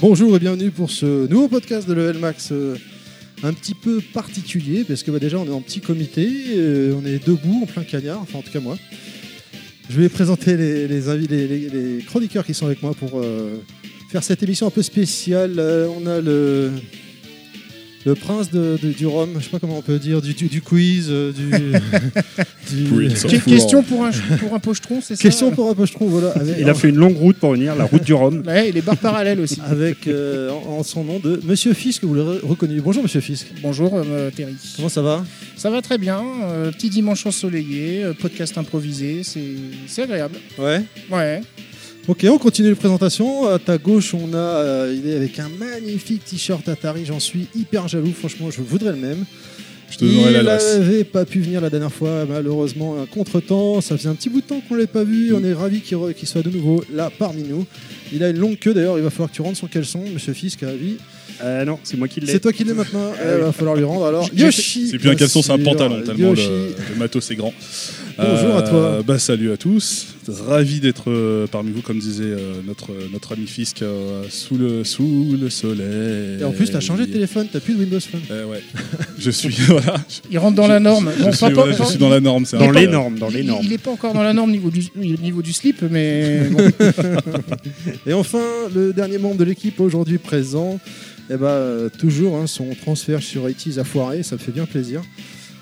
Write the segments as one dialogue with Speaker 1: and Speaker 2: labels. Speaker 1: Bonjour et bienvenue pour ce nouveau podcast de Level Max. euh, un petit peu particulier parce que bah, déjà on est en petit comité, euh, on est debout en plein cagnard, enfin en tout cas moi. Je vais présenter les, les invi- les- les- les chroniqueurs qui sont avec moi pour euh, faire cette émission un peu spéciale. Euh, on a le, le prince de- de- du Rhum, je sais pas comment on peut dire, du, du- du quiz, euh, du. du-
Speaker 2: Prince of
Speaker 3: Que-
Speaker 2: Rouen.
Speaker 3: question pour un, pour un pochetron, c'est ça
Speaker 1: Question pour un peu, je trouve, voilà. avec-
Speaker 4: Il a fait une longue route pour venir, la route du Rhum.
Speaker 3: Ouais, et les barres parallèles aussi.
Speaker 1: avec euh, en, en son nom de Monsieur Fisk, vous l'avez reconnu. Bonjour Monsieur Fisk,
Speaker 3: Bonjour euh, Terry.
Speaker 1: comment ça va
Speaker 3: Ça va très bien, euh, petit dimanche ensoleillé, euh, podcast improvisé, c'est c'est agréable.
Speaker 1: Ouais.
Speaker 3: Ouais.
Speaker 1: Ok, on continue les présentations. À ta gauche, on a, euh, il est avec un magnifique t-shirt Atari. J'en suis hyper jaloux. Franchement, je voudrais le même.
Speaker 2: Je te donnerai
Speaker 1: Il
Speaker 2: l'adresse.
Speaker 1: n'avait pas pu venir la dernière fois, malheureusement, un contretemps. Ça faisait un petit bout de temps qu'on ne l'avait pas
Speaker 2: Mm.
Speaker 1: vu. On est ravis qu'il re- qu'il soit de nouveau là parmi nous. Il a une longue queue d'ailleurs. Il va falloir que tu rendes son caleçon, Monsieur Fisk, à vie.
Speaker 4: Euh, non, c'est moi qui l'ai. Euh,
Speaker 1: C'est toi qui l'es maintenant. Eh, Il va falloir lui rendre. Alors,
Speaker 2: Je-
Speaker 1: Yoshi.
Speaker 2: C'est plus un caleçon, c'est un
Speaker 1: bien sûr.
Speaker 2: pantalon, tellement
Speaker 1: Yoshi.
Speaker 2: le, le matos est grand.
Speaker 1: Bonjour à toi.
Speaker 2: Bah, salut à tous. Ravi d'être euh, parmi vous, comme disait euh, notre, notre ami Fisk, euh, sous, le, sous le soleil.
Speaker 1: Et en plus, t'as changé de téléphone, t'as plus de Windows Phone.
Speaker 2: Euh, ouais. je suis, voilà, je,
Speaker 3: Il rentre dans
Speaker 2: Je-
Speaker 3: la norme.
Speaker 2: je
Speaker 3: Bon,
Speaker 2: suis,
Speaker 3: pas-
Speaker 2: voilà,
Speaker 3: pas-
Speaker 2: je suis dans la norme. c'est
Speaker 4: Dans les
Speaker 2: incroyable.
Speaker 4: normes, dans les
Speaker 3: il-
Speaker 4: normes.
Speaker 3: Il n'est pas encore dans la norme niveau du, niveau du slip, mais bon.
Speaker 1: Et enfin, le dernier membre de l'équipe aujourd'hui présent, eh ben, euh, toujours hein, son transfert sur 80 a foiré, ça me fait bien plaisir.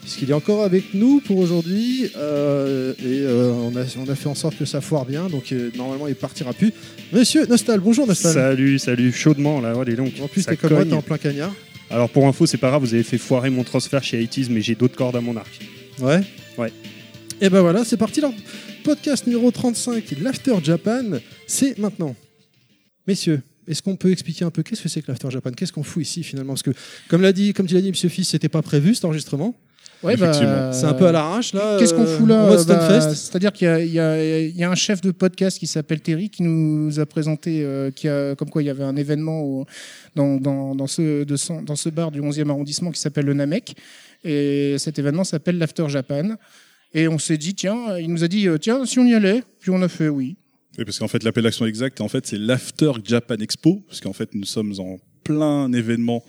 Speaker 1: Puisqu'il est encore avec nous pour aujourd'hui euh, et euh, on, a, on a fait en sorte que ça foire bien, donc euh, normalement il partira plus. Monsieur Nostal, bonjour Nostal.
Speaker 4: Salut, salut, chaudement là, allez donc.
Speaker 1: en plus,
Speaker 4: ça
Speaker 1: t'es comme moi,
Speaker 4: cogne.
Speaker 1: t'es en plein cagnard.
Speaker 4: Alors pour info, c'est pas grave, vous avez fait foirer mon transfert chez ITs, mais j'ai d'autres cordes à mon arc.
Speaker 1: Ouais.
Speaker 4: Ouais.
Speaker 1: Et ben voilà, c'est parti. Alors, podcast numéro 35, l'After Japan, c'est maintenant. Messieurs, est-ce qu'on peut expliquer un peu qu'est-ce que c'est que l'After Japan Qu'est-ce qu'on fout ici finalement Parce que, comme l'a dit, comme tu l'as dit, Monsieur Fils, c'était pas prévu cet enregistrement.
Speaker 3: Ouais, bah,
Speaker 2: Effectivement.
Speaker 1: C'est un peu à l'arrache là.
Speaker 3: Qu'est-ce qu'on
Speaker 1: euh,
Speaker 3: fout là
Speaker 1: en mode
Speaker 3: euh, bah,
Speaker 1: Stunfest.
Speaker 3: C'est-à-dire qu'il y a- il y, a- il y a un chef de podcast qui s'appelle Terry qui nous a présenté, euh, qui a, comme quoi il y avait un événement au- dans, dans, dans, ce, de son- dans ce bar du 11e arrondissement qui s'appelle le Namek. Et cet événement s'appelle l'After Japan. Et on s'est dit, tiens, il nous a dit, euh, tiens, si on y allait. Puis on a fait oui.
Speaker 2: Oui, parce qu'en fait, l'appellation exacte, en fait, c'est l'After Japan Expo, parce qu'en fait, nous sommes en plein événement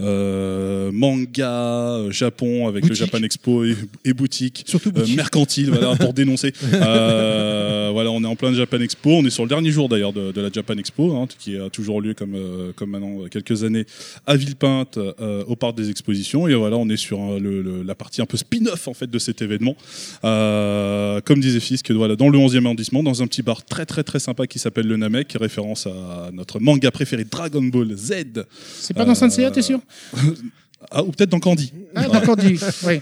Speaker 2: euh, manga euh, Japon avec
Speaker 1: Boutique.
Speaker 2: le Japan Expo et, et boutique.
Speaker 1: Surtout
Speaker 2: euh,
Speaker 1: Boutique.
Speaker 2: mercantile voilà pour dénoncer Euh, voilà on est en plein Japan Expo on est sur le dernier jour d'ailleurs de, de la Japan Expo hein, qui a toujours lieu comme euh, comme maintenant euh, quelques années à Villepinte euh, au parc des expositions et voilà on est sur euh, le- le- la partie un peu spin-off en fait de cet événement euh, comme disait Fisk, voilà, dans le 11e arrondissement, dans un petit bar très très très sympa qui s'appelle le Namek, référence à notre manga préféré Dragon Ball Z,
Speaker 3: C'est pas dans Saint-Séa,
Speaker 2: Euh,
Speaker 3: t'es sûr
Speaker 2: ah, ou peut-être dans Candy.
Speaker 3: Ah, d'accord, dit. Oui.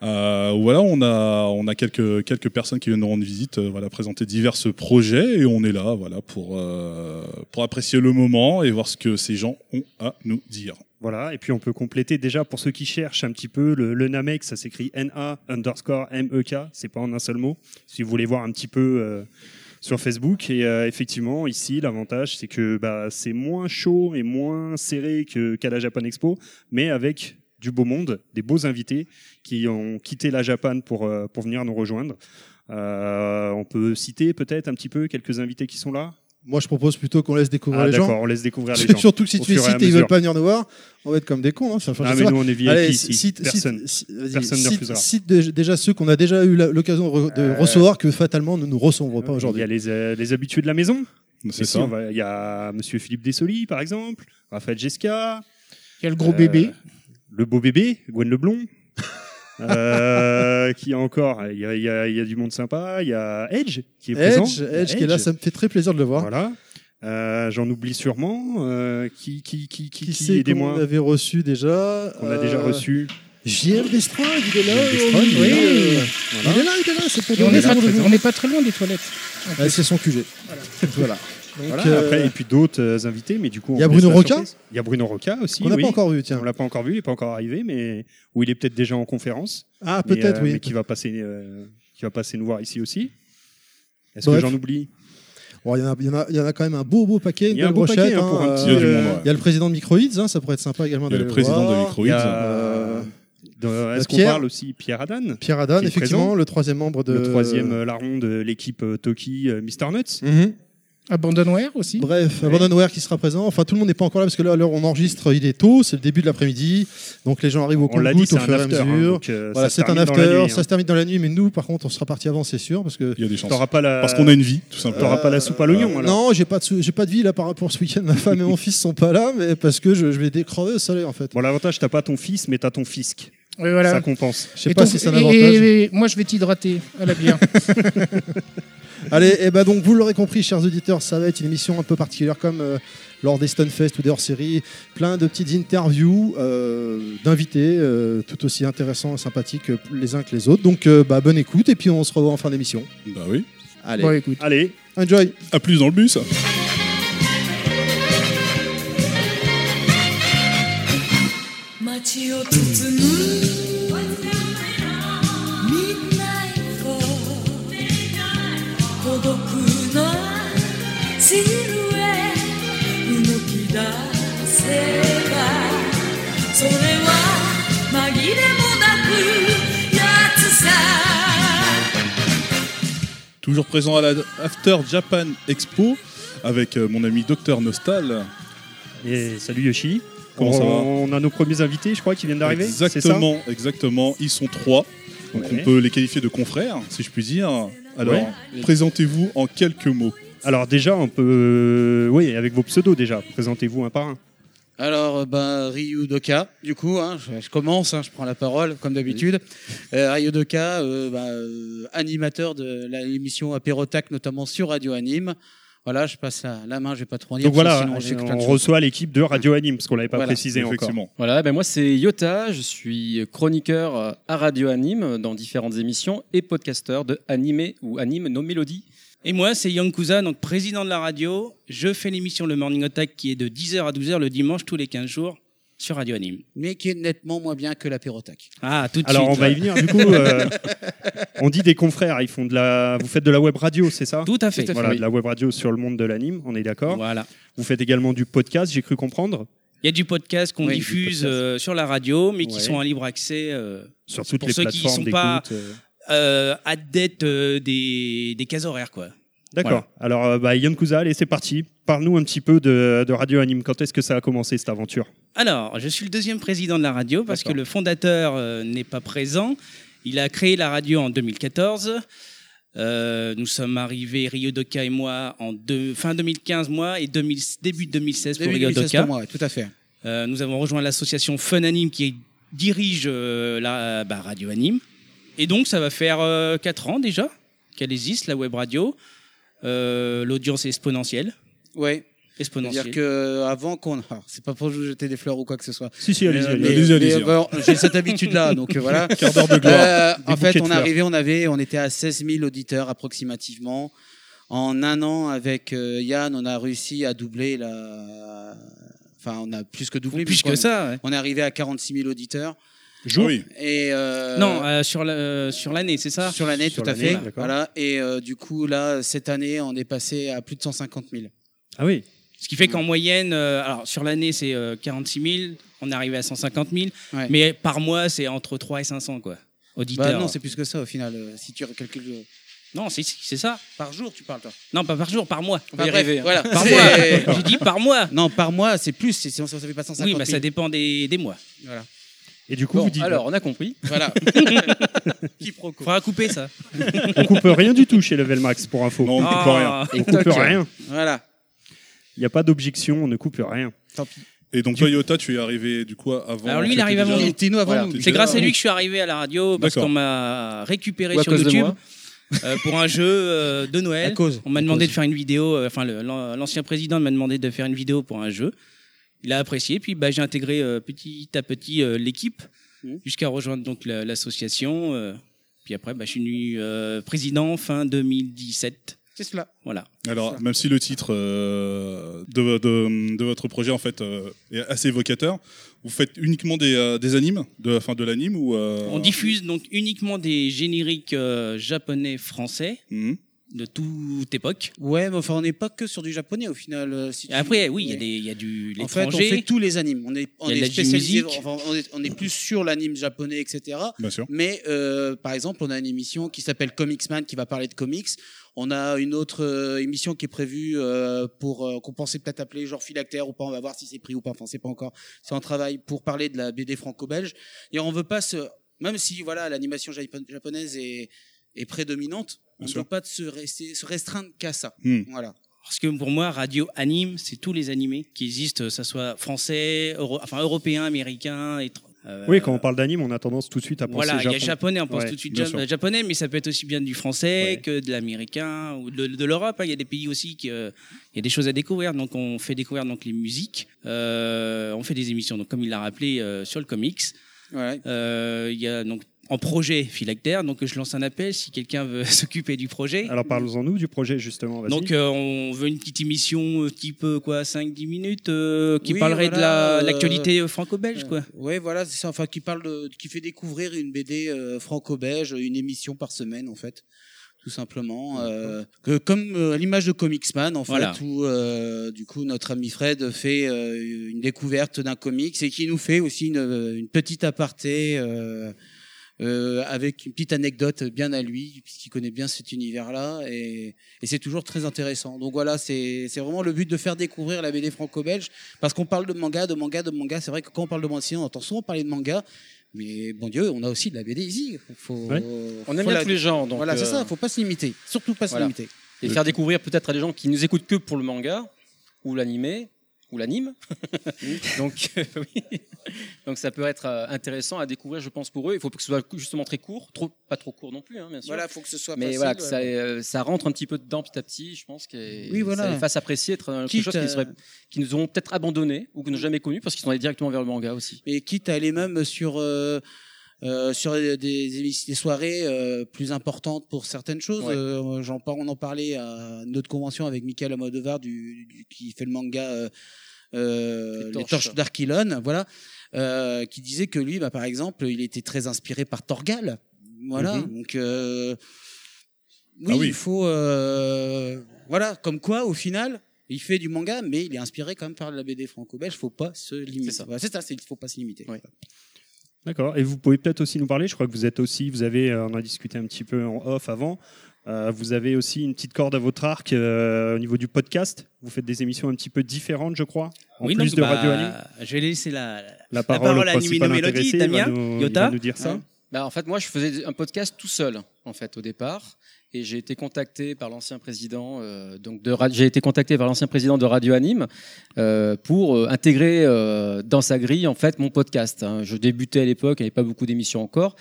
Speaker 2: Euh, voilà, on a on a quelques quelques personnes qui viennent nous rendre visite, euh, voilà, présenter divers projets et on est là, voilà, pour euh, pour apprécier le moment et voir ce que ces gens ont à nous dire.
Speaker 4: Voilà, et puis on peut compléter déjà pour ceux qui cherchent un petit peu, le, le Namek, ça s'écrit N-A underscore M-E-K, c'est pas en un seul mot, si vous voulez voir un petit peu euh, sur Facebook. Et euh, effectivement, ici, l'avantage, c'est que bah, c'est moins chaud et moins serré que- qu'à la Japan Expo, mais avec du beau monde, des beaux invités qui ont quitté la Japan pour, euh, pour venir nous rejoindre. Euh, on peut citer peut-être un petit peu quelques invités qui sont là.
Speaker 1: Moi, je propose plutôt qu'on laisse découvrir
Speaker 4: Ah,
Speaker 1: les gens.
Speaker 4: d'accord, on laisse découvrir les gens.
Speaker 1: Surtout que si
Speaker 4: au
Speaker 1: tu es
Speaker 4: fur et à
Speaker 1: cité, ils veulent
Speaker 4: mesure.
Speaker 1: pas venir nous voir, on va être comme des cons. Hein. Enfin, je
Speaker 4: Ah,
Speaker 1: sais
Speaker 4: mais
Speaker 1: pas.
Speaker 4: nous, on est VIP
Speaker 1: Allez,
Speaker 4: ici.
Speaker 1: cite-
Speaker 4: Personne.
Speaker 1: cite- vas-y,
Speaker 4: personne ne
Speaker 1: cite-
Speaker 4: refusera.
Speaker 1: cite dé- déjà ceux qu'on a déjà eu la- l'occasion de, re- de
Speaker 4: Euh,
Speaker 1: recevoir que fatalement nous ne recevrons pas
Speaker 4: Il y
Speaker 1: aujourd'hui.
Speaker 4: a les, euh, les habitués de la maison.
Speaker 2: C'est
Speaker 4: Mais si,
Speaker 2: ça.
Speaker 4: on va- Il y a Monsieur Philippe Dessoli, par exemple, Raphaël Gesca,
Speaker 3: Il y a le gros
Speaker 4: euh,
Speaker 3: bébé.
Speaker 4: le beau bébé, Gwen Leblon. euh, qui a encore Il y a, il y a- il y a du monde sympa. Il y a Edge qui est présent.
Speaker 1: Edge,
Speaker 4: Il y a
Speaker 1: Edge qui est là, ça me fait très plaisir de le voir.
Speaker 4: Voilà. Euh, J'en oublie sûrement. Euh, qui, qui, qui, qui,
Speaker 1: Qui
Speaker 4: qui,
Speaker 1: c'est qu'on
Speaker 4: aidez-moi
Speaker 1: avait reçu déjà
Speaker 4: qu'on a déjà
Speaker 1: Euh,
Speaker 4: reçu.
Speaker 1: JM Destroy, il est là.
Speaker 4: JM Destroy,
Speaker 1: il,
Speaker 4: oui.
Speaker 1: est là.
Speaker 4: Voilà.
Speaker 1: il est là, il est là, c'est pour
Speaker 3: Et on
Speaker 1: donner
Speaker 3: n'est
Speaker 1: ça
Speaker 3: pas,
Speaker 1: pour
Speaker 3: tr-
Speaker 1: nous.
Speaker 3: on n'est pas très loin des toilettes.
Speaker 1: Ah, c'est son QG. Voilà. Donc,
Speaker 4: Voilà,
Speaker 1: euh,
Speaker 4: après, et puis d'autres euh, invités, mais du coup,
Speaker 1: il y a
Speaker 4: on laisse
Speaker 1: Bruno
Speaker 4: la
Speaker 1: Roca
Speaker 4: surprise. Il y a Bruno Roca aussi.
Speaker 1: qu'on n'a
Speaker 4: oui.
Speaker 1: pas encore vu, tiens.
Speaker 4: On l'a pas encore vu, il est pas encore arrivé, mais ou il est peut-être déjà en conférence.
Speaker 1: Ah,
Speaker 4: Mais,
Speaker 1: peut-être,
Speaker 4: euh,
Speaker 1: oui.
Speaker 4: Mais qui va passer, euh, qui va passer nous voir ici aussi. Est-ce
Speaker 1: Bref.
Speaker 4: que j'en oublie
Speaker 1: Bon, Il y, en a- il y en a- il y en a quand même un beau, beau paquet. une
Speaker 4: Il y a un
Speaker 1: belle
Speaker 4: beau paquet,
Speaker 1: brochette,
Speaker 4: hein, pour un
Speaker 1: hein,
Speaker 4: petit-
Speaker 2: Il y a du
Speaker 1: euh,
Speaker 2: monde, ouais.
Speaker 1: il y a le président de Microids, hein, ça pourrait être sympa également
Speaker 2: Il y a
Speaker 1: d'aller
Speaker 2: le président
Speaker 1: voir.
Speaker 2: de
Speaker 4: Il y
Speaker 2: Microïds.
Speaker 4: a-
Speaker 1: Euh,
Speaker 4: de- Est-ce qu'on
Speaker 1: Pierre.
Speaker 4: parle aussi Pierre Adan,
Speaker 1: Pierre Adan,
Speaker 4: qui est
Speaker 1: effectivement,
Speaker 4: présent.
Speaker 1: le troisième membre de.
Speaker 4: le troisième euh, larron de l'équipe euh, Toki euh, Mr Nuts,
Speaker 1: Mhm.
Speaker 3: Abandonware aussi.
Speaker 1: Bref, Abandonware qui sera présent. Enfin, tout le monde n'est pas encore là parce que là, à l'heure où on enregistre, il est tôt, c'est le début de l'après-midi. Donc les gens arrivent au
Speaker 4: On l'a
Speaker 1: compte
Speaker 4: dit,
Speaker 1: au
Speaker 4: c'est
Speaker 1: fur
Speaker 4: un
Speaker 1: et à
Speaker 4: after. hein,
Speaker 1: mesure.
Speaker 4: donc, euh, ça
Speaker 1: Voilà,
Speaker 4: se
Speaker 1: c'est un
Speaker 4: termine dans la
Speaker 1: after,
Speaker 4: nuit,
Speaker 1: ça
Speaker 4: hein.
Speaker 1: se termine dans la nuit, mais nous, par contre, on sera parti avant, c'est sûr, parce que. Euh,
Speaker 2: Il y a des chances.
Speaker 4: T'auras pas la.
Speaker 2: Parce qu'on a une vie, tout simplement.
Speaker 4: T'auras pas la soupe à l'oignon. alors.
Speaker 1: Non, j'ai pas de sou- j'ai pas de vie là par rapport à ce week-end. Ma femme et mon fils sont pas là, mais parce que je, je vais décrover au soleil en fait.
Speaker 4: Bon, l'avantage, t'as pas ton fils, mais t'as ton fisc.
Speaker 3: Oui, voilà.
Speaker 4: Ça compense.
Speaker 1: Je sais
Speaker 3: Et
Speaker 1: pas
Speaker 3: ton-
Speaker 1: si c'est un
Speaker 3: et-
Speaker 1: avantage.
Speaker 3: et- et moi, je vais t'hydrater à la bière.
Speaker 1: Allez, et ben donc vous l'aurez compris, chers auditeurs, ça va être une émission un peu particulière comme euh, lors des Stunfest ou des hors-séries, plein de petites interviews euh, d'invités euh, tout aussi intéressants et sympathiques euh, les uns que les autres. Donc euh, bah, bonne écoute et puis on se revoit en fin d'émission.
Speaker 2: Bah oui.
Speaker 1: Allez,
Speaker 3: bon, écoute.
Speaker 4: Allez,
Speaker 1: enjoy.
Speaker 2: À plus dans le bus.
Speaker 5: 街を包む Midnight Fall 孤独なシルエット動き出せばそれは紛れもなくやつさ
Speaker 2: Toujours présent à la After Japan Expo avec euh, mon ami Docteur Nostal.
Speaker 4: et salut Yoshi.
Speaker 2: Comment ça va
Speaker 4: On a nos premiers invités, je crois, qui viennent d'arriver. c'est ça
Speaker 2: Exactement, exactement. Ils sont trois. Donc
Speaker 4: Ouais.
Speaker 2: on peut les qualifier de confrères, si je puis dire. Alors,
Speaker 4: Ouais.
Speaker 2: présentez-vous en quelques mots.
Speaker 4: Alors déjà, on peut, oui, avec vos pseudos déjà. Présentez-vous un par un.
Speaker 6: Alors, euh, ben, Ryu Doka, du coup, hein, je, je commence, hein, je prends la parole, comme d'habitude. Euh, Ryu Doka, euh, ben, euh, animateur de la- l'émission Apérotac, notamment sur Radio Anime. Voilà, je passe la, la main, je vais pas trop en dire.
Speaker 4: Donc
Speaker 6: parce que
Speaker 4: voilà,
Speaker 6: sinon, je sais que plein
Speaker 4: on
Speaker 6: de choses.
Speaker 4: reçoit l'équipe de Radio Anime, parce qu'on l'avait pas
Speaker 6: Voilà.
Speaker 4: précisé encore.
Speaker 2: Effectivement.
Speaker 7: Voilà, ben moi c'est Yota, je suis chroniqueur euh, à Radio Anime dans différentes émissions et podcasteur de Animé ou Anime nos mélodies.
Speaker 8: Et moi, Ah, c'est Yankuza, donc président de la radio. Je fais l'émission Le Morning Attack qui est de 10h à 12h le dimanche tous les 15 jours sur Radio Anime.
Speaker 6: Mais qui est nettement moins bien que l'Apérotac.
Speaker 8: Ah, tout de
Speaker 4: Alors on
Speaker 8: suite.
Speaker 4: va y venir. Du coup, euh, on dit des confrères. Ils font de la, vous faites de la web radio, c'est ça
Speaker 8: Tout à fait.
Speaker 4: Voilà,
Speaker 8: Oui.
Speaker 4: de la web radio sur le monde de l'anime. On est d'accord.
Speaker 8: Voilà.
Speaker 4: Vous faites également du podcast. J'ai cru comprendre.
Speaker 8: Il y a du podcast qu'on
Speaker 6: Oui, du
Speaker 8: diffuse
Speaker 6: podcast.
Speaker 8: euh, sur la radio, mais qui
Speaker 4: Ouais.
Speaker 8: sont en libre accès. Euh,
Speaker 4: Sur toutes
Speaker 8: pour
Speaker 4: les
Speaker 8: ceux qui
Speaker 4: plateformes
Speaker 8: sont
Speaker 4: d'écoute.
Speaker 8: pas-
Speaker 4: euh.
Speaker 8: euh, adeptes euh, des, des cases horaires, quoi.
Speaker 4: D'accord. Alors, euh, bah, Yankuza, allez, c'est parti. Parle-nous un petit peu de, de Radio Anime. Quand est-ce que ça a commencé cette aventure
Speaker 8: Alors, je suis le deuxième président de la radio parce que
Speaker 4: D'accord.
Speaker 8: le fondateur euh, n'est pas présent. Il a créé la radio en 2014. Euh, nous sommes arrivés, Rio Doka et moi, en deux- fin 2015, moi, et 2000 début 2016 pour
Speaker 6: Début
Speaker 8: Rio
Speaker 6: 2016
Speaker 8: Doka.
Speaker 6: pour moi, ouais, tout à fait.
Speaker 8: Euh, nous avons rejoint l'association Fun Anime qui dirige euh, la bah, radio Anime. Et donc, ça va faire 4 ans déjà qu'elle existe, la web radio. Euh, L'audience est exponentielle.
Speaker 6: Ouais.
Speaker 8: exponentielle.
Speaker 6: C'est-à-dire que avant qu'on, ah, c'est pas pour vous jeter des fleurs ou quoi que ce soit. Euh,
Speaker 4: Si, si, allez-y.
Speaker 6: Mais-
Speaker 4: allez-y.
Speaker 6: mais-
Speaker 2: Allez-y, allez-y.
Speaker 6: mais, bon, J'ai cette habitude-là, donc euh, voilà.
Speaker 2: Quart d'heure de gloire.
Speaker 6: Euh,
Speaker 4: Des
Speaker 6: en fait,
Speaker 4: bouquets de
Speaker 6: on
Speaker 4: fleurs.
Speaker 6: arrivait, on avait, on était à 16 000 auditeurs approximativement. En un an, avec euh, Yann, on a réussi à doubler la. Enfin, on a plus que doublé.
Speaker 8: Plus
Speaker 6: puisqu'on-
Speaker 8: que ça. ouais.
Speaker 6: On est arrivé à 46 000 auditeurs.
Speaker 2: Ah oui.
Speaker 6: Et euh,
Speaker 8: Non, euh, sur la- euh, sur l'année, c'est ça
Speaker 6: sur l'année,
Speaker 4: Sur
Speaker 6: tout à
Speaker 4: l'année,
Speaker 6: fait.
Speaker 4: d'accord.
Speaker 6: Voilà. Et euh, du coup, là, cette année, on est passé à plus de 150 000.
Speaker 4: Ah oui.
Speaker 8: Ce qui fait qu'en moyenne, euh, alors sur l'année c'est euh, 46 000, on est arrivé à 150 000,
Speaker 6: Ouais.
Speaker 8: mais par mois c'est entre 3 et 500 quoi.
Speaker 6: Bah,
Speaker 8: Auditeurs.
Speaker 6: non, c'est plus que ça au final. euh, si tu calcules euh,
Speaker 8: non, c'est c'est ça.
Speaker 6: par jour, tu parles toi.
Speaker 8: Non, pas par jour, par mois.
Speaker 6: Enfin, bref,
Speaker 4: hein.
Speaker 6: Voilà.
Speaker 8: Par
Speaker 6: C'est-
Speaker 8: mois. J'ai dit par mois.
Speaker 6: Non, par mois, c'est plus. c'est- Sinon, ça ne fait pas 150
Speaker 8: Oui,
Speaker 6: 000.
Speaker 8: bah ça dépend des, des mois.
Speaker 6: Voilà.
Speaker 4: Et du coup,
Speaker 7: Bon,
Speaker 4: vous dites,
Speaker 7: alors on a compris.
Speaker 6: Voilà.
Speaker 8: Faudra couper ça.
Speaker 4: on coupe rien du tout chez Level Max pour info.
Speaker 2: Non, on ne
Speaker 8: Ah.
Speaker 2: comprend rien.
Speaker 4: on coupe
Speaker 6: Ok.
Speaker 4: rien.
Speaker 6: voilà.
Speaker 4: Il n'y a pas d'objection, on ne coupe rien.
Speaker 6: Tant pis.
Speaker 2: Et donc, Toyota, tu es arrivé du coup avant.
Speaker 8: Alors, lui,
Speaker 2: tu
Speaker 8: il arrive
Speaker 2: étais
Speaker 8: avant
Speaker 2: déjà-
Speaker 6: Il était nous avant
Speaker 2: Voilà,
Speaker 6: nous.
Speaker 2: t'es
Speaker 8: C'est
Speaker 2: déjà-
Speaker 8: grâce à lui que je suis arrivé à la radio parce
Speaker 2: D'accord.
Speaker 8: qu'on m'a récupéré
Speaker 7: Ou à
Speaker 8: sur
Speaker 7: cause de
Speaker 8: YouTube
Speaker 7: moi.
Speaker 8: euh, pour un jeu euh, de
Speaker 6: À
Speaker 8: Noël.
Speaker 6: cause.
Speaker 8: On m'a demandé de faire une vidéo, euh, enfin le- l'an- l'ancien président m'a demandé de faire une vidéo pour un jeu. Il a apprécié, puis bah, j'ai intégré euh, petit à petit euh, l'équipe
Speaker 6: Mhm.
Speaker 8: jusqu'à rejoindre donc la- l'association. euh, puis après, bah, je suis venu euh, président fin 2017.
Speaker 6: C'est cela.
Speaker 8: Voilà.
Speaker 2: Alors, même si le titre euh, de, de- de votre projet en fait euh, est assez évocateur, vous faites uniquement des, euh, des animes, de la fin de l'anime ou euh,
Speaker 8: On diffuse donc uniquement des génériques euh, japonais-français
Speaker 2: Mhm.
Speaker 8: de toute époque.
Speaker 6: Ouais, mais enfin, on n'est pas que sur du japonais au final. euh, si tu-
Speaker 8: Après, oui, il y a
Speaker 6: Ouais.
Speaker 8: des- il y, a du
Speaker 6: En fait, on fait
Speaker 8: l'étranger.
Speaker 6: tous les animes. On est, on
Speaker 8: Il y a de
Speaker 6: est
Speaker 8: la
Speaker 6: spécialisé,
Speaker 8: musique.
Speaker 6: enfin, on est, on est plus sur l'anime japonais, etc.
Speaker 2: Bien sûr.
Speaker 6: Mais euh, par exemple, on a une émission qui s'appelle Comics Man qui va parler de comics. On a une autre euh, émission qui est prévue euh, pour euh, qu'on pensait peut-être appeler genre Philactère ou pas. On va voir si c'est pris ou pas. Enfin, c'est pas encore. C'est en travail pour parler de la BD franco-belge. Et on veut pas se, même si voilà l'animation japo- japonaise est, est prédominante, on ne
Speaker 2: sûr.
Speaker 6: veut pas se, rester- se restreindre qu'à ça.
Speaker 2: Hmm.
Speaker 6: Voilà.
Speaker 8: Parce que pour moi, radio anime, c'est tous les animés qui existent, que ça soit français, euro- enfin européen, américain. étr- euh,
Speaker 4: Oui, quand on parle d'anime, on a tendance tout de suite à penser
Speaker 8: Voilà, il y a
Speaker 4: Japon.
Speaker 8: japonais, on pense
Speaker 4: Ouais,
Speaker 8: tout de suite
Speaker 4: bien
Speaker 8: ja-
Speaker 4: sûr.
Speaker 8: japonais, mais ça peut être aussi bien du français
Speaker 4: Ouais.
Speaker 8: que de l'américain ou de, de l'Europe. hein. Il y a des pays aussi qui, euh, il y a des choses à découvrir. Donc on fait découvrir donc les musiques, Euh, on fait des émissions. Donc comme il l'a rappelé euh, sur le comics,
Speaker 6: Voilà.
Speaker 8: Euh, il y a donc en projet Philactère. Donc je lance un appel si quelqu'un veut s'occuper du projet.
Speaker 4: Alors parlons-en-nous du projet
Speaker 7: Ah,
Speaker 4: justement.
Speaker 7: bah
Speaker 4: vas-y.
Speaker 8: Donc euh, on veut une petite émission euh, type euh, quoi 5-10 minutes euh, qui
Speaker 6: Oui,
Speaker 8: parlerait
Speaker 6: voilà,
Speaker 8: de la-
Speaker 6: euh,
Speaker 8: l'actualité euh, franco-belge quoi.
Speaker 6: Ouais, voilà, c'est ça. Enfin, qui parle, de- qui fait découvrir une BD euh, franco-belge, une émission par semaine en fait, tout simplement. euh, que comme euh, à l'image de Comics Man en fait,
Speaker 8: Voilà.
Speaker 6: où euh, du coup notre ami Fred fait euh, une découverte d'un comics et qui nous fait aussi une, euh, une petite aparté. euh, euh, avec une petite anecdote bien à lui, puisqu'il connaît bien cet univers-là, et, et c'est toujours très intéressant. Donc voilà, c'est c'est vraiment le but de faire découvrir la BD franco-belge, parce qu'on parle de manga, de manga, de manga. C'est vrai que quand on parle de manga, on entend souvent parler de manga, mais bon Dieu, on a aussi de la BD ici. Faut,
Speaker 4: Ouais.
Speaker 7: On aime
Speaker 6: faut
Speaker 7: bien
Speaker 6: la-
Speaker 7: tous les genres. Donc,
Speaker 6: voilà, c'est
Speaker 7: euh,
Speaker 6: ça, faut pas se limiter, surtout pas
Speaker 7: voilà.
Speaker 6: se limiter.
Speaker 7: Et faire découvrir peut-être à des gens qui nous écoutent que pour le manga, ou l'animé, ou l'anime. Donc, euh, oui. Donc ça peut être euh, intéressant à découvrir, je pense, pour eux. Il faut que ce soit justement très court, trop, pas trop court non plus, hein, bien sûr.
Speaker 6: Voilà, faut que ce soit
Speaker 7: Mais
Speaker 6: facile,
Speaker 7: voilà, que ça,
Speaker 6: ouais.
Speaker 7: euh, ça rentre un petit peu dedans petit à petit, je pense, que
Speaker 6: Oui, voilà.
Speaker 7: ça les fasse apprécier, être euh, quelque
Speaker 6: Quitte
Speaker 7: chose qui,
Speaker 6: à-
Speaker 7: serait- qui nous auront peut-être abandonné ou que nous jamais connu parce qu'ils sont allés directement vers le manga aussi.
Speaker 6: Et quitte à aller même sur euh, euh, sur des, des- des soirées euh, plus importantes pour certaines choses.
Speaker 7: Ouais.
Speaker 6: Euh, j'en par- on en parlait à notre convention avec Michael Amodovar du, du- qui fait le manga euh, euh,
Speaker 7: Les
Speaker 6: Les
Speaker 7: Torches.
Speaker 6: Torches, d'Archilon, voilà, euh, qui disait que lui, bah, par exemple, il était très inspiré par Torgal. Voilà,
Speaker 2: Mhm.
Speaker 6: donc euh, oui,
Speaker 2: Ah oui.
Speaker 6: il faut euh, voilà, comme quoi au final. Il fait du manga, mais il est inspiré quand même par la BD franco-belge. Faut pas se limiter.
Speaker 7: ça.
Speaker 6: Voilà, C'est ça, il faut pas se limiter.
Speaker 7: Ouais.
Speaker 4: D'accord. Et vous pouvez peut-être aussi nous parler. Je crois que vous êtes aussi, vous avez, euh, on a discuté un petit peu en off avant. euh, vous avez aussi une petite corde à votre arc euh, au niveau du podcast. Vous faites des émissions un petit peu différentes, je crois. En
Speaker 8: Oui,
Speaker 4: plus
Speaker 8: donc,
Speaker 4: de
Speaker 8: bah,
Speaker 4: Radio Anime.
Speaker 8: Je vais laisser la, la-
Speaker 4: La
Speaker 8: parole
Speaker 4: au
Speaker 8: à Nimino
Speaker 4: principal
Speaker 8: Mélodie,
Speaker 4: intéressé, il va
Speaker 8: Damien,
Speaker 4: nous- il va
Speaker 8: Yota.
Speaker 4: nous dire ça.
Speaker 7: Bah, en fait, moi, je faisais un podcast tout seul, en fait, au départ. Et j'ai été contacté par l'ancien président, euh, donc de Ra- j'ai été contacté par l'ancien président de Radio Anime euh, pour euh, intégrer euh, dans sa grille en fait mon podcast. hein. Je débutais à l'époque, il n'y avait pas beaucoup d'émissions encore.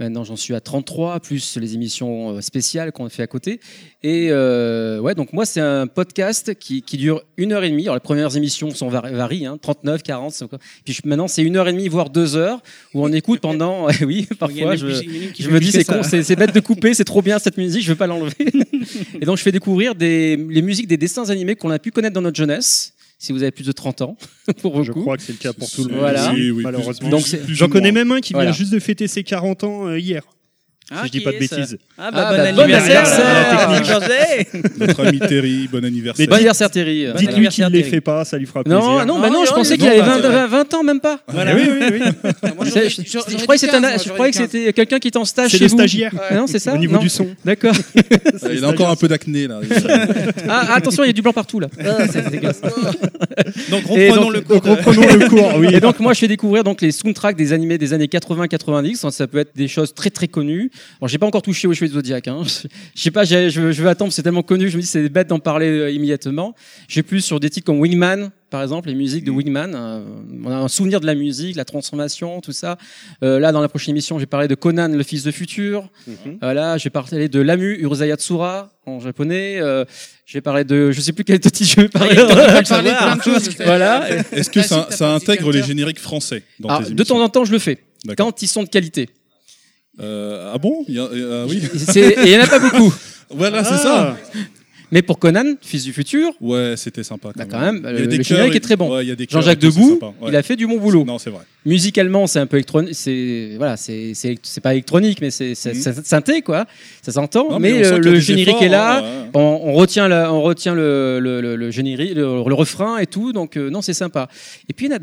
Speaker 7: Maintenant, j'en suis à 33 plus les émissions euh, spéciales qu'on fait à côté. Et euh, ouais, donc moi, c'est un podcast qui, qui dure une heure et demie. Alors les premières émissions sont var- varient, hein, 39, 40. c'est quoi. Puis je- maintenant, c'est une heure et demie, voire deux heures, où on écoute pendant, oui,
Speaker 8: Il y en
Speaker 7: parfois.
Speaker 8: a
Speaker 7: Je...
Speaker 8: plus- il y en a une qui
Speaker 7: Je
Speaker 8: fait
Speaker 7: me
Speaker 8: plus
Speaker 7: dis,
Speaker 8: que
Speaker 7: c'est
Speaker 8: ça.
Speaker 7: con, c'est c'est bête de couper, c'est trop bien cette musique, je vais pas l'enlever. Et donc, je fais découvrir des, les musiques des dessins animés qu'on a pu connaître dans notre jeunesse, si vous avez plus de 30 ans, pour vos
Speaker 4: Je
Speaker 7: coups.
Speaker 4: crois que c'est le cas pour tout le monde.
Speaker 7: Voilà.
Speaker 4: ici,
Speaker 2: Oui, oui, plus-
Speaker 4: malheureusement.
Speaker 7: Donc, c'est-
Speaker 2: plus
Speaker 4: J'en
Speaker 2: ou moins.
Speaker 4: connais même un qui
Speaker 7: Voilà.
Speaker 4: vient juste de fêter ses 40 ans euh, hier.
Speaker 8: Ah,
Speaker 4: si je dis
Speaker 8: qui
Speaker 4: pas de
Speaker 8: est, ça
Speaker 4: bêtises.
Speaker 8: Ah
Speaker 7: bah,
Speaker 8: bah,
Speaker 7: bon
Speaker 8: bon
Speaker 7: anniversaire,
Speaker 8: anniversaire,
Speaker 7: Sarah.
Speaker 8: José.
Speaker 2: Notre ami Terry, bon anniversaire.
Speaker 7: Bon anniversaire, Thierry.
Speaker 8: Bon
Speaker 4: Dites-lui qu'il
Speaker 8: anniversaire,
Speaker 4: ne les
Speaker 8: Thierry.
Speaker 4: fait pas, ça lui fera plaisir.
Speaker 7: Non, non, bah non,
Speaker 4: Ah
Speaker 8: Non,
Speaker 7: je
Speaker 8: non,
Speaker 7: pensais
Speaker 8: non,
Speaker 7: qu'il avait
Speaker 8: non,
Speaker 7: 20,
Speaker 8: c'est vrai.
Speaker 7: 20 ans, même pas.
Speaker 4: Eh oui, oui, oui.
Speaker 6: Moi,
Speaker 7: Je,
Speaker 6: j'aurais-
Speaker 7: je-
Speaker 6: j'aurais
Speaker 7: je
Speaker 6: dit
Speaker 7: croyais que c'était
Speaker 6: 15,
Speaker 7: un-
Speaker 6: moi,
Speaker 7: je
Speaker 6: j'aurais
Speaker 7: croyais
Speaker 6: dit
Speaker 7: que c'était quelqu'un qui était en stage
Speaker 4: C'est
Speaker 7: chez
Speaker 4: le
Speaker 7: vous.
Speaker 4: stagiaire
Speaker 7: Ah Non, c'est ça
Speaker 4: au niveau
Speaker 7: Non.
Speaker 4: du son.
Speaker 7: D'accord.
Speaker 2: il a encore un peu d'acné là.
Speaker 7: Ah, attention, il y a du blanc partout là. Ah, c'est- c'est dégueulasse.
Speaker 8: Donc
Speaker 7: Et
Speaker 8: reprenons
Speaker 7: donc-
Speaker 8: le cours. de-
Speaker 4: Reprenons le cours, oui.
Speaker 7: Et donc moi je fais découvrir donc les soundtracks des animés des années 80-90. Ça peut être des choses très très connues. Alors j'ai pas encore touché aux cheveux de Zodiac. Hein. Je je sais pas, j'ai- je, je vais attendre. C'est tellement connu, je me dis c'est bête d'en parler euh, immédiatement. J'ai plus sur des titres comme Wingman. Par exemple, les musiques de
Speaker 8: Mm.
Speaker 7: Wingman, euh, on a un souvenir de la musique, la transformation, tout ça. Euh, là, dans la prochaine émission, j'ai parlé de Conan, le fils de futur.
Speaker 4: Mhm.
Speaker 7: Voilà, Ah, j'ai parlé de Lamu Urusei Tsura en japonais. Euh, j'ai parlé de, je sais plus quel petit jeu.
Speaker 2: Ah,
Speaker 8: Il y a
Speaker 7: Parlé.
Speaker 8: le savoir.
Speaker 7: voilà.
Speaker 2: Est-ce que
Speaker 6: Ah, si
Speaker 2: ça,
Speaker 6: t'as
Speaker 2: ça
Speaker 6: pas
Speaker 2: intègre
Speaker 6: dit
Speaker 2: les
Speaker 6: Carter.
Speaker 2: génériques français dans
Speaker 7: Ah,
Speaker 2: tes
Speaker 7: de temps
Speaker 2: émissions
Speaker 7: en temps, je le fais.
Speaker 2: D'accord.
Speaker 7: Quand ils sont de qualité.
Speaker 2: Euh, ah bon Il y a- euh, ah oui.
Speaker 7: C'est- et Il n'y en a pas beaucoup.
Speaker 2: Voilà,
Speaker 4: Ah,
Speaker 2: c'est ça.
Speaker 7: Mais pour Conan, fils du futur,
Speaker 2: Ouais, c'était sympa. Quand,
Speaker 7: Bah,
Speaker 2: même.
Speaker 7: quand même,
Speaker 2: Il y a
Speaker 7: le-
Speaker 2: des
Speaker 7: le
Speaker 2: chœurs
Speaker 7: générique
Speaker 2: et-
Speaker 7: est très bon.
Speaker 2: ouais, il y a des chœurs
Speaker 7: Jean-Jacques
Speaker 2: et tout, c'est
Speaker 7: Debout,
Speaker 2: sympa. Ouais.
Speaker 7: il a fait du bon boulot.
Speaker 2: Non, c'est vrai.
Speaker 7: Musicalement, c'est un peu électronique. C'est voilà, c'est c'est c'est pas électronique, mais c'est c'est-
Speaker 2: Mhm.
Speaker 7: c'est synthé quoi. Ça s'entend.
Speaker 2: Non,
Speaker 7: mais
Speaker 2: on sent
Speaker 7: euh,
Speaker 2: qu'il y a
Speaker 7: le
Speaker 2: des
Speaker 7: générique
Speaker 2: efforts,
Speaker 7: est là.
Speaker 2: hein, ouais.
Speaker 7: On, on retient la- on retient le le, le- le générique, le, le refrain et tout. Donc euh, non, c'est sympa. Et puis il y en a d'autres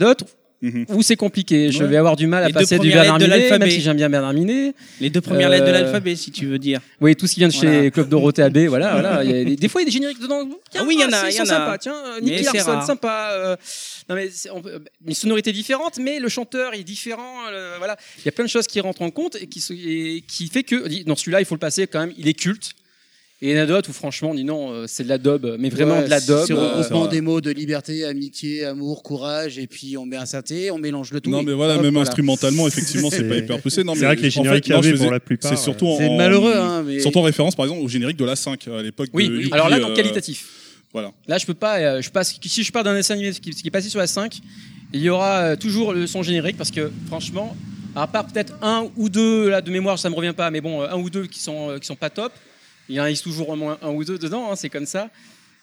Speaker 2: Mhm.
Speaker 7: où c'est compliqué. Je
Speaker 8: Ouais.
Speaker 7: vais avoir du mal à
Speaker 8: Les deux
Speaker 7: passer du
Speaker 8: premières
Speaker 7: Bernard
Speaker 8: lettres de
Speaker 7: Minet, même
Speaker 8: l'alphabet.
Speaker 7: si j'aime bien Bernard Minet.
Speaker 8: Les deux premières
Speaker 7: Euh,
Speaker 8: lettres de l'alphabet, si tu veux dire.
Speaker 7: Oui, tout ce qui vient de chez
Speaker 8: Voilà.
Speaker 7: Club Dorothée AB, voilà, voilà. Il y a des, des fois, il y a des génériques dedans. Tiens,
Speaker 8: Ah oui, il y en a,
Speaker 7: ah, c'est-
Speaker 8: il y
Speaker 7: ils sont
Speaker 8: en a.
Speaker 7: sympas. Tiens, euh,
Speaker 8: Mais
Speaker 7: Nicky
Speaker 8: c'est
Speaker 7: Larson,
Speaker 8: rare.
Speaker 7: sympa. euh, non, mais c'est- on peut- euh, une sonorité différente, mais le chanteur est différent. euh, voilà, il y a plein de choses qui rentrent en compte et qui, se- et qui fait que dit, non, celui-là, il faut le passer quand même. Il est culte. Et il y en a d'autres où franchement, on dit non, euh, c'est de la daube, mais vraiment
Speaker 6: Ouais,
Speaker 7: de la daube.
Speaker 6: C'est
Speaker 2: euh,
Speaker 6: regroupement
Speaker 2: ça.
Speaker 6: des mots de liberté, amitié, amour, courage, et puis on met un synthé, on mélange le tout.
Speaker 2: Non,
Speaker 6: et
Speaker 2: mais voilà,
Speaker 6: hop,
Speaker 2: même
Speaker 6: voilà.
Speaker 2: instrumentalement, effectivement, c'est
Speaker 4: C'est-
Speaker 2: pas hyper poussé. Non,
Speaker 4: C'est
Speaker 2: mais
Speaker 4: vrai que les
Speaker 2: en
Speaker 4: génériques
Speaker 2: fait, moi, je
Speaker 4: avait pour
Speaker 2: faisais-
Speaker 4: la plupart.
Speaker 2: C'est surtout en.
Speaker 6: C'est
Speaker 2: en-
Speaker 6: malheureux, hein, mais.
Speaker 2: Surtout en référence, par exemple, au générique de la 5 à l'époque.
Speaker 7: Oui,
Speaker 2: de Yuki,
Speaker 7: alors là, dans le
Speaker 2: euh,
Speaker 7: qualitatif.
Speaker 2: voilà.
Speaker 7: Là, je peux pas. euh, je passe, si je pars d'un dessin animé qui, qui est passé sur la 5, il y aura euh, toujours le son générique parce que, franchement, à part peut-être un ou deux, là, de mémoire, ça me revient pas, mais bon, euh, un ou deux qui sont, euh, qui sont pas top, il y en a toujours au moins un ou deux dedans, hein, c'est comme ça.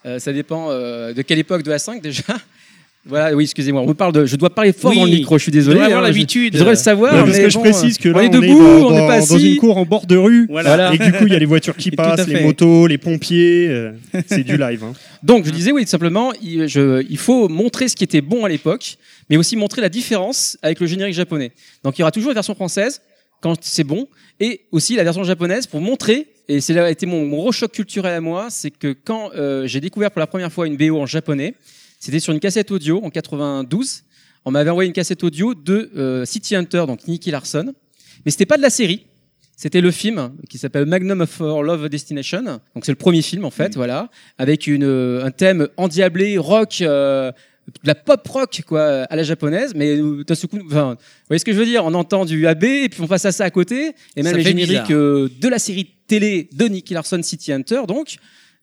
Speaker 7: Euh, ça dépend euh, de quelle époque de la 5 déjà. Voilà, oui, excusez-moi, on vous parle de. Je dois parler fort
Speaker 8: Oui.
Speaker 7: dans le micro, je suis
Speaker 8: Tu
Speaker 7: désolé.
Speaker 8: devrais avoir
Speaker 7: hein, je-
Speaker 8: l'habitude.
Speaker 7: je devrais le savoir,
Speaker 4: Ouais,
Speaker 7: mais
Speaker 4: parce que je
Speaker 7: bon,
Speaker 4: précise que
Speaker 7: on
Speaker 4: là,
Speaker 7: est
Speaker 4: on
Speaker 7: debout,
Speaker 4: est dans,
Speaker 7: on n'est
Speaker 4: dans-
Speaker 7: pas
Speaker 4: dans
Speaker 7: assis.
Speaker 4: une cour en bord de rue.
Speaker 8: Voilà.
Speaker 7: Voilà.
Speaker 4: Et que du coup, il y a les voitures qui
Speaker 8: Tout à
Speaker 4: passent,
Speaker 8: fait.
Speaker 4: les motos, les pompiers. euh, c'est du live. hein.
Speaker 7: Donc, je disais, oui, tout simplement, il, je- il faut montrer ce qui était bon à l'époque, mais aussi montrer la différence avec le générique japonais. Donc, il y aura toujours la version française quand c'est bon, et aussi la version japonaise pour montrer, et c'est là a été mon gros choc culturel à moi, c'est que quand euh, j'ai découvert pour la première fois une BO en japonais, c'était sur une cassette audio en 92. On m'avait envoyé une cassette audio de euh, City Hunter, donc Nicky Larson. Mais c'était pas de la série. C'était le film qui s'appelle Magnum of Our Love Destination. Donc c'est le premier film en
Speaker 2: Mm.
Speaker 7: fait, voilà, avec une euh, un thème endiablé rock euh, de la pop rock quoi à la japonaise mais euh, d'un seul coup enfin, vous voyez ce que je veux dire on entend du AB et puis on passe à ça à côté et même
Speaker 8: Ça
Speaker 7: les
Speaker 8: fait
Speaker 7: génériques
Speaker 8: bizarre.
Speaker 7: euh, de la série télé de Nicky Larson City Hunter donc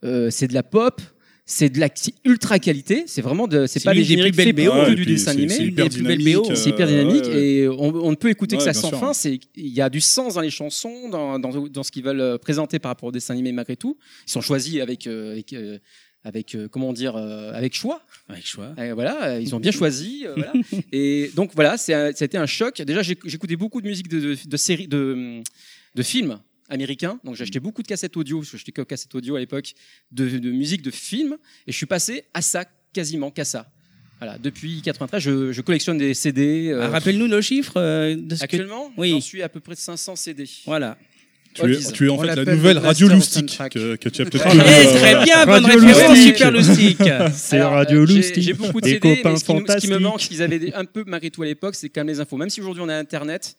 Speaker 7: euh, c'est de la pop c'est de la c'est ultra qualité c'est vraiment de c'est
Speaker 8: C'est
Speaker 7: pas
Speaker 8: l'une
Speaker 7: les
Speaker 8: des
Speaker 7: génériques
Speaker 8: plus belles
Speaker 7: faits
Speaker 8: BO,
Speaker 7: pour
Speaker 2: ouais,
Speaker 7: que
Speaker 2: et
Speaker 7: du
Speaker 2: puis
Speaker 7: dessin
Speaker 2: c'est-
Speaker 7: animé
Speaker 2: c'est
Speaker 8: une
Speaker 2: hyper
Speaker 8: des plus belles
Speaker 2: dynamique,
Speaker 8: BO,
Speaker 2: euh,
Speaker 7: c'est hyper dynamique
Speaker 2: ouais, ouais.
Speaker 7: et on, on ne peut écouter que
Speaker 2: Ouais,
Speaker 7: ça
Speaker 2: bien
Speaker 7: sans
Speaker 2: sûr.
Speaker 7: fin. C'est il y a du sens dans les chansons, dans, dans, dans ce qu'ils veulent euh, présenter par rapport au dessin animé malgré tout. Ils sont choisis avec euh, avec, euh, avec euh, comment dire euh, avec choix.
Speaker 8: Avec choix.
Speaker 7: Euh, voilà, euh, ils ont bien choisi. euh, voilà. Et donc voilà, c'est un- c'était un choc. Déjà, j'ai- j'écoutais beaucoup de musique de, de, de séries, de, hum, de films américains. Donc j'achetais
Speaker 8: Mm.
Speaker 7: beaucoup de cassettes audio, parce que j'étais que cassette audio à l'époque, de, de musique de films. Et je suis passé à ça, quasiment qu'à ça. Voilà, depuis 93, je, je collectionne des CD. euh,
Speaker 8: Ah, Rappelle-nous nos chiffres euh, de ce que.
Speaker 7: actuellement,
Speaker 8: oui.
Speaker 7: j'en suis à peu près de 500 CD.
Speaker 8: Voilà.
Speaker 2: Tu es,
Speaker 7: Oldies.
Speaker 2: tu es en
Speaker 6: On
Speaker 2: fait la
Speaker 6: l'appelle
Speaker 2: nouvelle
Speaker 6: le
Speaker 2: radio
Speaker 6: blaster
Speaker 2: loustique
Speaker 6: soundtrack.
Speaker 2: que, que tu as peut-être.
Speaker 7: Eh,
Speaker 8: Eh,
Speaker 2: euh,
Speaker 8: très bien, bonne
Speaker 4: Radio
Speaker 8: référence,
Speaker 4: Loustique.
Speaker 8: super loustique.
Speaker 4: C'est
Speaker 7: Alors,
Speaker 4: Radio
Speaker 7: euh, j'ai-
Speaker 4: Loustique.
Speaker 7: J'ai beaucoup de
Speaker 4: Des
Speaker 7: CD, mais
Speaker 4: copains
Speaker 7: ce qui, nous- ce qui me
Speaker 4: fantastiques.
Speaker 7: manque, ce qu'ils avaient des- un peu malgré tout à l'époque, c'est quand même les infos. Même si aujourd'hui on a Internet,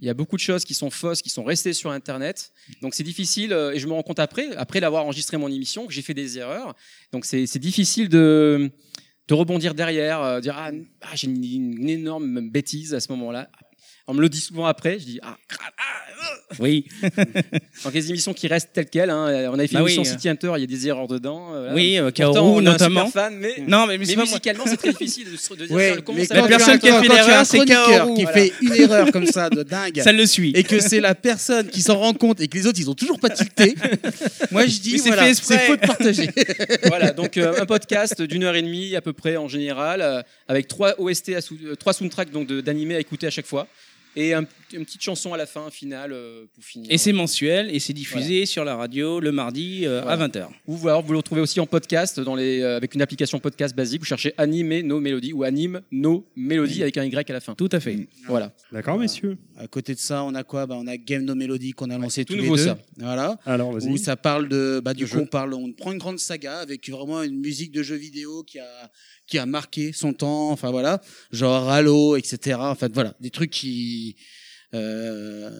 Speaker 7: il y a beaucoup de choses qui sont fausses, qui sont restées sur Internet. Donc c'est difficile, euh, et je me rends compte après, après l'avoir enregistré mon émission, que j'ai fait des erreurs. Donc c'est c'est difficile de, de rebondir derrière, euh, dire ah, ah, j'ai une, une énorme bêtise à ce moment-là. On me le dit souvent après, je dis ah,
Speaker 8: Oui,
Speaker 7: donc les émissions qui restent telles quelles. hein. On avait fait
Speaker 8: Bah oui,
Speaker 7: l'émission
Speaker 8: euh.
Speaker 7: City Hunter, il y a des erreurs dedans. euh, voilà.
Speaker 8: oui, euh,
Speaker 7: Pourtant, on
Speaker 8: Kaoru
Speaker 7: est un super
Speaker 8: notamment.
Speaker 7: fan, mais
Speaker 8: Non, mais, mais
Speaker 7: mais
Speaker 8: c'est pas moi.
Speaker 7: musicalement, c'est très difficile de, se- de dire
Speaker 6: Ouais,
Speaker 7: le- comment
Speaker 6: mais
Speaker 7: ça
Speaker 8: la
Speaker 6: quand
Speaker 7: va.
Speaker 6: tu as-
Speaker 8: personne qui a
Speaker 6: quand
Speaker 8: fait
Speaker 6: tu as
Speaker 8: l'erreur,
Speaker 6: un
Speaker 8: c'est
Speaker 6: chroniqueur
Speaker 8: Kaoru,
Speaker 6: qui
Speaker 8: voilà.
Speaker 6: fait une erreur comme ça de dingue.
Speaker 8: Ça le suit.
Speaker 6: Et que c'est la personne qui s'en rend compte et que les autres ils ont toujours pas tilté. Moi je
Speaker 8: Mais
Speaker 6: dis
Speaker 8: c'est
Speaker 6: voilà,
Speaker 8: fait
Speaker 6: c'est
Speaker 8: exprès.
Speaker 6: faute partagée.
Speaker 7: Voilà, donc euh, un podcast d'une heure et demie à peu près en général, euh, avec trois OST, à sou- euh, trois soundtracks donc de- d'animés à écouter à chaque fois, et un- une petite chanson à la fin finale euh, pour finir.
Speaker 8: Et c'est mensuel et c'est diffusé sur la radio le mardi euh,
Speaker 7: Voilà.
Speaker 8: à 20h.
Speaker 7: Ou alors vous le retrouvez aussi en podcast dans les, euh, avec une application podcast basique. Vous cherchez Anime No Mélodie ou Anime No Mélodie avec un Y à la fin. Mm.
Speaker 8: Tout à fait.
Speaker 7: Voilà.
Speaker 4: D'accord, messieurs.
Speaker 6: À côté de ça, on a quoi Bah, on a Game No Melody qu'on a lancé
Speaker 7: tout
Speaker 6: tous
Speaker 7: nouveau,
Speaker 6: les deux.
Speaker 7: ça.
Speaker 6: Voilà.
Speaker 4: Alors,
Speaker 6: Où
Speaker 4: vas-y.
Speaker 6: ça parle de, bah, du
Speaker 7: De
Speaker 6: coup,
Speaker 7: jeu.
Speaker 6: on parle, on prend une grande saga avec vraiment une musique de jeu vidéo qui a, qui a marqué son temps, enfin voilà, genre Halo, etc. Enfin voilà, des trucs qui, euh,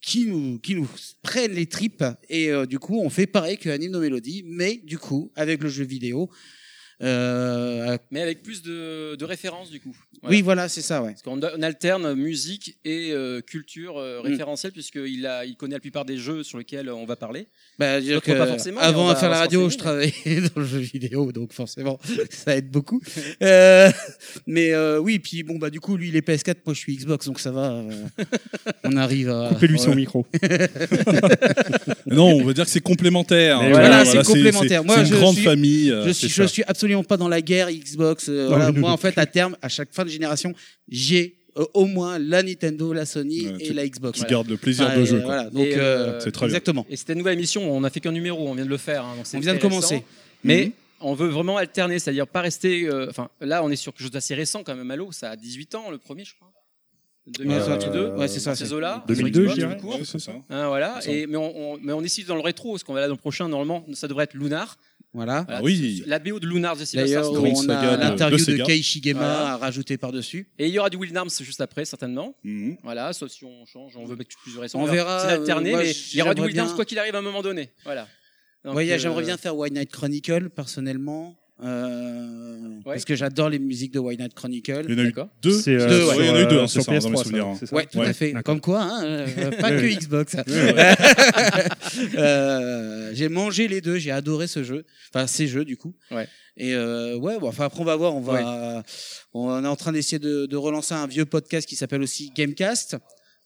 Speaker 6: qui nous, qui nous prennent les tripes. Et euh, du coup, on fait pareil que Anime no Melody, mais du coup, avec le jeu vidéo. Euh, à-
Speaker 7: Mais avec plus de, de références du coup. Voilà.
Speaker 6: Oui, voilà, c'est ça, ouais.
Speaker 7: Parce qu'on on alterne musique et euh, culture euh,
Speaker 6: Mm.
Speaker 7: référentielle, puisqu'il a, il connaît la plupart des jeux sur lesquels on va parler.
Speaker 6: Bah, dire
Speaker 7: D'autres
Speaker 6: que
Speaker 7: pas forcément, mais on
Speaker 6: avant
Speaker 7: va-
Speaker 6: à faire
Speaker 7: on
Speaker 6: la
Speaker 7: va
Speaker 6: radio, je
Speaker 7: se
Speaker 6: travaillais dans le jeu vidéo, donc forcément, ça aide beaucoup. Euh, mais euh, oui, puis bon, bah du coup, lui, il est PS4, moi, je suis Xbox, donc ça va. euh, on arrive à.
Speaker 4: Coupez-lui son
Speaker 6: Ouais.
Speaker 4: micro.
Speaker 2: Non, on veut dire que c'est complémentaire.
Speaker 4: Mais
Speaker 2: hein.
Speaker 4: voilà,
Speaker 6: c'est complémentaire.
Speaker 2: c'est-
Speaker 6: Moi,
Speaker 2: C'est
Speaker 6: je
Speaker 2: une grande
Speaker 6: suis-
Speaker 2: famille. euh,
Speaker 6: Je
Speaker 2: c'est
Speaker 6: suis, je
Speaker 2: ça.
Speaker 6: suis absolument pas dans la guerre Xbox. euh, voilà.
Speaker 4: mais nous
Speaker 6: moi,
Speaker 4: non
Speaker 6: en fait, à terme, à chaque fin de génération, j'ai euh, au moins la Nintendo, la Sony
Speaker 2: Ouais,
Speaker 6: et
Speaker 2: tu-
Speaker 6: la Xbox.
Speaker 2: Qui
Speaker 6: Voilà.
Speaker 2: garde le plaisir
Speaker 6: Ah,
Speaker 2: de
Speaker 6: et
Speaker 2: jeu. quoi.
Speaker 6: voilà. Donc,
Speaker 7: Et,
Speaker 6: euh,
Speaker 2: C'est très bien.
Speaker 6: exactement.
Speaker 7: Et c'était une nouvelle émission, on n'a fait qu'un numéro, on vient de le faire. hein, donc c'est
Speaker 6: On Mhm. vient de
Speaker 7: très récent.
Speaker 6: commencer.
Speaker 7: Mais on veut vraiment alterner, c'est-à-dire pas rester. euh, Enfin, là, on est sur quelque chose d'assez récent quand même à l'eau, ça a 18 ans le premier, je crois. 2022,
Speaker 6: Euh, ouais, c'est ça,
Speaker 7: ces
Speaker 6: c'est-
Speaker 7: eaux-là.
Speaker 4: 2002,
Speaker 7: sur Xbox,
Speaker 4: je dirais.
Speaker 7: tout court.
Speaker 2: Ouais, c'est ça.
Speaker 7: Hein, voilà. Et, mais, on, on- mais on est ici dans le rétro, ce qu'on va là dans le prochain, normalement, ça devrait être Lunar.
Speaker 6: Voilà.
Speaker 7: Voilà,
Speaker 2: Ah oui.
Speaker 7: c'est- La BO de Lunar, je sais pas,
Speaker 6: D'ailleurs,
Speaker 7: Star Story.
Speaker 2: Grande
Speaker 6: on
Speaker 2: saga
Speaker 6: a
Speaker 2: de-
Speaker 6: l'interview
Speaker 2: de
Speaker 6: de,
Speaker 2: Sega.
Speaker 6: Keiichi Gema
Speaker 7: Voilà.
Speaker 6: à rajouter par-dessus.
Speaker 7: Et il y aura du Will Arms juste après, certainement.
Speaker 2: Mhm.
Speaker 7: Voilà, sauf si on change, on veut mettre plus de récent.
Speaker 6: On
Speaker 7: Alors,
Speaker 6: verra,
Speaker 7: C'est alterné,
Speaker 6: euh, moi,
Speaker 7: mais il y aura du
Speaker 6: j'aimerais
Speaker 7: Will Arms
Speaker 6: bien-
Speaker 7: quoi qu'il arrive à un moment donné. Voilà. Donc,
Speaker 6: Ouais,
Speaker 7: euh,
Speaker 6: j'aimerais bien faire White Night Chronicle personnellement. euh, Parce que j'adore les musiques de White Night Chronicle.
Speaker 2: Il y en a eu
Speaker 7: D'accord.
Speaker 2: deux.
Speaker 4: C'est, euh,
Speaker 6: Deux, ouais.
Speaker 2: Ouais, il y en a eu
Speaker 4: sur,
Speaker 2: deux,
Speaker 4: euh,
Speaker 2: hein, c'est
Speaker 4: sur
Speaker 2: ça, dans mes
Speaker 4: PS3.
Speaker 2: souvenirs,
Speaker 4: ça, c'est ça
Speaker 6: Ouais, tout
Speaker 2: Ouais.
Speaker 6: à fait.
Speaker 4: D'accord.
Speaker 6: Comme quoi, hein, euh, pas que Xbox.
Speaker 2: Ouais, ouais.
Speaker 6: Euh, j'ai mangé les deux, j'ai adoré ce jeu, enfin ces jeux du coup.
Speaker 7: Ouais.
Speaker 6: Et euh, ouais, bon, enfin après on va voir, on va, on est en train d'essayer de, de relancer un vieux podcast qui s'appelle aussi Gamecast,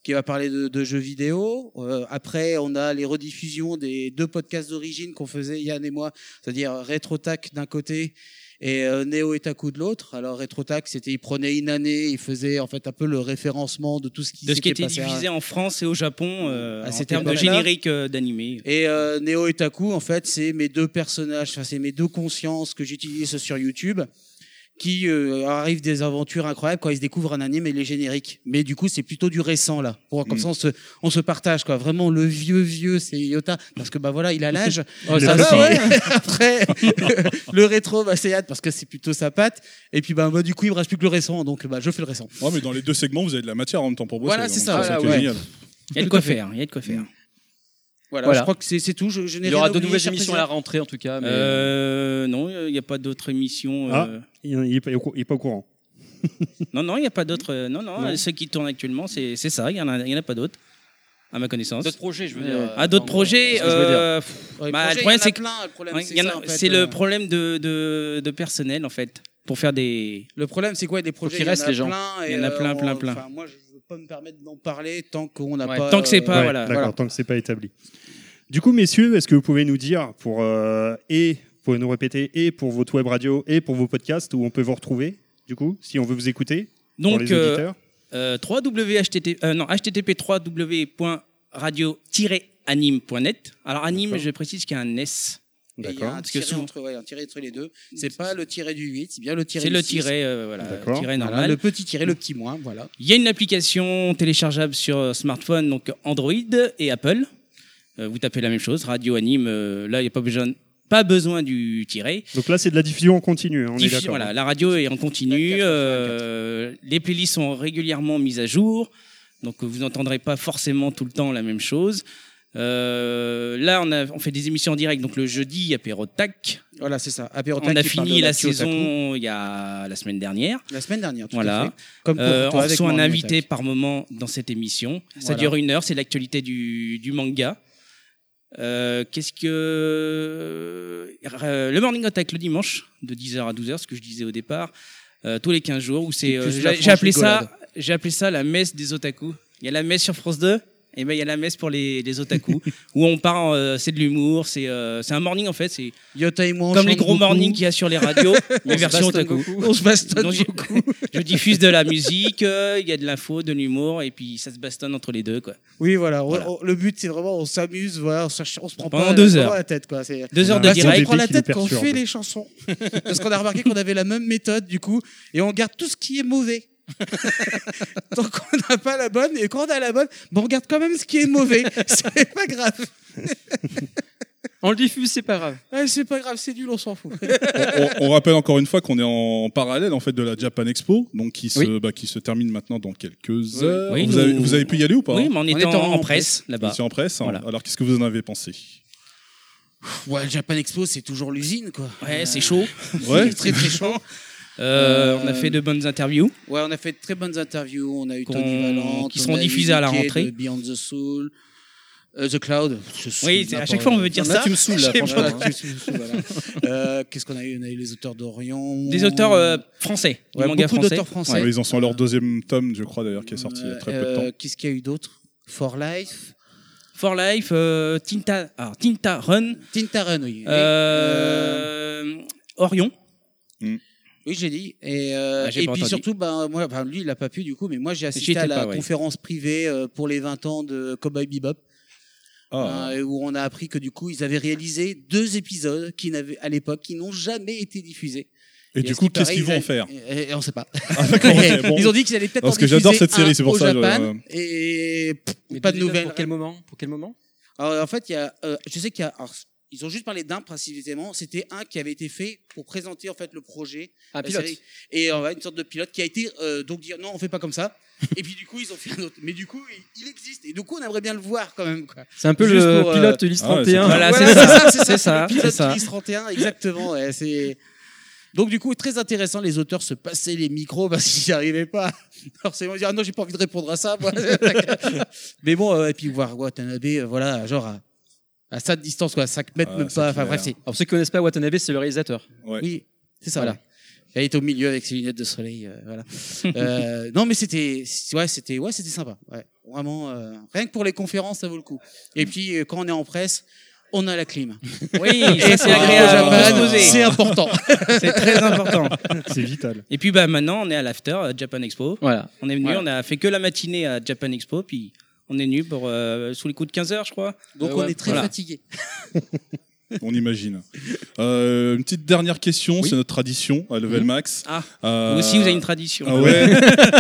Speaker 6: qui va parler de, de jeux vidéo. Euh, après on a les rediffusions des deux podcasts d'origine qu'on faisait Yann et moi, c'est-à-dire RetroTac d'un côté. Et euh, Neo et Taku de l'autre. Alors RetroTac, c'était il prenait une année, il faisait en fait un peu le référencement de tout ce qui
Speaker 8: de ce qui était
Speaker 6: s'était passé à- Ah,
Speaker 8: diffusé en France et au Japon euh,
Speaker 6: À
Speaker 8: en
Speaker 6: cette
Speaker 8: termes de
Speaker 6: époque-là.
Speaker 8: générique euh, d'animé.
Speaker 6: Et euh, Neo et Taku, en fait, c'est mes deux personnages, enfin, c'est mes deux consciences que j'utilise sur YouTube, qui euh, arrivent des aventures incroyables quand ils se découvrent un anime et les génériques. Mais du coup, c'est plutôt du récent là. Pour comme
Speaker 2: Mm.
Speaker 6: ça, on se, on se partage quoi. Vraiment, le vieux vieux, c'est Yota, parce que bah voilà, il a l'âge. Bah,
Speaker 7: Oh,
Speaker 4: Le
Speaker 7: ça,
Speaker 4: reste,
Speaker 7: c'est-
Speaker 4: ouais.
Speaker 6: Après, le rétro, bah c'est Yad, parce que c'est plutôt sa patte. Et puis bah, moi, du coup, il me reste plus que le récent, donc bah je fais le récent.
Speaker 2: Ouais, mais dans les deux segments, vous avez de la matière en même temps pour bosser.
Speaker 6: Voilà, c'est
Speaker 2: donc
Speaker 6: ça,
Speaker 2: qui est
Speaker 7: voilà, ouais.
Speaker 2: génial.
Speaker 8: Il y a de quoi faire, il y a de quoi faire.
Speaker 6: Voilà,
Speaker 7: Voilà.
Speaker 6: Je crois que c'est c'est tout. Je, je n'ai
Speaker 7: Il y aura
Speaker 6: rien
Speaker 7: de
Speaker 6: oublié,
Speaker 7: nouvelles
Speaker 6: cher
Speaker 7: émissions à la
Speaker 6: président.
Speaker 7: rentrée, en tout cas. Mais...
Speaker 8: Euh, non, il n'y a pas d'autres émissions.
Speaker 4: Ah.
Speaker 8: euh,
Speaker 4: Il il est pas il est pas au courant.
Speaker 8: Non, non, il n'y a pas d'autres. euh, Non, non,
Speaker 4: Non.
Speaker 8: euh, ceux qui tournent actuellement, c'est c'est ça, il n'y en, a- il y en a pas d'autres, à ma connaissance.
Speaker 7: D'autres projets, je veux
Speaker 6: Ouais.
Speaker 7: dire. euh,
Speaker 8: Ah, d'autres
Speaker 7: Enfin,
Speaker 8: projets
Speaker 7: c'est ce que je veux dire.
Speaker 8: euh, pff,
Speaker 6: Ouais,
Speaker 8: Bah,
Speaker 6: projet,
Speaker 8: le problème,
Speaker 6: il y en a
Speaker 8: c'est que-
Speaker 6: plein, le problème,
Speaker 8: ouais,
Speaker 6: c'est
Speaker 8: il y en a-
Speaker 6: ça, en fait,
Speaker 8: C'est
Speaker 6: euh.
Speaker 8: le problème de, de, de personnel, en fait, pour faire des.
Speaker 6: Le problème, c'est quoi des projets
Speaker 7: qu'il
Speaker 6: il y en
Speaker 7: reste,
Speaker 6: a
Speaker 7: les gens.
Speaker 6: plein, et,
Speaker 8: Il y en a plein,
Speaker 6: euh,
Speaker 8: plein,
Speaker 6: on-
Speaker 8: plein.
Speaker 6: enfin, Moi, je ne veux pas me permettre d'en parler tant qu'on n'a
Speaker 7: Ouais,
Speaker 6: pas.
Speaker 8: tant que c'est pas-
Speaker 6: euh,
Speaker 8: voilà.
Speaker 4: Ah, D'accord,
Speaker 6: Voilà.
Speaker 4: tant que c'est pas établi. Du coup, messieurs, est-ce que vous pouvez nous dire pour euh, et pour nous répéter et pour votre web radio et pour vos podcasts où on peut vous retrouver du coup si on veut vous écouter pour
Speaker 8: Donc,
Speaker 4: les
Speaker 8: euh,
Speaker 4: auditeurs
Speaker 8: euh, 3WHTT euh, non, http3w.radio-anime.net. Alors, anime,
Speaker 4: D'accord.
Speaker 8: je précise qu'il y a un S.
Speaker 6: et Il y a
Speaker 4: D'accord.
Speaker 6: un
Speaker 8: Parce que
Speaker 6: tiré,
Speaker 8: souvent-
Speaker 6: entre, ouais, un tiré entre les deux. C'est pas le tiré du 8, c'est bien le tiré
Speaker 8: C'est
Speaker 6: du
Speaker 8: le
Speaker 6: 6.
Speaker 8: tiret, euh, voilà,
Speaker 4: D'accord.
Speaker 8: tiret
Speaker 6: Voilà,
Speaker 8: normal.
Speaker 6: le petit tiré, le petit moins, voilà.
Speaker 8: Il y a une application téléchargeable sur euh, smartphone, donc Android et Apple. Euh, vous tapez la même chose, radio anime. euh, là, il n'y a pas besoin, pas besoin du tiret.
Speaker 4: Donc là, c'est de la diffusion en continu. hein, On est
Speaker 8: Diffu-
Speaker 4: d'accord.
Speaker 6: hein.
Speaker 8: voilà, la radio est en continu.
Speaker 6: 24,
Speaker 8: euh, les playlists sont régulièrement mises à jour, donc vous n'entendrez pas forcément tout le temps la même chose. Euh, là, on, a, on fait des émissions en direct, donc le jeudi, il y a Apéro Tac.
Speaker 6: Voilà, c'est ça. Apéro
Speaker 8: On
Speaker 6: Tac
Speaker 8: a
Speaker 6: qui parle
Speaker 8: fini
Speaker 6: de
Speaker 8: la
Speaker 6: Kyotaku.
Speaker 8: saison il y a la semaine dernière.
Speaker 6: La semaine dernière, tout
Speaker 8: Voilà.
Speaker 6: à fait. Comme pour
Speaker 8: Euh, on
Speaker 6: toi avec
Speaker 8: reçoit un
Speaker 6: Morning
Speaker 8: invité
Speaker 6: Attack.
Speaker 8: par moment dans cette émission. Ça
Speaker 6: Voilà.
Speaker 8: dure une heure, c'est l'actualité du, du manga. Euh, Qu'est-ce que. Euh, le Morning Attack le dimanche, de 10h à 12h, ce que je disais au départ, euh, tous les 15 jours, où c'est.
Speaker 6: Et
Speaker 8: euh,
Speaker 6: plus la
Speaker 8: j'ai-
Speaker 6: franche
Speaker 8: J'ai appelé,
Speaker 6: rigolade.
Speaker 8: ça- j'ai appelé ça la messe des otaku. Il y a la messe sur France 2. Et ben il y a la messe pour les, les otaku où on part, en, euh, c'est de l'humour, c'est euh, c'est un morning en fait, c'est
Speaker 6: Yota et moi, on
Speaker 8: comme les
Speaker 6: chante
Speaker 8: gros
Speaker 6: beaucoup.
Speaker 8: mornings qu'il y a sur les radios, mais
Speaker 7: se
Speaker 8: version
Speaker 7: bastonne
Speaker 8: otaku.
Speaker 7: beaucoup.
Speaker 6: On se bastonne
Speaker 8: Donc, je-
Speaker 6: beaucoup.
Speaker 8: Je diffuse de la musique, euh, il y a de l'info, de l'humour, et puis ça se bastonne entre les deux. Quoi.
Speaker 6: Oui, voilà. on-
Speaker 8: Voilà.
Speaker 6: on- le but, c'est vraiment, on s'amuse, voilà, on, se- on se prend
Speaker 8: Pendant
Speaker 6: pas
Speaker 8: deux
Speaker 6: on se prend
Speaker 8: heures.
Speaker 6: pas la tête, quoi. C'est
Speaker 8: Deux
Speaker 4: On
Speaker 8: heures
Speaker 4: a
Speaker 8: de
Speaker 4: un
Speaker 6: on
Speaker 4: débit
Speaker 8: direct.
Speaker 6: prend la
Speaker 4: qui nous
Speaker 6: tête quand on
Speaker 4: perturbe.
Speaker 6: fait les chansons. Parce qu'on a remarqué qu'on avait la même méthode, du coup, et on garde tout ce qui est mauvais. Tant qu'on n'a pas la bonne, et quand on a la bonne, bon, on garde quand même ce qui est mauvais. C'est pas grave.
Speaker 7: On le diffuse, c'est pas grave.
Speaker 6: Ouais, c'est pas grave, c'est nul, on s'en fout.
Speaker 2: on, on- on rappelle encore une fois qu'on est en parallèle en fait de la Japan Expo, donc qui se, bah, qui se termine maintenant dans quelques heures.
Speaker 8: Oui,
Speaker 2: vous,
Speaker 8: nous-
Speaker 2: avez, vous avez pu y aller ou pas
Speaker 8: Oui,
Speaker 2: hein
Speaker 8: mais en étant en, presse, là-bas.
Speaker 2: Ici en presse. hein.
Speaker 8: Voilà.
Speaker 2: Alors qu'est-ce que vous en avez pensé
Speaker 6: Pff, Ouais, le Japan Expo, c'est toujours l'usine, quoi.
Speaker 8: Ouais,
Speaker 6: Euh,
Speaker 8: c'est chaud.
Speaker 2: Ouais.
Speaker 6: Très, très chaud.
Speaker 8: Euh,
Speaker 6: Euh,
Speaker 8: on a fait de bonnes interviews.
Speaker 6: Ouais, on a fait de très bonnes interviews. On a eu
Speaker 8: Qu'on-
Speaker 6: Tony Valente.
Speaker 8: qui
Speaker 6: on
Speaker 8: seront
Speaker 6: a eu
Speaker 8: diffusées à la
Speaker 6: Mickey
Speaker 8: rentrée.
Speaker 6: de Beyond the Soul. euh, the Cloud. Je saoule
Speaker 8: Oui, c'est- à
Speaker 6: n'importe-
Speaker 8: chaque fois on veut dire
Speaker 6: Là,
Speaker 8: ça.
Speaker 6: tu me saoules, là,
Speaker 8: J'ai
Speaker 6: franchement.
Speaker 8: pas-
Speaker 6: Là, tu me saoules, voilà. Euh, Qu'est-ce qu'on a eu On a eu les auteurs d'Orient.
Speaker 8: Des auteurs euh, français, du
Speaker 6: Ouais,
Speaker 8: manga
Speaker 6: beaucoup
Speaker 8: français.
Speaker 6: d'auteurs français.
Speaker 2: Ouais, ils en sont à leur deuxième tome, je crois d'ailleurs, qui est sorti il y a très peu de
Speaker 6: Euh,
Speaker 2: temps.
Speaker 6: Qu'est-ce qu'il y a eu d'autre For Life.
Speaker 8: For Life, euh, Tinta, alors, Tinta Run,
Speaker 6: Tintaren, oui.
Speaker 8: euh, Orion.
Speaker 2: Hmm.
Speaker 6: Oui, j'ai dit. Et, euh,
Speaker 8: Ah, j'ai
Speaker 6: et
Speaker 8: pas
Speaker 6: puis
Speaker 8: entendu.
Speaker 6: surtout, ben, moi, enfin, lui, il n'a pas pu du coup, mais moi, j'ai assisté
Speaker 8: J'y
Speaker 6: à
Speaker 8: étais
Speaker 6: la
Speaker 8: pas, ouais.
Speaker 6: conférence privée euh, pour les 20 ans de Cowboy Bebop,
Speaker 8: Oh.
Speaker 2: Ah,
Speaker 6: hein, où on a appris que du coup, ils avaient réalisé deux épisodes qui n'avaient, à l'époque, qui n'ont jamais été diffusés.
Speaker 2: et
Speaker 6: à
Speaker 2: du
Speaker 6: ce
Speaker 2: coup,
Speaker 6: qui
Speaker 2: qu'est-ce
Speaker 6: paraît,
Speaker 2: qu'ils
Speaker 6: ils
Speaker 2: vont
Speaker 6: a-
Speaker 2: en faire
Speaker 6: et, et on ne sait pas.
Speaker 2: Ah, d'accord, ok, bon.
Speaker 6: Ils ont dit qu'ils allaient peut-être
Speaker 2: Parce
Speaker 6: en
Speaker 2: que j'adore
Speaker 6: diffuser
Speaker 2: cette série,
Speaker 6: un
Speaker 2: c'est pour
Speaker 6: au
Speaker 2: ça, je-
Speaker 6: Japan, et pff,
Speaker 7: Mais
Speaker 6: pas
Speaker 7: deux
Speaker 6: de
Speaker 7: épisodes
Speaker 6: nouvelles.
Speaker 7: Pour quel moment Pour quel moment
Speaker 6: Alors, en fait, il y a, euh, je sais qu'il y a. alors, ils ont juste parlé d'un principalement. C'était un qui avait été fait pour présenter en fait le projet
Speaker 7: Un
Speaker 6: la
Speaker 7: pilote.
Speaker 6: série. Et on va une sorte de pilote qui a été euh, donc dire non, on fait pas comme ça. et puis du coup, ils ont fait un autre. Mais du coup, il, il existe. Et du coup, on aimerait bien le voir quand même. Quoi.
Speaker 7: C'est un peu
Speaker 6: Juste
Speaker 7: le
Speaker 6: pour, euh,
Speaker 7: pilote Ulysse
Speaker 2: Ah ouais,
Speaker 7: 31.
Speaker 2: c'est
Speaker 8: Voilà,
Speaker 6: Voilà,
Speaker 8: c'est ça.
Speaker 6: c'est
Speaker 8: c'est
Speaker 6: ça.
Speaker 8: ça,
Speaker 6: Le pilote
Speaker 8: c'est ça.
Speaker 6: Ulysse 31, exactement. ouais, c'est donc du coup, très intéressant. Les auteurs se passaient les micros parce qu'ils n'y arrivaient pas. Forcément, ils disaient ah non, j'ai pas envie de répondre à ça. moi. Mais bon, euh, et puis voir Watanabe, euh, voilà, genre à, à ça de distance, quoi, à 5 mètres
Speaker 2: Ah,
Speaker 6: même
Speaker 2: ça
Speaker 6: pas.
Speaker 2: qui
Speaker 6: Enfin
Speaker 2: a
Speaker 6: bref,
Speaker 2: l'air.
Speaker 6: c'est
Speaker 7: Alors, pour ceux qui connaissent pas Watanabe, c'est le réalisateur.
Speaker 2: Ouais.
Speaker 6: oui, c'est ça.
Speaker 7: Voilà.
Speaker 6: Voilà. Elle est au milieu avec ses lunettes de soleil, euh, voilà. Euh, non, mais c'était, c'est- ouais, c'était, ouais, c'était sympa. Ouais, vraiment, euh, rien que pour les conférences, ça vaut le coup. Et puis, euh, quand on est en presse, on a la clim.
Speaker 8: Oui,
Speaker 6: Et
Speaker 8: ça, c'est
Speaker 6: quand on est au
Speaker 8: agréable.
Speaker 6: Japon,
Speaker 8: on peut se poser.
Speaker 6: c'est important.
Speaker 8: C'est très important.
Speaker 4: C'est vital.
Speaker 8: Et puis bah maintenant on est à l'after à Japan Expo.
Speaker 7: Voilà.
Speaker 8: On est venu,
Speaker 7: Voilà.
Speaker 8: on a fait que la matinée à Japan Expo, puis on est venu pour euh, sous les coups de 15 heures, je crois.
Speaker 6: Donc,
Speaker 7: Euh,
Speaker 6: on
Speaker 7: ouais,
Speaker 6: est très
Speaker 8: voilà.
Speaker 6: fatigué.
Speaker 2: On imagine. Euh, une petite dernière question,
Speaker 7: Oui.
Speaker 2: c'est notre tradition à Level Max.
Speaker 8: Ah.
Speaker 2: Euh,
Speaker 8: Vous aussi, vous avez une tradition.
Speaker 2: Ah ouais,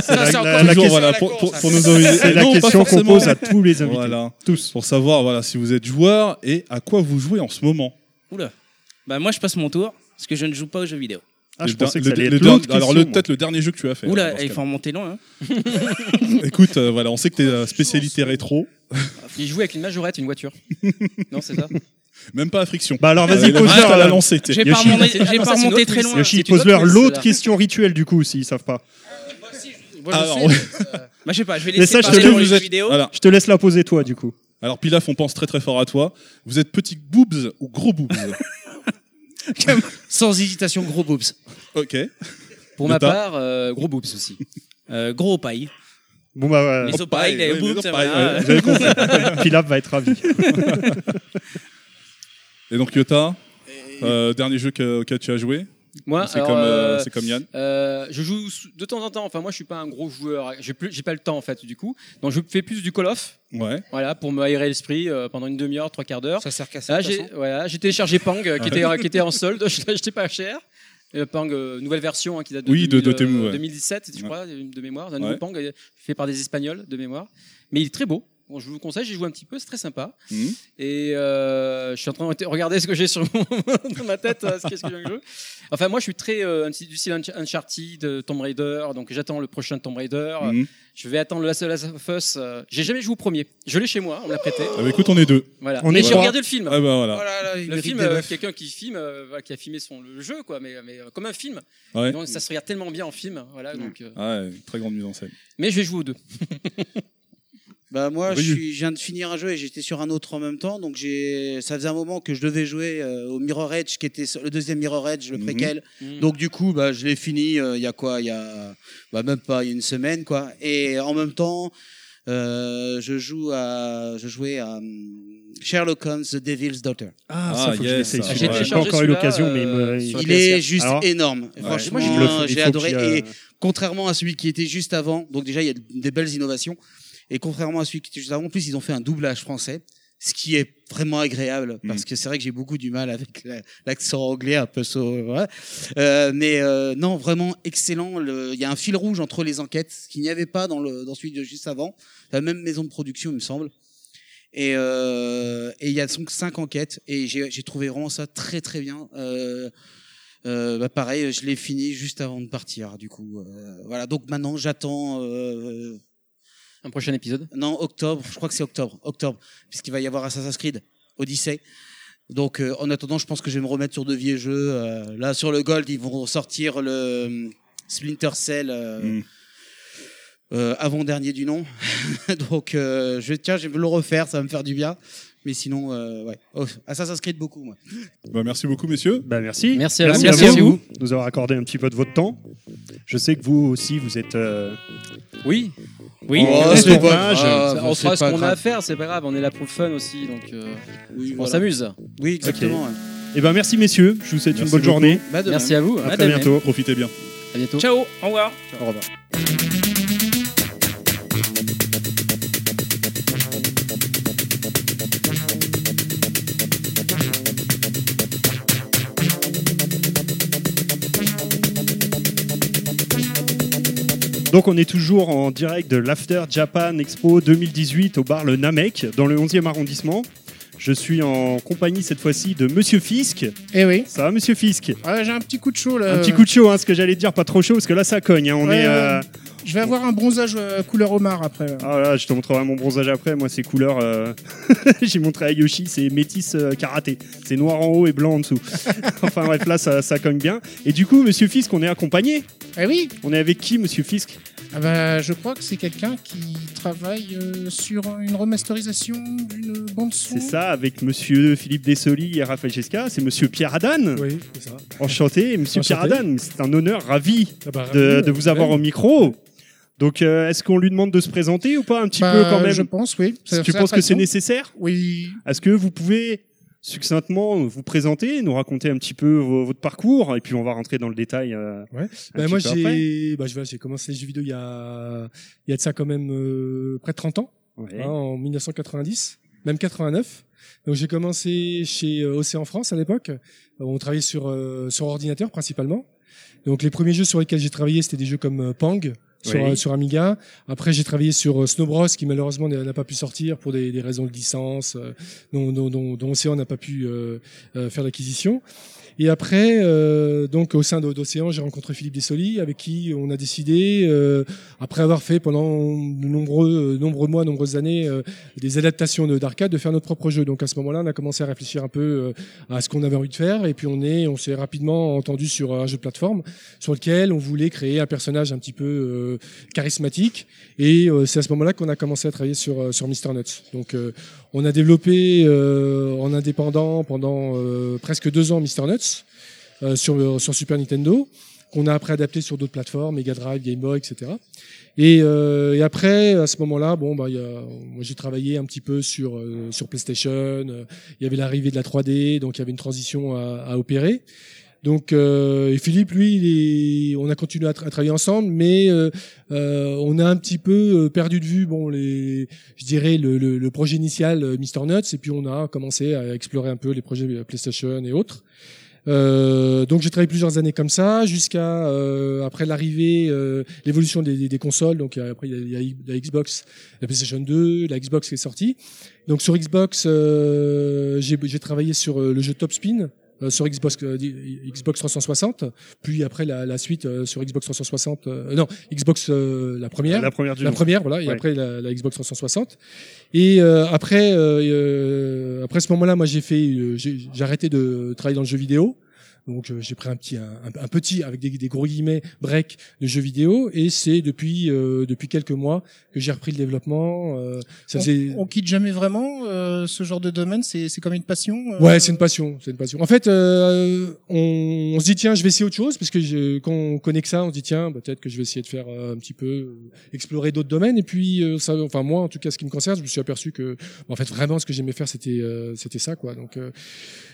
Speaker 6: Ça, c'est encore
Speaker 4: la-
Speaker 6: une
Speaker 4: la
Speaker 6: question
Speaker 2: toujours,
Speaker 6: à
Speaker 2: voilà,
Speaker 6: la
Speaker 2: pour,
Speaker 6: con,
Speaker 2: pour,
Speaker 6: ça.
Speaker 2: pour nos invités.
Speaker 4: C'est la
Speaker 2: Non, pas
Speaker 4: question qu'on
Speaker 2: forcément.
Speaker 4: pose à tous les invités.
Speaker 2: Voilà.
Speaker 4: Tous.
Speaker 2: Pour savoir voilà, si vous êtes joueur et à quoi vous jouez en ce moment.
Speaker 8: Oula. Bah moi je passe mon tour parce que je ne joue pas aux jeux vidéo.
Speaker 4: Ah, je
Speaker 2: Le der-
Speaker 4: pensais que
Speaker 2: le-
Speaker 4: ça allait
Speaker 2: le
Speaker 4: être
Speaker 2: der-
Speaker 4: l'autre
Speaker 2: Alors, le-
Speaker 4: question, moi.
Speaker 2: peut-être le dernier jeu que tu as fait. alors, dans
Speaker 8: Oula,
Speaker 2: ce
Speaker 8: il faut remonter loin. hein.
Speaker 2: cas-là. Écoute, euh, voilà, on sait que tu es spécialité rétro,
Speaker 7: Il joue avec une majorette, une voiture. non, c'est ça.
Speaker 2: même pas à friction.
Speaker 4: Bah alors, vas-y,
Speaker 2: Euh, le reste,
Speaker 4: pose-leur
Speaker 2: à la
Speaker 4: alors.
Speaker 2: lancée. t'es-
Speaker 8: J'ai pas
Speaker 4: Yoshi.
Speaker 8: remonté, j'ai
Speaker 7: Ah,
Speaker 8: pas
Speaker 7: ça, c'est
Speaker 8: remonté
Speaker 7: une
Speaker 8: très
Speaker 7: autre
Speaker 8: loin.
Speaker 4: Yoshi,
Speaker 7: tu dois
Speaker 4: pose-leur
Speaker 7: connaître
Speaker 4: l'autre
Speaker 7: cela.
Speaker 4: question rituelle du coup, s'ils savent pas.
Speaker 8: Euh,
Speaker 6: Moi, je
Speaker 2: Alors,
Speaker 6: sais, euh,
Speaker 8: Bah je sais pas, je vais
Speaker 4: Mais ça,
Speaker 8: laisser
Speaker 4: je te-
Speaker 8: parler dans les
Speaker 2: Ah, vous
Speaker 8: jeux
Speaker 2: êtes-
Speaker 8: vidéo.
Speaker 2: Voilà.
Speaker 4: Je te laisse la poser toi du coup.
Speaker 2: Alors, Pilaf, on pense très très fort à toi. Vous êtes petit boobs ou gros boobs
Speaker 6: Sans hésitation, gros boobs.
Speaker 2: Ok.
Speaker 7: Pour
Speaker 2: Le
Speaker 7: ma
Speaker 2: tas.
Speaker 7: part, euh, gros boobs aussi.
Speaker 8: Euh, gros opaille.
Speaker 4: Bon bah, euh,
Speaker 8: Les opailles, les
Speaker 2: oui,
Speaker 8: boobs,
Speaker 2: opailles,
Speaker 8: voilà.
Speaker 2: ouais, j'avais compris.
Speaker 4: Pilaf va être ravi.
Speaker 2: Et donc, Yota, euh, dernier jeu que, auquel tu as joué
Speaker 7: Moi,
Speaker 2: C'est
Speaker 7: alors,
Speaker 2: comme, euh,
Speaker 7: euh,
Speaker 2: c'est comme Yann.
Speaker 7: euh, je joue sou- de temps en temps. Enfin, moi, je suis pas un gros joueur. J'ai plus, j'ai pas le temps en fait, du coup. Donc, je fais plus du call off.
Speaker 2: Ouais.
Speaker 7: Voilà, pour me aérer l'esprit euh, pendant une demi-heure, trois quarts d'heure.
Speaker 6: Ça sert qu'à ça.
Speaker 7: Là,
Speaker 6: de toute
Speaker 7: j'ai
Speaker 6: façon.
Speaker 7: voilà, j'ai téléchargé Pang, euh, qui, était, euh, qui était en solde, je l'ai acheté pas cher. Et le Pang, euh, nouvelle version hein, qui date de,
Speaker 2: Oui, de-
Speaker 7: 2000, euh,
Speaker 2: de Temu, ouais.
Speaker 7: 2017, je
Speaker 2: Ouais.
Speaker 7: crois, de mémoire. Un nouveau
Speaker 2: Ouais.
Speaker 7: Pang euh, fait par des Espagnols, de mémoire. Mais il est très beau. Bon, je vous le conseille, j'ai joué un petit peu, c'est très sympa.
Speaker 2: Mhm.
Speaker 7: Et euh, je suis en train de regarder ce que j'ai sur mon- dans ma tête, euh, ce qu'est-ce que j'ai joué. Enfin, moi, je suis très euh, du style Unch- Uncharted, euh, Tomb Raider, donc j'attends le prochain Tomb Raider.
Speaker 2: Mhm.
Speaker 7: Je vais attendre le Last of Us. euh, J'ai jamais joué au premier. Je l'ai chez moi, on me l'a prêté.
Speaker 2: Ah bah, écoute, on est deux.
Speaker 7: Voilà.
Speaker 4: On
Speaker 7: Et
Speaker 4: est
Speaker 7: j'ai
Speaker 4: trois.
Speaker 7: regardé le film.
Speaker 2: Ah bah voilà.
Speaker 6: Oh là là, il
Speaker 7: Le
Speaker 6: mérite
Speaker 7: film,
Speaker 6: des
Speaker 7: euh,
Speaker 6: meufs.
Speaker 7: quelqu'un qui filme, euh, voilà, qui a filmé son le jeu, quoi, mais, mais euh, comme un film.
Speaker 2: Ouais.
Speaker 7: Donc, ça se regarde tellement bien en film, voilà. Donc, euh,
Speaker 2: Ah ouais, très grande mise en scène.
Speaker 7: Mais je vais jouer aux deux.
Speaker 6: Bah moi, je,
Speaker 2: Oui.
Speaker 6: suis, je viens de finir un jeu et j'étais sur un autre en même temps, donc j'ai, ça faisait un moment que je devais jouer euh, au Mirror Edge, qui était sur- le deuxième Mirror Edge, le
Speaker 2: Mhm.
Speaker 6: préquel.
Speaker 7: Mhm.
Speaker 6: Donc du coup, bah je l'ai fini. euh, Il y a quoi Il y a bah, même pas il y a une semaine quoi. Et en même temps, euh, je joue à, je jouais à hum, Sherlock Holmes, The Devil's Daughter.
Speaker 4: Ah,
Speaker 2: ça, faut que je l'essaye,
Speaker 4: J'ai
Speaker 2: celui-là.
Speaker 4: j'ai
Speaker 2: J'ai
Speaker 4: pas encore eu
Speaker 7: téléchargé
Speaker 4: l'occasion, mais il
Speaker 7: celui-là,
Speaker 4: me-
Speaker 7: euh, sur
Speaker 6: Il
Speaker 7: la
Speaker 6: est
Speaker 7: PSR.
Speaker 6: juste
Speaker 4: Alors
Speaker 6: énorme.
Speaker 2: Ouais.
Speaker 6: Franchement,
Speaker 7: Moi,
Speaker 4: Il le faut- il
Speaker 6: j'ai
Speaker 4: faut
Speaker 6: adoré.
Speaker 4: qu'il, euh,
Speaker 6: Et contrairement à celui qui était juste avant, donc déjà il y a des belles innovations, et contrairement à celui qui était juste avant, en plus ils ont fait un doublage français, ce qui est vraiment agréable,
Speaker 4: Mm.
Speaker 6: parce que c'est vrai que j'ai beaucoup du mal avec la- l'accent anglais un peu so- voilà. Euh, mais euh, non, vraiment excellent. Le- Il y a un fil rouge entre les enquêtes, ce qu'il n'y avait pas dans, le, dans celui de juste avant, la même maison de production, il me semble. Et euh, et il y a donc cinq enquêtes, et j'ai j'ai trouvé vraiment ça très très bien. Euh, euh, bah pareil, je l'ai fini juste avant de partir, du coup. Euh, voilà, donc maintenant j'attends. euh,
Speaker 7: Un prochain épisode.
Speaker 6: non, octobre, je crois que c'est octobre, octobre, puisqu'il va y avoir Assassin's Creed, Odyssey. Donc, euh, en attendant, je pense que je vais me remettre sur de vieux jeux. euh, là, sur le Gold, ils vont sortir le euh, Splinter Cell euh,
Speaker 2: Mm.
Speaker 6: euh, avant-dernier du nom. Donc, euh, je, tiens, je vais me le refaire, ça va me faire du bien. Mais sinon, euh, ouais. Oh, Assassin's Creed, beaucoup, moi.
Speaker 2: Bah, merci beaucoup, messieurs.
Speaker 4: Bah, merci.
Speaker 7: Merci à vous.
Speaker 4: Merci à
Speaker 7: Merci à
Speaker 4: vous de nous avoir accordé un petit peu de votre temps. Je sais que vous aussi, vous êtes euh,
Speaker 7: Oui,
Speaker 8: Oui.
Speaker 6: Oh,
Speaker 4: c'est
Speaker 6: c'est pas
Speaker 4: dommage.
Speaker 6: grave,
Speaker 7: Ah, bah, on
Speaker 6: c'est
Speaker 7: fera ce
Speaker 6: pas
Speaker 7: qu'on a à
Speaker 6: grave.
Speaker 7: faire, c'est pas grave, on est là pour le fun aussi, donc euh,
Speaker 6: Oui,
Speaker 7: on
Speaker 6: voilà.
Speaker 7: s'amuse.
Speaker 6: Oui, exactement. ouais.
Speaker 4: Eh ben merci messieurs, je vous souhaite une
Speaker 2: Merci
Speaker 4: bonne
Speaker 2: beaucoup.
Speaker 4: journée.
Speaker 6: Bah, de
Speaker 7: Merci à vous,
Speaker 4: À
Speaker 7: à
Speaker 4: très bientôt.
Speaker 2: Profitez bien.
Speaker 7: bientôt.
Speaker 8: Ciao, au revoir.
Speaker 4: Donc on est toujours en direct de l'After Japan Expo 2018 au bar Le Namek dans le 11e arrondissement. Je suis en compagnie cette fois-ci de Monsieur Fisk.
Speaker 3: Eh oui.
Speaker 4: Ça va Monsieur Fisk
Speaker 3: Ah, J'ai un petit coup de chaud là.
Speaker 4: Un petit coup de chaud, hein, ce que j'allais dire, pas trop chaud parce que là ça cogne. hein, on
Speaker 3: Euh. Ouais,
Speaker 4: est. euh,
Speaker 3: Je vais avoir un bronzage euh, couleur homard après. là.
Speaker 4: Ah là, je te montrerai mon bronzage après. Moi c'est couleur. euh, J'ai montré à Yoshi, c'est métis euh, karaté. C'est noir en haut et blanc en dessous. enfin bref, là ça, ça cogne bien. Et du coup Monsieur Fisk, on est accompagné.
Speaker 3: Eh oui.
Speaker 4: On est avec qui Monsieur Fisk
Speaker 3: Ah bah, je crois que c'est quelqu'un qui travaille euh, sur une remasterisation d'une bande son.
Speaker 4: C'est ça, avec monsieur Philippe Dessoli et Raphaël Gisca, c'est monsieur Pierre Adan.
Speaker 9: Oui, c'est ça.
Speaker 4: Enchanté, et monsieur Pierre
Speaker 9: Enchanté.
Speaker 4: Adan, c'est un honneur, ravi
Speaker 9: Ah bah,
Speaker 4: de,
Speaker 9: ravi,
Speaker 4: de vous avoir au
Speaker 9: ouais.
Speaker 4: micro. Donc, euh, est-ce qu'on lui demande de se présenter ou pas un petit
Speaker 3: Bah,
Speaker 4: peu quand même
Speaker 3: Je pense, oui. Ça-
Speaker 4: Tu
Speaker 3: ça
Speaker 4: penses que c'est
Speaker 3: impressionne.
Speaker 4: nécessaire
Speaker 3: Oui.
Speaker 4: Est-ce que vous pouvez succinctement vous présenter, nous raconter un petit peu vo- votre parcours et puis on va rentrer dans le détail euh, un
Speaker 9: Ouais. Bah,
Speaker 4: petit
Speaker 9: moi,
Speaker 4: peu après.
Speaker 9: j'ai bah, je vois, j'ai commencé les jeux vidéo il y a, il y a de ça quand même euh, près de 30 ans,
Speaker 4: Ouais.
Speaker 9: hein, en 1990, même 89. Donc j'ai commencé chez euh, Océan France à l'époque. Euh, On travaillait sur, euh, sur ordinateur principalement. Donc les premiers jeux sur lesquels j'ai travaillé, c'était des jeux comme euh, Pang. Sur,
Speaker 4: Oui.
Speaker 9: euh, sur Amiga. Après, j'ai travaillé sur euh, Snow Bros, qui malheureusement n'a n'a pas pu sortir pour des, des raisons de licence, euh, dont, dont, dont, dont Océan n'a pas pu euh, euh, faire l'acquisition. Et après, euh, donc au sein d'O- d'Océan, j'ai rencontré Philippe Dessoli, avec qui on a décidé, euh, après avoir fait pendant de nombreux, euh, nombreux mois, nombreuses années, euh, des adaptations de- d'arcade, de faire notre propre jeu. Donc à ce moment-là, on a commencé à réfléchir un peu euh, à ce qu'on avait envie de faire, et puis on est, on s'est rapidement entendu sur euh, un jeu de plateforme sur lequel on voulait créer un personnage un petit peu euh, charismatique. Et euh, c'est à ce moment-là qu'on a commencé à travailler sur euh, sur Mister Nuts. Donc euh, on a développé euh, en indépendant pendant euh, presque deux ans Mister Nuts euh, sur, sur Super Nintendo, qu'on a après adapté sur d'autres plateformes, Mega Drive, Game Boy, etc. Et, euh, et après, à ce moment-là, bon, bah, il y a- moi j'ai travaillé un petit peu sur, euh, sur PlayStation, euh, il y avait l'arrivée de la 3D, donc il y avait une transition à, à opérer. Donc, euh, et Philippe, lui, il est- on a continué à, tra- à travailler ensemble, mais euh, euh, on a un petit peu euh, perdu de vue, bon, les, je dirais le, le, le projet initial euh, Mister Nuts, et puis on a commencé à explorer un peu les projets euh, PlayStation et autres. Euh, donc j'ai travaillé plusieurs années comme ça jusqu'à euh, après l'arrivée, euh, l'évolution des, des- des consoles. Donc euh, après il y a- il y, a I- la Xbox, la PlayStation 2, la Xbox qui est sortie. Donc sur Xbox, euh, j'ai j'ai travaillé sur euh, le jeu Top Spin. euh, sur Xbox, euh, Xbox 360, puis après la, la suite euh, sur Xbox 360, euh, non Xbox euh, la première,
Speaker 4: La première du
Speaker 9: la
Speaker 4: nom.
Speaker 9: première, voilà, et
Speaker 4: Ouais.
Speaker 9: après la, la Xbox 360. Et euh, après, euh, euh, après ce moment-là, moi j'ai fait, euh, j'ai j'ai arrêté de travailler dans le jeu vidéo. Donc euh, j'ai pris un petit, un, un- un petit avec des, des gros guillemets break de jeu vidéo. Et c'est depuis euh, depuis quelques mois que j'ai repris le développement. euh, ça faisait.
Speaker 3: On quitte jamais vraiment euh, ce genre de domaine. C'est c'est comme une passion. euh.
Speaker 9: Ouais, c'est une passion, c'est une passion. En fait, euh, on, on se dit tiens, je vais essayer autre chose parce que je, quand on connaît que ça, on se dit tiens, bah, peut-être que je vais essayer de faire euh, un petit peu euh, explorer d'autres domaines. Et puis, euh, ça, enfin moi, en tout cas, ce qui me concerne, je me suis aperçu que en fait vraiment ce que j'aimais faire, c'était euh, c'était ça quoi. Donc euh,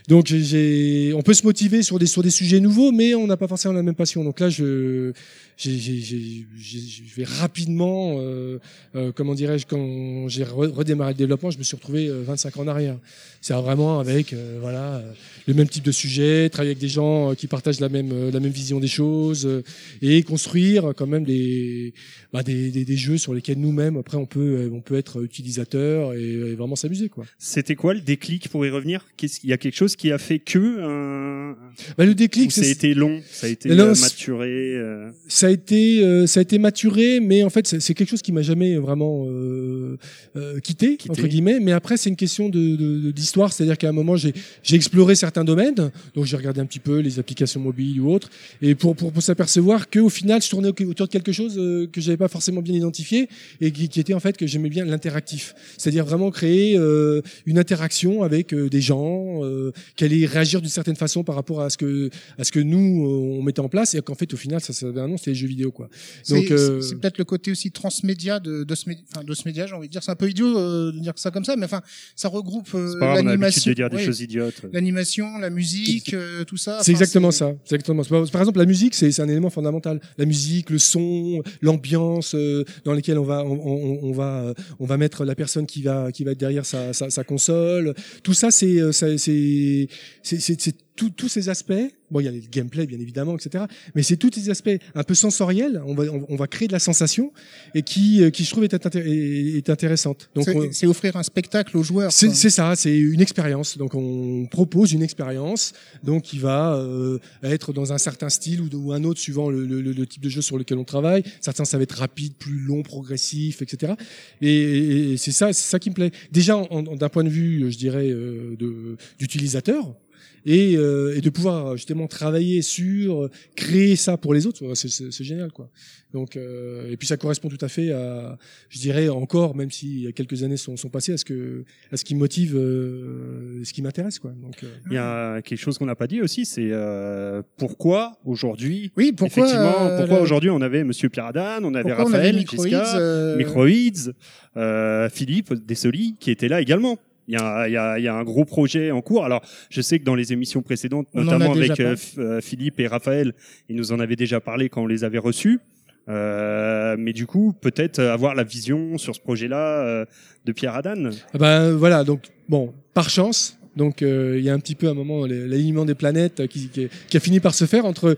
Speaker 9: donc j'ai- j'ai, on peut se motiver sur des sur des sujets nouveaux, mais on n'a pas forcément la même passion. Donc là, je j'ai- j'ai- j'ai- j'ai- je vais rapidement, euh, euh, comment dirais-je, quand j'ai re- redémarré le développement, je me suis retrouvé euh, 25 ans en arrière. C'est vraiment avec euh, voilà euh, le même type de sujet, travailler avec des gens euh, qui partagent la même euh, la même vision des choses euh, et construire euh, quand même des bah, des, des, des jeux sur lesquels nous-mêmes après on peut euh, on peut être utilisateur et, et vraiment s'amuser quoi.
Speaker 4: C'était quoi le déclic pour y revenir Qu'est-ce- Il y a quelque chose qui a fait que un, fin
Speaker 9: Bah, le
Speaker 4: Ou
Speaker 9: déclic,
Speaker 4: ça a
Speaker 9: c'est-
Speaker 4: été long, ça a été
Speaker 9: Non,
Speaker 4: euh,
Speaker 9: c'est-
Speaker 4: maturé. euh,
Speaker 9: ça a été euh, ça a été maturé mais en fait c'est c'est quelque chose qui m'a jamais vraiment euh, euh, quitté,
Speaker 4: Quitté.
Speaker 9: entre guillemets mais après c'est une question de de- de- d'histoire c'est-à-dire qu'à un moment j'ai j'ai exploré certains domaines donc j'ai regardé un petit peu les applications mobiles ou autres et pour pour, pour s'apercevoir que au final je tournais au- autour de quelque chose euh, que j'avais pas forcément bien identifié et qui, qui était en fait que j'aimais bien l'interactif c'est-à-dire vraiment créer euh, une interaction avec euh, des gens euh, qui allaient réagir d'une certaine façon par rapport à ce que à ce que nous euh, on mettait en place et qu'en fait au final ça ça avait un nom c'était les jeux vidéo quoi
Speaker 3: C'est
Speaker 9: donc euh,
Speaker 3: c'est peut-être le côté aussi transmédia de, de, ce, mé- enfin, de ce média, j'ai envie de dire. C'est un peu idiot euh, de dire ça comme ça, mais enfin, ça regroupe euh,
Speaker 4: C'est pas grave, on a l'habitude
Speaker 3: l'animation.
Speaker 4: de dire des
Speaker 3: ouais,
Speaker 4: choses idiotes.
Speaker 3: L'animation, la musique, euh, tout ça.
Speaker 9: c'est
Speaker 3: Enfin,
Speaker 9: exactement ça c'est exactement ça. par par exemple la musique c'est c'est un élément fondamental la musique le son l'ambiance euh, dans lesquelles on va on, on- on va euh, on va mettre la personne qui va qui va être derrière sa, sa, sa console tout ça c'est euh, ça- c'est c'est c'est- c'est tout- tous ces aspects bon il y a le gameplay bien évidemment etc mais c'est tous ces aspects un peu sensoriels on va on, on va créer de la sensation et qui euh, qui je trouve est, intér- est, est intéressante donc on-
Speaker 3: C'est c'est offrir un spectacle aux joueurs.
Speaker 9: C'est
Speaker 3: quoi.
Speaker 9: c'est ça, c'est une expérience. Donc on propose une expérience, donc qui va euh, être dans un certain style ou, de- ou un autre suivant le, le- le- le type de jeu sur lequel on travaille. Certains ça va être rapide, plus long, progressif, etc. Et, et- et c'est ça, c'est ça qui me plaît. Déjà en- en- d'un point de vue, je dirais, euh, de- d'utilisateur. Et, euh, et de pouvoir justement travailler sur euh, créer ça pour les autres, c'est- c'est c'est génial quoi. Donc euh, et puis ça correspond tout à fait à, je dirais encore, même si il y a quelques années sont, sont passées, à ce que à ce qui me motive, euh, ce qui m'intéresse, quoi. Donc, euh,
Speaker 4: Il y a quelque chose qu'on n'a pas dit aussi, c'est euh, pourquoi aujourd'hui,
Speaker 3: Oui, pourquoi,
Speaker 4: effectivement,
Speaker 3: euh,
Speaker 4: pourquoi
Speaker 3: la-
Speaker 4: aujourd'hui on avait Monsieur Piradane, on avait
Speaker 3: pourquoi on avait
Speaker 4: Raphaël,
Speaker 3: Microids,
Speaker 4: Giscard,
Speaker 3: euh,
Speaker 4: Microids, euh, Philippe Dessoli qui était là également. Il y, a, il, y a, il y a un gros projet en cours. Alors, je sais que dans les émissions précédentes,
Speaker 3: On en a
Speaker 4: notamment
Speaker 3: déjà
Speaker 4: avec euh,
Speaker 3: parlé.
Speaker 4: F- euh, Philippe et Raphaël, ils nous en avaient déjà parlé quand on les avait reçus. Euh, mais du coup, peut-être avoir la vision sur ce projet-là euh, de Pierre Adan.
Speaker 9: ah ben voilà, donc bon, par chance, donc euh, il y a un petit peu à un moment le- l'alignement des planètes euh, qui, qui, qui a fini par se faire entre,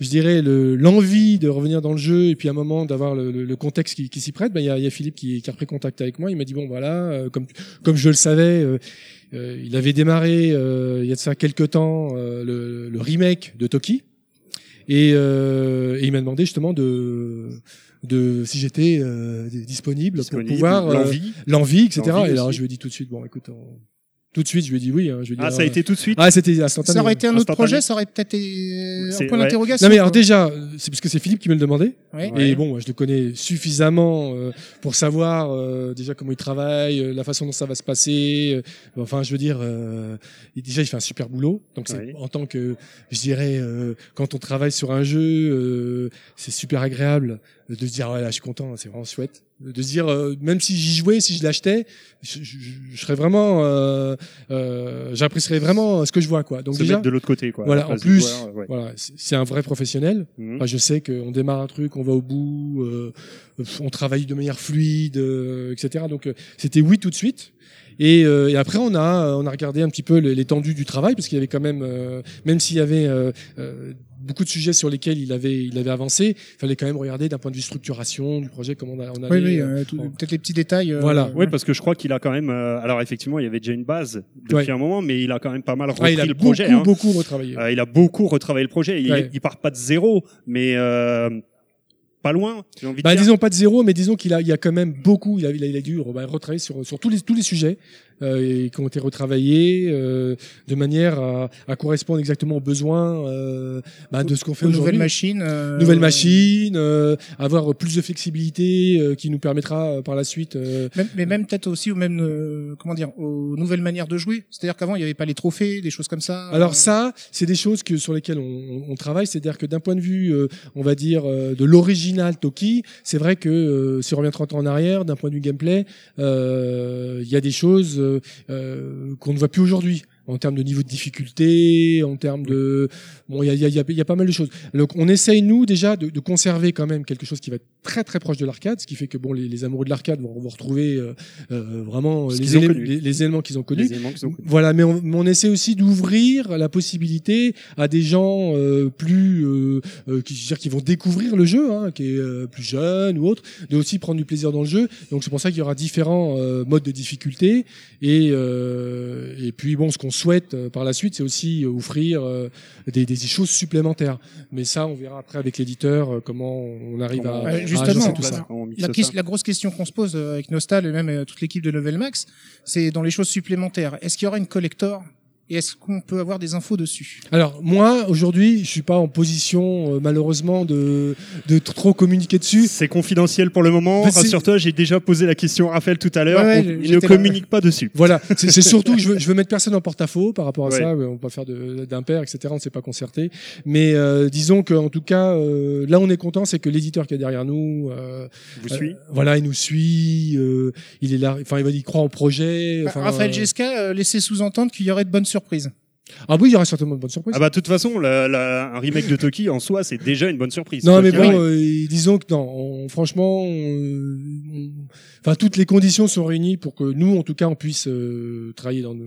Speaker 9: je dirais, le- l'envie de revenir dans le jeu et puis à un moment d'avoir le, le- le contexte qui, qui s'y prête. Ben il y a, il y a Philippe qui, qui a repris contact avec moi. Il m'a dit bon voilà, euh, comme comme je le savais. euh, euh, il avait démarré euh, il y a de ça quelques temps euh, le, le remake de Toki et, euh, et il m'a demandé justement de, de si j'étais euh, disponible,
Speaker 4: Disponible,
Speaker 9: pour pouvoir euh,
Speaker 4: l'envie.
Speaker 9: l'envie, etc.
Speaker 4: L'envie
Speaker 9: et alors
Speaker 4: aussi.
Speaker 9: je lui ai dit tout de suite, bon, écoute, on- tout de suite, je lui ai dit oui. hein, je lui ai dit,
Speaker 4: Ah, ça a
Speaker 9: euh,
Speaker 4: été tout de suite.
Speaker 9: Ah, c'était instantané.
Speaker 3: Ça aurait été un autre
Speaker 4: Instantané.
Speaker 3: projet, ça aurait peut-être été
Speaker 4: C'est-
Speaker 3: un point
Speaker 4: ouais.
Speaker 3: d'interrogation.
Speaker 9: Non mais alors
Speaker 3: quoi.
Speaker 9: déjà, euh, c'est parce que c'est Philippe qui me le demandait.
Speaker 3: Ouais.
Speaker 9: Et bon, moi, je le connais suffisamment euh, pour savoir euh, déjà comment il travaille, euh, la façon dont ça va se passer. euh, enfin, je veux dire, euh, il- déjà, il fait un super boulot. Donc, c'est
Speaker 4: Ouais.
Speaker 9: en tant que, je dirais, euh, quand on travaille sur un jeu, euh, c'est super agréable de se dire, ouais, là, je suis content, hein, c'est vraiment chouette. De se dire, euh, même si j'y jouais, si je l'achetais, je, je- je serais vraiment, euh, euh, j'apprécierais vraiment ce que je vois, quoi. Donc
Speaker 4: se
Speaker 9: déjà,
Speaker 4: mettre de l'autre côté, quoi. à la
Speaker 9: voilà, en
Speaker 4: place du
Speaker 9: plus,
Speaker 4: joueur, ouais.
Speaker 9: voilà, c'est c'est un vrai professionnel.
Speaker 4: Mhm.
Speaker 9: Enfin, je sais qu'on démarre un truc, on va au bout, euh, pff, on travaille de manière fluide, euh, etc. Donc euh, c'était oui tout de suite. Et, euh, et après on a euh, on a regardé un petit peu le- l'étendue du travail parce qu'il y avait quand même euh, même s'il y avait euh, euh, beaucoup de sujets sur lesquels il avait il avait avancé, il fallait quand même regarder d'un point de vue structuration du projet comment on, a, on allait.
Speaker 3: Oui, oui,
Speaker 9: euh,
Speaker 3: euh, tout-
Speaker 9: bon.
Speaker 3: peut-être les petits détails. euh,
Speaker 9: Voilà.
Speaker 4: Ouais, parce que je crois qu'il a quand même. euh, alors effectivement, il y avait déjà une base depuis
Speaker 9: Ouais.
Speaker 4: un moment, mais il a quand même pas mal repris
Speaker 9: Ah, il a
Speaker 4: le
Speaker 9: beaucoup
Speaker 4: projet. hein.
Speaker 9: beaucoup retravaillé.
Speaker 4: Euh, il a beaucoup retravaillé le projet. Il,
Speaker 9: Ouais.
Speaker 4: il part pas de zéro, mais euh, pas loin. J'ai envie de
Speaker 9: Bah,
Speaker 4: dire.
Speaker 9: disons pas de zéro, mais disons qu'il a, il y a quand même beaucoup, il a, il a, il a dû bah, retravailler sur, sur tous les, tous les sujets euh, et qui ont été retravaillés euh, de manière à, à correspondre exactement aux besoins euh, bah, de ce qu'on fait
Speaker 3: Aux nouvelles
Speaker 9: aujourd'hui.
Speaker 3: machines. euh,
Speaker 9: Nouvelle machine, euh, avoir plus de flexibilité euh, qui nous permettra euh, par la suite. euh,
Speaker 3: Même- mais même peut-être aussi au même euh, comment dire aux nouvelles manières de jouer. C'est-à-dire qu'avant il n'y avait pas les trophées, des choses comme ça.
Speaker 9: Alors
Speaker 3: Euh,
Speaker 9: ça, c'est des choses que sur lesquelles on, on- on travaille, c'est-à-dire que d'un point de vue, euh, on va dire, euh, de l'original Toki, c'est vrai que euh, si on revient 30 ans en arrière, d'un point de vue gameplay, euh, il y a des choses euh, euh, qu'on ne voit plus aujourd'hui. En termes de niveau de difficulté, en termes de bon, il y a, il y, a- il y a- il y a pas mal de choses. Donc, on essaye nous déjà de, de conserver quand même quelque chose qui va être très très proche de l'arcade, ce qui fait que bon, les, les amoureux de l'arcade vont, vont retrouver euh, euh, vraiment
Speaker 4: Ce
Speaker 9: les,
Speaker 4: qu'ils ont
Speaker 9: élé-
Speaker 4: connu.
Speaker 9: les- les éléments qu'ils ont connus.
Speaker 4: Les éléments qui sont-
Speaker 9: Voilà, mais on, mais on essaie aussi d'ouvrir la possibilité à des gens euh, plus euh, euh, qui, je veux dire, qui vont découvrir le jeu, hein, qui est euh, plus jeune ou autre, de aussi prendre du plaisir dans le jeu. Donc c'est pour ça qu'il y aura différents euh, modes de difficulté et euh, et puis bon, ce qu'on souhaite euh, par la suite, c'est aussi euh, offrir euh, des, des choses supplémentaires. Mais ça, on verra après avec l'éditeur euh, comment on arrive à,
Speaker 3: Euh,
Speaker 9: à agencer
Speaker 3: justement,
Speaker 9: tout ça.
Speaker 4: On mixe
Speaker 3: La,
Speaker 4: ça.
Speaker 3: ques- la grosse question qu'on se pose euh, avec Nostal et même euh, toute l'équipe de Level Max, c'est dans les choses supplémentaires. Est-ce qu'il y aura une collector et est-ce qu'on peut avoir des infos dessus
Speaker 9: Alors moi, aujourd'hui, je suis pas en position euh, malheureusement de, de t- trop communiquer dessus.
Speaker 4: C'est confidentiel pour le moment.
Speaker 9: Bah, c'est-
Speaker 4: Rassure-toi, j'ai déjà posé la question à Raphaël tout à l'heure.
Speaker 3: Ouais,
Speaker 4: on-
Speaker 3: ouais,
Speaker 4: il ne
Speaker 3: j'étais là.
Speaker 4: communique pas dessus.
Speaker 9: Voilà, c'est c'est surtout que je veux, je veux mettre personne en porte-à-faux par rapport à
Speaker 4: Ouais.
Speaker 9: ça. mais On peut pas faire de- d'impair, etc. On ne s'est pas concerté. Mais euh, disons qu'en tout cas, euh, là, on est content, c'est que l'éditeur qui est derrière nous, euh,
Speaker 4: Vous
Speaker 9: euh,
Speaker 4: suis
Speaker 9: voilà, il nous suit, euh, il est là, enfin, il va y croire au projet.
Speaker 3: Bah,
Speaker 9: Enfin,
Speaker 3: Raphaël
Speaker 9: euh,
Speaker 3: Gesca euh, laissait sous-entendre qu'il y aurait de bonnes surprises.
Speaker 9: Ah oui, il y aura certainement de bonnes surprises.
Speaker 4: Ah bah de toute façon, la- la- un remake de Toki en soi, c'est déjà une bonne surprise.
Speaker 9: Non
Speaker 4: Quoi
Speaker 9: mais
Speaker 4: qu'il
Speaker 9: bon,
Speaker 4: arrive.
Speaker 9: euh, disons que non. on- franchement, on- on- enfin toutes les conditions sont réunies pour que nous, en tout cas, on puisse euh, travailler dans, de-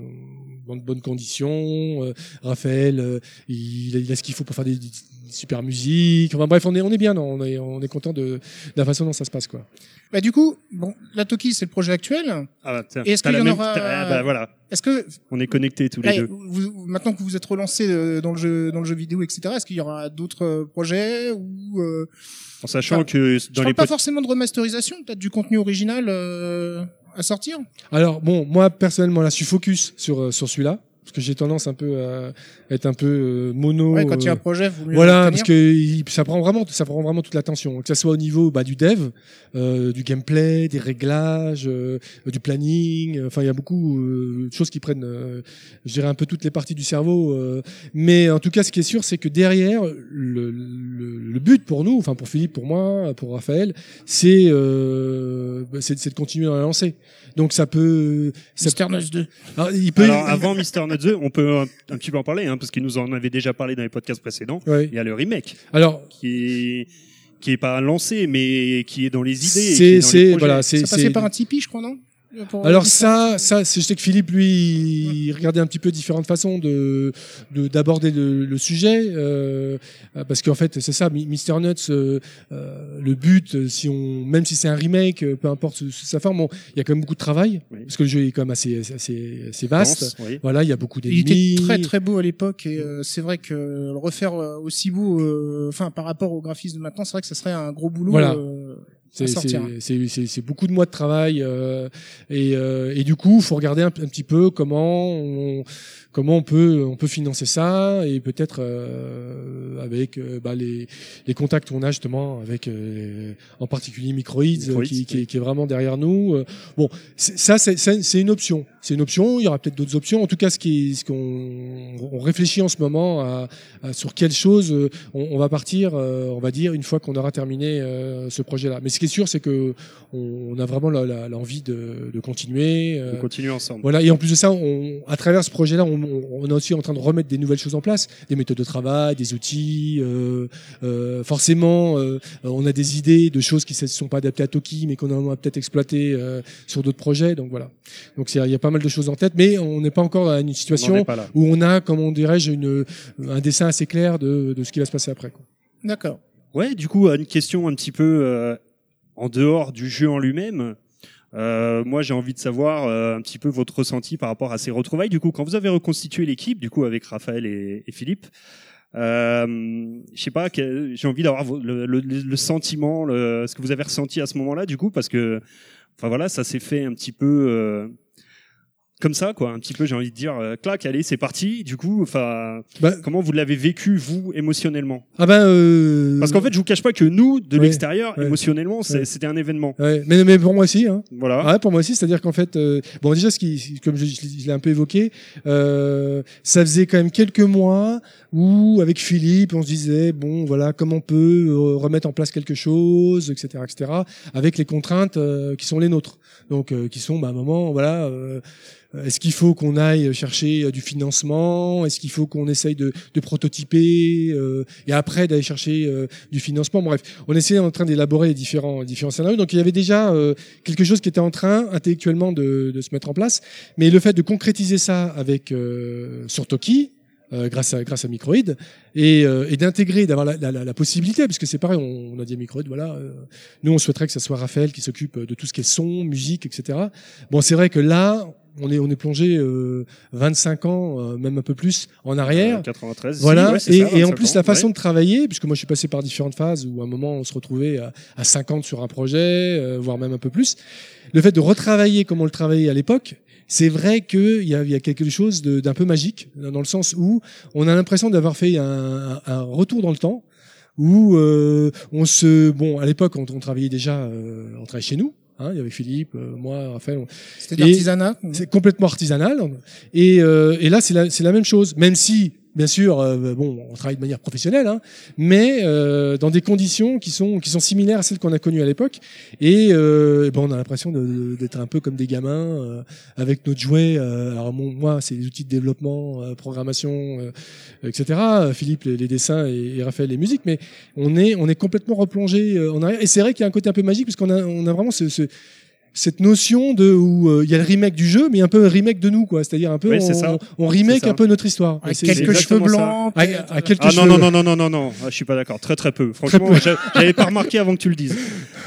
Speaker 9: dans de bonnes conditions. Euh, Raphaël, euh, il, a- il a ce qu'il faut pour faire des, des super musiques. Enfin bref, on est on est bien, non, on est on est content de, de la façon dont ça se passe quoi.
Speaker 3: Bah, du coup, bon, la Toki, c'est le projet actuel.
Speaker 4: Ah bah, tiens,
Speaker 3: Est-ce
Speaker 4: t'as
Speaker 3: qu'il
Speaker 4: la
Speaker 3: y en
Speaker 4: même-
Speaker 3: aura-
Speaker 4: t'as- ah bah voilà,
Speaker 3: Est-ce que
Speaker 4: on est connectés tous les
Speaker 3: là,
Speaker 4: deux.
Speaker 3: vous- maintenant que vous êtes relancé euh, dans le jeu, dans le jeu vidéo, etc., est-ce qu'il y aura d'autres euh, projets ou euh,
Speaker 4: En sachant
Speaker 3: Enfin,
Speaker 4: que
Speaker 3: je
Speaker 4: dans
Speaker 3: parle
Speaker 4: les
Speaker 3: pas
Speaker 4: pod-
Speaker 3: forcément de remasterisation, peut-être du contenu original euh, à sortir.
Speaker 9: Alors bon, moi personnellement là, je suis focus sur euh, sur celui-là parce que j'ai tendance un peu à être un peu euh, mono.
Speaker 3: Ouais, quand il y a
Speaker 9: euh,
Speaker 3: un projet, vous mieux le
Speaker 9: Voilà,
Speaker 3: tenir.
Speaker 9: parce que il- ça prend vraiment, ça prend vraiment toute l'attention, que ça soit au niveau bah, du dev, euh, du gameplay, des réglages, euh, du planning. euh, Enfin, il y a beaucoup euh, de choses qui prennent, euh, je dirais un peu toutes les parties du cerveau. euh. mais en tout cas, ce qui est sûr, c'est que derrière, le, le- le but pour nous, enfin pour Philippe, pour moi, pour Raphaël, c'est euh, bah, c'est c'est de continuer dans la lancée. Donc ça peut, ça,
Speaker 3: Mister Nose 2.
Speaker 9: alors, il peut.
Speaker 4: Alors avant Mister Nuts 2, on peut un, un petit peu en parler, hein, parce qu'il nous en avait déjà parlé dans les podcasts précédents.
Speaker 9: Ouais.
Speaker 4: Il y a le remake
Speaker 9: Alors
Speaker 4: qui est qui est pas lancé, mais qui est dans les idées. et qui est
Speaker 9: c'est
Speaker 4: dans les
Speaker 9: c'est
Speaker 4: projets.
Speaker 9: voilà c'est
Speaker 3: Ça passait
Speaker 9: c'est-
Speaker 3: par un Tipeee, je crois, non Pour- hein
Speaker 9: Alors ça, ça, c'est je sais que Philippe lui il regardait un petit peu différentes façons de de- d'aborder le, le sujet euh, euh, parce qu'en fait c'est ça, Mi- Mr Nuts, euh, euh, le but, euh, si on même si c'est un remake, euh, peu importe ce- ce- sa forme, bon, il y a quand même beaucoup de travail
Speaker 4: Oui.
Speaker 9: parce que le jeu est quand même assez assez- assez, assez vaste.
Speaker 4: Lance, oui.
Speaker 9: Voilà, il y a beaucoup
Speaker 3: Il
Speaker 9: d'ennemis.
Speaker 3: était très très beau à l'époque et euh, c'est vrai que le refaire euh, aussi beau, euh, enfin par rapport au graphisme de maintenant, c'est vrai que ça serait un gros boulot.
Speaker 9: Voilà.
Speaker 3: euh,
Speaker 9: C'est-
Speaker 3: à sortir.
Speaker 9: c'est- C'est c'est- c'est beaucoup de mois de travail euh, et, euh, et du coup, faut regarder un, un petit peu comment on, comment on peut on peut financer ça et peut-être euh, avec euh, bah, les, les contacts qu'on a justement avec euh, en particulier Microids euh,
Speaker 4: Microids,
Speaker 9: qui, qui,
Speaker 4: oui.
Speaker 9: est- qui est vraiment derrière nous. Euh, Bon, c'est- ça c'est- c'est c'est une option, c'est une option. Il y aura peut-être d'autres options. En tout cas, ce qui est- ce qu'on on réfléchit en ce moment à, à- sur quelle chose euh, on, on va partir, euh, on va dire, une fois qu'on aura terminé euh, ce projet-là. Mais ce qui est sûr, c'est que on, on a vraiment la- la- l'envie de, de continuer. euh,
Speaker 4: On continue ensemble.
Speaker 9: voilà. Et en plus de ça, on, à travers ce projet-là, on, on est aussi en train de remettre des nouvelles choses en place, des méthodes de travail, des outils. euh, euh, forcément, euh, on a des idées de choses qui ne sont pas adaptées à Toki, mais qu'on a peut-être exploitées euh, sur d'autres projets. Donc voilà. Donc c'est- il y a pas mal de choses en tête, mais on n'est pas encore à une
Speaker 4: On n'en
Speaker 9: situation
Speaker 4: est pas là.
Speaker 9: où on a, comme on dirait, une, un dessin assez clair de, de ce qui va se passer après. Quoi.
Speaker 3: D'accord.
Speaker 4: Ouais, du coup, une question un petit peu euh, en dehors du jeu en lui-même. Euh, moi, j'ai envie de savoir euh, un petit peu votre ressenti par rapport à ces retrouvailles. Du coup, quand vous avez reconstitué l'équipe, du coup, avec Raphaël et, et Philippe, euh, je sais pas, que- j'ai envie d'avoir vo- le, le- le sentiment, le- ce que vous avez ressenti à ce moment-là, du coup, parce que, enfin voilà, ça s'est fait un petit peu. euh, comme ça, quoi, un petit peu, j'ai envie de dire, euh, clac, allez, c'est parti. Du coup, enfin,
Speaker 9: Bah,
Speaker 4: comment vous l'avez vécu, vous, émotionnellement
Speaker 9: ah ben. euh,
Speaker 4: parce qu'en fait, je vous cache pas que nous, de
Speaker 9: Ouais,
Speaker 4: l'extérieur,
Speaker 9: ouais.
Speaker 4: émotionnellement, c'est-
Speaker 9: Ouais.
Speaker 4: c'était un événement.
Speaker 9: ouais, mais, mais pour moi aussi. Hein.
Speaker 4: Voilà.
Speaker 9: Ouais, pour moi aussi, c'est-à-dire qu'en fait, euh, bon, déjà, ce qui, comme je, je l'ai- je l'ai un peu évoqué, euh, ça faisait quand même quelques mois où, avec Philippe, on se disait, bon, voilà, comment on peut euh, remettre en place quelque chose, etc., etc., avec les contraintes euh, qui sont les nôtres. Donc, euh, qui sont, bah, à un moment, voilà. euh, est-ce qu'il faut qu'on aille chercher euh, du financement Est-ce qu'il faut qu'on essaye de, de prototyper euh, et après d'aller chercher euh, du financement Bref, on essayait en train d'élaborer les différents, différents scénarios. Donc il y avait déjà euh, quelque chose qui était en train intellectuellement de, de se mettre en place, mais le fait de concrétiser ça avec euh, sur Toki. euh, grâce à grâce à Microïd et, euh, et d'intégrer d'avoir la, la, la- la possibilité parce que c'est pareil on, on a dit à Microïd voilà euh, nous on souhaiterait que ce soit Raphaël qui s'occupe de tout ce qui est son musique etc bon c'est vrai que là on est on est plongé euh, 25 ans, euh, même un peu plus en arrière.
Speaker 4: Euh, 93.
Speaker 9: Voilà,
Speaker 4: si, ouais, c'est
Speaker 9: et,
Speaker 4: ça,
Speaker 9: et en
Speaker 4: 25
Speaker 9: plus
Speaker 4: ans,
Speaker 9: la façon
Speaker 4: ouais.
Speaker 9: de travailler, puisque moi je suis passé par différentes phases où à un moment on se retrouvait à, à 50 sur un projet, euh, voire même un peu plus. Le fait de retravailler comme on le travaillait à l'époque, c'est vrai qu'il y a, il y a quelque chose de- d'un peu magique, dans dans le sens où on a l'impression d'avoir fait un, un retour dans le temps, où euh, on se... Bon, à l'époque on, on travaillait déjà, euh, on travaillait chez nous, hein, il y avait Philippe, euh, moi, Raphaël, on-
Speaker 3: C'était
Speaker 9: Et-
Speaker 3: de l'artisanat.
Speaker 9: c'est complètement artisanal. Et, euh, et là, c'est la, c'est la même chose. Même si, bien sûr, euh, bon, on travaille de manière professionnelle, hein, mais euh, dans des conditions qui sont, qui sont similaires à celles qu'on a connues à l'époque. Et euh, ben, on a l'impression de- de- d'être un peu comme des gamins euh, avec notre jouet. euh, alors mon- moi, c'est les outils de développement, euh, programmation, euh, etc. euh, Philippe, les, les dessins et, et Raphaël, les musiques. Mais on est, on est complètement replongé euh, en arrière. Et c'est vrai qu'il y a un côté un peu magique puisqu'on a, on a vraiment ce, ce- cette notion de où euh, il y a le remake du jeu, mais un peu un remake de nous, quoi. C'est-à-dire un peu,
Speaker 4: Oui, c'est ça.
Speaker 9: on, on remake
Speaker 4: C'est ça.
Speaker 9: un peu notre histoire. Et
Speaker 3: Avec
Speaker 9: c'est-
Speaker 3: quelques
Speaker 9: c'est-
Speaker 3: cheveux
Speaker 4: exactement ça.
Speaker 3: blancs.
Speaker 9: à,
Speaker 3: peut-être,
Speaker 9: à quelques
Speaker 4: Ah non,
Speaker 9: cheveux.
Speaker 4: non, non, non, non, non, non, Ah, je suis pas d'accord. Très, très peu. Franchement, j'a- j'avais pas remarqué avant que tu le dises.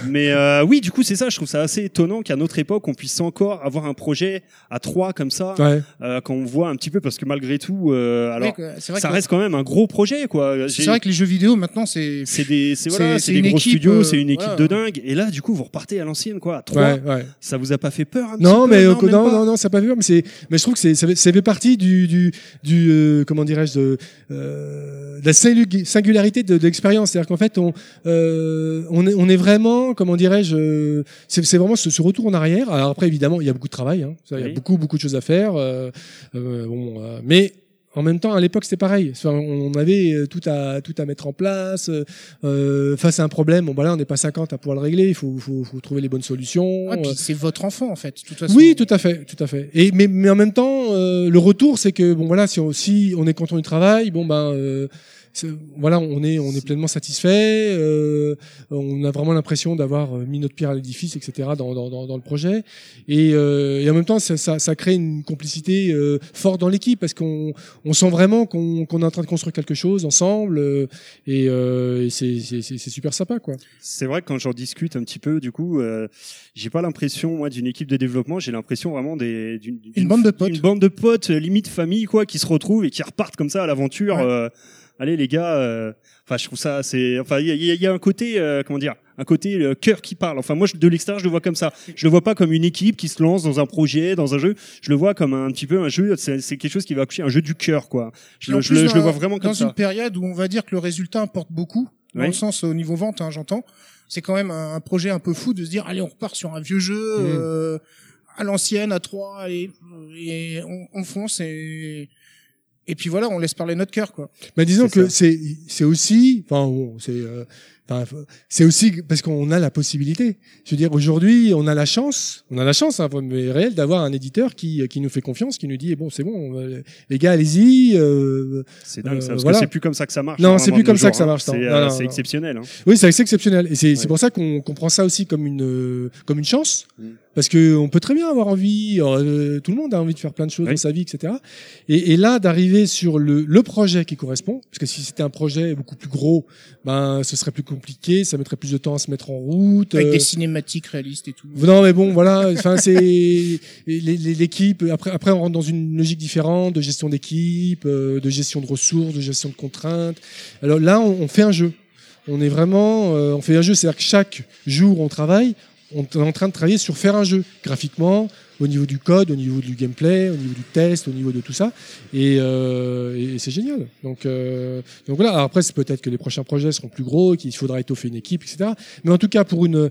Speaker 4: Mais euh, oui, du coup, c'est ça. Je trouve ça assez étonnant qu'à notre époque, on puisse encore avoir un projet à trois comme ça,
Speaker 9: Ouais.
Speaker 4: euh, quand on voit un petit peu, parce que malgré tout, euh,
Speaker 3: euh,
Speaker 4: alors,
Speaker 3: ouais, que- c'est vrai,
Speaker 4: ça
Speaker 3: que-
Speaker 4: reste quand même un gros projet, quoi.
Speaker 3: c'est
Speaker 4: J'ai-
Speaker 3: vrai que les jeux vidéo maintenant c'est
Speaker 4: C'est des, c'est voilà,
Speaker 3: c'est-
Speaker 4: c'est
Speaker 3: c'est
Speaker 4: des
Speaker 3: une
Speaker 4: gros
Speaker 3: équipe,
Speaker 4: studios,
Speaker 3: euh,
Speaker 4: c'est une équipe
Speaker 3: voilà.
Speaker 4: de dingue. Et là, du coup, vous repartez à l'ancienne, quoi. À trois,
Speaker 9: Ouais, ouais.
Speaker 4: ça vous a pas fait peur un petit
Speaker 9: Non,
Speaker 4: peu
Speaker 9: mais euh,
Speaker 4: même
Speaker 9: non,
Speaker 4: pas
Speaker 9: non, non, ça n'a pas fait peur, mais c'est, mais je trouve que c'est, ça fait, ça fait partie du, du, du, euh, comment dirais-je, de, euh, de la singu- singularité de, de l'expérience. C'est-à-dire qu'en fait, on, euh, on est, on est vraiment, comment dirais-je, euh, c'est, c'est vraiment ce, ce retour en arrière. Alors après, évidemment, il y a beaucoup de travail, hein. Ça, il y
Speaker 4: Oui.
Speaker 9: a beaucoup, beaucoup de choses à faire. euh, euh, bon, euh, mais en même temps, à l'époque, c'était pareil. Enfin, on avait euh, tout à tout à mettre en place. euh, euh, face à un problème, bon, bah là, on n'est pas 50 à pouvoir le régler. Il faut, faut, faut trouver les bonnes solutions.
Speaker 4: Ah,
Speaker 3: Ouais, puis
Speaker 9: euh,
Speaker 3: c'est votre enfant en fait. de toute façon.
Speaker 9: oui, tout à fait, tout à fait. Et mais, mais en même temps, euh, le retour, c'est que bon voilà, si on, si on est content du travail, bon ben euh, c'est- voilà, on est on est pleinement satisfait. euh, on a vraiment l'impression d'avoir euh, mis notre pierre à l'édifice, etc. Dans, dans, dans, dans le projet. Et, euh, et en même temps, ça, ça, ça crée une complicité euh, forte dans l'équipe parce qu'on on sent vraiment qu'on qu'on est en train de construire quelque chose ensemble. euh, et euh, et c'est c'est- c'est- c'est super sympa, quoi.
Speaker 4: C'est vrai que quand j'en discute un petit peu, du coup, euh, j'ai pas l'impression, moi, d'une équipe de développement, j'ai l'impression vraiment des- d'une d'une-
Speaker 3: bande de potes.
Speaker 4: Une bande de potes, euh, limite famille, quoi, qui se retrouvent et qui repartent comme ça à l'aventure.
Speaker 3: Ouais.
Speaker 4: euh, allez, les gars, euh, enfin, je trouve ça, c'est, enfin, il y a, il y a- il y a un côté, euh, comment dire, un côté euh, cœur qui parle. Enfin, moi, je- de l'extérieur, je le vois comme ça. Je le vois pas comme une équipe qui se lance dans un projet, dans un jeu. Je le vois comme un, petit peu un jeu, c'est c'est quelque chose qui va accoucher, un jeu du cœur, quoi. Je,
Speaker 3: Et en
Speaker 4: le, je
Speaker 3: plus,
Speaker 4: le- je le
Speaker 3: dans-
Speaker 4: vois vraiment comme
Speaker 3: dans
Speaker 4: ça.
Speaker 3: une période où on va dire que le résultat importe beaucoup, dans
Speaker 4: Oui.
Speaker 3: le sens euh, au niveau vente, hein, j'entends. C'est quand même un, un projet un peu fou de se dire allez on repart sur un vieux jeu
Speaker 4: Mm.
Speaker 3: euh, à l'ancienne à trois et, et on, on fonce et et puis voilà on laisse parler notre cœur quoi.
Speaker 9: Mais disons
Speaker 4: C'est
Speaker 9: que
Speaker 4: ça.
Speaker 9: c'est c'est aussi enfin bon, c'est euh, enfin, faut- c'est aussi parce qu'on a la possibilité. Je veux dire aujourd'hui, on a la chance, on a la chance hein, mais réelle d'avoir un éditeur qui qui nous fait confiance, qui nous dit eh bon, c'est bon, euh, les gars, allez-y euh,
Speaker 4: C'est dingue, ça,
Speaker 9: Euh,
Speaker 4: parce
Speaker 9: voilà.
Speaker 4: que c'est plus comme ça que ça marche.
Speaker 9: Non,
Speaker 4: hein,
Speaker 9: c'est
Speaker 4: vraiment
Speaker 9: plus
Speaker 4: de
Speaker 9: comme
Speaker 4: nos
Speaker 9: ça que
Speaker 4: jours,
Speaker 9: ça
Speaker 4: hein.
Speaker 9: marche, non.
Speaker 4: C'est
Speaker 9: Non,
Speaker 4: euh,
Speaker 9: non,
Speaker 4: c'est
Speaker 9: non.
Speaker 4: exceptionnel. hein.
Speaker 9: Oui, c'est assez exceptionnel et c'est c'est
Speaker 4: Ouais.
Speaker 9: pour ça qu'on qu'on prend ça aussi comme une euh, comme une chance
Speaker 6: Mm.
Speaker 9: parce que on peut très bien avoir envie, euh, tout le monde a envie de faire plein de choses
Speaker 4: Oui.
Speaker 9: dans sa vie, etc. Et, et là d'arriver sur le le projet qui correspond, parce que si c'était un projet beaucoup plus gros, ben ce serait plus compliqué, ça mettrait plus de temps à se mettre en route.
Speaker 3: Avec
Speaker 9: euh,
Speaker 3: des cinématiques réalistes et tout.
Speaker 9: non mais bon voilà, enfin c'est et les- les- l'équipe. Après après on rentre dans une logique différente de gestion d'équipe, euh, de gestion de ressources, de gestion de contraintes. Alors là on, on fait un jeu. On est vraiment euh, on fait un jeu, c'est-à-dire que chaque jour on travaille, on est en train de travailler sur faire un jeu graphiquement, au niveau du code, au niveau du gameplay, au niveau du test, au niveau de tout ça. Et, euh, et c'est génial. Donc euh, donc voilà. Alors, après c'est peut-être que les prochains projets seront plus gros, qu'il faudra étoffer une équipe, etc. Mais en tout cas pour une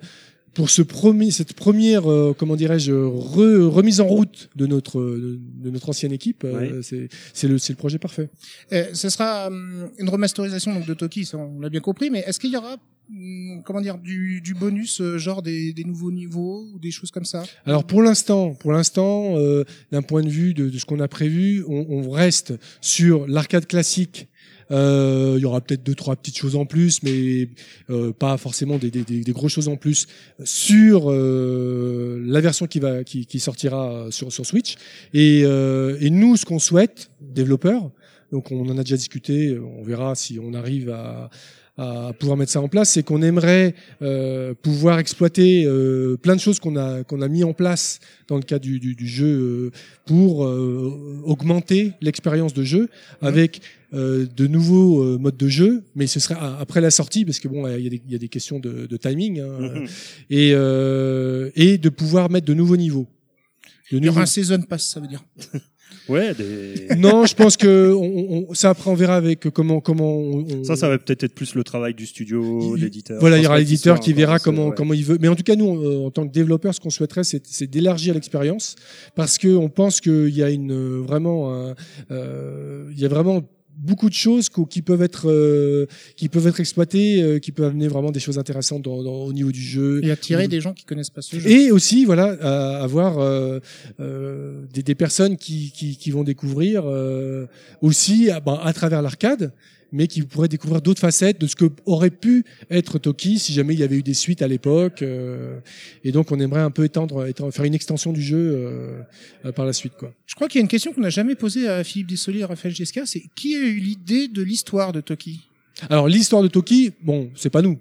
Speaker 9: pour ce premier, cette première, euh, comment dirais-je, re- remise en route de notre euh, de notre ancienne équipe, euh, c'est c'est le c'est le projet parfait.
Speaker 3: Euh, ce sera hum, une remasterisation donc de Toki, ça, on l'a bien compris, mais est-ce qu'il y aura hum, comment dire du, du bonus euh, genre des, des nouveaux niveaux ou des choses comme ça
Speaker 9: Alors pour l'instant, pour l'instant, euh, d'un point de vue de, de ce qu'on a prévu, on, on reste sur l'arcade classique. Euh, Il y aura peut-être deux trois petites choses en plus, mais euh, pas forcément des, des, des, des grosses choses en plus sur euh, la version qui va qui, qui sortira sur, sur Switch. Et, euh, et nous, ce qu'on souhaite, développeurs, donc on en a déjà discuté, on verra si on arrive à, à pouvoir mettre ça en place, c'est qu'on aimerait euh, pouvoir exploiter euh, plein de choses qu'on a qu'on a mis en place dans le cadre du, du, du jeu euh, pour euh, augmenter l'expérience de jeu
Speaker 3: Mhm.
Speaker 9: avec euh, de nouveaux euh, modes de jeu, mais ce serait a- après la sortie parce que bon, il y, a des- il y a des questions de, de timing hein,
Speaker 3: Mhm.
Speaker 9: et euh, et de pouvoir mettre de nouveaux niveaux. De
Speaker 3: Il y aura
Speaker 9: nouveaux-
Speaker 3: un season pass, ça veut dire.
Speaker 4: Ouais, des-
Speaker 9: non, je pense que on, on- ça après on verra avec euh, comment comment on, on-
Speaker 4: ça, ça va peut-être être plus le travail du studio,
Speaker 9: Il-
Speaker 4: l'éditeur.
Speaker 9: Voilà,
Speaker 4: Je
Speaker 9: il y
Speaker 4: pense
Speaker 9: aura
Speaker 4: pas
Speaker 9: l'éditeur
Speaker 4: qu'il
Speaker 9: qui
Speaker 4: soit
Speaker 9: verra
Speaker 4: encore-
Speaker 9: comment
Speaker 4: ouais.
Speaker 9: comment il veut. Mais en tout cas, nous, euh, en tant que développeurs, ce qu'on souhaiterait, c'est c'est d'élargir l'expérience parce que on pense qu'il y a une euh, vraiment, un, euh, il y a vraiment beaucoup de choses qu'au- qui peuvent être euh, qui peuvent être exploitées, euh, qui peuvent amener vraiment des choses intéressantes dans- dans- au niveau du jeu,
Speaker 4: Euh,
Speaker 3: Et attirer
Speaker 9: Mmh.
Speaker 3: des gens qui connaissent pas ce jeu.
Speaker 9: et aussi, voilà, à- avoir euh, euh, des, des personnes qui, qui, qui vont découvrir euh, aussi à, ben, à travers l'arcade, mais qui pourraient découvrir d'autres facettes de ce que aurait pu être Toki si jamais il y avait eu des suites à l'époque. euh, et donc, on aimerait un peu étendre, étendre- faire une extension du jeu euh, euh, par la suite, quoi.
Speaker 3: Je crois qu'il y a une question qu'on n'a jamais posée à Philippe Dessoli et Raphaël Giscard, c'est qui a eu l'idée de l'histoire de Toki
Speaker 9: Alors l'histoire de Toki, bon, c'est pas nous.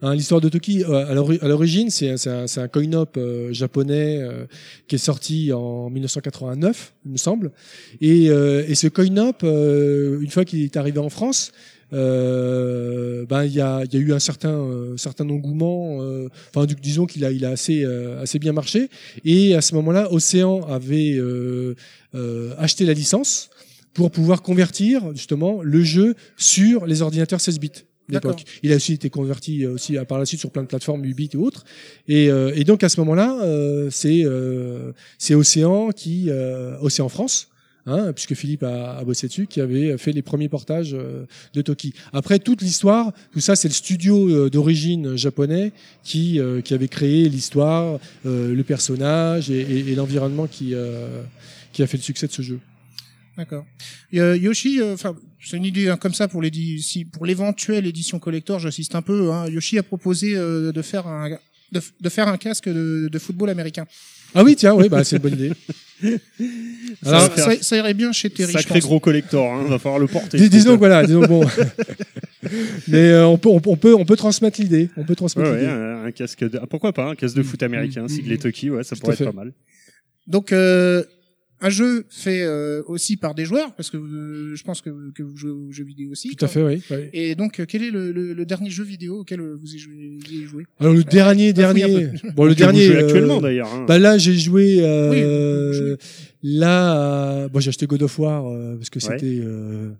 Speaker 9: Hein, l'histoire de Toki, euh, à l'ori- à l'origine, c'est un- c'est un, c'est un coin-op euh, japonais euh, qui est sorti en 1989, il me semble. Et, euh, et ce coin-op, euh, une fois qu'il est arrivé en France, euh, ben il y a, il y a eu un certain euh, certain engouement. euh, Enfin, du- disons qu'il a il a assez euh, assez bien marché. Et à ce moment-là, Océan avait euh, euh, acheté la licence pour pouvoir convertir justement le jeu sur les ordinateurs 16 bits d'époque. Il a aussi été converti euh, aussi à- par la suite sur plein de plateformes 8 bits et autres. Et, euh, et donc à ce moment-là, euh, c'est euh, c'est Océan qui euh, Océan France. Hein, puisque Philippe a, a bossé dessus, qui avait fait les premiers portages euh, de Toki. Après toute l'histoire, tout ça, c'est le studio euh, d'origine japonais qui euh, qui avait créé l'histoire, euh, le personnage et, et- et l'environnement qui euh, qui a fait le succès de ce jeu.
Speaker 3: D'accord. Et, euh, Yoshi, euh, enfin, c'est une idée hein, comme ça pour l'édi- si- pour l'éventuelle édition collector, j'insiste un peu. hein, Yoshi a proposé euh, de faire un de, f- de faire un casque de, de football américain.
Speaker 9: Ah oui, tiens, oui, bah, c'est une bonne idée.
Speaker 4: va
Speaker 9: Alors,
Speaker 3: ça,
Speaker 4: faire-
Speaker 3: ça- ça irait bien chez Terry.
Speaker 4: Ah, Sacré
Speaker 3: je pense.
Speaker 4: gros collector, hein, va falloir le porter.
Speaker 9: dis- disons que voilà, disons que bon. Mais euh, on, peut, on, peut- on peut, on peut transmettre l'idée. On peut
Speaker 4: Ouais,
Speaker 9: transmettre
Speaker 4: ouais,
Speaker 9: l'idée.
Speaker 4: un, un casque de... ah, pourquoi pas un casque de foot américain,
Speaker 9: mm,
Speaker 4: s'il
Speaker 9: mm.
Speaker 4: est Toki, ouais, ça
Speaker 9: Tout à
Speaker 4: pourrait être
Speaker 9: fait.
Speaker 4: pas mal.
Speaker 3: Donc euh, un jeu fait euh, aussi par des joueurs, parce que euh, je pense que, que vous jouez aux jeux vidéo aussi.
Speaker 9: Tout
Speaker 3: quoi.
Speaker 9: à fait, oui. oui.
Speaker 3: Et donc, euh, quel est le, le- le dernier jeu vidéo auquel euh, vous y jouez, vous y jouez
Speaker 9: Alors Ah, le dernier,
Speaker 3: fouiller un
Speaker 9: dernier. Bon, le
Speaker 4: Que vous
Speaker 9: dernier.
Speaker 4: jouez
Speaker 9: euh,
Speaker 4: actuellement d'ailleurs. hein.
Speaker 9: Bah là, j'ai joué. Euh,
Speaker 3: Oui, je-
Speaker 9: Là, euh, bon, j'ai acheté God of War euh, parce que
Speaker 4: Ouais.
Speaker 9: c'était. euh,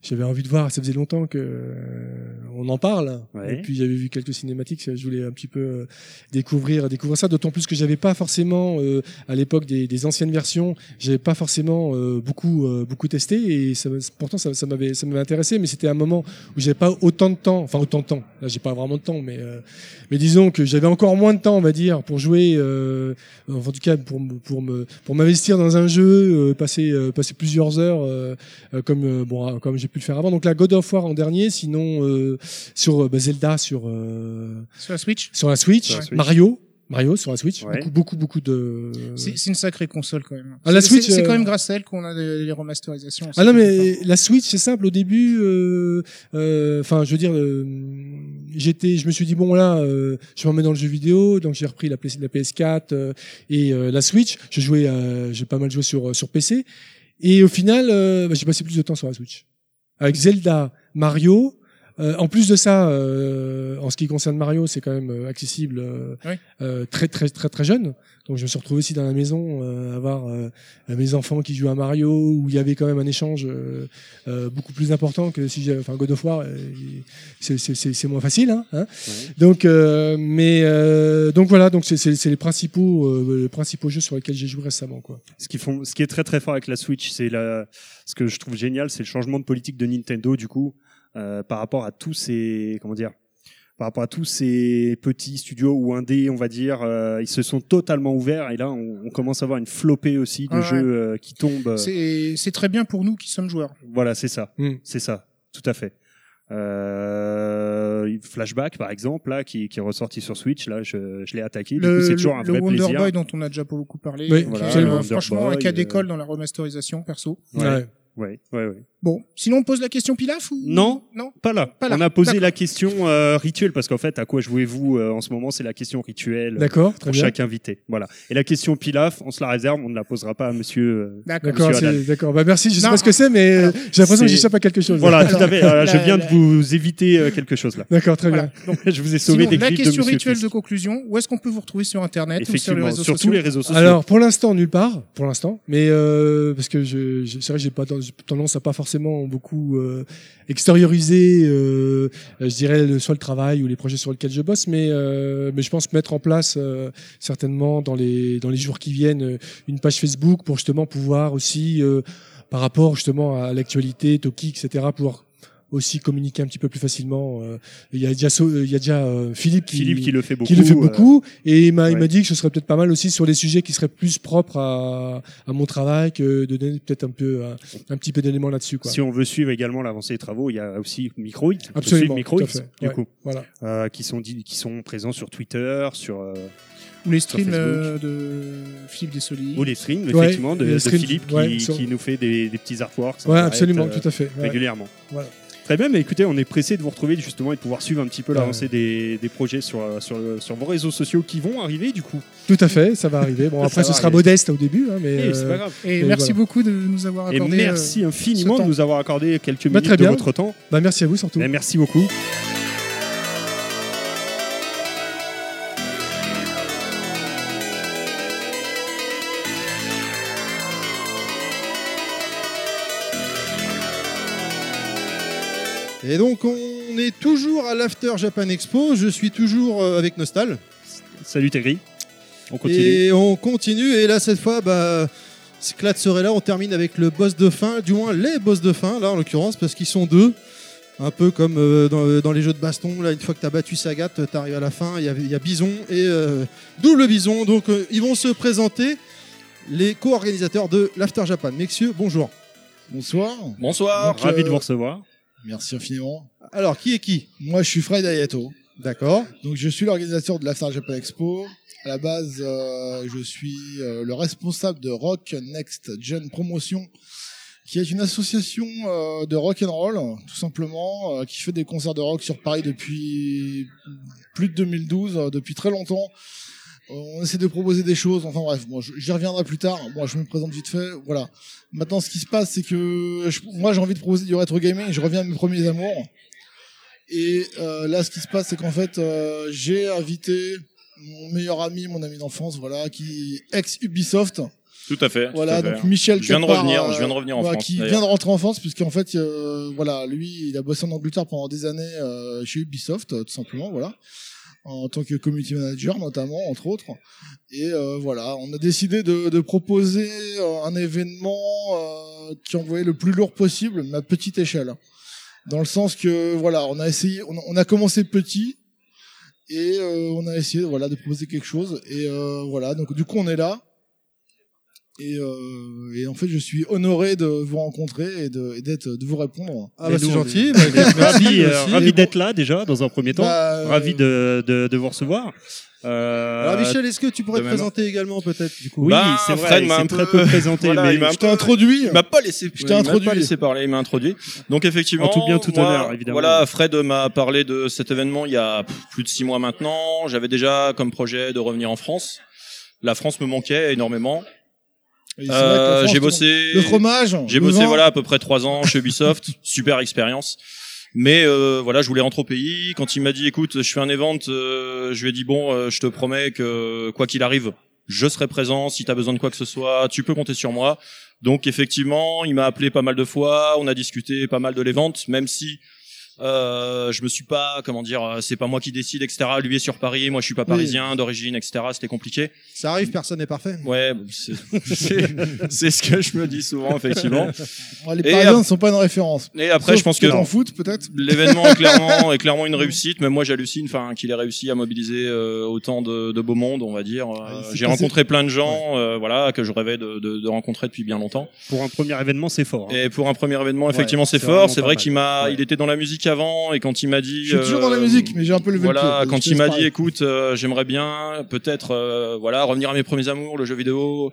Speaker 9: j'avais envie de voir. Ça faisait longtemps que euh, on en parle.
Speaker 4: Ouais.
Speaker 9: Et puis j'avais vu quelques cinématiques. ça, Je voulais un petit peu euh, découvrir, découvrir ça. D'autant plus que j'avais pas forcément euh, à l'époque des, des anciennes versions, j'avais pas forcément euh, beaucoup, euh, beaucoup testé. Et ça, me- pourtant, ça, ça m'avait, ça m'avait intéressé. Mais c'était un moment où j'avais pas autant de temps. Enfin, autant de temps. Là, j'ai pas vraiment de temps, mais. euh, mais disons que j'avais encore moins de temps, on va dire, pour jouer, euh, enfin, en tout cas pour me- pour me pour m'investir dans un jeu, euh, passer euh, passer plusieurs heures euh, euh, comme euh, bon euh, comme j'ai pu le faire avant. Donc là, God of War en dernier, sinon euh, sur euh, bah, Zelda sur euh,
Speaker 3: Sur la Switch
Speaker 9: sur la Switch,
Speaker 4: Sur la Switch.
Speaker 9: Mario, Mario sur la Switch,
Speaker 4: Ouais.
Speaker 9: beaucoup beaucoup beaucoup de
Speaker 3: C'est c'est une sacrée console quand même.
Speaker 9: Ah, la
Speaker 3: C'est-
Speaker 9: Switch,
Speaker 3: c'est c'est quand
Speaker 9: euh,
Speaker 3: même grâce à elle qu'on a les, les remasterisations.
Speaker 9: Ah non mais la Switch c'est simple au début euh, euh, enfin je veux dire euh, j'étais je me suis dit bon là euh, je m'en mets dans le jeu vidéo donc j'ai repris la, PS, la PS4 euh, et euh, la Switch je jouais euh, j'ai pas mal joué sur euh, sur PC et au final euh, bah, j'ai passé plus de temps sur la Switch avec Zelda Mario euh, en plus de ça, euh, en ce qui concerne Mario, c'est quand même euh, accessible euh,
Speaker 3: Oui.
Speaker 9: euh, très très très très jeune. Donc je me suis retrouvé aussi dans la maison, euh, à avoir euh, euh, mes enfants qui jouent à Mario, où il y avait quand même un échange euh, euh, beaucoup plus important que si j'avais, enfin God of War, euh, c'est- c'est c'est- c'est moins facile. Hein, hein. Donc, euh, mais euh, donc voilà, donc c'est- c'est c'est les principaux, euh, les principaux jeux sur lesquels j'ai joué récemment, quoi.
Speaker 4: Ce qui font, ce qui est très très fort avec la Switch, c'est la, ce que je trouve génial, c'est le changement de politique de Nintendo du coup euh, par rapport à tous ces, comment dire, par rapport à tous ces petits studios ou indés, on va dire, euh, ils se sont totalement ouverts et là on, on commence à avoir une flopée aussi de
Speaker 3: Ah ouais.
Speaker 4: jeux euh, qui tombent.
Speaker 3: C'est Hmm. c'est très bien pour nous qui sommes joueurs.
Speaker 4: Voilà, c'est ça.
Speaker 9: Mm.
Speaker 4: C'est ça, tout à fait. Euh, Flashback, par exemple, là, qui, qui est ressorti sur Switch, là, je, je l'ai attaqué. Du coup, c'est toujours un
Speaker 3: le
Speaker 4: vrai
Speaker 3: Wonder
Speaker 4: plaisir.
Speaker 3: Boy dont on a déjà beaucoup parlé.
Speaker 9: Oui,
Speaker 3: qui
Speaker 9: voilà,
Speaker 3: est,
Speaker 9: le
Speaker 3: euh,
Speaker 4: Wonder
Speaker 3: franchement, un
Speaker 4: Boy,
Speaker 3: cas
Speaker 4: euh,
Speaker 3: d'école dans la remasterisation perso.
Speaker 4: Ouais. Ouais, ouais, ouais.
Speaker 3: Bon, sinon on pose la question Pilaf ou
Speaker 4: Non.
Speaker 3: Non.
Speaker 4: Pas là.
Speaker 3: Pas là.
Speaker 4: On a posé
Speaker 3: D'accord.
Speaker 4: la question euh, rituelle parce qu'en fait, à quoi jouez-vous euh, en ce moment C'est la question rituelle euh,
Speaker 9: D'accord, très
Speaker 4: pour
Speaker 9: bien.
Speaker 4: chaque invité. Voilà. Et la question Pilaf, on se la réserve, on ne la posera pas à Monsieur. euh,
Speaker 3: D'accord.
Speaker 9: D'accord,
Speaker 4: Monsieur
Speaker 9: c'est-
Speaker 4: Haddad.
Speaker 9: d'accord. Bah merci, je sais
Speaker 3: Non.
Speaker 9: pas ce que c'est, mais euh, j'ai l'impression que
Speaker 4: c'est-
Speaker 9: j'échappe à quelque chose.
Speaker 4: Voilà, tout
Speaker 3: Alors,
Speaker 4: à fait. Euh, je
Speaker 3: la-
Speaker 4: viens
Speaker 3: la-
Speaker 4: de vous éviter euh, quelque chose là.
Speaker 9: D'accord, très
Speaker 3: Voilà.
Speaker 9: bien.
Speaker 4: je vous ai sauvé
Speaker 3: Sinon,
Speaker 4: des
Speaker 3: la
Speaker 4: clips
Speaker 3: question
Speaker 4: de Monsieur
Speaker 3: rituelle
Speaker 4: Fils.
Speaker 3: de conclusion, où est-ce qu'on peut vous retrouver sur internet ou sur les
Speaker 4: Effectivement,
Speaker 3: réseaux
Speaker 4: sur tous
Speaker 3: sociaux
Speaker 4: les réseaux sociaux.
Speaker 9: Alors pour l'instant nulle part, pour l'instant, mais euh, parce que je, je c'est vrai que j'ai pas ten- j'ai tendance à pas forcément beaucoup euh, extérioriser, euh, je dirais le- soit le travail ou les projets sur lesquels je bosse, mais euh, mais je pense mettre en place euh, certainement dans les dans les jours qui viennent euh, une page Facebook pour justement pouvoir aussi euh, par rapport justement à l'actualité, Toki, etc. pouvoir aussi communiquer un petit peu plus facilement. euh. Il y a déjà, So- il y a déjà euh, Philippe qui,
Speaker 4: Philippe qui le fait beaucoup.
Speaker 9: qui le fait
Speaker 4: euh,
Speaker 9: beaucoup et il m'a il
Speaker 4: ouais.
Speaker 9: m'a dit que ce serait peut-être pas mal aussi sur des sujets qui seraient plus propres à, à mon travail que de donner peut-être un peu un, un petit peu d'éléments là-dessus quoi.
Speaker 4: Si on veut suivre également l'avancée des travaux, il y a aussi Microïd. On peut
Speaker 9: Absolument,
Speaker 4: suivre Microïd,
Speaker 9: tout à fait,
Speaker 4: du
Speaker 9: ouais.
Speaker 4: coup,
Speaker 9: Voilà.
Speaker 4: euh, qui sont dit- qui sont présents sur Twitter, sur euh,
Speaker 3: Ou les
Speaker 4: Sur
Speaker 3: streams
Speaker 4: Facebook.
Speaker 3: euh, de Philippe Dessoli.
Speaker 4: ou les streams
Speaker 9: Ouais,
Speaker 4: effectivement de,
Speaker 9: les
Speaker 4: de
Speaker 9: streams,
Speaker 4: Philippe qui,
Speaker 9: ouais, sur-
Speaker 4: qui nous fait des, des petits artworks. en
Speaker 9: Ouais,
Speaker 4: direct,
Speaker 9: absolument,
Speaker 4: euh,
Speaker 9: tout à fait. ouais.
Speaker 4: régulièrement.
Speaker 9: Voilà.
Speaker 4: Très bien, mais écoutez, on est pressé de vous retrouver justement et de pouvoir suivre un petit peu
Speaker 9: Ouais.
Speaker 4: l'avancée des, des projets sur, euh, sur, le- sur vos réseaux sociaux qui vont arriver du coup.
Speaker 9: Tout à fait, ça va arriver. Bon
Speaker 4: Ça
Speaker 9: après ce
Speaker 4: va
Speaker 9: sera
Speaker 4: arriver.
Speaker 9: modeste au début hein, mais
Speaker 4: Eh, c'est
Speaker 9: euh,
Speaker 4: pas grave.
Speaker 3: Et,
Speaker 9: Et
Speaker 3: merci
Speaker 9: voilà.
Speaker 3: beaucoup de nous avoir
Speaker 4: Et
Speaker 3: accordé. euh,
Speaker 4: merci infiniment
Speaker 3: ce
Speaker 4: de
Speaker 3: temps.
Speaker 4: nous avoir accordé quelques
Speaker 9: Bah,
Speaker 4: minutes
Speaker 9: très bien.
Speaker 4: de votre temps.
Speaker 9: bah, merci à vous surtout.
Speaker 4: Eh, merci beaucoup.
Speaker 1: Et donc, on est toujours à l'After Japan Expo. Je suis toujours euh, avec Nostal.
Speaker 4: Salut Thierry. On continue.
Speaker 1: Et on continue. Et là, cette fois, bah, Clat serait là. On termine avec le boss de fin, du moins les boss de fin, là, en l'occurrence, parce qu'ils sont deux. Un peu comme euh, dans, dans les jeux de baston, là, une fois que t'as battu Sagat, euh, t'arrives à la fin, il y a, il y a Bison et euh, double Bison. Donc, euh, ils vont se présenter, les co-organisateurs de l'After Japan. Messieurs, bonjour.
Speaker 10: Bonsoir.
Speaker 7: Bonsoir.
Speaker 10: Donc,
Speaker 4: Ravi de
Speaker 10: euh,
Speaker 4: vous recevoir.
Speaker 10: Merci infiniment.
Speaker 1: Alors, qui est qui
Speaker 10: Moi, je suis Fred Ayato.
Speaker 1: D'accord.
Speaker 10: Donc, je suis l'organisateur de l'After Japan Expo. À la base, euh, je suis euh, le responsable de Rock Next Gen Promotion, qui est une association euh, de rock and roll, tout simplement, euh, qui fait des concerts de rock sur Paris depuis plus de 2012, euh, depuis très longtemps. Euh, On essaie de proposer des choses. Enfin bref, moi, je- j'y reviendrai plus tard. Moi, je me présente vite fait. Voilà. Maintenant, ce qui se passe, c'est que je- moi, j'ai envie de proposer du rétro gaming. Je reviens à mes premiers amours. Et euh, là, ce qui se passe, c'est qu'en fait, euh, j'ai invité mon meilleur ami, mon ami d'enfance, voilà, qui ex Ubisoft.
Speaker 11: Tout à fait.
Speaker 10: Voilà,
Speaker 11: tout à fait.
Speaker 10: donc Michel.
Speaker 11: je viens de
Speaker 10: quelque part,
Speaker 11: revenir,
Speaker 10: euh,
Speaker 11: je viens de revenir en
Speaker 10: voilà,
Speaker 11: France.
Speaker 10: Qui
Speaker 11: d'ailleurs.
Speaker 10: vient de rentrer en France, puisqu'en fait, euh, voilà, lui, il a bossé en Angleterre pendant des années euh, chez Ubisoft, euh, tout simplement, voilà, en tant que community manager notamment, entre autres. Et euh, voilà, on a décidé de, de proposer euh, un événement euh, qui envoyait le plus lourd possible, mais à petite échelle. Dans le sens que voilà, on a essayé, on, a- on a commencé petit. Et euh, on a essayé voilà de proposer quelque chose et euh, voilà donc du coup on est là et, euh, et en fait, je suis honoré de vous rencontrer et de, et d'être, de vous répondre.
Speaker 1: Ah,
Speaker 4: Et
Speaker 1: bah, c'est
Speaker 4: nous, on est-
Speaker 1: gentil. Bah, merci
Speaker 4: ravi
Speaker 1: aussi.
Speaker 4: euh,
Speaker 1: Et
Speaker 4: ravi
Speaker 1: bon-
Speaker 4: d'être là déjà dans un premier temps.
Speaker 10: Bah, euh,
Speaker 4: ravi de, de, de vous recevoir. Euh,
Speaker 1: Alors, Michel, est-ce que tu pourrais
Speaker 11: de
Speaker 1: te
Speaker 11: même.
Speaker 1: présenter également, peut-être, du coup
Speaker 4: oui,
Speaker 11: Bah,
Speaker 4: c'est vrai,
Speaker 11: Fred
Speaker 4: il
Speaker 11: m'a
Speaker 4: s'est
Speaker 11: un
Speaker 4: très
Speaker 11: peu-
Speaker 4: peu présenté,
Speaker 11: Voilà,
Speaker 4: mais
Speaker 11: il m'a un
Speaker 10: Je
Speaker 11: peu-
Speaker 10: t'ai introduit.
Speaker 11: Il m'a pas laissé.
Speaker 10: Je t'ai
Speaker 11: il m'a
Speaker 10: introduit.
Speaker 11: pas laissé parler. Il m'a introduit. Donc effectivement,
Speaker 4: En tout bien, tout
Speaker 11: moi,
Speaker 4: honneur, évidemment.
Speaker 11: Voilà, Fred m'a parlé de cet événement il y a pff, plus de six mois maintenant. J'avais déjà comme projet de revenir en France. La France me manquait énormément.
Speaker 10: Et c'est vrai
Speaker 11: Euh,
Speaker 10: qu'en France,
Speaker 11: j'ai
Speaker 10: tout le
Speaker 11: bossé.
Speaker 10: monde- Le fromage.
Speaker 11: J'ai
Speaker 10: le
Speaker 11: bossé
Speaker 10: vin,
Speaker 11: voilà à peu près trois ans chez Ubisoft, super expérience. Mais euh, voilà, je voulais rentrer au pays. Quand il m'a dit, écoute, je fais un event, euh, je lui ai dit bon, euh, je te promets que quoi qu'il arrive, je serai présent. Si t'as besoin de quoi que ce soit, tu peux compter sur moi. Donc effectivement, il m'a appelé pas mal de fois. On a discuté pas mal de l'event, même si euh, je me suis pas, comment dire, euh, c'est pas moi qui décide, etc. Lui est sur Paris, moi je suis pas parisien d'origine, etc. C'était compliqué.
Speaker 1: Ça arrive, personne n'est parfait.
Speaker 11: Ouais, c'est c'est- c'est ce que je me dis souvent, effectivement.
Speaker 10: Ouais, les
Speaker 11: Et
Speaker 10: Parisiens
Speaker 11: ap-
Speaker 10: ne sont pas une référence.
Speaker 11: Et après,
Speaker 10: Sauf
Speaker 11: je pense que
Speaker 10: en foot, peut-être.
Speaker 11: l'événement est clairement, est clairement une réussite. Mais moi, j'hallucine enfin, qu'il ait réussi à mobiliser euh, autant de, de beau monde, on va dire. Euh,
Speaker 10: c'est
Speaker 11: J'ai
Speaker 10: passé-
Speaker 11: rencontré plein de gens euh, voilà, que je rêvais de, de, de rencontrer depuis bien longtemps.
Speaker 4: pour un premier événement, c'est fort. hein.
Speaker 11: Et pour un premier événement,
Speaker 4: Ouais,
Speaker 11: effectivement, c'est
Speaker 4: c'est
Speaker 11: fort.
Speaker 4: vraiment
Speaker 11: C'est
Speaker 4: pas
Speaker 11: vrai
Speaker 4: mal.
Speaker 11: qu'il m'a,
Speaker 4: Ouais.
Speaker 11: il était dans la musique avant, et quand il m'a dit,
Speaker 10: Je suis toujours dans la
Speaker 11: euh,
Speaker 10: musique, mais j'ai un peu levé le pied.
Speaker 11: voilà,
Speaker 10: Je
Speaker 11: quand
Speaker 10: te
Speaker 11: il
Speaker 10: laisse
Speaker 11: m'a
Speaker 10: parler.
Speaker 11: dit, écoute, euh, j'aimerais bien peut-être, euh, voilà, revenir à mes premiers amours, le jeu vidéo.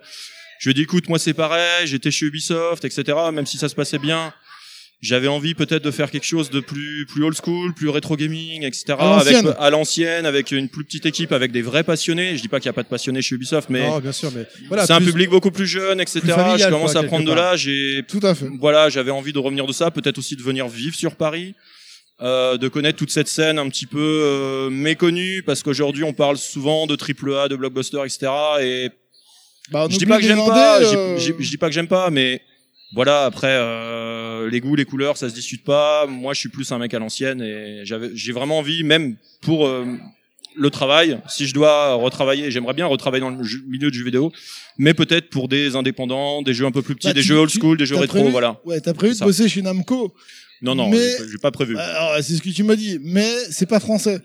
Speaker 11: Je lui ai dit, écoute, moi c'est pareil, j'étais chez Ubisoft, etc. Même si ça se passait bien, J'avais envie peut-être de faire quelque chose de plus plus old school, plus rétro gaming, etc.
Speaker 1: À
Speaker 11: avec- euh,
Speaker 1: l'ancienne.
Speaker 11: à l'ancienne, avec une plus petite équipe, avec des vrais passionnés. Je dis pas qu'il n'y a pas de passionnés chez Ubisoft, mais
Speaker 1: Non, bien sûr, mais voilà,
Speaker 11: c'est un
Speaker 1: plus-
Speaker 11: public beaucoup plus jeune, etc.
Speaker 1: plus familial,
Speaker 11: je commence
Speaker 1: quoi,
Speaker 11: à prendre de
Speaker 1: quelque part.
Speaker 11: l'âge et
Speaker 10: tout à fait.
Speaker 11: Voilà, j'avais envie de revenir de ça, peut-être aussi de venir vivre sur Paris, euh, de connaître toute cette scène un petit peu euh, méconnue parce qu'aujourd'hui on parle souvent de triple A, de blockbuster, etc. Et
Speaker 10: Bah,
Speaker 11: je
Speaker 10: on
Speaker 11: dis
Speaker 10: oublie
Speaker 11: pas que
Speaker 10: les
Speaker 11: j'aime
Speaker 10: Vendées,
Speaker 11: pas,
Speaker 10: euh,
Speaker 11: j'ai- j'ai- je dis pas que j'aime pas, mais voilà. Après, euh, les goûts, les couleurs, ça se discute pas. Moi, je suis plus un mec à l'ancienne et j'avais, j'ai vraiment envie, même pour euh, le travail, si je dois retravailler, j'aimerais bien retravailler dans le jeu- milieu du jeu vidéo, mais peut-être pour des indépendants, des jeux un peu plus petits,
Speaker 10: Bah,
Speaker 11: des
Speaker 10: tu-
Speaker 11: jeux old
Speaker 10: tu-
Speaker 11: school, des jeux
Speaker 10: t'as
Speaker 11: rétro,
Speaker 10: prévu-
Speaker 11: voilà.
Speaker 10: Ouais, t'as prévu de
Speaker 11: Ça.
Speaker 10: bosser chez Namco.
Speaker 11: Non, non,
Speaker 10: Mais- bah, euh,
Speaker 11: j'ai pas- j'ai pas prévu.
Speaker 10: Alors, c'est ce que tu m'as dit, mais c'est pas français.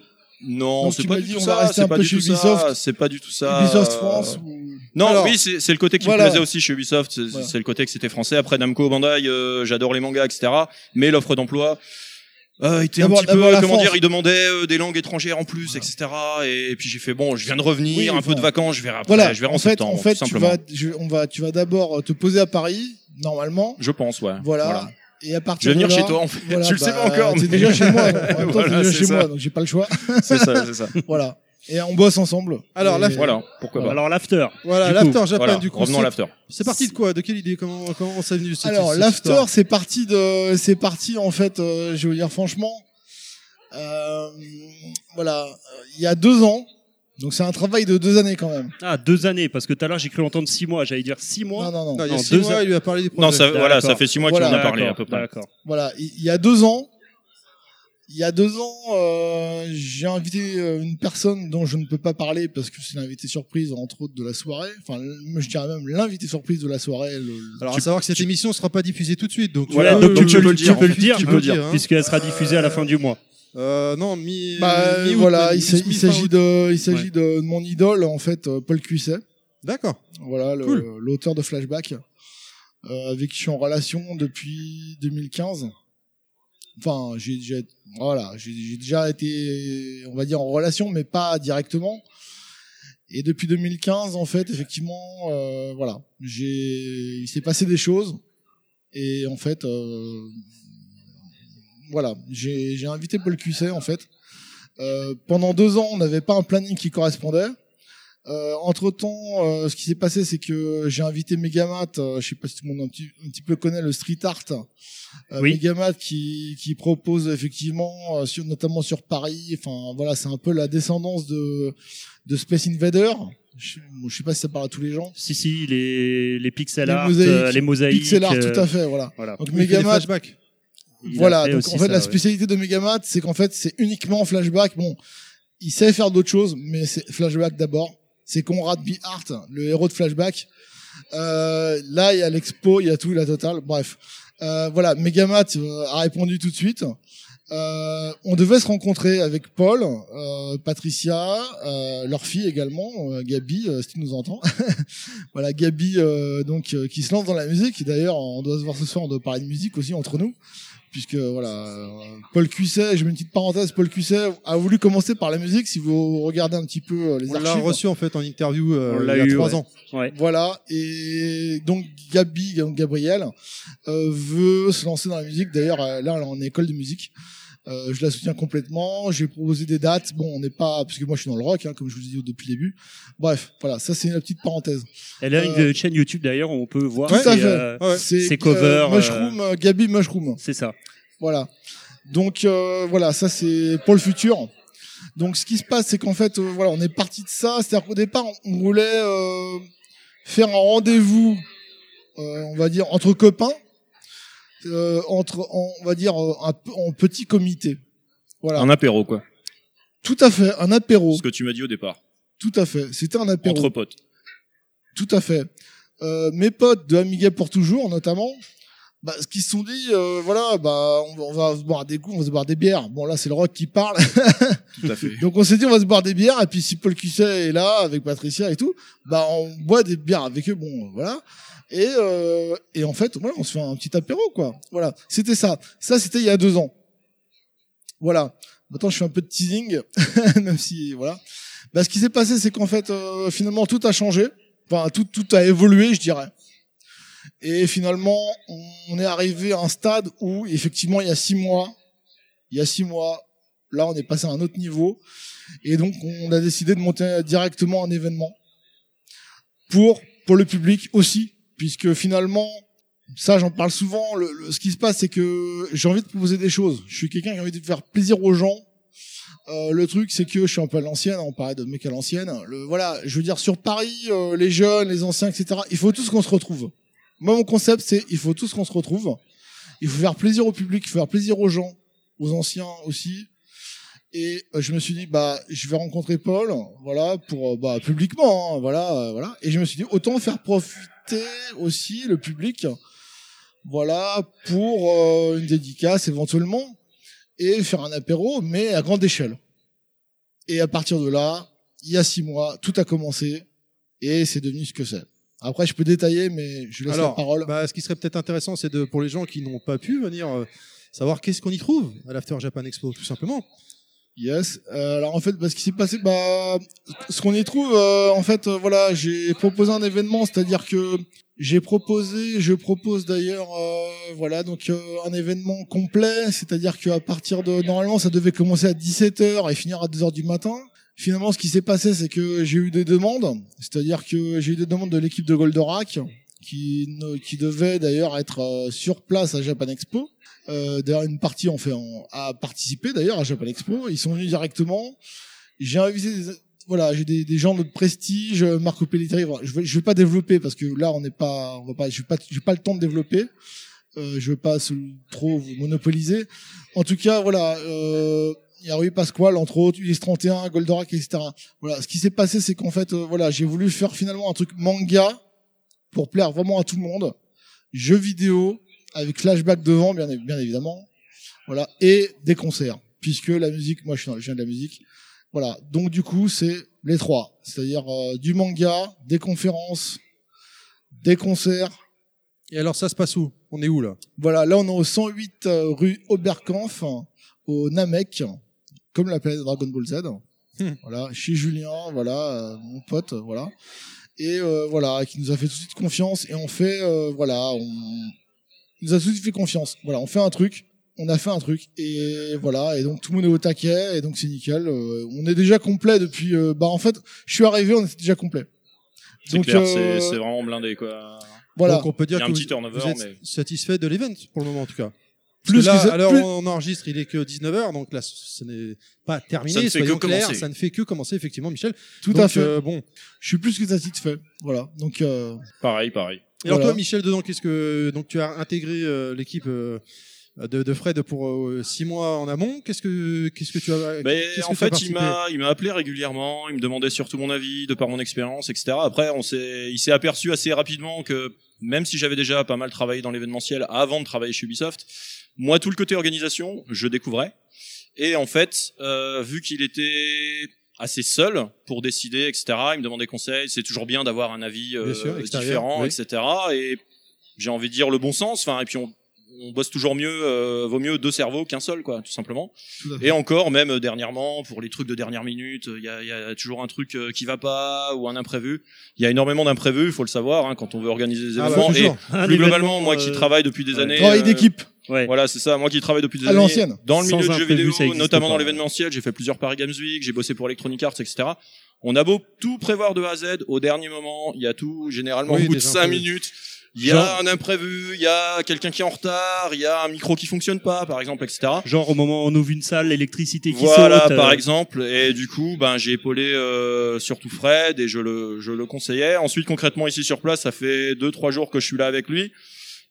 Speaker 11: Non,
Speaker 10: donc
Speaker 11: c'est
Speaker 10: tu
Speaker 11: pas,
Speaker 10: m'as
Speaker 11: du
Speaker 10: dit,
Speaker 11: tout
Speaker 10: on va
Speaker 11: ça,
Speaker 10: rester un
Speaker 11: c'est pas
Speaker 10: peu
Speaker 11: du
Speaker 10: chez
Speaker 11: tout ça,
Speaker 10: Ubisoft.
Speaker 11: c'est pas du tout ça.
Speaker 10: Ubisoft
Speaker 11: euh,
Speaker 10: France ou-
Speaker 11: Non,
Speaker 10: Alors,
Speaker 11: oui, c'est c'est le côté qui
Speaker 10: voilà.
Speaker 11: me plaisait aussi chez Ubisoft, c'est
Speaker 10: Voilà.
Speaker 11: c'est le côté que c'était français. Après Namco, Bandai, euh, j'adore les mangas, etc. Mais l'offre d'emploi
Speaker 4: Ah,
Speaker 11: euh, était un
Speaker 10: D'abord-
Speaker 11: petit peu,
Speaker 10: d'abord la
Speaker 11: comment
Speaker 10: France.
Speaker 11: dire, ils demandaient euh, des langues étrangères en plus, etc. Et, puis j'ai fait bon, je viens de revenir,
Speaker 10: Oui,
Speaker 11: un peu
Speaker 10: bon.
Speaker 11: de vacances, je verrai après,
Speaker 10: Voilà,
Speaker 11: je verrai en,
Speaker 10: en fait,
Speaker 11: septembre,
Speaker 10: en fait,
Speaker 11: tout
Speaker 10: tu
Speaker 11: simplement.
Speaker 10: vas, je- on va, tu vas d'abord te poser à Paris, normalement.
Speaker 11: Je pense, ouais.
Speaker 10: Voilà.
Speaker 11: Voilà.
Speaker 10: Et à
Speaker 11: Je
Speaker 10: partir
Speaker 11: vais venir
Speaker 10: de là,
Speaker 11: chez toi, en fait.
Speaker 10: voilà,
Speaker 11: tu le sais
Speaker 10: bah,
Speaker 11: pas encore.
Speaker 10: T'es
Speaker 11: mais-
Speaker 10: déjà chez moi. En même temps,
Speaker 11: Voilà,
Speaker 10: t'es déjà
Speaker 11: c'est
Speaker 10: chez
Speaker 11: ça.
Speaker 10: moi, donc j'ai pas le choix.
Speaker 11: C'est ça, c'est ça.
Speaker 10: Voilà. Et on bosse ensemble.
Speaker 1: Alors,
Speaker 10: Et-
Speaker 1: l'after-
Speaker 11: Voilà, pourquoi pas.
Speaker 4: Alors l'after.
Speaker 1: Voilà,
Speaker 4: Du
Speaker 1: l'After
Speaker 4: coup,
Speaker 1: Japan,
Speaker 11: Voilà,
Speaker 1: du coup.
Speaker 11: revenons à
Speaker 1: c'est-
Speaker 11: l'after.
Speaker 1: C'est parti de quoi De quelle idée Comment, comment c'est venu cette-
Speaker 10: Alors
Speaker 1: cette
Speaker 10: l'after
Speaker 1: histoire
Speaker 10: c'est parti de c'est parti en fait euh, je vais vous dire franchement euh, voilà euh, il y a deux ans donc c'est un travail de deux années quand même
Speaker 4: Ah, deux années, parce que tout à l'heure j'ai cru entendre six mois. J'allais dire six mois.
Speaker 10: non non non,
Speaker 1: Non, il y a
Speaker 4: Non,
Speaker 1: six
Speaker 4: deux
Speaker 1: mois,
Speaker 4: ans.
Speaker 1: il lui a parlé du projet.
Speaker 11: Non, ça, voilà, ça
Speaker 4: D'accord.
Speaker 11: fait six mois
Speaker 10: Voilà.
Speaker 11: qu'il en a
Speaker 4: D'accord,
Speaker 11: parlé à peu près.
Speaker 4: D'accord.
Speaker 10: voilà il il y a deux ans il y a deux ans euh, j'ai invité euh, une personne dont je ne peux pas parler parce que c'est l'invité surprise entre autres de la soirée enfin l- je dirais même l'invité surprise de la soirée le- le-
Speaker 1: Alors, à savoir que cette émission ne sera pas diffusée tout de suite. Donc, tu
Speaker 4: Voilà,
Speaker 1: peux-
Speaker 4: donc tu peux le dire,
Speaker 1: tu
Speaker 4: tu peux le dire,
Speaker 1: tu peux le dire. hein.
Speaker 4: puisqu'elle sera diffusée à la fin du mois.
Speaker 1: Euh, non, mi.
Speaker 10: bah
Speaker 1: mi-août,
Speaker 10: voilà
Speaker 1: mi-
Speaker 10: il s'agit- il
Speaker 1: mi-fin
Speaker 10: s'agit
Speaker 1: août.
Speaker 10: de il s'agit de mon idole en fait euh, Paul Cuisset
Speaker 1: D'accord.
Speaker 10: Voilà, le-
Speaker 1: Cool.
Speaker 10: l'auteur de Flashback, euh, avec qui je suis en relation depuis 2015. Enfin, j'ai déjà, voilà, j'ai j'ai déjà été, on va dire, en relation, mais pas directement. Et depuis 2015, en fait, effectivement, euh, voilà, j'ai, il s'est passé des choses, et en fait, euh, voilà, j'ai j'ai invité Paul Cusset, en fait. Euh, pendant deux ans, on n'avait pas un planning qui correspondait. Euh, entre temps, ce qui s'est passé, c'est que j'ai invité Megamat. Euh, je sais pas si tout le monde un petit, un petit peu connaît le street art. Euh,
Speaker 4: Oui.
Speaker 10: Megamat qui, qui propose effectivement, euh, sur, notamment sur Paris. Enfin, voilà, c'est un peu la descendance de, de Space Invader. Je, bon, je sais pas si ça parle à tous les gens.
Speaker 4: Si, si, les, les pixel
Speaker 10: Les
Speaker 4: art,
Speaker 10: mosaïques.
Speaker 4: euh, les mosaïques.
Speaker 10: Pixel art,
Speaker 4: euh,
Speaker 10: tout à fait. Voilà.
Speaker 4: Voilà.
Speaker 10: Donc
Speaker 1: Il fait des
Speaker 10: Megamat,
Speaker 1: flashbacks.
Speaker 4: Il a
Speaker 10: voilà,
Speaker 4: fait
Speaker 10: donc
Speaker 4: aussi
Speaker 10: en fait
Speaker 4: ça,
Speaker 10: la
Speaker 4: ouais.
Speaker 10: spécialité de Megamat, c'est qu'en fait c'est uniquement flashback. Bon, il sait faire d'autres choses, mais c'est flashback d'abord. C'est Conrad B. Hart, le héros de flashback. Euh, là, il y a l'expo, il y a tout, la totale. Bref, Euh, voilà, Megamat euh, a répondu tout de suite. Euh, on devait se rencontrer avec Paul, euh, Patricia, euh, leur fille également, euh, Gabi, euh, si tu nous entends. voilà, Gabi euh, donc euh, qui se lance dans la musique. Et D'ailleurs, on doit se voir ce soir, on doit parler de musique aussi entre nous puisque voilà, euh, Paul Cusset, je mets une petite parenthèse, Paul Cusset a voulu commencer par la musique, si vous regardez un petit peu euh, les
Speaker 1: On l'a
Speaker 10: archives.
Speaker 1: reçu en fait en interview euh,
Speaker 4: On
Speaker 1: il
Speaker 4: l'a
Speaker 1: y a
Speaker 4: eu,
Speaker 1: trois
Speaker 4: ouais.
Speaker 1: ans.
Speaker 10: Voilà, et donc Gabi, donc Gabrielle, euh, veut se lancer dans la musique, d'ailleurs euh, là elle est en école de musique, Euh, je la soutiens complètement, j'ai proposé des dates, bon on n'est pas, parce que moi je suis dans le rock, hein, comme je vous ai dit depuis le début, bref, voilà, ça c'est la petite parenthèse.
Speaker 4: Elle a une
Speaker 10: Euh,
Speaker 4: chaîne YouTube d'ailleurs où on peut voir
Speaker 10: Tout à
Speaker 4: ses,
Speaker 10: fait.
Speaker 4: euh,
Speaker 1: Ouais.
Speaker 4: ses covers.
Speaker 10: euh,
Speaker 4: euh,
Speaker 10: Mushroom, euh, Gabi Mushroom.
Speaker 4: c'est ça.
Speaker 10: Voilà. Donc euh, voilà, ça c'est pour le futur. Donc ce qui se passe, c'est qu'en fait, euh, voilà, on est parti de ça. C'est-à-dire qu'au départ, on voulait euh, faire un rendez-vous, euh, on va dire entre copains, euh, entre, on va dire euh, un peu- en petit comité. Voilà.
Speaker 11: Un apéro, quoi.
Speaker 10: Tout à fait, un apéro.
Speaker 11: Ce que tu m'as dit au départ.
Speaker 10: Tout à fait. C'était un apéro.
Speaker 11: Entre potes.
Speaker 10: Tout à fait. Euh, mes potes de Amiga pour toujours, notamment, bah, ce qu'ils se sont dit, euh, voilà, bah, on, va- on va se boire des coups, on va se boire des bières. Bon, là, c'est le rock qui parle.
Speaker 11: Tout à fait.
Speaker 10: Donc, on s'est dit, on va se boire des bières. Et puis, si Paul Cusset est là, avec Patricia et tout, bah, on boit des bières avec eux. Bon, voilà. Et, euh, et en fait, voilà, on se fait un petit apéro, quoi. Voilà. C'était ça. Ça, c'était il y a deux ans. Voilà. Maintenant, je fais un peu de teasing, même si, voilà. Bah, ce qui s'est passé, c'est qu'en fait, euh, finalement, tout a changé. Enfin, tout, tout a évolué, je dirais. Et finalement, on on est arrivé à un stade où, effectivement, il y a six mois, il y a six mois, là, on est passé à un autre niveau. Et donc, on a décidé de monter directement un événement pour, pour le public aussi, puisque finalement, ça, j'en parle souvent. Le- le- ce qui se passe, c'est que j'ai envie de proposer des choses. Je suis quelqu'un qui a envie de faire plaisir aux gens. Euh, le truc, c'est que je suis un peu à l'ancienne. On parlait de mec à l'ancienne. Le- Voilà, je veux dire, sur Paris, euh, les jeunes, les anciens, etc. Il faut tous qu'on se retrouve. Moi, mon concept, c'est il faut tous qu'on se retrouve. Il faut faire plaisir au public, il faut faire plaisir aux gens, aux anciens aussi. Et euh, je me suis dit, bah, je vais rencontrer Paul, voilà, pour euh, bah, publiquement, hein, voilà, euh, voilà. Et je me suis dit, autant faire profiter aussi le public, voilà, pour euh, une dédicace éventuellement et faire un apéro, mais à grande échelle. Et à partir de là, il y a six mois, tout a commencé et c'est devenu ce que c'est. Après, je peux détailler, mais je laisse la
Speaker 1: Alors,
Speaker 10: parole.
Speaker 1: bah, ce qui serait peut-être intéressant, c'est de pour les gens qui n'ont pas pu venir, euh, savoir qu'est-ce qu'on y trouve à l'After Japan Expo, tout simplement.
Speaker 10: Yes. Euh, alors en fait, bah, ce qui s'est passé, bah, ce qu'on y trouve, euh, en fait, euh, voilà, j'ai proposé un événement, c'est-à-dire que j'ai proposé, je propose d'ailleurs, euh, voilà, donc euh, un événement complet, c'est-à-dire qu'à partir de, normalement, ça devait commencer à 17h et finir à 2h du matin. Finalement, ce qui s'est passé, c'est que j'ai eu des demandes, c'est-à-dire que j'ai eu des demandes de l'équipe de Goldorak, qui, ne- qui devait d'ailleurs être euh, sur place à Japan Expo. Euh, d'ailleurs, une partie en fait en- a participé d'ailleurs à Japan Expo. Ils sont venus directement. J'ai invité des, voilà, j'ai des, des gens de prestige, euh, Marco Pelletri. voilà, je vais, je vais pas développer parce que là, on n'est pas, on va pas, j'ai pas, j'ai pas le temps de développer. Euh, je veux pas se- trop vous monopoliser. En tout cas, voilà, euh, il y a Rui Pasquale, entre autres, US 31, Goldorak, etc. Voilà, ce qui s'est passé, c'est qu'en fait, euh, voilà, j'ai voulu faire finalement un truc manga pour plaire vraiment à tout le monde. Jeux vidéo avec flashback devant, bien, bien évidemment. Voilà et des concerts puisque la musique, moi je suis- je viens de la musique. Voilà donc du coup c'est les trois, c'est-à-dire euh, du manga, des conférences, des concerts.
Speaker 1: Et alors, ça se passe où On est où là
Speaker 10: Voilà là on est au 108 euh, rue Oberkampf au Namek, comme la planète Dragon Ball Z.
Speaker 1: Hmm.
Speaker 10: Voilà chez Julien, voilà euh, mon pote, voilà et euh, voilà qui nous a fait tout de suite confiance et on fait euh, voilà on il nous a tout de suite fait confiance. Voilà, on fait un truc, on a fait un truc, et voilà, et donc tout le monde est au taquet, et donc c'est nickel. Euh, on est déjà complet depuis. euh, bah en fait, je suis arrivé, on était déjà complet.
Speaker 11: C'est
Speaker 10: Donc,
Speaker 11: clair,
Speaker 10: euh,
Speaker 11: c'est- c'est vraiment blindé quoi.
Speaker 10: Voilà.
Speaker 1: Donc, on peut dire
Speaker 11: Il y a un
Speaker 1: que
Speaker 11: petit
Speaker 1: vous-
Speaker 11: turnover,
Speaker 1: vous êtes
Speaker 11: mais-
Speaker 1: satisfait de l'event pour le moment en tout cas.
Speaker 10: Plus
Speaker 1: Parce que
Speaker 10: que
Speaker 1: là,
Speaker 10: ça-
Speaker 1: alors
Speaker 10: plus-
Speaker 1: on enregistre, il est que 19h, donc là, ce n'est pas terminé.
Speaker 10: Ça ne fait
Speaker 1: soyons
Speaker 10: que
Speaker 1: clairs,
Speaker 10: commencer.
Speaker 1: Ça ne fait que commencer, effectivement, Michel.
Speaker 10: Tout
Speaker 1: Donc,
Speaker 10: à fait.
Speaker 1: euh, bon.
Speaker 10: Je suis plus que satisfait. Voilà, donc. euh,
Speaker 11: Pareil, pareil.
Speaker 1: Et alors
Speaker 10: Voilà.
Speaker 1: toi, Michel, dedans, qu'est-ce que donc tu as intégré euh, l'équipe euh, de, de Fred pour euh, six mois en amont Qu'est-ce que qu'est-ce que tu as
Speaker 11: Ben,
Speaker 1: qu'est-ce que
Speaker 11: en
Speaker 1: tu as
Speaker 11: fait, il
Speaker 1: participé
Speaker 11: m'a, il m'a appelé régulièrement, il me demandait surtout mon avis, de par mon expérience, etc. Après, on s'est, il s'est aperçu assez rapidement que même si j'avais déjà pas mal travaillé dans l'événementiel avant de travailler chez Ubisoft, moi, tout le côté organisation, je découvrais. Et en fait, euh, vu qu'il était assez seul pour décider, etc., il me demandait conseil. C'est toujours bien d'avoir un avis euh,
Speaker 1: Bien sûr, extérieur,
Speaker 11: différent,
Speaker 1: oui.
Speaker 11: etc. Et j'ai envie de dire le bon sens. Enfin, et puis on, on bosse toujours mieux, euh, vaut mieux deux cerveaux qu'un seul, quoi, tout simplement.
Speaker 10: Tout à fait.
Speaker 11: Et encore, même euh, dernièrement, pour les trucs de dernière minute, euh, il y a, il y a toujours un truc euh, qui va pas ou un imprévu. Il y a énormément d'imprévus, il faut le savoir, hein, quand on veut organiser des
Speaker 10: Ah bah,
Speaker 11: événements. et
Speaker 10: toujours.
Speaker 11: plus
Speaker 10: Un
Speaker 11: globalement,
Speaker 10: événement,
Speaker 11: moi
Speaker 10: euh,
Speaker 11: qui travaille depuis des
Speaker 10: ouais.
Speaker 11: années. euh,
Speaker 10: Travail d'équipe.
Speaker 11: Voilà, c'est ça. Moi qui travaille depuis des
Speaker 10: À
Speaker 11: années.
Speaker 10: l'ancienne.
Speaker 11: Dans le
Speaker 10: Sans
Speaker 11: milieu du jeu
Speaker 10: imprévu,
Speaker 11: vidéo,
Speaker 10: ça existe
Speaker 11: notamment
Speaker 10: pas.
Speaker 11: dans l'événementiel, j'ai fait plusieurs Paris Games Week, j'ai bossé pour Electronic Arts, etc. On a beau tout prévoir de A à Z, au dernier moment, il y a tout, généralement
Speaker 1: Oui,
Speaker 11: au bout de
Speaker 1: des
Speaker 11: 5
Speaker 1: imprévus.
Speaker 11: minutes, il y a
Speaker 1: Genre-
Speaker 11: un imprévu, il y a quelqu'un qui est en retard, il y a un micro qui fonctionne pas, par exemple, etc.
Speaker 12: Genre au moment où on ouvre une salle, l'électricité qui
Speaker 11: Voilà,
Speaker 12: saute. euh,
Speaker 11: par exemple. Et du coup, ben, j'ai épaulé euh, surtout Fred et je le, je le conseillais. Ensuite, concrètement, ici sur place, ça fait deux, trois jours que je suis là avec lui.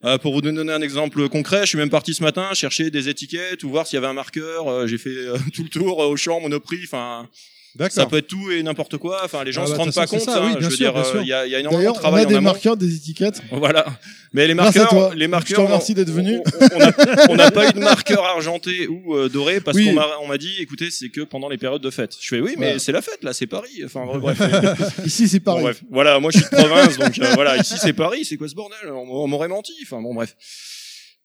Speaker 11: Euh, pour vous donner un exemple concret, je suis même parti ce matin chercher des étiquettes ou voir s'il y avait un marqueur. Euh, j'ai fait euh, tout le tour euh, au champ, Monoprix. Enfin,
Speaker 1: D'accord.
Speaker 11: ça peut être tout et n'importe quoi. Enfin, les gens
Speaker 1: Ah
Speaker 11: se
Speaker 1: bah,
Speaker 11: rendent
Speaker 1: de toute
Speaker 11: pas
Speaker 1: façon,
Speaker 11: compte.
Speaker 1: c'est ça, oui,
Speaker 11: hein.
Speaker 1: bien
Speaker 11: je veux
Speaker 1: sûr,
Speaker 11: dire,
Speaker 1: bien
Speaker 11: euh,
Speaker 1: sûr.
Speaker 11: il y a, il y a énormément
Speaker 10: D'ailleurs,
Speaker 11: de
Speaker 10: on
Speaker 11: travail
Speaker 10: a
Speaker 11: en
Speaker 10: des
Speaker 11: amont.
Speaker 10: marqueurs, des étiquettes.
Speaker 11: Voilà. Mais les
Speaker 10: Grâce à
Speaker 11: marqueurs,
Speaker 10: toi.
Speaker 11: les marqueurs,
Speaker 10: Je te remercie d'être venu.
Speaker 11: on n'a pas eu de marqueur argenté ou euh, doré parce
Speaker 10: Oui.
Speaker 11: qu'on m'a on m'a dit écoutez c'est que pendant les périodes de fête. Je fais oui mais
Speaker 10: Voilà.
Speaker 11: c'est la fête là c'est Paris enfin bref.
Speaker 10: Ici, c'est
Speaker 11: Bon,
Speaker 10: pareil.
Speaker 11: bref. Voilà moi je suis de province donc euh, voilà ici c'est Paris c'est quoi ce bordel on, m'a- on m'aurait menti enfin bon bref.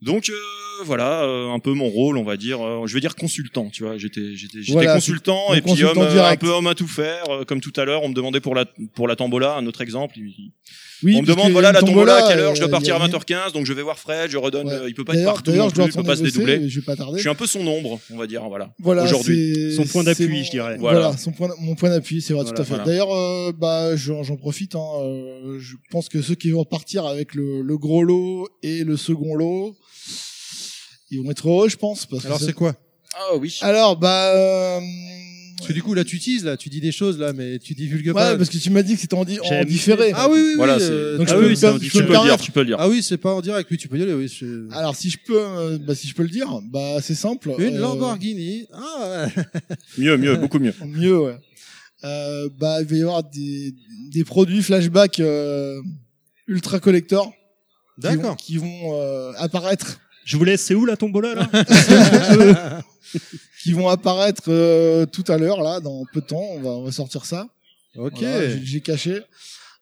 Speaker 11: Donc euh, voilà, euh, un peu mon rôle, on va dire. euh, je vais dire consultant, tu vois. J'étais, j'étais, j'étais
Speaker 10: Voilà,
Speaker 11: consultant
Speaker 10: c'est-
Speaker 11: et puis
Speaker 10: consultant
Speaker 11: homme, euh, un
Speaker 10: direct.
Speaker 11: peu homme à tout faire. euh, comme tout à l'heure, on me demandait pour la pour la tombola, un autre exemple. il-
Speaker 10: Oui,
Speaker 11: on me
Speaker 10: parce qu'il y
Speaker 11: demande
Speaker 10: a
Speaker 11: voilà
Speaker 10: une
Speaker 11: la tombola,
Speaker 10: tombola,
Speaker 11: à quelle heure je
Speaker 10: euh,
Speaker 11: dois partir
Speaker 10: il y a
Speaker 11: à 20h15, donc je vais voir Fred, je redonne. euh, il peut pas être
Speaker 10: D'ailleurs-
Speaker 11: partout,
Speaker 10: d'ailleurs,
Speaker 11: non
Speaker 10: je dois
Speaker 11: plus, il peut
Speaker 10: retourner
Speaker 11: pas se
Speaker 10: bosser,
Speaker 11: dédoubler.
Speaker 10: je vais pas tarder.
Speaker 11: suis un peu son ombre, on va dire, voilà.
Speaker 10: Voilà,
Speaker 11: Aujourd'hui,
Speaker 10: c'est- c'est mon-
Speaker 11: Voilà.
Speaker 10: Voilà, son point, mon point d'appui, c'est vrai,
Speaker 11: Voilà,
Speaker 10: tout à fait.
Speaker 11: voilà.
Speaker 10: D'ailleurs, euh, bah, j'en j'en profite. hein, euh, je pense que ceux qui vont partir avec le, le gros lot et le second lot, ils vont être heureux, je pense. Parce que
Speaker 1: Alors, c'est quoi
Speaker 11: Ah oui.
Speaker 10: Alors, bah. euh,
Speaker 1: Parce que du coup, là, tu utilises, là, tu dis des choses, là, mais tu divulgues pas.
Speaker 10: Ouais, parce que tu m'as dit que c'était en, di- en
Speaker 1: J'aime.
Speaker 10: différé.
Speaker 1: Ah oui, oui, oui.
Speaker 10: Voilà,
Speaker 1: euh,
Speaker 10: c'est- Donc,
Speaker 1: ah
Speaker 10: je
Speaker 1: oui,
Speaker 10: peux-
Speaker 1: ça,
Speaker 10: je peux le
Speaker 1: permettre.
Speaker 10: dire, tu peux le dire.
Speaker 1: Ah oui, c'est pas en direct, oui, tu peux y aller, oui. c'est-
Speaker 10: Alors, si je peux, euh, bah, si je peux le dire, bah, c'est simple.
Speaker 1: Une
Speaker 10: euh,
Speaker 1: Lamborghini. Ah
Speaker 11: Mieux, mieux, beaucoup mieux.
Speaker 10: mieux, ouais. Euh, bah, il va y avoir des, des produits flashback euh, ultra collector. qui
Speaker 1: D'accord.
Speaker 10: vont- Qui vont, euh, apparaître.
Speaker 12: Je vous laisse, c'est où la tombola là
Speaker 10: qui vont apparaître euh, tout à l'heure, là, dans peu de temps. On va, on va sortir ça.
Speaker 1: Ok.
Speaker 10: Voilà, j'ai- J'ai caché.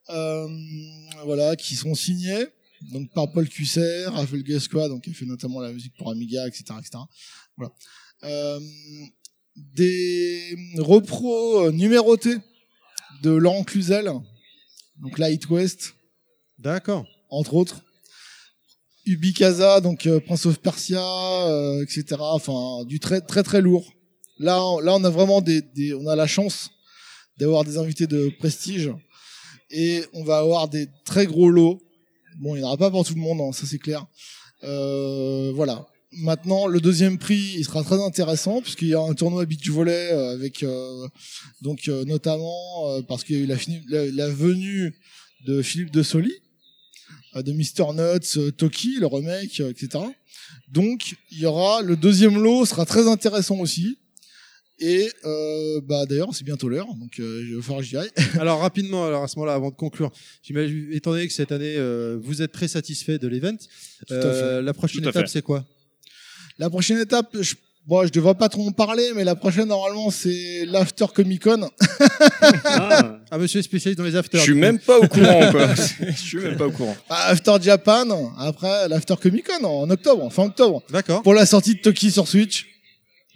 Speaker 10: Euh, voilà, qui sont signés. Donc par Paul Cusset, Raphaël Gascois, donc qui a fait notamment la musique pour Amiga, etc., etc. Voilà. Euh, des repros euh, numérotés de Laurent Cluzel, donc Light West.
Speaker 1: D'accord.
Speaker 10: Entre autres. Ubikaza, donc euh, Prince of Persia, euh, etc. Enfin, du très très très lourd. Là, on- là, on a vraiment des, des- on a la chance d'avoir des invités de prestige et on va avoir des très gros lots. Bon, il n'y en aura pas pour tout le monde, hein, ça c'est clair. Euh, voilà. Maintenant, le deuxième prix, il sera très intéressant puisqu'il y a un tournoi à beach volley euh, avec euh, donc euh, notamment euh, parce qu'il y a eu la, fini- la- la venue de Philippe de Soli, euh, de Mister Nuts, euh, Toki, le remake, euh, etc. Donc, il y aura le deuxième lot sera très intéressant aussi. Et euh, bah d'ailleurs, c'est bientôt l'heure, donc euh, je vais falloir que j'y aille.
Speaker 1: Alors rapidement, alors à ce moment-là, avant de conclure, j'imagine, étant donné que cette année, euh, vous êtes très satisfait de l'event,
Speaker 10: Tout à
Speaker 1: euh,
Speaker 10: fait.
Speaker 1: la prochaine
Speaker 10: Tout à
Speaker 1: étape,
Speaker 10: fait.
Speaker 1: c'est quoi
Speaker 10: La prochaine étape, je, bon, je devrais pas trop en parler, mais la prochaine normalement c'est l'after Comic Con.
Speaker 1: ah. monsieur est spécialiste dans les afters.
Speaker 11: Je suis
Speaker 1: du
Speaker 11: même
Speaker 1: coup.
Speaker 11: pas au courant, quoi. Je suis même pas au courant.
Speaker 10: Bah, after Japan, après l'after Comic Con en octobre, fin octobre.
Speaker 1: D'accord.
Speaker 10: Pour la sortie de Toki sur Switch.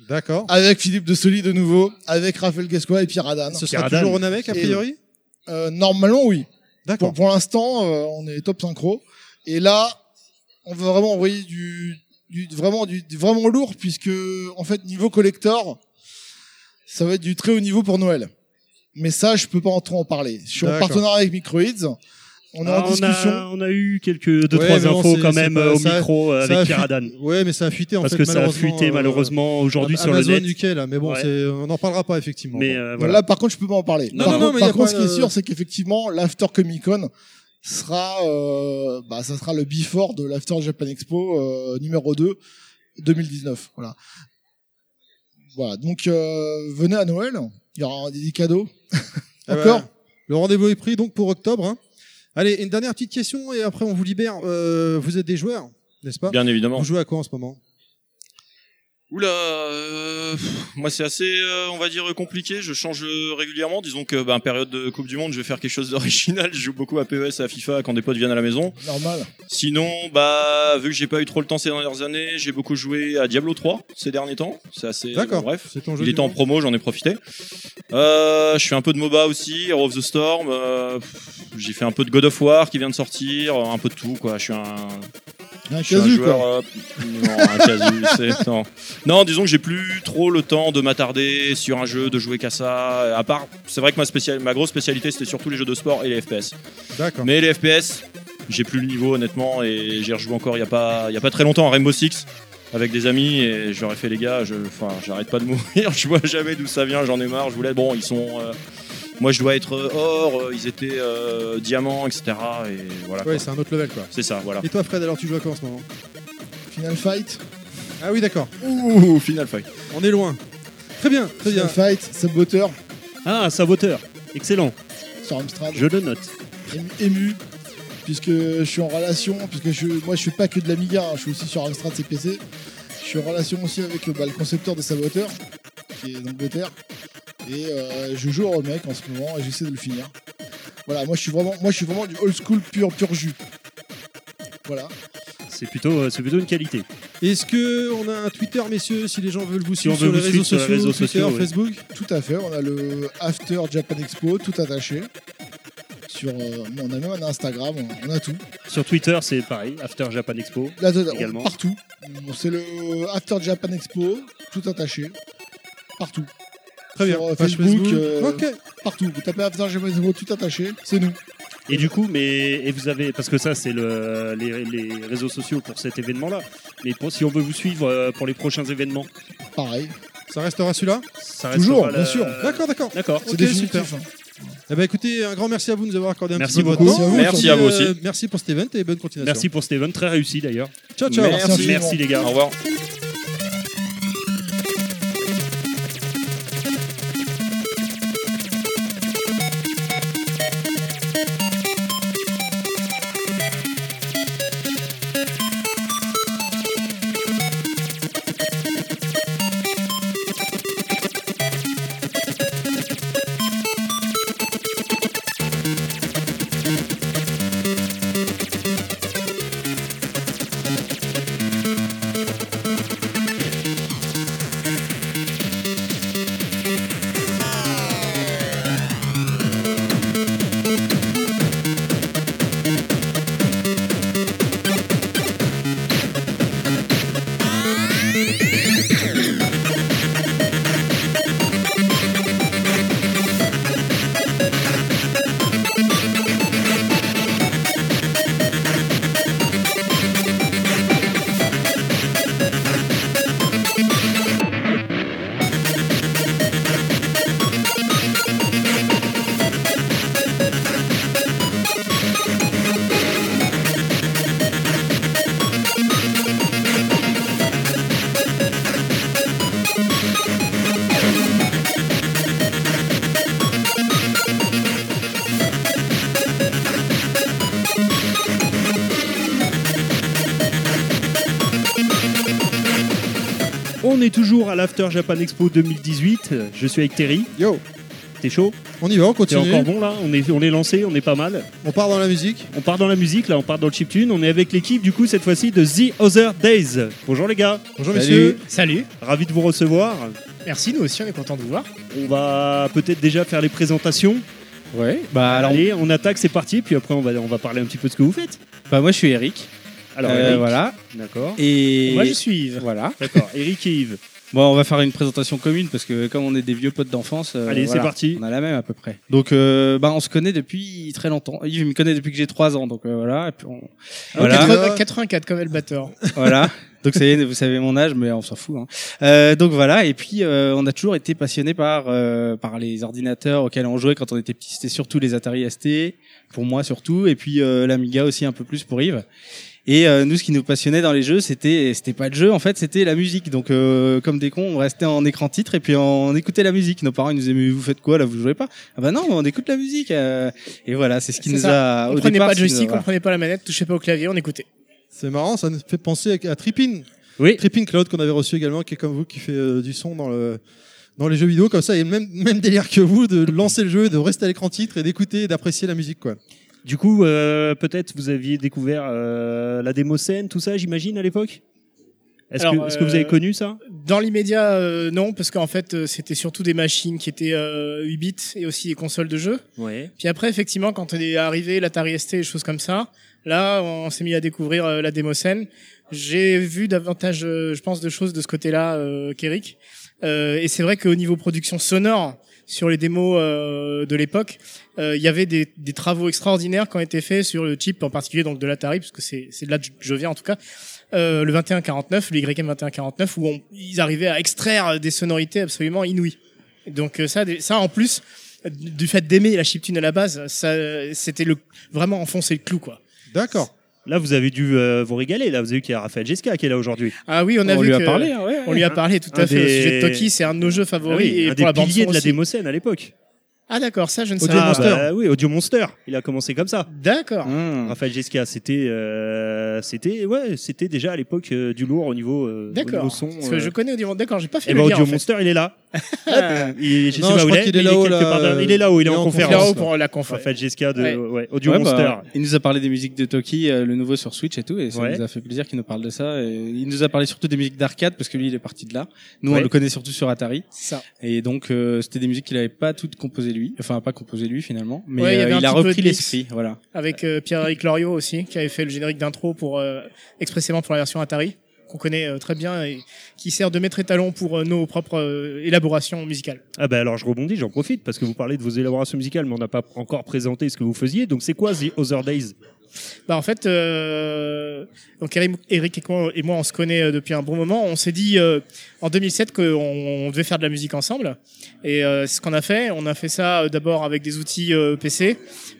Speaker 1: D'accord.
Speaker 10: Avec Philippe de Soli de nouveau, avec Raphaël Gascois et Pierre Adam.
Speaker 1: Ce sera Pierre Adam. toujours au Namek, a priori
Speaker 10: Et, euh, Normalement oui.
Speaker 1: D'accord.
Speaker 10: Pour, pour l'instant, euh, on est top synchro. Et là, on va vraiment envoyer du, du vraiment du du- vraiment lourd puisque en fait niveau collector, ça va être du très haut niveau pour Noël. Mais ça, je peux pas en trop en parler. Je suis en
Speaker 12: D'accord.
Speaker 10: partenariat avec Microids. On est
Speaker 12: Ah,
Speaker 10: en discussion.
Speaker 12: a, on a eu quelques deux
Speaker 10: Ouais,
Speaker 12: trois
Speaker 10: mais bon,
Speaker 12: infos
Speaker 10: c'est-
Speaker 12: quand
Speaker 10: c'est
Speaker 12: même
Speaker 10: pas-
Speaker 12: euh, au
Speaker 10: ça-
Speaker 12: micro euh,
Speaker 10: ça a
Speaker 12: avec
Speaker 10: fu-
Speaker 12: Pierre
Speaker 1: Ouais, mais ça a fuité en
Speaker 12: Parce
Speaker 1: fait.
Speaker 12: que ça a
Speaker 1: malheureusement,
Speaker 12: fuité
Speaker 1: euh,
Speaker 12: malheureusement aujourd'hui sur le
Speaker 1: Amazon,
Speaker 12: net.
Speaker 1: nickel, hein, mais bon,
Speaker 12: Ouais.
Speaker 1: c'est- on n'en parlera pas effectivement.
Speaker 12: Mais,
Speaker 1: Bon.
Speaker 12: euh,
Speaker 10: Là, par contre, je peux pas en parler.
Speaker 1: Non,
Speaker 10: par
Speaker 1: non,
Speaker 10: contre,
Speaker 1: non, mais
Speaker 10: par
Speaker 1: y a
Speaker 10: contre,
Speaker 1: pas
Speaker 10: ce qui est
Speaker 1: de-
Speaker 10: sûr, c'est qu'effectivement, l'After Comic Con sera, euh, bah, ça sera le before de l'After Japan Expo euh, numéro 2 2019. Voilà. Voilà. Donc, euh, venez à Noël. Il y aura des cadeaux.
Speaker 1: Ah bah,
Speaker 10: Encore.
Speaker 1: Le rendez-vous est pris donc pour octobre. hein. Allez, une dernière petite question et après on vous libère. Euh, vous êtes des joueurs, n'est-ce pas
Speaker 11: Bien évidemment.
Speaker 1: Vous jouez à quoi en ce moment
Speaker 11: Oula, euh, pff, moi c'est assez, euh, on va dire, compliqué. Je change euh, régulièrement. Disons que, ben, période de Coupe du Monde, je vais faire quelque chose d'original. Je joue beaucoup à PES, à FIFA quand des potes viennent à la maison.
Speaker 10: Normal.
Speaker 11: Sinon, bah, vu que j'ai pas eu trop le temps ces dernières années, j'ai beaucoup joué à Diablo 3 ces derniers temps. C'est assez.
Speaker 1: D'accord.
Speaker 11: bon, bref.
Speaker 1: C'est ton jeu
Speaker 11: Il
Speaker 1: du
Speaker 11: était en
Speaker 1: moment.
Speaker 11: promo, j'en ai profité. Euh, je fais un peu de MOBA aussi, Hero of the Storm. euh, pff, j'ai fait un peu de God of War qui vient de sortir, euh, un peu de tout, quoi. Je suis un.
Speaker 10: Un
Speaker 11: je suis un
Speaker 10: casu,
Speaker 11: joueur,
Speaker 10: quoi.
Speaker 11: euh, non, un casu, c'est- non. Non, disons que j'ai plus trop le temps de m'attarder sur un jeu, de jouer qu'à ça. À part, c'est vrai que ma, spécial, ma grosse spécialité c'était surtout les jeux de sport et les FPS.
Speaker 1: D'accord.
Speaker 11: Mais les FPS, j'ai plus le niveau honnêtement et j'ai rejoué encore il y a pas il y a pas très longtemps à Rainbow Six avec des amis et je leur ai fait les gars, je enfin j'arrête pas de mourir, je vois jamais d'où ça vient, j'en ai marre, je voulais bon, ils sont euh, moi je dois être euh, or, euh, ils étaient euh, diamants, etc. Et voilà.
Speaker 1: Ouais,
Speaker 11: quoi.
Speaker 1: c'est un autre level quoi.
Speaker 11: C'est ça, voilà.
Speaker 1: Et toi, Fred, alors tu joues à quoi en ce moment
Speaker 10: Final Fight.
Speaker 1: Ah oui, d'accord.
Speaker 11: Ouh, Final Fight.
Speaker 1: On est loin. Très bien, très bien.
Speaker 10: Final Fight, Saboteur,
Speaker 12: Ah, saboteur. Excellent.
Speaker 10: sur Amstrad.
Speaker 12: Je le note.
Speaker 10: ému, ému, puisque je suis en relation, puisque je, moi je fais pas que de l'Amiga, hein, je suis aussi sur Amstrad CPC. Je suis en relation aussi avec euh, bah, le concepteur de Saboteur, qui est d'Angleterre. Et euh, je joue au remake en ce moment et j'essaie de le finir. Voilà, moi je suis vraiment, moi je suis vraiment du old school pur pur jus. Voilà.
Speaker 4: c'est plutôt, euh, c'est plutôt une qualité.
Speaker 1: Est-ce que on a un Twitter, messieurs, si les gens veulent vous
Speaker 4: Si on
Speaker 1: suivre
Speaker 4: veut
Speaker 1: sur les
Speaker 4: vous suivre
Speaker 1: réseaux
Speaker 4: sur
Speaker 1: sociaux,
Speaker 4: les réseaux
Speaker 1: Twitter,
Speaker 4: sociaux, oui.
Speaker 1: Facebook
Speaker 10: Tout à fait, on a le After Japan Expo, tout attaché. Sur, euh, on a même un Instagram, on a tout.
Speaker 4: Sur Twitter, c'est pareil, After Japan Expo.
Speaker 10: Là, Ah, on-
Speaker 4: Également.
Speaker 10: partout. C'est le After Japan Expo, tout attaché. Partout.
Speaker 1: Très bien.
Speaker 10: Sur, euh,
Speaker 1: Page
Speaker 10: Facebook,
Speaker 1: Facebook.
Speaker 10: euh,
Speaker 1: Ok.
Speaker 10: partout. Vous tapez After Japan Expo, tout attaché, c'est nous.
Speaker 4: Et du coup, mais et vous avez, parce que ça, c'est le, les, les réseaux sociaux pour cet événement-là. Mais pour- si on veut vous suivre euh, pour les prochains événements,
Speaker 10: Pareil.
Speaker 1: Ça restera celui-là
Speaker 4: ça reste
Speaker 1: Toujours, bien sûr. D'accord, d'accord.
Speaker 4: D'accord.
Speaker 1: C'est
Speaker 10: C'est
Speaker 1: définitif.
Speaker 10: définitif. hein.
Speaker 1: Eh ben, écoutez, un grand merci à vous de nous avoir accordé un
Speaker 4: Merci
Speaker 1: petit peu
Speaker 4: beaucoup.
Speaker 1: votre temps.
Speaker 5: Merci à vous
Speaker 1: Euh,
Speaker 5: aussi.
Speaker 1: merci pour cet event et bonne continuation.
Speaker 4: Merci pour Steven, très réussi d'ailleurs.
Speaker 1: Ciao, ciao.
Speaker 5: Merci.
Speaker 4: Merci les gars.
Speaker 5: Au revoir.
Speaker 4: On est toujours à l'After Japan Expo 2018. Je suis avec Terry.
Speaker 1: Yo.
Speaker 4: T'es chaud
Speaker 1: On y va, on
Speaker 4: T'es
Speaker 1: continue.
Speaker 4: encore bon là On est, on est lancé, on est pas mal.
Speaker 1: On part dans la musique.
Speaker 4: On part dans la musique, là, on part dans le chiptune. On est avec l'équipe, du coup, cette fois-ci de The Other Days. Bonjour les gars,
Speaker 1: Bonjour, messieurs.
Speaker 13: Salut.
Speaker 4: ravi de vous recevoir.
Speaker 13: Merci, nous aussi, on est content de vous voir.
Speaker 4: On va peut-être déjà faire les présentations.
Speaker 14: Ouais. Bah alors,
Speaker 4: Allez, on attaque, c'est parti, puis après, on va, on va parler un petit peu de ce que vous faites.
Speaker 14: bah moi je suis Eric.
Speaker 4: Alors,
Speaker 14: Euh,
Speaker 4: Eric,
Speaker 14: voilà.
Speaker 4: d'accord.
Speaker 14: Et
Speaker 4: Moi, je suis Yves.
Speaker 14: voilà.
Speaker 4: D'accord, Eric et Yves.
Speaker 14: Bon, on va faire une présentation commune parce que comme on est des vieux potes d'enfance, euh,
Speaker 4: Allez,
Speaker 14: voilà,
Speaker 4: c'est parti.
Speaker 14: On a la même à peu près. Donc, euh, bah on se connaît depuis très longtemps. Yves me connaît depuis que j'ai 3 ans, donc euh, voilà. Et puis on-
Speaker 4: Ah,
Speaker 14: Voilà,
Speaker 12: 80 84 comme Elbator.
Speaker 14: voilà. Donc ça y est, vous savez mon âge, mais on s'en fout. hein. Euh, donc voilà. Et puis euh, on a toujours été passionné par euh, par les ordinateurs auxquels on jouait quand on était petit. C'était surtout les Atari ST pour moi surtout, et puis euh, l'Amiga aussi un peu plus pour Yves. Et euh, nous, ce qui nous passionnait dans les jeux, c'était c'était pas le jeu, en fait, c'était la musique. Donc euh, comme des cons, on restait en écran titre et puis on écoutait la musique. Nos parents ils nous disaient mais vous faites quoi là, vous jouez pas Ah bah non, on écoute la musique. euh. Et voilà, c'est ce qui
Speaker 12: C'est
Speaker 14: nous a
Speaker 12: ça.
Speaker 14: au
Speaker 12: On prenait
Speaker 14: départ,
Speaker 12: pas
Speaker 14: ce
Speaker 12: de
Speaker 14: qui nous a-
Speaker 12: joystick, on
Speaker 14: voilà.
Speaker 12: prenait pas la manette, touchait pas au clavier, on écoutait.
Speaker 1: C'est marrant, ça nous fait penser à, à Trippin.
Speaker 4: Oui.
Speaker 1: Trippin Cloud qu'on avait reçu également, qui est comme vous, qui fait euh, du son dans le dans les jeux vidéo comme ça et même même délire que vous de lancer le jeu de rester à l'écran titre et d'écouter et d'apprécier la musique quoi
Speaker 4: Du coup, euh, peut-être vous aviez découvert euh, la démo scène, tout ça, j'imagine, à l'époque Est-ce que,
Speaker 12: Alors,
Speaker 4: est-ce que vous avez
Speaker 12: euh,
Speaker 4: connu ça
Speaker 12: Dans l'immédiat, euh, non, parce qu'en fait, euh, c'était surtout des machines qui étaient euh, 8 bits et aussi des consoles de jeux.
Speaker 4: Ouais.
Speaker 12: Puis après, effectivement, quand on est arrivé l'Atari ST et choses comme ça, là, on s'est mis à découvrir euh, la démoscène. J'ai vu davantage, euh, je pense, de choses de ce côté-là euh, qu'Eric. Euh, et c'est vrai qu'au niveau production sonore, sur les démos euh, de l'époque, euh, il y avait des, des travaux extraordinaires qui ont été faits sur le chip, en particulier donc de l'Atari, parce que c'est c'est de là que je viens en tout cas, euh, le 2149, le YM 2149, où on- ils arrivaient à extraire des sonorités absolument inouïes. Donc euh, ça, des- ça en plus, du fait d'aimer la chiptune à la base, ça, euh, c'était le vraiment enfoncer le clou quoi.
Speaker 1: d'accord
Speaker 4: Là, vous avez dû euh, vous régaler. Là, vous avez vu qu'il y a Raphaël Jesca qui est là aujourd'hui.
Speaker 12: Ah oui, on a
Speaker 14: On
Speaker 12: vu
Speaker 14: lui
Speaker 12: que-
Speaker 14: a parlé, hein, ouais,
Speaker 12: On lui a parlé tout
Speaker 4: Un
Speaker 12: à fait.
Speaker 4: des-
Speaker 12: Le sujet de Toki, c'est un de nos jeux
Speaker 4: Ah
Speaker 12: favoris
Speaker 4: oui,
Speaker 12: et
Speaker 4: un
Speaker 12: pour
Speaker 4: des
Speaker 12: la bande
Speaker 4: piliers
Speaker 12: son
Speaker 4: de la
Speaker 12: aussi.
Speaker 4: démo scène à l'époque.
Speaker 12: Ah d'accord, ça je ne sais
Speaker 1: Audio
Speaker 12: pas.
Speaker 4: Ah,
Speaker 1: Monster.
Speaker 4: bah oui, Audio Monster. Il a commencé comme ça.
Speaker 12: D'accord.
Speaker 14: Hmm.
Speaker 4: Raphaël Jesca, c'était, euh, c'était, ouais, c'était déjà à l'époque euh, du lourd au niveau, euh, au niveau
Speaker 12: D'accord.
Speaker 4: son.
Speaker 12: Parce que
Speaker 4: euh.
Speaker 12: je connais Audio Monster. D'accord, j'ai pas fait
Speaker 4: Eh
Speaker 12: le
Speaker 4: ben,
Speaker 12: lien.
Speaker 4: Audio
Speaker 12: en fait.
Speaker 4: Monster, il est là. Il, je
Speaker 1: Non,
Speaker 4: sais pas
Speaker 1: je
Speaker 4: où
Speaker 1: crois
Speaker 4: il est.
Speaker 1: qu'il
Speaker 4: mais
Speaker 1: est là-haut,
Speaker 4: Il est, quelque
Speaker 1: là,
Speaker 4: part dans-
Speaker 1: euh,
Speaker 4: il est là-haut, il est en conférence.
Speaker 12: Là-haut pour la conf.
Speaker 4: En fait, JSK de
Speaker 12: Ouais.
Speaker 4: ouais, Audio
Speaker 14: Ouais,
Speaker 4: Monster.
Speaker 14: bah, il nous a parlé des musiques de Toki, euh, le nouveau sur Switch et tout, et ça
Speaker 4: Ouais.
Speaker 14: nous a fait plaisir qu'il nous parle de ça. Et il nous a parlé surtout des musiques d'arcade, parce que lui, il est parti de là. Nous,
Speaker 4: Ouais.
Speaker 14: on le connaît surtout sur Atari.
Speaker 12: Ça.
Speaker 14: Et donc, euh, c'était des musiques qu'il avait pas toutes composées lui, enfin pas composées lui finalement, mais
Speaker 12: Ouais, il y
Speaker 14: euh,
Speaker 12: avait
Speaker 14: il,
Speaker 12: un
Speaker 14: a
Speaker 12: petit peu de
Speaker 14: repris
Speaker 12: mix.
Speaker 14: l'esprit. Voilà.
Speaker 12: Avec euh, Pierre-Éric Loriot aussi, qui avait fait le générique d'intro pour euh, expressément pour la version Atari, qu'on connaît euh, très bien et qui sert de maître étalon pour euh, nos propres euh, élaborations musicales.
Speaker 4: Ah bah alors je rebondis, j'en profite parce que vous parlez de vos élaborations musicales, mais on n'a pas encore présenté ce que vous faisiez. Donc c'est quoi The Other Days
Speaker 12: Bah en fait, euh, donc Eric, Eric et, moi, et moi, on se connaît euh, depuis un bon moment. On s'est dit euh, en 2007 qu'on on devait faire de la musique ensemble. Et euh, c'est ce qu'on a fait, on a fait ça euh, d'abord avec des outils euh, PC,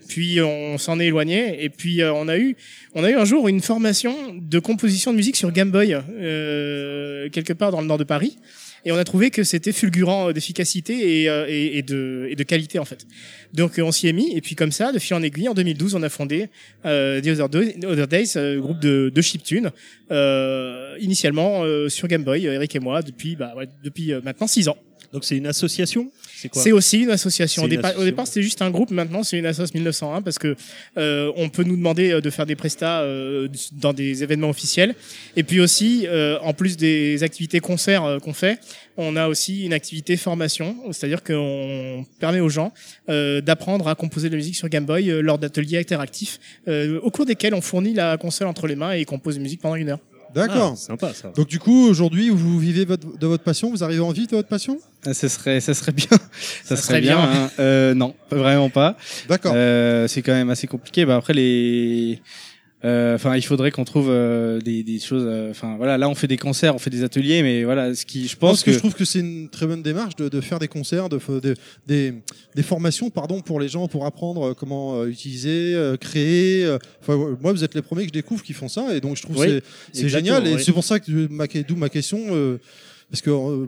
Speaker 12: puis euh, on s'en est éloigné. Et puis euh, on a eu, on a eu un jour une formation de composition de musique sur Game Boy euh, quelque part dans le nord de Paris. Et on a trouvé que c'était fulgurant euh, d'efficacité et, euh, et, et de, et de qualité en fait. Donc euh, on s'y est mis et puis comme ça, de fil en aiguille, en 2012, on a fondé euh, The Other, Do- Other Days, euh, groupe de, de chiptune, euh, initialement euh, sur Game Boy, euh, Eric et moi, depuis, bah, ouais, depuis euh, maintenant 6 ans.
Speaker 4: Donc c'est une association C'est quoi
Speaker 12: C'est aussi une association.
Speaker 4: C'est
Speaker 12: Au,
Speaker 4: une
Speaker 12: départ- au
Speaker 4: association.
Speaker 12: départ, c'était juste un groupe. Maintenant, c'est une association 1901 parce que euh, on peut nous demander euh, de faire des prestats euh, dans des événements officiels. Et puis aussi, euh, en plus des activités concerts euh, qu'on fait, on a aussi une activité formation, c'est-à-dire qu'on permet aux gens euh, d'apprendre à composer de la musique sur Game Boy euh, lors d'ateliers interactifs, euh, au cours desquels on fournit la console entre les mains et compose de musique pendant une heure. Ah,
Speaker 1: D'accord.
Speaker 4: Ah,
Speaker 1: Donc du coup, aujourd'hui, vous vivez votre- de votre passion, vous arrivez en vie de votre passion
Speaker 14: Ah, Ce serait, ça serait bien. Ça, serait,
Speaker 1: serait
Speaker 14: bien.
Speaker 1: bien.
Speaker 14: hein. Euh, non, vraiment pas.
Speaker 1: D'accord.
Speaker 14: Euh, c'est quand même assez compliqué. Bah, après les, euh, enfin, il faudrait qu'on trouve euh, des, des choses. euh, Enfin, voilà, là, on fait des concerts, on fait des ateliers, mais voilà, ce qui, je pense
Speaker 1: Parce que, je trouve que c'est une très bonne démarche de, de faire des concerts, de, f- de- des, des formations pardon, pour les gens, pour apprendre euh, comment euh, utiliser, euh, créer. euh. Enfin, ouais, moi, vous êtes les premiers que je découvre qui font ça, et donc je trouve
Speaker 4: Oui,
Speaker 1: que c'est- c'est
Speaker 4: exactement,
Speaker 1: génial. Et
Speaker 4: oui.
Speaker 1: c'est pour ça que euh, ma, que- d'où ma question, euh, parce que euh,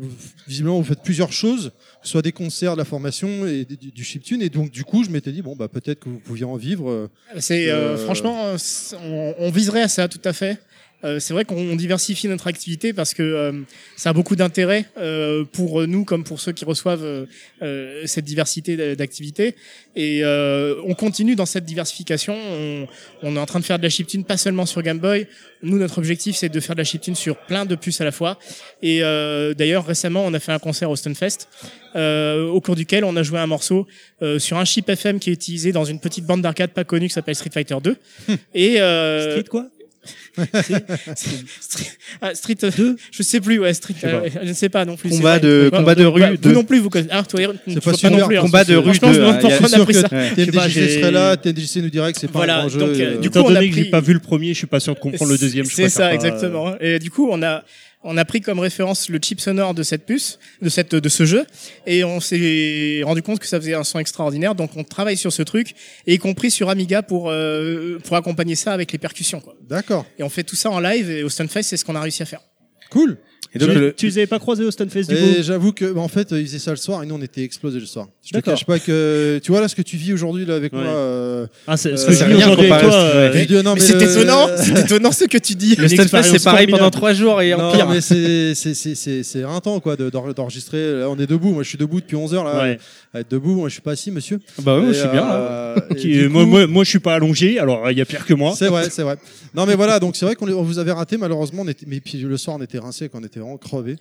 Speaker 1: visiblement, vous faites plusieurs choses, que ce soit des concerts, de la formation et du, du- du chiptune. Et donc, du coup, je m'étais dit, bon, bah, peut-être que vous pouviez en vivre. euh,
Speaker 12: C'est euh,
Speaker 1: euh,
Speaker 12: franchement, euh, c'est- on, on viserait à ça tout à fait. Euh, c'est vrai qu'on diversifie notre activité parce que euh, ça a beaucoup d'intérêt euh, pour nous comme pour ceux qui reçoivent euh, euh, cette diversité d'a- d'activités. Et euh, on continue dans cette diversification. On, on est en train de faire de la chiptune pas seulement sur Game Boy. Nous, notre objectif, c'est de faire de la chiptune sur plein de puces à la fois. Et euh, d'ailleurs, récemment, on a fait un concert au Stonefest euh, au cours duquel on a joué un morceau euh, sur un chip FM qui est utilisé dans une petite bande d'arcade pas connue qui s'appelle Street Fighter 2. Et euh, Street
Speaker 4: quoi
Speaker 12: Street, ah, Street 2 je sais plus ouais Street euh, je, ne sais pas non plus
Speaker 14: Combat
Speaker 12: c'est
Speaker 14: de-
Speaker 12: Ouais,
Speaker 14: combat de
Speaker 12: ouais,
Speaker 14: rue
Speaker 12: bah, vous
Speaker 14: deux.
Speaker 12: non plus vous connaissez ah toi Eric, tu
Speaker 14: pas
Speaker 12: vois
Speaker 14: super,
Speaker 12: non plus, hein,
Speaker 14: combat
Speaker 12: c'est-
Speaker 14: de rue
Speaker 12: franchement,
Speaker 14: deux,
Speaker 12: je
Speaker 14: ah, il y a-
Speaker 12: m'entends, on a
Speaker 14: sûr
Speaker 12: pris
Speaker 14: que
Speaker 12: ça Je sais pas,
Speaker 1: TMDJC
Speaker 12: j'ai-
Speaker 1: serait là, TMDJC nous dirait que c'est pas
Speaker 12: Voilà,
Speaker 1: un grand jeu.
Speaker 12: donc,
Speaker 1: et,
Speaker 12: euh,
Speaker 1: euh,
Speaker 12: du coup,
Speaker 4: Étant
Speaker 12: on a
Speaker 4: donné que j'ai
Speaker 12: pris-
Speaker 4: pas vu le premier, je suis pas sûr de comprendre le deuxième. je
Speaker 12: C'est
Speaker 4: préfère
Speaker 12: ça,
Speaker 4: pas, euh,
Speaker 12: exactement. Et du coup, on a, on a pris comme référence le chip sonore de cette puce, de cette, de ce jeu, et on s'est rendu compte que ça faisait un son extraordinaire. Donc, on travaille sur ce truc, et y compris sur Amiga pour euh, pour accompagner ça avec les percussions. quoi.
Speaker 1: D'accord.
Speaker 12: Et on fait tout ça en live, et au Stunfest, c'est ce qu'on a réussi à faire.
Speaker 1: Cool.
Speaker 12: Et donc,
Speaker 4: tu,
Speaker 12: le-
Speaker 4: tu les avais pas croisés au Stunfest du
Speaker 1: Et
Speaker 4: coup
Speaker 1: j'avoue que, bah, en fait, ils faisaient ça le soir et nous on était explosés le soir. Je te
Speaker 4: D'accord.
Speaker 1: cache pas que, tu vois là ce que tu vis aujourd'hui là avec
Speaker 4: Ouais.
Speaker 1: moi. euh,
Speaker 4: Ah, c'est- ce
Speaker 1: euh,
Speaker 4: que je vis aujourd'hui avec toi, euh,
Speaker 1: je dis, non, mais
Speaker 12: mais c'est
Speaker 1: le-
Speaker 12: étonnant, c'est étonnant ce que tu dis.
Speaker 1: Une expérience formidable. Non,
Speaker 12: pire.
Speaker 1: mais c'est c'est- c'est- c'est- c'est un temps quoi de- d'en- d'enregistrer. Là, on est debout. Moi, je suis debout depuis 11 heures là.
Speaker 4: Ouais.
Speaker 1: À être debout, moi, je suis pas assis, monsieur.
Speaker 14: Bah ouais,
Speaker 1: Et,
Speaker 14: moi, je suis bien, là.
Speaker 1: euh, et
Speaker 4: Ok,
Speaker 1: du
Speaker 4: moi,
Speaker 1: coup-
Speaker 4: moi, moi, je suis pas allongé, alors il y a pire que moi.
Speaker 1: C'est vrai, c'est vrai. Non, mais voilà, donc c'est vrai qu'on les- on vous avait raté, malheureusement. On était, mais puis le soir, on était rincés, qu'on était vraiment crevés.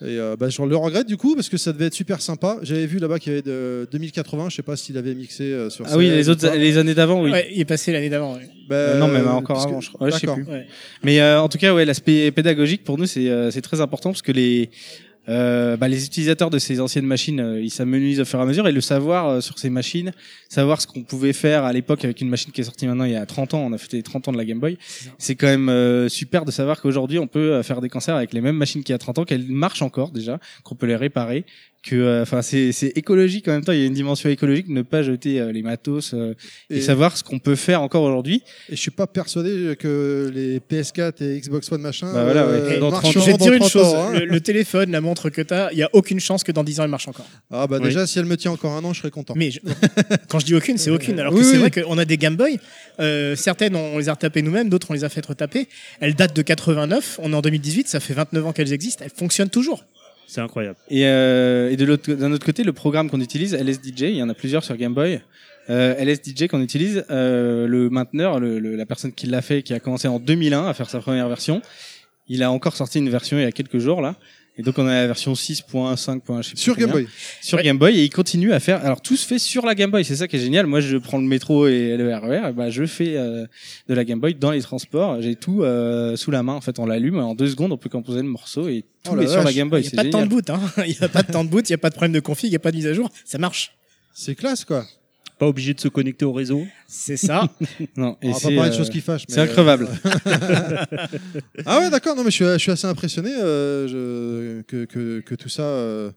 Speaker 1: Et euh, bah, je le regrette du coup, parce que ça devait être super sympa. J'avais vu là-bas qu'il y avait de 2080, je sais pas s'il avait mixé euh, sur
Speaker 14: Ah oui,
Speaker 1: scène
Speaker 14: les
Speaker 1: ou
Speaker 14: autres,
Speaker 1: pas.
Speaker 14: les années d'avant, oui.
Speaker 12: Ouais, il est passé l'année d'avant. ouais.
Speaker 1: Bah,
Speaker 14: non, même
Speaker 1: euh,
Speaker 14: encore
Speaker 1: parce que-
Speaker 14: avant, je, crois. Ouais, je sais
Speaker 1: d'accord.
Speaker 14: plus.
Speaker 12: Ouais.
Speaker 14: Mais euh, en tout cas, ouais, l'aspect pédagogique pour nous, c'est euh, c'est très important parce que les euh, bah, les utilisateurs de ces anciennes machines, euh, ils s'amenuisent au fur et à mesure et le savoir euh, sur ces machines, savoir ce qu'on pouvait faire à l'époque avec une machine qui est sortie maintenant il y a 30 ans, on a fêté les 30 ans de la Game Boy, c'est quand même euh, super de savoir qu'aujourd'hui on peut euh, faire des concerts avec les mêmes machines qu'il y a 30 ans, qu'elles marchent encore déjà, qu'on peut les réparer, que euh, enfin c'est c'est écologique en même temps, il y a une dimension écologique, ne pas jeter euh, les matos euh, et
Speaker 1: Et-
Speaker 14: savoir ce qu'on peut faire encore aujourd'hui.
Speaker 1: Et je suis pas persuadé que les PS4 et Xbox One machin.
Speaker 14: Bah voilà, ouais.
Speaker 1: euh,
Speaker 14: Dans
Speaker 1: marchent
Speaker 14: 30 ans.
Speaker 1: encore
Speaker 14: Je
Speaker 12: vais te dire
Speaker 1: dans
Speaker 12: une
Speaker 1: 30
Speaker 12: chose,
Speaker 1: ans, hein.
Speaker 12: le, le téléphone, la montre que t'as, il y a aucune chance que dans 10 ans elle marche encore.
Speaker 1: Ah bah
Speaker 12: Oui.
Speaker 1: déjà, si elle me tient encore un an, je serais content.
Speaker 12: Mais je- quand je dis aucune, c'est aucune. Alors que
Speaker 1: Oui,
Speaker 12: c'est
Speaker 1: oui.
Speaker 12: vrai qu'on a des Game Boy. euh, certaines, on les a retapées nous-mêmes, d'autres, on les a fait retaper. Elles datent de 89. On est en 2018, ça fait 29 ans qu'elles existent. Elles fonctionnent toujours.
Speaker 4: C'est incroyable.
Speaker 14: Et, euh, et de l'autre- d'un autre côté, le programme qu'on utilise, LSDJ, il y en a plusieurs sur Game Boy. Euh, LSDJ qu'on utilise, euh, le mainteneur, le- le- la personne qui l'a fait, qui a commencé en 2001 à faire sa première version, il a encore sorti une version il y a quelques jours là. Et donc on a la version 6.5.
Speaker 1: Sur Game Boy.
Speaker 14: Sur Game Boy et il continue à faire. Alors tout se fait sur la Game Boy, c'est ça qui est génial. Moi je prends le métro et le RER, et bah, je fais euh, de la Game Boy dans les transports. J'ai tout euh, sous la main en fait. On l'allume en deux secondes, on peut composer le morceau et tout
Speaker 12: Oh
Speaker 14: est
Speaker 12: la
Speaker 14: sur la
Speaker 12: vache.
Speaker 14: Game Boy.
Speaker 12: Il
Speaker 14: c'est
Speaker 12: n'y a pas de temps de
Speaker 14: génial.
Speaker 12: boot, hein. Il n'y a pas de temps de boot, il n'y a pas de problème de config, il n'y a pas de mise à jour. Ça marche.
Speaker 1: C'est classe, quoi.
Speaker 4: Pas obligé de se connecter au réseau.
Speaker 12: C'est ça.
Speaker 14: non,
Speaker 1: On va pas parler de choses qui fâchent. mais, euh, ah ouais, d'accord. Non, mais je suis, je suis assez impressionné euh, je- que, que- que tout ça euh,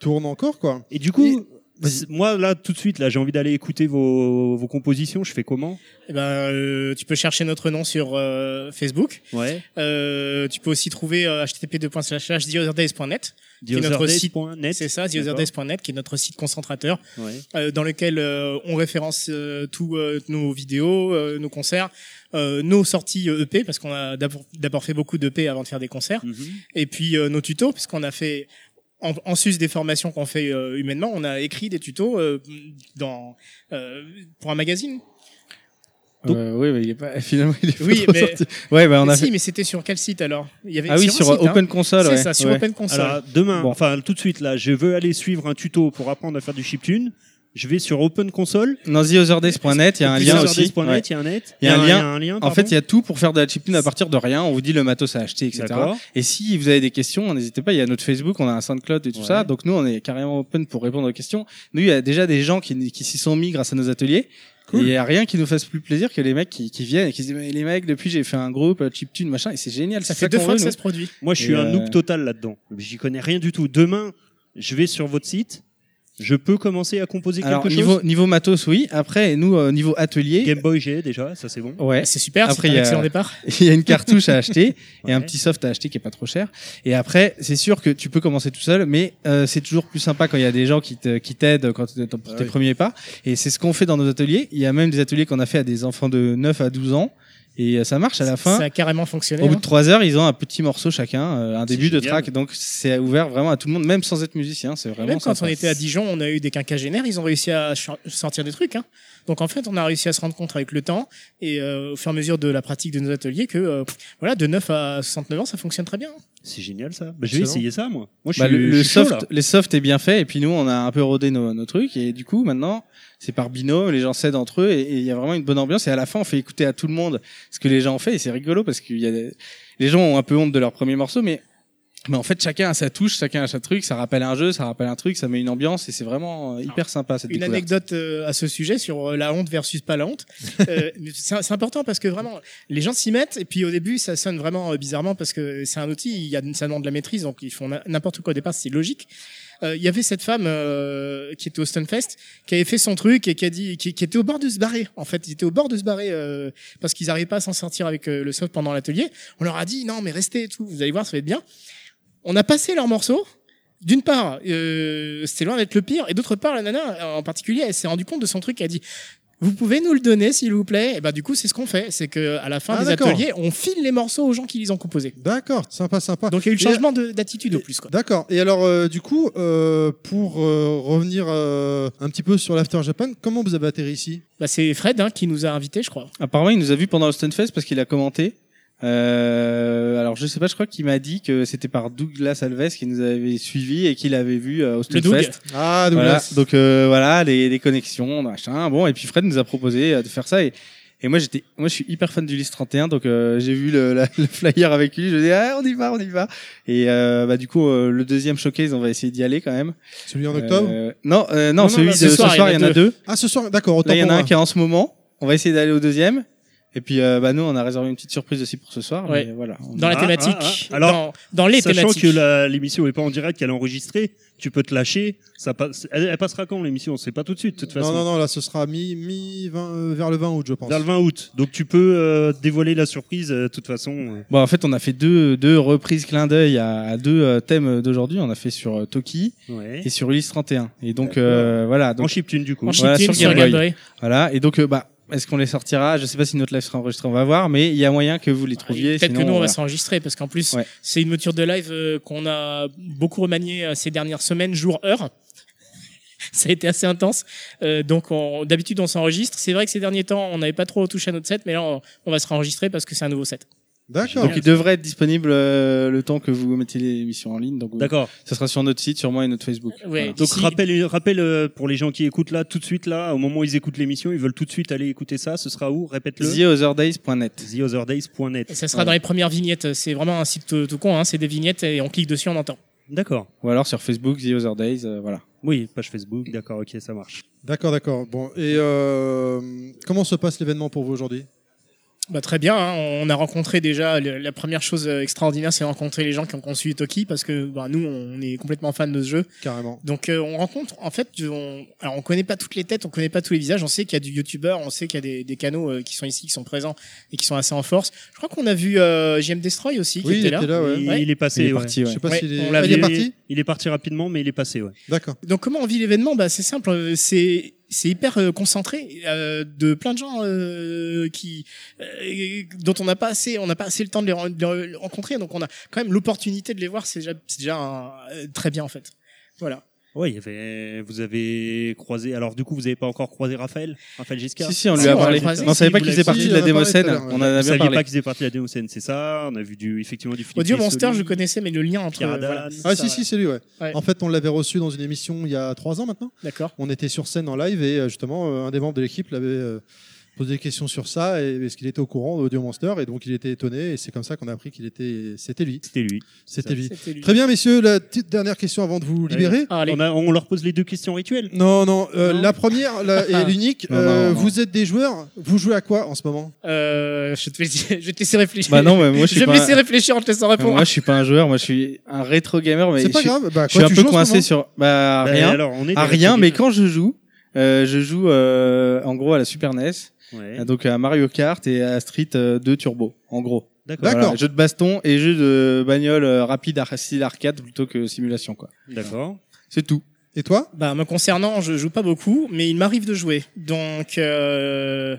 Speaker 1: tourne encore, quoi.
Speaker 4: Et du coup, c'est- moi là tout de suite là, j'ai envie d'aller écouter vos, vos compositions. Je fais comment
Speaker 12: Eh ben, euh, tu peux chercher notre nom sur euh, Facebook.
Speaker 4: Ouais.
Speaker 12: Euh, tu peux aussi trouver euh, http://theotherdays.net. qui est notre site-
Speaker 4: Theotherdays.net,
Speaker 12: C'est ça,
Speaker 4: d'accord.
Speaker 12: theotherdays.net, qui est notre site concentrateur,
Speaker 4: Ouais.
Speaker 12: euh, dans lequel euh, on référence euh, tous euh, nos vidéos, euh, nos concerts, euh, nos sorties euh, EP, parce qu'on a d'abord d'abord fait beaucoup d'EP avant de faire des concerts, et puis euh, nos tutos, parce qu'on a fait... En, en sus des formations qu'on fait euh, humainement, on a écrit des tutos euh, dans, euh, pour un magazine.
Speaker 14: Euh, oui, mais il est pas, finalement, il est
Speaker 12: Oui,
Speaker 14: pas
Speaker 12: mais
Speaker 14: sorti. Ouais, bah, on a
Speaker 12: si,
Speaker 14: fait-
Speaker 12: mais c'était sur quel site alors Il y avait-
Speaker 14: Ah oui,
Speaker 12: un
Speaker 14: sur
Speaker 12: site, hein.
Speaker 14: Open Console,
Speaker 12: C'est
Speaker 14: ouais.
Speaker 12: ça, sur
Speaker 14: Ouais.
Speaker 12: Open Console.
Speaker 4: Alors, demain, enfin tout de suite là, je veux aller suivre un tuto pour apprendre à faire du chiptune. Je vais sur Open Console.
Speaker 14: Dans theotherdays.net, il y a un lien aussi. Ouais.
Speaker 4: Il y a un net.
Speaker 14: Il y a un lien. en
Speaker 4: pardon.
Speaker 14: fait, il y a tout pour faire de la chiptune à partir de rien. On vous dit le matos à acheter, etc.
Speaker 4: D'accord.
Speaker 14: Et si vous avez des questions, n'hésitez pas. Il y a notre Facebook, on a un SoundCloud et tout ça. Donc nous, on est carrément open pour répondre aux questions. Nous, il y a déjà des gens qui, qui s'y sont mis grâce à nos ateliers. Et Il y a rien qui nous fasse plus plaisir que les mecs qui, qui viennent et qui se disent mais les mecs depuis j'ai fait un groupe euh, chiptune machin et c'est génial. c'est qu'on veut, nous.
Speaker 4: Moi, je
Speaker 14: Et,
Speaker 4: suis un
Speaker 14: euh,
Speaker 4: noob total là-dedans. J'y connais rien du tout. Demain, je vais sur votre site. Je peux commencer à composer quelque
Speaker 14: Alors
Speaker 4: chose.
Speaker 14: niveau niveau matos oui. Après nous euh, niveau atelier.
Speaker 4: Game Boy j'ai déjà, ça c'est bon.
Speaker 14: Ouais.
Speaker 12: C'est super, c'est un
Speaker 14: il y a-
Speaker 12: excellent départ.
Speaker 14: Il y a une cartouche à acheter et un
Speaker 4: Ouais.
Speaker 14: petit soft à acheter qui est pas trop cher. Et après, c'est sûr que tu peux commencer tout seul, mais euh, c'est toujours plus sympa quand il y a des gens qui te- qui t'aident quand tu pour
Speaker 4: Ah
Speaker 14: tes
Speaker 1: oui.
Speaker 14: premiers pas. Et c'est ce qu'on fait dans nos ateliers. Il y a même des ateliers qu'on a fait à des enfants de 9 à 12 ans. Et euh, ça marche à la fin.
Speaker 12: Ça a carrément fonctionné.
Speaker 14: Au bout
Speaker 12: hein.
Speaker 14: de trois heures, ils ont un petit morceau chacun, euh, un début de
Speaker 12: génial.
Speaker 14: track. Donc c'est ouvert vraiment à tout le monde, même sans être musicien. C'est vraiment.
Speaker 12: Même quand
Speaker 14: sympa.
Speaker 12: on était à Dijon, on a eu des quinquagénaires, ils ont réussi à ch- sortir des trucs. hein. Donc en fait, on a réussi à se rendre compte avec le temps et euh, au fur et à mesure de la pratique de nos ateliers que euh, pff, voilà, de 9 à 69 ans, ça fonctionne très bien. hein.
Speaker 4: C'est génial ça. Bah, je vais
Speaker 12: Excellent.
Speaker 4: essayer ça moi. Moi, je
Speaker 14: Bah,
Speaker 4: suis,
Speaker 14: le,
Speaker 4: je
Speaker 14: le
Speaker 4: suis chaud,
Speaker 14: soft,
Speaker 4: là.
Speaker 14: les softs est bien fait et puis nous on a un peu rodé nos, nos trucs et du coup maintenant c'est par binôme, les gens s'aident entre eux et et il y a vraiment une bonne ambiance et à la fin on fait écouter à tout le monde ce que les gens ont fait et c'est rigolo parce que les gens ont un peu honte de leur premier morceau mais mais en fait chacun a sa touche, chacun a sa truc, ça rappelle un jeu, ça rappelle un truc, ça met une ambiance et c'est vraiment euh, hyper sympa cette
Speaker 12: Une
Speaker 14: découverte.
Speaker 12: anecdote euh, à ce sujet sur euh, la honte versus pas la honte. Euh, mais c'est c'est important parce que vraiment, les gens s'y mettent et puis au début, ça sonne vraiment euh, bizarrement parce que c'est un outil, il y a, ça demande de la maîtrise, donc ils font na- n'importe quoi au départ, c'est logique. Euh, Il y avait cette femme euh, qui était au Stunfest, qui avait fait son truc et qui a dit, qui, qui était au bord de se barrer. En fait, ils étaient au bord de se barrer euh, parce qu'ils n'arrivaient pas à s'en sortir avec euh, le soft pendant l'atelier. On leur a dit non, mais restez et tout, vous allez voir, ça va être bien. On a passé leur morceau. D'une part, euh, c'était loin d'être le pire, et d'autre part, la nana en particulier, elle s'est rendue compte de son truc. Elle a dit vous pouvez nous le donner, s'il vous plaît Et ben du coup, c'est ce qu'on fait, c'est que à la fin
Speaker 1: Ah,
Speaker 12: des
Speaker 1: d'accord.
Speaker 12: ateliers, on file les morceaux aux gens qui les ont composés.
Speaker 1: D'accord, sympa, sympa.
Speaker 12: Donc il y a eu le
Speaker 1: Et-
Speaker 12: changement de- d'attitude au plus. Quoi.
Speaker 1: D'accord. Et alors, euh, du coup, euh, pour euh, revenir euh, un petit peu sur l'After Japan, comment vous avez atterri ici
Speaker 12: Bah, c'est Fred hein, qui nous a invités, je crois.
Speaker 14: Apparemment, il nous a vu pendant le Stunfest parce qu'il a commenté. Euh, alors je sais pas, je crois qu'il m'a dit que c'était par Douglas Alves qui nous avait suivi et qu'il avait vu euh, au
Speaker 1: Doug.
Speaker 14: Stunfest.
Speaker 1: Ah,
Speaker 14: Voilà.
Speaker 1: Douglas.
Speaker 14: donc euh, voilà les, les connexions, machin. Bon et puis Fred nous a proposé euh, de faire ça et, et moi j'étais, moi je suis hyper fan du Lys 31 donc euh, j'ai vu le, la- le flyer avec lui, je me dis ah on y va, on y va. Et euh, bah du coup euh, le deuxième showcase on va essayer d'y aller quand même.
Speaker 1: Celui en octobre
Speaker 14: Euh, Non euh, non, celui
Speaker 1: là,
Speaker 14: de ce soir il y en a deux.
Speaker 1: Ah, ce soir, d'accord. autant
Speaker 14: Là, il y en
Speaker 1: pour
Speaker 14: a un
Speaker 1: moi.
Speaker 14: qui est en ce moment. On va essayer d'aller au deuxième. Et puis, euh, bah, nous, on a réservé une petite surprise aussi pour ce soir.
Speaker 12: Ouais.
Speaker 14: Mais voilà. On-
Speaker 12: Dans la thématique.
Speaker 4: Ah, Alors,
Speaker 12: dans, dans les
Speaker 4: sachant
Speaker 12: thématiques.
Speaker 4: que la- l'émission n'est pas en direct, qu'elle est enregistrée, tu peux te lâcher. Ça passe, elle, elle passera quand l'émission On sait pas tout de suite, de toute façon.
Speaker 1: Non, non, non, là, ce sera mi, mi 20, euh, vers le 20 août, je pense.
Speaker 4: Vers le 20 août. Donc tu peux euh, dévoiler la surprise, euh, de toute façon.
Speaker 14: Bon, Bah, en fait, on a fait deux, deux reprises clin d'œil à, à deux euh, thèmes d'aujourd'hui. On a fait sur euh, Toki
Speaker 4: Ouais.
Speaker 14: et sur Ulysse 31. Et donc, euh, voilà. Donc,
Speaker 4: En chiptune, du coup.
Speaker 12: En
Speaker 14: Voilà,
Speaker 12: chiptune, sur Game Boy.
Speaker 14: Voilà. Et donc, euh, bah, Est-ce qu'on les sortira Je sais pas si notre live sera enregistré, on va voir, mais il y a moyen que vous les trouviez.
Speaker 12: Peut-être que
Speaker 14: sinon,
Speaker 12: nous, on va
Speaker 14: voilà.
Speaker 12: s'enregistrer, parce qu'en plus,
Speaker 14: Ouais.
Speaker 12: c'est une mouture de live euh, qu'on a beaucoup remaniée euh, ces dernières semaines, jour, heure. Ça a été assez intense. Euh, donc, on- d'habitude, on s'enregistre. C'est vrai que ces derniers temps, on n'avait pas trop touché à notre set, mais là, on, on va se réenregistrer parce que c'est un nouveau set.
Speaker 14: Donc il devrait être disponible euh, le temps que vous mettez l'émission en ligne. Donc,
Speaker 4: D'accord.
Speaker 14: Ce sera sur notre site, sur moi et notre Facebook. Voilà.
Speaker 4: Donc rappel, rappel euh, pour les gens qui écoutent là, tout de suite là, au moment où ils écoutent l'émission, ils veulent tout de suite aller écouter ça. Ce sera où Répète-le.
Speaker 14: TheOtherDays.net.
Speaker 4: TheOtherDays.net.
Speaker 12: Et ça sera dans les premières vignettes. C'est vraiment un site tout, tout con, hein. c'est des vignettes et on clique dessus, on entend.
Speaker 4: D'accord.
Speaker 14: Ou alors sur Facebook, The Other Days, euh, voilà.
Speaker 4: Oui, page Facebook, d'accord, ok, ça marche.
Speaker 1: D'accord, d'accord. Bon, et euh, comment se passe l'événement pour vous aujourd'hui
Speaker 12: Bah, très bien, hein. on a rencontré déjà, le- la première chose euh, extraordinaire, c'est rencontrer les gens qui ont conçu Toki, parce que bah, nous, on est complètement fans de ce jeu.
Speaker 1: Carrément.
Speaker 12: Donc euh, on rencontre, en fait, on, alors on connaît pas toutes les têtes, on connaît pas tous les visages, on sait qu'il y a du youtubeur, on sait qu'il y a des, des canaux euh, qui sont ici, qui sont présents et qui sont assez en force. Je crois qu'on a vu euh, JM Destroy aussi, qui était là.
Speaker 4: Il, il est passé. ouais.
Speaker 12: Ouais, on l'a
Speaker 4: Ah,
Speaker 12: vu.
Speaker 4: Il est parti rapidement, mais il est passé, ouais.
Speaker 1: D'accord.
Speaker 12: Donc comment on vit l'événement bah, C'est simple, euh, c'est c'est hyper euh, concentré euh, de plein de gens euh, qui euh, dont on n'a pas assez on n'a pas assez le temps de les, ren- de les rencontrer donc on a quand même l'opportunité de les voir c'est déjà c'est déjà un- euh, très bien en fait voilà
Speaker 4: Ouais, il y avait, vous avez croisé. Alors du coup, vous n'avez pas encore croisé Raphaël, Raphaël Giscard.
Speaker 14: Si, si, on lui a
Speaker 4: l'a
Speaker 14: parlé.
Speaker 4: croisé,
Speaker 14: Mais on savait
Speaker 4: si,
Speaker 14: pas
Speaker 4: vous
Speaker 14: qu'il
Speaker 4: l'avez-
Speaker 14: faisait partie
Speaker 4: si,
Speaker 14: de la
Speaker 4: en a parlé
Speaker 14: démocène.
Speaker 4: tout à l'heure,
Speaker 14: On
Speaker 4: ouais.
Speaker 14: en a bien
Speaker 4: Vous saviez
Speaker 14: parlé.
Speaker 4: pas qu'il faisait partie de la démocène, c'est ça. On a vu du, effectivement du Philippe.
Speaker 12: Audio
Speaker 4: Risoli.
Speaker 12: Monster je connaissais mais le lien entre
Speaker 4: Pierre Adam.
Speaker 12: Euh, voilà,
Speaker 1: Ah
Speaker 12: c'est
Speaker 1: si
Speaker 12: ça,
Speaker 1: si c'est lui ouais.
Speaker 12: Ouais.
Speaker 1: En fait on l'avait reçu dans une émission il y a trois ans maintenant.
Speaker 12: D'accord.
Speaker 1: On était sur scène en live et euh, justement euh, un des membres de l'équipe l'avait euh, posé des questions sur ça et parce qu'il était au courant d'Audio Monster et donc il était étonné et c'est comme ça qu'on a appris qu'il était c'était lui.
Speaker 4: C'était lui.
Speaker 1: C'était lui.
Speaker 4: C'était lui.
Speaker 1: Très bien messieurs la petite dernière question avant de vous libérer.
Speaker 4: on, a- on leur pose les deux questions rituelles.
Speaker 1: Non non, euh, la première la- et l'unique.
Speaker 4: Non, non,
Speaker 1: euh,
Speaker 4: non.
Speaker 1: Vous êtes des joueurs. Vous jouez à quoi en ce moment
Speaker 12: Euh, je, te, vais- je vais te laisser réfléchir
Speaker 14: Bah non, mais moi, je suis
Speaker 12: vais me
Speaker 14: pas-
Speaker 12: laisser réfléchir en te laissant répondre
Speaker 14: Moi, je suis pas un joueur, moi, je suis un rétro gamer, mais
Speaker 12: C'est pas
Speaker 14: je suis,
Speaker 12: grave. Bah,
Speaker 14: je suis
Speaker 12: quoi,
Speaker 14: un
Speaker 12: tu
Speaker 14: peu
Speaker 12: joues en ce
Speaker 14: coincé
Speaker 12: moment
Speaker 14: sur
Speaker 12: Bah,
Speaker 14: bah, rien,
Speaker 12: alors, on est des
Speaker 14: à
Speaker 12: rétro
Speaker 14: rien. Mais
Speaker 12: gamers.
Speaker 14: quand je joue, euh, je joue euh, en gros à la Super NES, euh, donc à Mario Kart et à Street euh, 2 Turbo, en gros.
Speaker 4: D'accord.
Speaker 14: Voilà,
Speaker 4: D'accord.
Speaker 14: jeu de baston et jeu de bagnole euh, rapide, ar- style arcade plutôt que simulation, quoi.
Speaker 4: D'accord.
Speaker 14: C'est tout.
Speaker 1: Et toi
Speaker 12: Bah, me concernant, je joue pas beaucoup, mais il m'arrive de jouer. Donc, euh,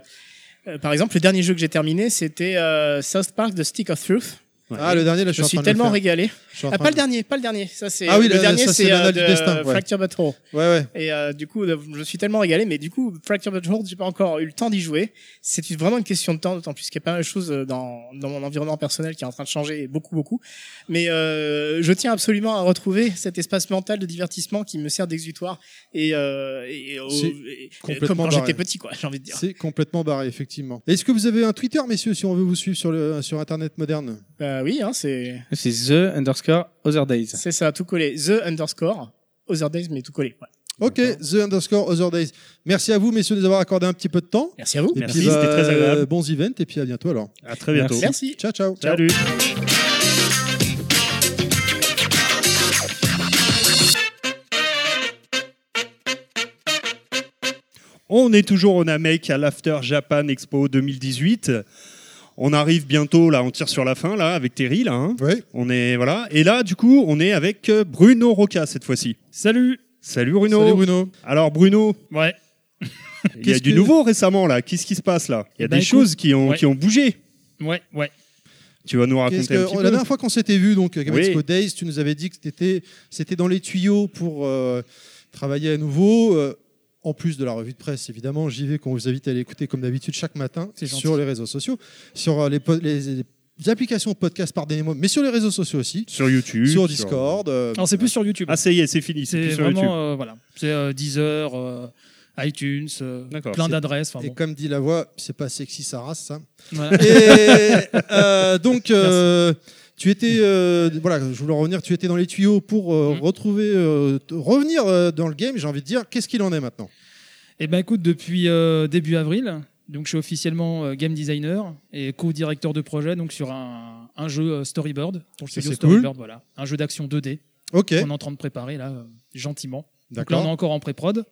Speaker 12: euh, par exemple, le dernier jeu que j'ai terminé, c'était euh, South Park The Stick of Truth.
Speaker 1: Ah, le dernier, là, je suis
Speaker 12: je
Speaker 1: en
Speaker 12: suis
Speaker 1: train de le
Speaker 12: tellement
Speaker 1: faire.
Speaker 12: régalé.
Speaker 1: Je suis en
Speaker 12: Ah,
Speaker 1: train
Speaker 12: pas
Speaker 1: de-
Speaker 12: le dernier, pas le dernier. Ça, c'est
Speaker 1: Ah oui,
Speaker 12: le
Speaker 1: là,
Speaker 12: dernier,
Speaker 1: ça, c'est
Speaker 12: c'est euh,
Speaker 1: l'anal du
Speaker 12: de
Speaker 1: destin, ouais.
Speaker 12: Fracture Battle. Ouais,
Speaker 1: ouais.
Speaker 12: Et euh, du coup, je me suis tellement régalé, mais du coup, Fracture Battle, j'ai pas encore eu le temps d'y jouer. C'est une- vraiment une question de temps, d'autant plus qu'il y a pas mal de choses euh, dans, dans mon environnement personnel qui est en train de changer et beaucoup, beaucoup. Mais euh, je tiens absolument à retrouver cet espace mental de divertissement qui me sert d'exutoire et, euh, et, au-
Speaker 1: C'est
Speaker 12: et-
Speaker 1: complètement
Speaker 12: comme quand j'étais
Speaker 1: barré.
Speaker 12: petit, quoi. J'ai envie de dire.
Speaker 1: C'est complètement barré effectivement. Est-ce que vous avez un Twitter messieurs si on veut vous suivre sur le sur internet moderne
Speaker 12: Bah oui, hein, c'est
Speaker 14: C'est The underscore Other Days.
Speaker 12: c'est ça, tout collé. The underscore Other Days, mais tout collé. ouais.
Speaker 1: Ok, The underscore Other Days. Merci à vous, messieurs, de nous avoir accordé un petit peu de temps.
Speaker 12: Merci à vous.
Speaker 1: Et
Speaker 12: Merci,
Speaker 1: puis,
Speaker 12: c'était
Speaker 1: bah,
Speaker 12: très agréable.
Speaker 1: Bons events, et puis à bientôt alors.
Speaker 4: À très bientôt.
Speaker 12: Merci.
Speaker 1: Ciao, ciao.
Speaker 4: Salut. On est toujours au Namek à l'After Japan Expo 2018. On arrive bientôt là, on tire sur la fin là avec Terry là. hein. On est voilà et là du coup on est avec euh, Bruno Roca cette fois-ci. Salut. Salut Bruno.
Speaker 1: Salut, Bruno.
Speaker 4: Alors Bruno.
Speaker 15: Ouais.
Speaker 4: Il y a
Speaker 15: Qu'est-ce
Speaker 4: du
Speaker 15: que-
Speaker 4: nouveau récemment là. Qu'est-ce qui se passe là Il y a
Speaker 15: Bah,
Speaker 4: des
Speaker 15: écoute,
Speaker 4: choses qui ont
Speaker 15: ouais.
Speaker 4: qui ont bougé.
Speaker 15: Ouais, ouais.
Speaker 4: Tu vas nous raconter
Speaker 1: Qu'est-ce que- oh,
Speaker 4: un petit peu.
Speaker 1: la dernière fois qu'on s'était vu, donc, à Game
Speaker 4: Oui.
Speaker 1: Expo Days, tu nous avais dit que t'étais- c'était dans les tuyaux pour euh, travailler à nouveau. euh, en plus de la revue de presse, évidemment, j'y vais qu'on vous invite à l'écouter comme d'habitude chaque matin
Speaker 15: gentil.
Speaker 1: sur les réseaux sociaux, sur euh, les, po- les- les applications podcast par des mots, mais sur les réseaux sociaux aussi.
Speaker 4: Sur YouTube.
Speaker 1: Sur Discord. euh,
Speaker 15: Non, c'est plus sur YouTube.
Speaker 4: Ah, ça y est, c'est fini.
Speaker 15: C'est
Speaker 4: plus sur
Speaker 15: vraiment,
Speaker 4: YouTube.
Speaker 15: euh, voilà. C'est euh, Deezer, euh, iTunes, euh, plein
Speaker 1: C'est-
Speaker 15: d'adresses. enfin
Speaker 1: Et
Speaker 15: bon.
Speaker 1: comme dit la voix, c'est pas sexy sa race, ça.
Speaker 15: Voilà.
Speaker 1: Et euh, donc, euh, tu étais, euh, voilà, je voulais en revenir, tu étais dans les tuyaux pour euh,
Speaker 15: Mm.
Speaker 1: retrouver, euh, t- revenir euh, dans le game, j'ai envie de dire, qu'est-ce qu'il en est maintenant
Speaker 15: Eh ben écoute, depuis euh, début avril, donc je suis officiellement euh, game designer et co-directeur de projet donc sur un, un jeu euh, Storyboard, pour le
Speaker 1: Ça,
Speaker 15: studio
Speaker 1: c'est cool.
Speaker 15: Storyboard, voilà, un jeu d'action 2D.
Speaker 1: Ok.
Speaker 15: Qu'on est en train de préparer là euh, gentiment. Donc là
Speaker 1: D'accord.
Speaker 15: on est encore en pré-prod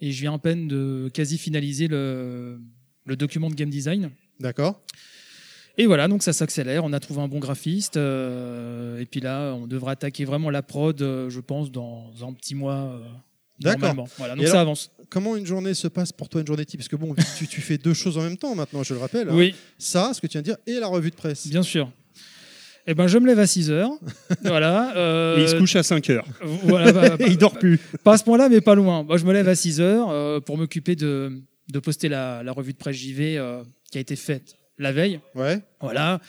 Speaker 15: et je viens à peine de quasi finaliser le, le document de game design.
Speaker 1: D'accord.
Speaker 15: Et voilà, donc ça s'accélère. On a trouvé un bon graphiste. euh, et puis là, on devrait attaquer vraiment la prod, euh, je pense, dans un petit mois, euh,
Speaker 1: D'accord.
Speaker 15: normalement. Voilà,
Speaker 1: Et
Speaker 15: donc ça
Speaker 1: alors,
Speaker 15: avance.
Speaker 1: Comment une journée se passe pour toi, une journée type Parce que bon, tu, tu fais deux choses en même temps maintenant, je le rappelle. hein.
Speaker 15: Oui.
Speaker 1: Ça, ce que tu viens de dire, et la revue de presse.
Speaker 15: Bien sûr. Eh ben, je me lève à 6 heures. voilà. euh,
Speaker 4: Et il se couche à 5 heures.
Speaker 15: Voilà, bah,
Speaker 4: Et il dort plus.
Speaker 15: Pas à ce point-là, mais pas loin. Moi, je me lève à 6 heures euh, pour m'occuper de, de poster la, la revue de presse JV euh, qui a été faite la veille.
Speaker 1: Ouais.
Speaker 15: Voilà.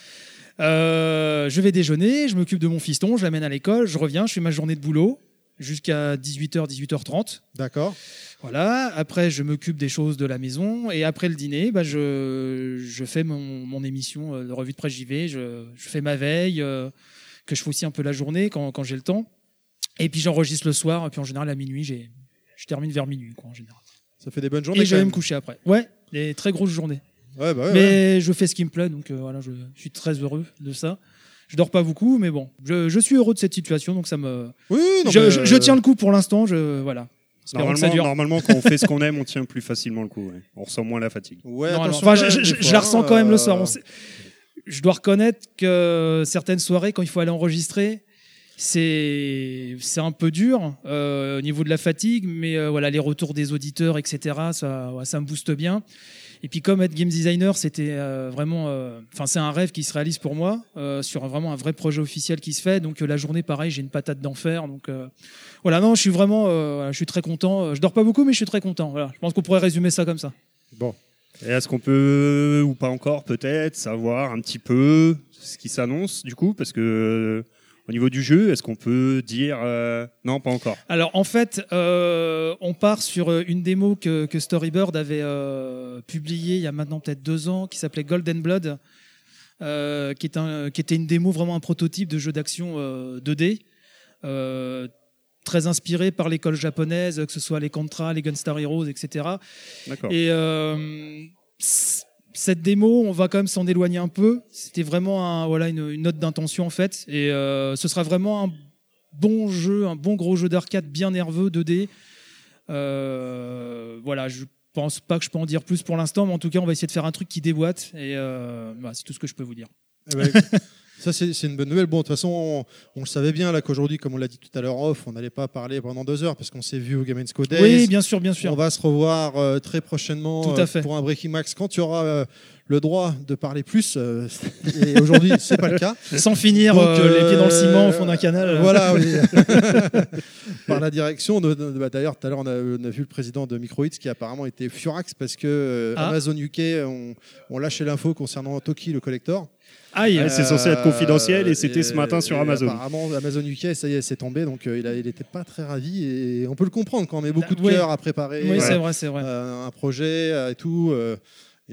Speaker 15: Euh, je vais déjeuner, je m'occupe de mon fiston, je l'amène à l'école, je reviens, je fais ma journée de boulot jusqu'à 18h, 18h30.
Speaker 1: D'accord.
Speaker 15: Voilà. Après, je m'occupe des choses de la maison et après le dîner, bah, je, je fais mon, mon émission euh, de revue de presse JV, je, je fais ma veille, euh, que je fais aussi un peu la journée quand, quand j'ai le temps. Et puis j'enregistre le soir, et puis en général à minuit, j'ai- je termine vers minuit quoi, en général.
Speaker 1: Ça fait des bonnes journées.
Speaker 15: Et je
Speaker 1: quand
Speaker 15: vais
Speaker 1: même.
Speaker 15: me coucher après. Ouais, des très grosses journées.
Speaker 1: Ouais, bah ouais,
Speaker 15: mais je fais ce qui me plaît, donc euh, voilà, je, je suis très heureux de ça. Je dors pas beaucoup, mais bon, je, je suis heureux de cette situation, donc ça me.
Speaker 1: Oui, euh,
Speaker 4: non,
Speaker 15: je,
Speaker 4: mais-
Speaker 15: je- je tiens le coup pour l'instant, je voilà. Espérons que ça
Speaker 4: Normalement,
Speaker 15: dure.
Speaker 4: normalement, quand on fait ce qu'on aime, on tient plus facilement le coup. ouais. On ressent moins la fatigue.
Speaker 15: Normalement. Enfin, je, je- je la ressens quand même euh, le
Speaker 1: euh,
Speaker 15: soir. On sait- Je dois reconnaître que certaines soirées, quand il faut aller enregistrer, c'est c'est un peu dur euh, au niveau de la fatigue, mais euh, voilà les retours des auditeurs, etc. Ça, ouais, ça me booste bien. Et puis comme être game designer, c'était euh, vraiment, euh, enfin c'est un rêve qui se réalise pour moi euh, sur un- vraiment un vrai projet officiel qui se fait. Donc euh, la journée, pareil, j'ai une patate d'enfer. Donc euh, voilà, non, je suis vraiment, euh, voilà, je suis très content. Je dors pas beaucoup, mais je suis très content. Voilà, je pense qu'on pourrait résumer ça comme ça.
Speaker 1: Bon.
Speaker 4: Est-ce qu'on peut, ou pas encore, peut-être, savoir un petit peu ce qui s'annonce, du coup Parce que, euh, au niveau du jeu, est-ce qu'on peut dire. euh, Non, pas encore.
Speaker 15: Alors en fait, euh, on part sur euh, une démo que, que Storybird avait euh, publiée il y a maintenant peut-être deux ans, qui s'appelait Golden Blood, euh, qui, est un- qui était une démo vraiment un prototype de jeu d'action euh, 2D, euh, très inspiré par l'école japonaise, que ce soit les Contra, les Gunstar Heroes, etc.
Speaker 4: D'accord.
Speaker 15: Et euh, c- cette démo, on va quand même s'en éloigner un peu. C'était vraiment un- voilà une, une note d'intention en fait, et euh, ce sera vraiment un bon jeu, un bon gros jeu d'arcade bien nerveux, 2D. Euh, voilà, je pense pas que je peux en dire plus pour l'instant, mais en tout cas, on va essayer de faire un truc qui déboîte. Et euh, voilà, c'est tout ce que je peux vous dire.
Speaker 1: Eh ben, ça, c'est c'est une bonne nouvelle. Bon, de toute façon, on, on le savait bien là qu'aujourd'hui, comme on l'a dit tout à l'heure en off, on n'allait pas parler pendant deux heures parce qu'on s'est vu au Game Sco Days.
Speaker 15: Oui, bien sûr, bien sûr.
Speaker 1: On va se revoir euh, très prochainement
Speaker 15: Tout à
Speaker 1: euh,
Speaker 15: fait.
Speaker 1: pour un Breaking Max quand tu auras euh, le droit de parler plus. euh, et aujourd'hui, c'est pas le cas.
Speaker 15: Sans finir, euh, les pieds dans le ciment au fond d'un canal.
Speaker 1: Voilà, oui. Par la direction. de- de- bah, D'ailleurs, tout à l'heure, on, a- on a vu le président de Microhits qui apparemment était furax parce que euh,
Speaker 15: Ah.
Speaker 1: Amazon UK ont on lâché l'info concernant Toki, le collector. Euh,
Speaker 4: Aïe. Ouais, c'est censé être confidentiel et c'était ce matin sur
Speaker 1: et
Speaker 4: Amazon.
Speaker 1: Apparemment, Amazon UK, ça y est, c'est tombé, donc euh, il, a- il était pas très ravi et on peut le comprendre quand on met beaucoup de
Speaker 15: Ouais.
Speaker 1: cœur à préparer
Speaker 15: Oui, c'est vrai, c'est vrai.
Speaker 1: euh, un projet euh, et tout. euh,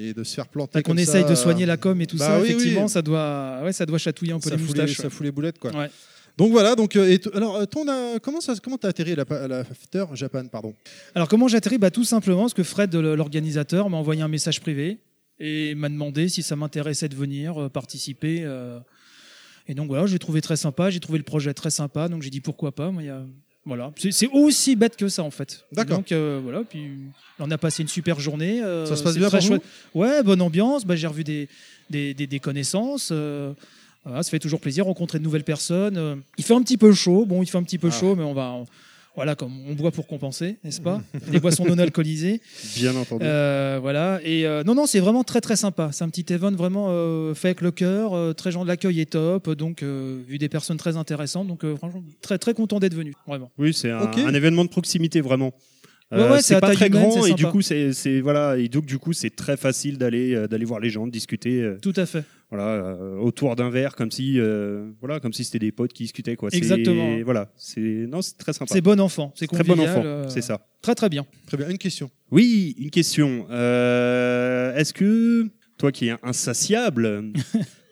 Speaker 1: et de se faire planter.
Speaker 15: Enfin, qu'on
Speaker 1: comme ça,
Speaker 15: essaye de
Speaker 1: euh,
Speaker 15: soigner la com et tout
Speaker 1: bah
Speaker 15: ça,
Speaker 1: oui, oui.
Speaker 15: effectivement, ça doit, ouais, ça doit chatouiller un peu
Speaker 1: Ça
Speaker 15: les
Speaker 1: fout les-
Speaker 15: moustaches.
Speaker 1: ça fout les boulettes, quoi.
Speaker 15: Ouais.
Speaker 1: Donc voilà, donc euh, et t- alors euh, ton euh, comment ça comment t'as atterri à la, pa- à la After Japan pardon.
Speaker 15: Alors comment j'atterris bah, Tout simplement parce que Fred, le- l'organisateur, m'a envoyé un message privé et m'a demandé si ça m'intéressait de venir euh, participer. euh. Et donc voilà, j'ai trouvé très sympa, j'ai trouvé le projet très sympa, donc j'ai dit pourquoi pas. Moi, il y a- Voilà, c'est c'est aussi bête que ça en fait.
Speaker 1: D'accord.
Speaker 15: Donc euh, voilà, puis on a passé une super journée. euh,
Speaker 1: Ça se passe
Speaker 15: c'est
Speaker 1: bien
Speaker 15: très
Speaker 1: pour
Speaker 15: chouette. Ouais, bonne ambiance. Bah, j'ai revu des, des, des- des connaissances. euh, voilà, ça fait toujours plaisir rencontrer de nouvelles personnes. euh. Il fait un petit peu chaud. Bon, il fait un petit peu
Speaker 4: Ah.
Speaker 15: chaud, mais on va. on- voilà, comme on boit pour compenser, n'est-ce pas Des boissons non alcoolisées.
Speaker 4: Bien entendu.
Speaker 15: Euh, voilà. Et euh, non, non, c'est vraiment très très sympa. C'est un petit event vraiment euh, fait avec le cœur. euh, très gens de l'accueil est top. Donc euh, vu des personnes très intéressantes. Donc euh, franchement, très très content d'être venu. Vraiment.
Speaker 4: Oui, c'est un,
Speaker 15: Ok.
Speaker 4: un événement de proximité vraiment. Euh,
Speaker 15: Ouais, ouais, c'est
Speaker 4: c'est
Speaker 15: à
Speaker 4: pas
Speaker 15: taille
Speaker 4: très
Speaker 15: humaine,
Speaker 4: grand
Speaker 15: c'est
Speaker 4: et du
Speaker 15: sympa.
Speaker 4: coup c'est c'est- voilà et donc du coup c'est très facile d'aller euh, d'aller voir les gens, de discuter. euh,
Speaker 15: Tout à fait.
Speaker 4: Voilà, euh, autour d'un verre comme si euh, voilà comme si c'était des potes qui discutaient quoi. C'est-
Speaker 15: Exactement.
Speaker 4: Voilà, c'est non c'est très sympa.
Speaker 15: C'est bon enfant. C'est
Speaker 4: très bon
Speaker 15: convivial,
Speaker 4: enfant.
Speaker 15: euh,
Speaker 4: C'est ça.
Speaker 15: Très très bien.
Speaker 1: Très bien. Une question.
Speaker 4: Oui, une question. Euh, Est-ce que toi qui es insatiable,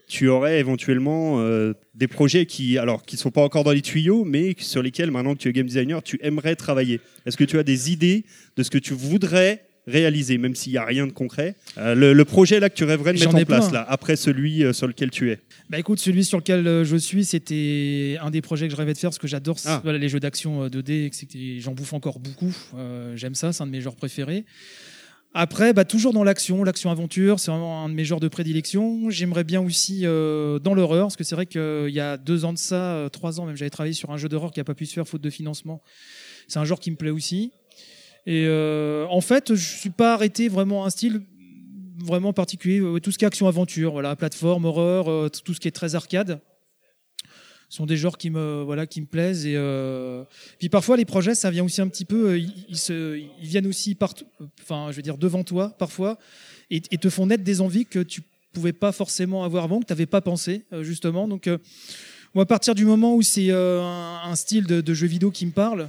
Speaker 4: tu aurais éventuellement euh, des projets qui, alors, qui sont pas encore dans les tuyaux, mais sur lesquels maintenant que tu es game designer, tu aimerais travailler Est-ce que tu as des idées de ce que tu voudrais réaliser, même s'il n'y a rien de concret Euh, le, le projet là que tu rêverais de
Speaker 15: J'en
Speaker 4: mettre en
Speaker 15: ai
Speaker 4: place
Speaker 15: plein.
Speaker 4: là, après celui euh, sur lequel tu es.
Speaker 15: Bah écoute, celui sur lequel euh, je suis, c'était un des projets que je rêvais de faire parce que j'adore c-
Speaker 4: Ah.
Speaker 15: voilà, les jeux d'action euh, 2D, et que c'était- j'en bouffe encore beaucoup. Euh, J'aime ça, c'est un de mes genres préférés. Après, bah, toujours dans l'action, l'action-aventure, c'est vraiment un de mes genres de prédilection. J'aimerais bien aussi euh, dans l'horreur, parce que c'est vrai qu'il y a deux ans de ça, euh, trois ans même, j'avais travaillé sur un jeu d'horreur qui n'a pas pu se faire faute de financement. C'est un genre qui me plaît aussi. Et euh, en fait, je ne suis pas arrêté vraiment à un style vraiment particulier. Euh, Tout ce qui est action-aventure, voilà, plateforme, horreur, euh, tout ce qui est très arcade sont des genres qui me voilà qui me plaisent et euh, puis parfois les projets ça vient aussi un petit peu euh, ils, ils se ils viennent aussi partout enfin je veux dire devant toi parfois et, et te font naître des envies que tu pouvais pas forcément avoir avant que tu n'avais pas pensé euh, justement donc euh, moi à partir du moment où c'est euh, un, un style de, de jeu vidéo qui me parle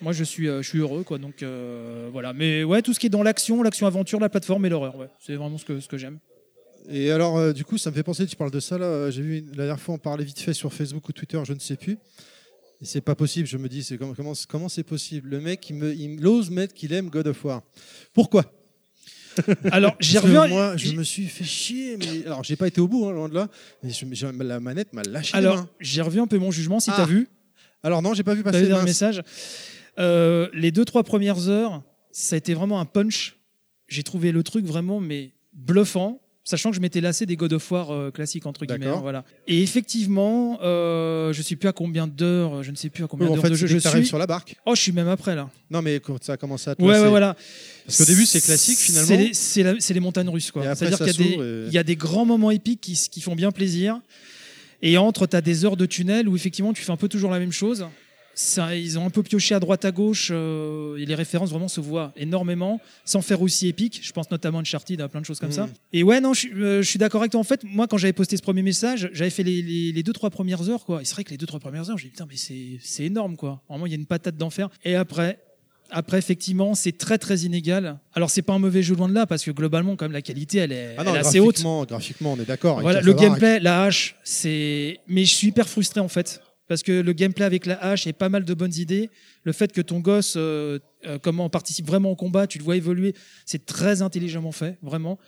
Speaker 15: moi je suis euh, je suis heureux quoi donc euh, voilà mais ouais tout ce qui est dans l'action l'action aventure la plateforme et l'horreur ouais c'est vraiment ce que ce que j'aime
Speaker 1: Et alors, euh, du coup, ça me fait penser, tu parles de ça là. euh, J'ai vu une- la dernière fois, on parlait vite fait sur Facebook ou Twitter, je ne sais plus. Et c'est pas possible, je me dis, c'est comme- comment comment c'est possible Le mec, il, me, il ose mettre qu'il aime God of War. Pourquoi
Speaker 15: Alors, j'y
Speaker 1: Parce que
Speaker 15: reviens-
Speaker 1: Moi, je me suis fait chier. Mais... Alors, j'ai pas été au bout, hein, loin de là. Mais je- j'ai- la manette m'a lâché. Ah.
Speaker 15: Alors, j'ai revu un peu mon jugement, si t'as vu.
Speaker 1: Alors non, j'ai pas vu
Speaker 15: T'as
Speaker 1: passer,
Speaker 15: vu un
Speaker 1: mince.
Speaker 15: message. Euh, les deux trois premières heures, ça a été vraiment un punch. J'ai trouvé le truc vraiment mais bluffant, sachant que je m'étais lassé des God of War euh, classiques entre guillemets.
Speaker 1: D'accord.
Speaker 15: hein, voilà. Et effectivement, euh, je sais plus à combien d'heures, je ne sais plus à combien
Speaker 1: Oui, en
Speaker 15: d'heures
Speaker 1: fait,
Speaker 15: de jeu
Speaker 1: c'est
Speaker 15: je
Speaker 1: dès que t'arrives
Speaker 15: suis.
Speaker 1: sur la barque.
Speaker 15: Oh, je suis même après là.
Speaker 1: Non, mais quand ça a commencé à te
Speaker 15: Ouais,
Speaker 1: lasser.
Speaker 15: ouais, voilà.
Speaker 1: Parce qu'au début, c'est classique finalement.
Speaker 15: C'est les, c'est la- c'est les montagnes russes, quoi.
Speaker 1: Et après,
Speaker 15: C'est-à-dire
Speaker 1: ça
Speaker 15: qu'il y, a des-
Speaker 1: s'ouvre et-
Speaker 15: il y a des grands moments épiques qui, s- qui font bien plaisir. Et entre, tu as des heures de tunnel où effectivement, tu fais un peu toujours la même chose. Ça, ils ont un peu pioché à droite à gauche euh, et les références vraiment se voient énormément sans faire aussi épique. Je pense notamment à Uncharted, à plein de choses comme ça.
Speaker 1: Mm.
Speaker 15: Et ouais, non, je, suis- euh, je suis d'accord avec toi. En fait, moi, quand j'avais posté ce premier message, j'avais fait les, les, les deux trois premières heures, quoi. Et c'est vrai que les deux trois premières heures, j'ai dit putain, mais c'est c'est énorme, quoi. Vraiment, il y a une patate d'enfer. Et après, après, effectivement, c'est très très inégal. Alors, c'est pas un mauvais jeu loin de là, parce que globalement, quand même, la qualité, elle est,
Speaker 1: Ah non,
Speaker 15: elle est assez haute.
Speaker 1: graphiquement, graphiquement, on est d'accord.
Speaker 15: Voilà,
Speaker 1: avec
Speaker 15: le
Speaker 1: Cavalarak.
Speaker 15: gameplay, la hache, c'est. Mais je suis hyper frustré en fait. Parce que le gameplay avec la hache et pas mal de bonnes idées. Le fait que ton gosse, euh, euh, comment participe vraiment au combat, tu le vois évoluer, c'est très intelligemment fait, vraiment.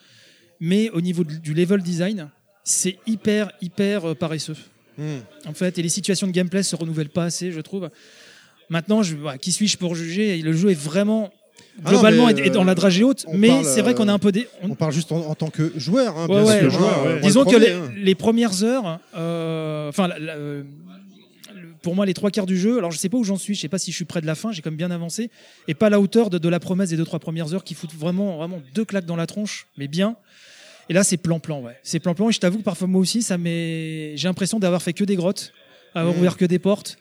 Speaker 15: Mais au niveau de- du level design, c'est hyper, hyper euh, paresseux.
Speaker 1: Hmm.
Speaker 15: En fait, et les situations de gameplay se renouvellent pas assez, je trouve. Maintenant, je, bah, qui suis-je pour juger Le jeu est vraiment
Speaker 1: Ah non,
Speaker 15: globalement
Speaker 1: mais,
Speaker 15: est- est dans la dragée haute,
Speaker 1: on
Speaker 15: mais
Speaker 1: parle, euh,
Speaker 15: c'est vrai qu'on a un peu des,
Speaker 1: On parle juste en, en tant que joueur, hein,
Speaker 15: Ouais,
Speaker 1: bien
Speaker 15: ouais,
Speaker 1: sûr.
Speaker 15: ouais,
Speaker 1: hein,
Speaker 15: ouais.
Speaker 1: moi,
Speaker 15: Disons
Speaker 1: le
Speaker 15: que
Speaker 1: premier,
Speaker 15: les,
Speaker 1: hein.
Speaker 15: les premières heures, euh, enfin, la- la- euh, le- pour moi, les trois quarts du jeu, alors je sais pas où j'en suis, je sais pas si je suis près de la fin, j'ai quand même bien avancé, et pas à la hauteur de, de la promesse des deux, trois premières heures qui foutent vraiment, vraiment deux claques dans la tronche, mais bien. Et là, c'est plan-plan, ouais. C'est plan-plan, et je t'avoue que parfois, moi aussi, ça m'est... j'ai l'impression d'avoir fait que des grottes, avoir
Speaker 1: Mhm.
Speaker 15: ouvert que des portes.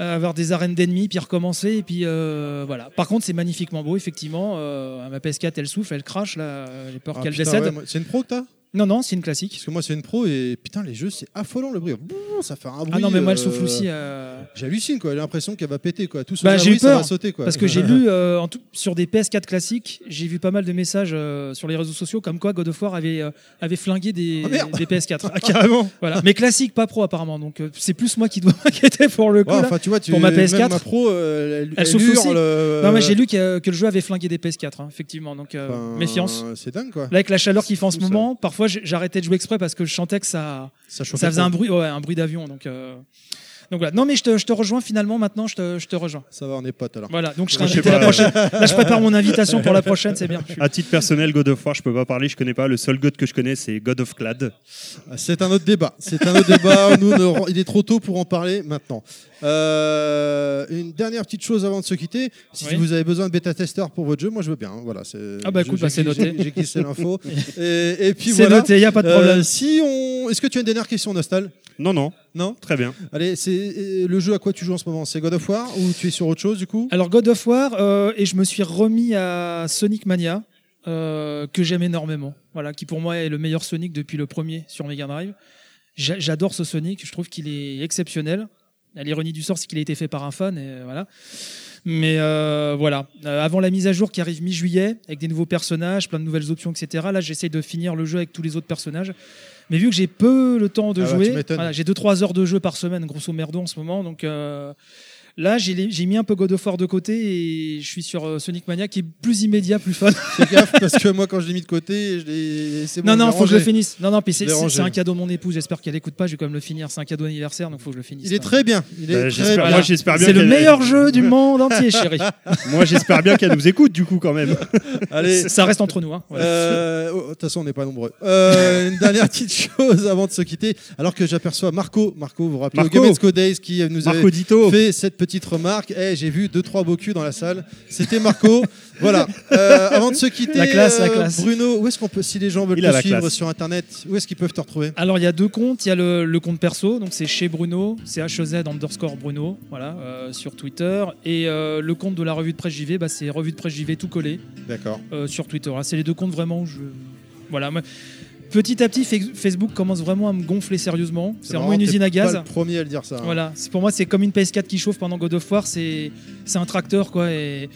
Speaker 15: euh, Avoir des arènes d'ennemis, puis recommencer, et puis euh, voilà. Par contre, c'est magnifiquement beau, effectivement. euh, ma PS4, elle souffle, elle crache, là, euh, j'ai peur
Speaker 1: Ah,
Speaker 15: qu'elle
Speaker 1: putain,
Speaker 15: décède.
Speaker 1: ouais, moi- c'est une pro que t'as
Speaker 15: Non, non, c'est une classique.
Speaker 1: Parce que moi, c'est une pro et putain, les jeux, c'est affolant le bruit. Bouh, ça fait un bruit.
Speaker 15: Ah non, mais moi, elle
Speaker 1: euh,
Speaker 15: souffle aussi, euh.
Speaker 1: J'hallucine, quoi. J'ai l'impression qu'elle va péter, quoi. Tout ce
Speaker 15: Bah,
Speaker 1: que
Speaker 15: j'ai eu
Speaker 1: bruit, ça
Speaker 15: peur
Speaker 1: va sauter, quoi.
Speaker 15: parce que j'ai lu euh, en tout, sur des PS4 classiques, j'ai vu pas mal de messages euh, sur les réseaux sociaux comme quoi God of War avait euh, avait flingué des, des PS4.
Speaker 1: Ah, carrément.
Speaker 15: Voilà. Mais classique, pas pro apparemment. Donc euh, c'est plus moi qui dois m'inquiéter pour le coup.
Speaker 1: Ouais,
Speaker 15: là.
Speaker 1: enfin, tu vois, tu-
Speaker 15: pour ma
Speaker 1: même
Speaker 15: PS4,
Speaker 1: ma pro, euh, elle- elle
Speaker 15: souffle aussi.
Speaker 1: hurle, euh,
Speaker 15: Non mais j'ai lu que, euh, que le jeu avait flingué des PS4, hein, effectivement. Donc euh,
Speaker 1: Ben,
Speaker 15: méfiance.
Speaker 1: c'est dingue, quoi.
Speaker 15: Là, avec la chaleur qu'il fait en ce moment, parfois j'ai- j'arrêtais de jouer exprès parce que je chantais que ça
Speaker 1: ça, chauffait
Speaker 15: faisait
Speaker 1: trop.
Speaker 15: un bruit, ouais, un bruit d'avion. Donc euh, donc voilà. Non mais je te, je te rejoins finalement. Maintenant, je te, je te rejoins.
Speaker 1: Ça va, on est potes alors.
Speaker 15: Voilà, donc je serai
Speaker 1: Moi, je sais
Speaker 15: invité la
Speaker 1: pas.
Speaker 15: prochaine. Là, je prépare mon invitation pour la prochaine, c'est bien.
Speaker 4: À titre personnel, God of War, je peux pas parler, je connais pas. Le seul God que je connais, c'est God of Clad.
Speaker 1: C'est un autre débat. C'est un autre débat. Nous, ne- il est trop tôt pour en parler maintenant. Euh, une dernière petite chose avant de se quitter. Si
Speaker 15: Oui.
Speaker 1: vous avez besoin de bêta-testeurs pour votre jeu, moi je veux bien. hein. Voilà, c'est-
Speaker 15: Ah bah
Speaker 1: je-
Speaker 15: écoute,
Speaker 1: j'ai-
Speaker 15: bah, c'est
Speaker 1: j'ai-
Speaker 15: noté.
Speaker 1: J'ai glissé l'info. Et, et puis
Speaker 15: C'est
Speaker 1: voilà. Euh,
Speaker 15: noté, y a pas de problème.
Speaker 1: si on, est-ce que tu as une dernière question, Nostal
Speaker 4: Non, non.
Speaker 1: Non.
Speaker 4: Très bien.
Speaker 1: Allez, c'est euh, le jeu à quoi tu joues en ce moment. C'est God of War ou tu es sur autre chose du coup
Speaker 15: Alors God of War, euh, et je me suis remis à Sonic Mania, euh, que j'aime énormément. Voilà, qui pour moi est le meilleur Sonic depuis le premier sur Mega Drive. J'a- J'adore ce Sonic, je trouve qu'il est exceptionnel. À L'ironie du sort, c'est qu'il a été fait par un fan, et euh, voilà. Mais euh, voilà, Euh, avant la mise à jour qui arrive mi-juillet, avec des nouveaux personnages, plein de nouvelles options, etc. Là, j'essaye de finir le jeu avec tous les autres personnages. Mais vu que j'ai peu le temps de
Speaker 1: Ah bah,
Speaker 15: jouer,
Speaker 1: tu m'étonnes.
Speaker 15: voilà, j'ai 2-3 heures de jeu par semaine, grosso merdo en ce moment, donc euh, Là, j'ai les- j'ai mis un peu God of War de côté et je suis sur euh, Sonic Mania qui est plus immédiat, plus fun.
Speaker 1: Fais gaffe, parce que moi, quand je l'ai mis de côté, je l'ai. c'est bon,
Speaker 15: non,
Speaker 1: je
Speaker 15: non,
Speaker 1: l'ai
Speaker 15: faut que je le
Speaker 1: rangé.
Speaker 15: finisse. Non, non, puis c'est
Speaker 1: Je l'ai
Speaker 15: c'est-
Speaker 1: rangé.
Speaker 15: c'est un cadeau de mon épouse. J'espère qu'elle écoute pas. Je vais quand même le finir. C'est un cadeau anniversaire, donc faut que je le finisse.
Speaker 1: Il est très bien. Il est
Speaker 4: Euh,
Speaker 1: Bah, très j'espère- bien. moi, j'espère bien
Speaker 15: C'est le
Speaker 1: qu'elle-
Speaker 15: meilleur jeu du monde entier, chérie.
Speaker 4: Moi, j'espère bien qu'elle nous écoute, du coup, quand même.
Speaker 1: Allez.
Speaker 15: Ça reste entre nous. hein. Voilà.
Speaker 1: Euh, oh, De toute façon, on n'est pas nombreux. Euh, une dernière petite chose avant de se quitter. Alors que j'aperçois Marco, Marco, vous vous rappelez,
Speaker 4: Marco.
Speaker 1: au Game Expo Days qui nous a
Speaker 4: Marco Ditto.
Speaker 1: fait cette petite remarque. Eh, j'ai vu deux trois beaux culs dans la salle. C'était Marco. voilà. Euh, avant de se quitter,
Speaker 15: La classe, la
Speaker 1: euh,
Speaker 15: classe.
Speaker 1: Bruno, où est-ce qu'on peut, si les gens veulent
Speaker 15: Il a
Speaker 1: te
Speaker 15: la
Speaker 1: suivre
Speaker 15: classe.
Speaker 1: sur Internet, où est-ce qu'ils peuvent te retrouver
Speaker 15: Alors il y a deux comptes, il y a le, le compte perso, donc c'est chez Bruno, c'est HEZ underscore Bruno, voilà, euh, sur Twitter. Et euh, le compte de la revue de presse JV, bah, c'est revue de presse JV tout collé.
Speaker 1: D'accord.
Speaker 15: euh, sur Twitter. hein. C'est les deux comptes vraiment où je. Voilà. moi, Petit à petit, Fe- Facebook commence vraiment à me gonfler sérieusement. C'est
Speaker 1: marrant,
Speaker 15: vraiment une
Speaker 1: t'es
Speaker 15: usine
Speaker 1: pas
Speaker 15: à gaz.
Speaker 1: le premier à le dire ça, hein.
Speaker 15: Voilà. C'est- Pour moi, c'est comme une PS4 qui chauffe pendant God of War. C'est c'est un tracteur, quoi. Et,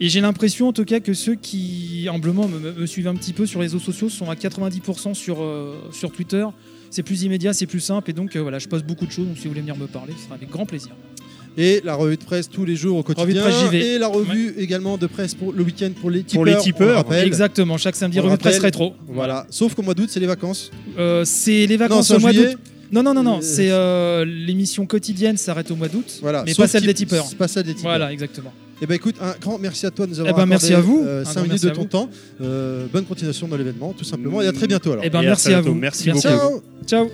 Speaker 15: et j'ai l'impression, en tout cas, que ceux qui, humblement, me, me- me suivent un petit peu sur les réseaux sociaux sont à 90% sur, euh, sur Twitter. C'est plus immédiat, c'est plus simple. Et donc, euh, voilà, je poste beaucoup de choses. Donc, si vous voulez venir me parler, ce sera avec grand plaisir.
Speaker 1: Et la revue de presse tous les jours au
Speaker 15: Revue de
Speaker 1: quotidien.
Speaker 15: presse JV.
Speaker 1: Et la revue également de presse pour le week-end pour les tipeurs.
Speaker 15: Pour les
Speaker 1: on le
Speaker 15: tipeurs.
Speaker 1: rappelle.
Speaker 15: Exactement, chaque samedi,
Speaker 1: On le
Speaker 15: revue de presse
Speaker 1: rappelle.
Speaker 15: rétro.
Speaker 1: Voilà. Sauf qu'au mois d'août, c'est les vacances.
Speaker 15: Euh, c'est les vacances
Speaker 1: Non, c'est en
Speaker 15: au mois
Speaker 1: juillet.
Speaker 15: d'août. Non, non, non, non.
Speaker 1: Euh,
Speaker 15: C'est euh, l'émission quotidienne s'arrête au mois d'août.
Speaker 1: Voilà,
Speaker 15: Mais
Speaker 1: sauf
Speaker 15: pas celle
Speaker 1: qu'il-
Speaker 15: des tipeurs.
Speaker 1: Pas celle des tipeurs.
Speaker 15: Voilà, exactement.
Speaker 1: Eh ben écoute, un grand merci à toi de nous
Speaker 15: Eh
Speaker 1: avoir
Speaker 15: ben, merci à vous. Un
Speaker 1: 5
Speaker 15: grand
Speaker 1: minutes
Speaker 15: merci
Speaker 1: de
Speaker 15: à
Speaker 1: ton
Speaker 15: vous.
Speaker 1: temps. Euh, bonne continuation dans l'événement, tout simplement. Et à très bientôt alors.
Speaker 15: Eh ben, merci à vous.
Speaker 1: Ciao.
Speaker 15: Ciao.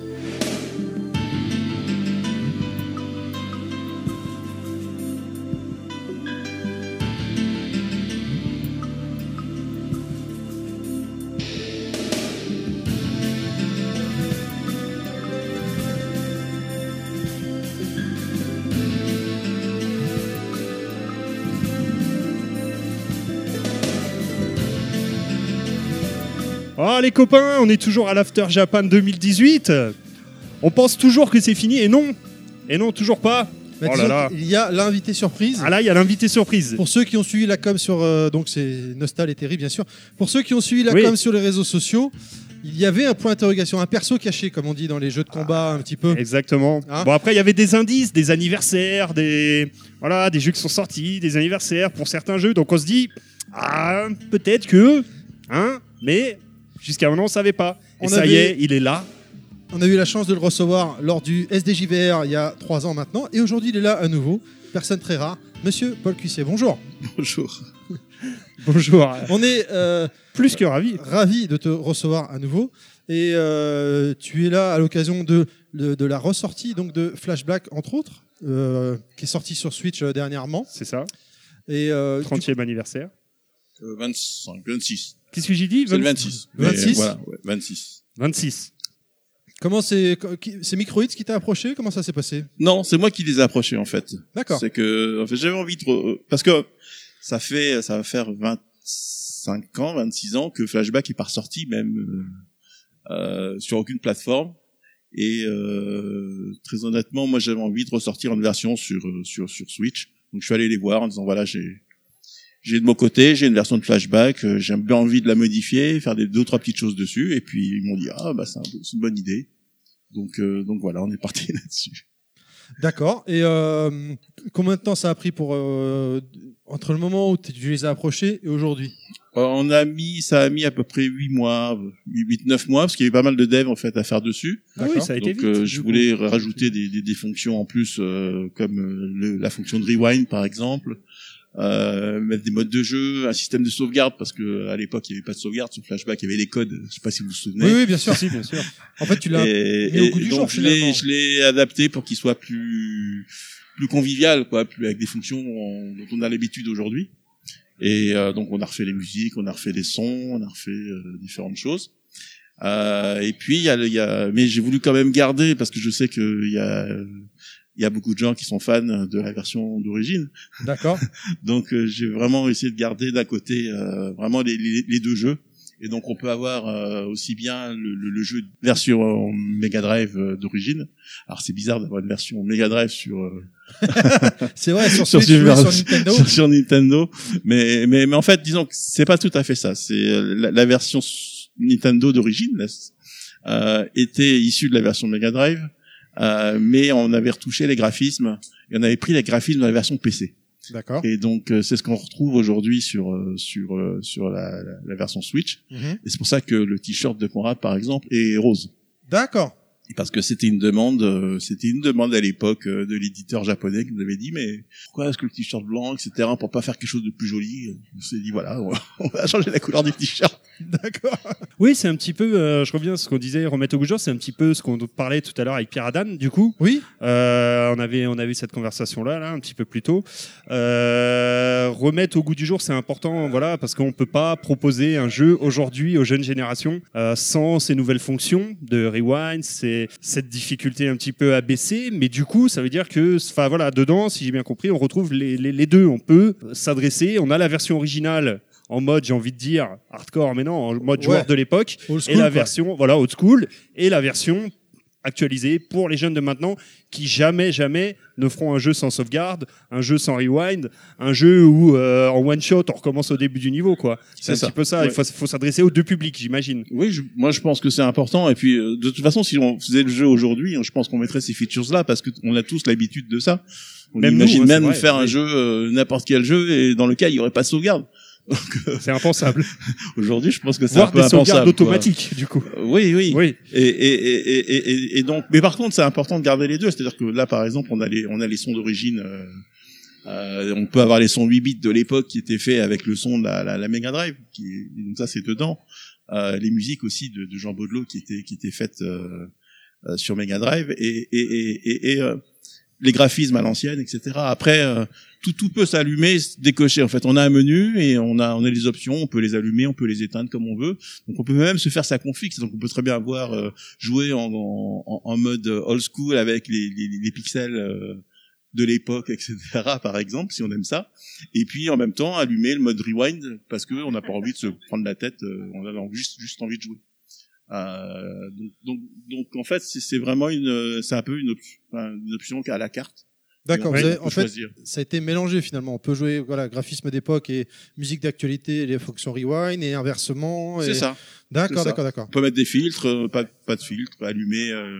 Speaker 4: Oh les copains, on est toujours à l'After Japan 2018. On pense toujours que c'est fini et non. Et non, toujours pas.
Speaker 1: Bah,
Speaker 4: oh là
Speaker 1: disons
Speaker 4: là.
Speaker 1: qu'il y a l'invité surprise.
Speaker 4: Ah là, il y a l'invité surprise.
Speaker 1: Pour ceux qui ont suivi la com sur euh, donc c'est Nostal et Terry bien sûr. Pour ceux qui ont suivi la
Speaker 4: Oui.
Speaker 1: com sur les réseaux sociaux, il y avait un point d'interrogation, un perso caché comme on dit dans les jeux de combat un petit peu.
Speaker 4: Exactement.
Speaker 1: Hein
Speaker 4: bon après, il y avait des indices, des anniversaires, des voilà, des jeux qui sont sortis, des anniversaires pour certains jeux. Donc on se dit ah peut-être que hein, mais jusqu'à maintenant on savait pas. Et
Speaker 1: On
Speaker 4: ça y
Speaker 1: avait-
Speaker 4: est, il est là.
Speaker 1: On a eu la chance de le recevoir lors du SDJVR il y a trois ans maintenant et aujourd'hui il est là à nouveau. Personne très rare, Monsieur Paul Cuissier. Bonjour. Bonjour.
Speaker 4: Bonjour.
Speaker 1: On est
Speaker 4: plus que ravi.
Speaker 1: Ravi de te recevoir à nouveau. Et euh, tu es là à l'occasion de, de, de la ressortie donc de Flash Black, entre autres, euh, qui est sorti sur Switch euh, dernièrement.
Speaker 4: C'est ça.
Speaker 1: Et euh, tu-
Speaker 4: 30e anniversaire.
Speaker 16: Euh, 25, 26.
Speaker 4: Qu'est-ce que j'ai dit
Speaker 16: C'est le 26. Mais
Speaker 1: 26.
Speaker 16: Voilà, ouais, 26.
Speaker 4: 26.
Speaker 1: Comment c'est qui- c'est Microids qui t'a approché Comment ça s'est passé
Speaker 16: Non, c'est moi qui les ai approchés en fait.
Speaker 1: D'accord.
Speaker 16: C'est que en fait, j'avais envie de re- euh, parce que ça fait ça va faire 25 ans, 26 ans que Flashback est pas ressorti même euh, euh, sur aucune plateforme et euh, très honnêtement, moi j'avais envie de ressortir une version sur euh, sur sur Switch. Donc je suis allé les voir en disant voilà, j'ai j'ai de mon côté, j'ai une version de Flashback, euh, j'ai bien envie de la modifier, faire des deux trois petites choses dessus et puis ils m'ont dit ah bah c'est un- c'est une bonne idée. Donc euh, donc voilà, on est parti là-dessus.
Speaker 1: D'accord. Et euh, combien de temps ça a pris pour euh, entre le moment où tu les as approchés et aujourd'hui
Speaker 16: Euh, On a mis, ça a mis à peu près 8 mois, 8-9 mois, parce qu'il y avait pas mal de devs en fait à faire dessus.
Speaker 4: Ah oui, ça a été vite,
Speaker 16: Donc, euh,
Speaker 4: du
Speaker 16: je
Speaker 4: coup.
Speaker 16: voulais rajouter des, des, des fonctions en plus, euh, comme euh, le- la fonction de rewind par exemple, euh, mettre des modes de jeu, un système de sauvegarde, parce que à l'époque il n'y avait pas de sauvegarde sur Flashback, il y avait les codes. Je sais pas si vous vous souvenez.
Speaker 1: Oui, oui, bien sûr. En fait, tu l'as
Speaker 16: Et-
Speaker 1: mis
Speaker 16: et
Speaker 1: au goût du
Speaker 16: donc,
Speaker 1: jour
Speaker 16: je l'ai,
Speaker 1: finalement.
Speaker 16: je l'ai adapté pour qu'il soit plus plus convivial, quoi, plus avec des fonctions en- dont on a l'habitude aujourd'hui. Et euh, donc on a refait les musiques, on a refait les sons, on a refait euh, différentes choses. Euh, et puis il y a, le- il y a, mais j'ai voulu quand même garder parce que je sais que il y a euh, il y a beaucoup de gens qui sont fans de la version d'origine.
Speaker 1: D'accord.
Speaker 16: donc euh, j'ai vraiment essayé de garder d'un côté euh, vraiment les, les- les deux jeux. Et donc on peut avoir euh, aussi bien le, le- le jeu version euh, Mega Drive euh, d'origine. Alors c'est bizarre d'avoir une version Mega Drive sur. euh,
Speaker 1: C'est vrai, sur Switch, oui, sur Nintendo.
Speaker 16: sur- sur Nintendo. Mais mais mais en fait disons que c'est pas tout à fait ça. C'est euh, la, la version s- Nintendo d'origine là, euh, était issue de la version Mega Drive. Euh, mais on avait retouché les graphismes et on avait pris les graphismes dans la version PC.
Speaker 1: D'accord.
Speaker 16: Et donc euh, c'est ce qu'on retrouve aujourd'hui sur euh, sur euh, sur la, la- la version Switch.
Speaker 1: Mhm.
Speaker 16: Et c'est pour ça que le t-shirt de Conrad par exemple est rose.
Speaker 1: D'accord.
Speaker 16: Parce que c'était une demande, euh, c'était une demande à l'époque euh, de l'éditeur japonais qui nous avait dit mais pourquoi est-ce que le t-shirt blanc etc pour pas faire quelque chose de plus joli. On s'est dit voilà on va- on va changer la couleur du t-shirt.
Speaker 4: Oui, c'est un petit peu, euh, je reviens à ce qu'on disait, remettre au goût du jour, c'est un petit peu ce qu'on parlait tout à l'heure avec Pierre Adam, du coup. Euh,
Speaker 1: Oui.
Speaker 4: on, avait, on a eu cette conversation-là, là, un petit peu plus tôt. Euh, remettre au goût du jour, c'est important, voilà, parce qu'on peut pas proposer un jeu aujourd'hui aux jeunes générations euh, sans ces nouvelles fonctions de rewind, c'est cette difficulté un petit peu abaissée, mais du coup, ça veut dire que, enfin voilà, dedans, si j'ai bien compris, on retrouve les, les- les deux. On peut s'adresser, on a la version originale en mode, j'ai envie de dire, hardcore, mais non, en mode
Speaker 1: Ouais.
Speaker 4: joueur de l'époque,
Speaker 1: Old
Speaker 4: et
Speaker 1: school,
Speaker 4: la
Speaker 1: quoi.
Speaker 4: version, voilà, old school, et la version actualisée pour les jeunes de maintenant qui jamais, jamais ne feront un jeu sans sauvegarde, un jeu sans rewind, un jeu où euh, en one shot on recommence au début du niveau, quoi. C'est
Speaker 16: C'est
Speaker 4: un
Speaker 16: ça.
Speaker 4: petit peu ça. Il
Speaker 16: Ouais.
Speaker 4: faut, faut s'adresser aux deux publics, j'imagine.
Speaker 16: Oui, je- moi je pense que c'est important. Et puis euh, de toute façon, si on faisait le jeu aujourd'hui, hein, je pense qu'on mettrait ces features-là parce que on a tous l'habitude de ça. On
Speaker 4: Même
Speaker 16: imagine
Speaker 4: nous, hein,
Speaker 16: même
Speaker 4: c'est vrai,
Speaker 16: faire un
Speaker 4: oui.
Speaker 16: jeu, euh, n'importe quel jeu, et dans lequel il y aurait pas de sauvegarde.
Speaker 4: C'est impensable.
Speaker 16: aujourd'hui, je pense que c'est
Speaker 4: Voire
Speaker 16: un peu
Speaker 4: des sauvegardes
Speaker 16: impensable, quoi.
Speaker 4: automatiques, du coup.
Speaker 16: Euh, Oui, oui.
Speaker 4: Oui.
Speaker 16: Et, et, et, et, et, et donc, mais par contre, c'est important de garder les deux. C'est-à-dire que là, par exemple, on a les, on a les sons d'origine. euh, euh, on peut avoir les sons 8 bits de l'époque qui étaient faits avec le son de la, la, la Mega Drive. Qui, est- donc ça, c'est dedans. Euh, les musiques aussi de, de Jean Baudelot qui étaient qui étaient faites euh, euh, sur Mega Drive et et et, et, et, euh, les graphismes à l'ancienne, etc. Après. euh, tout, tout peut s'allumer, se décocher. En fait, on a un menu et on a, on a les options. On peut les allumer, on peut les éteindre comme on veut. Donc, on peut même se faire sa config. Donc, on peut très bien avoir euh, joué en, en, en mode old school avec les, les, les pixels euh, de l'époque, etc. Par exemple, si on aime ça. Et puis, en même temps, allumer le mode rewind parce que on n'a pas envie de se prendre la tête. euh, on a juste, juste envie de jouer. Euh, donc, donc, donc, en fait, c'est c'est vraiment une, euh, c'est un peu une, op- enfin, une option à la carte.
Speaker 1: D'accord.
Speaker 16: Et
Speaker 1: vous
Speaker 16: on
Speaker 1: avez-
Speaker 16: peut
Speaker 1: En fait,
Speaker 16: choisir.
Speaker 1: ça a été mélangé finalement. On peut jouer voilà graphisme d'époque et musique d'actualité, les fonctions rewind et inversement. et-
Speaker 16: C'est ça.
Speaker 1: D'accord,
Speaker 16: C'est ça.
Speaker 1: d'accord, d'accord.
Speaker 16: On peut mettre des filtres, euh, pas, pas de filtres, allumer. euh,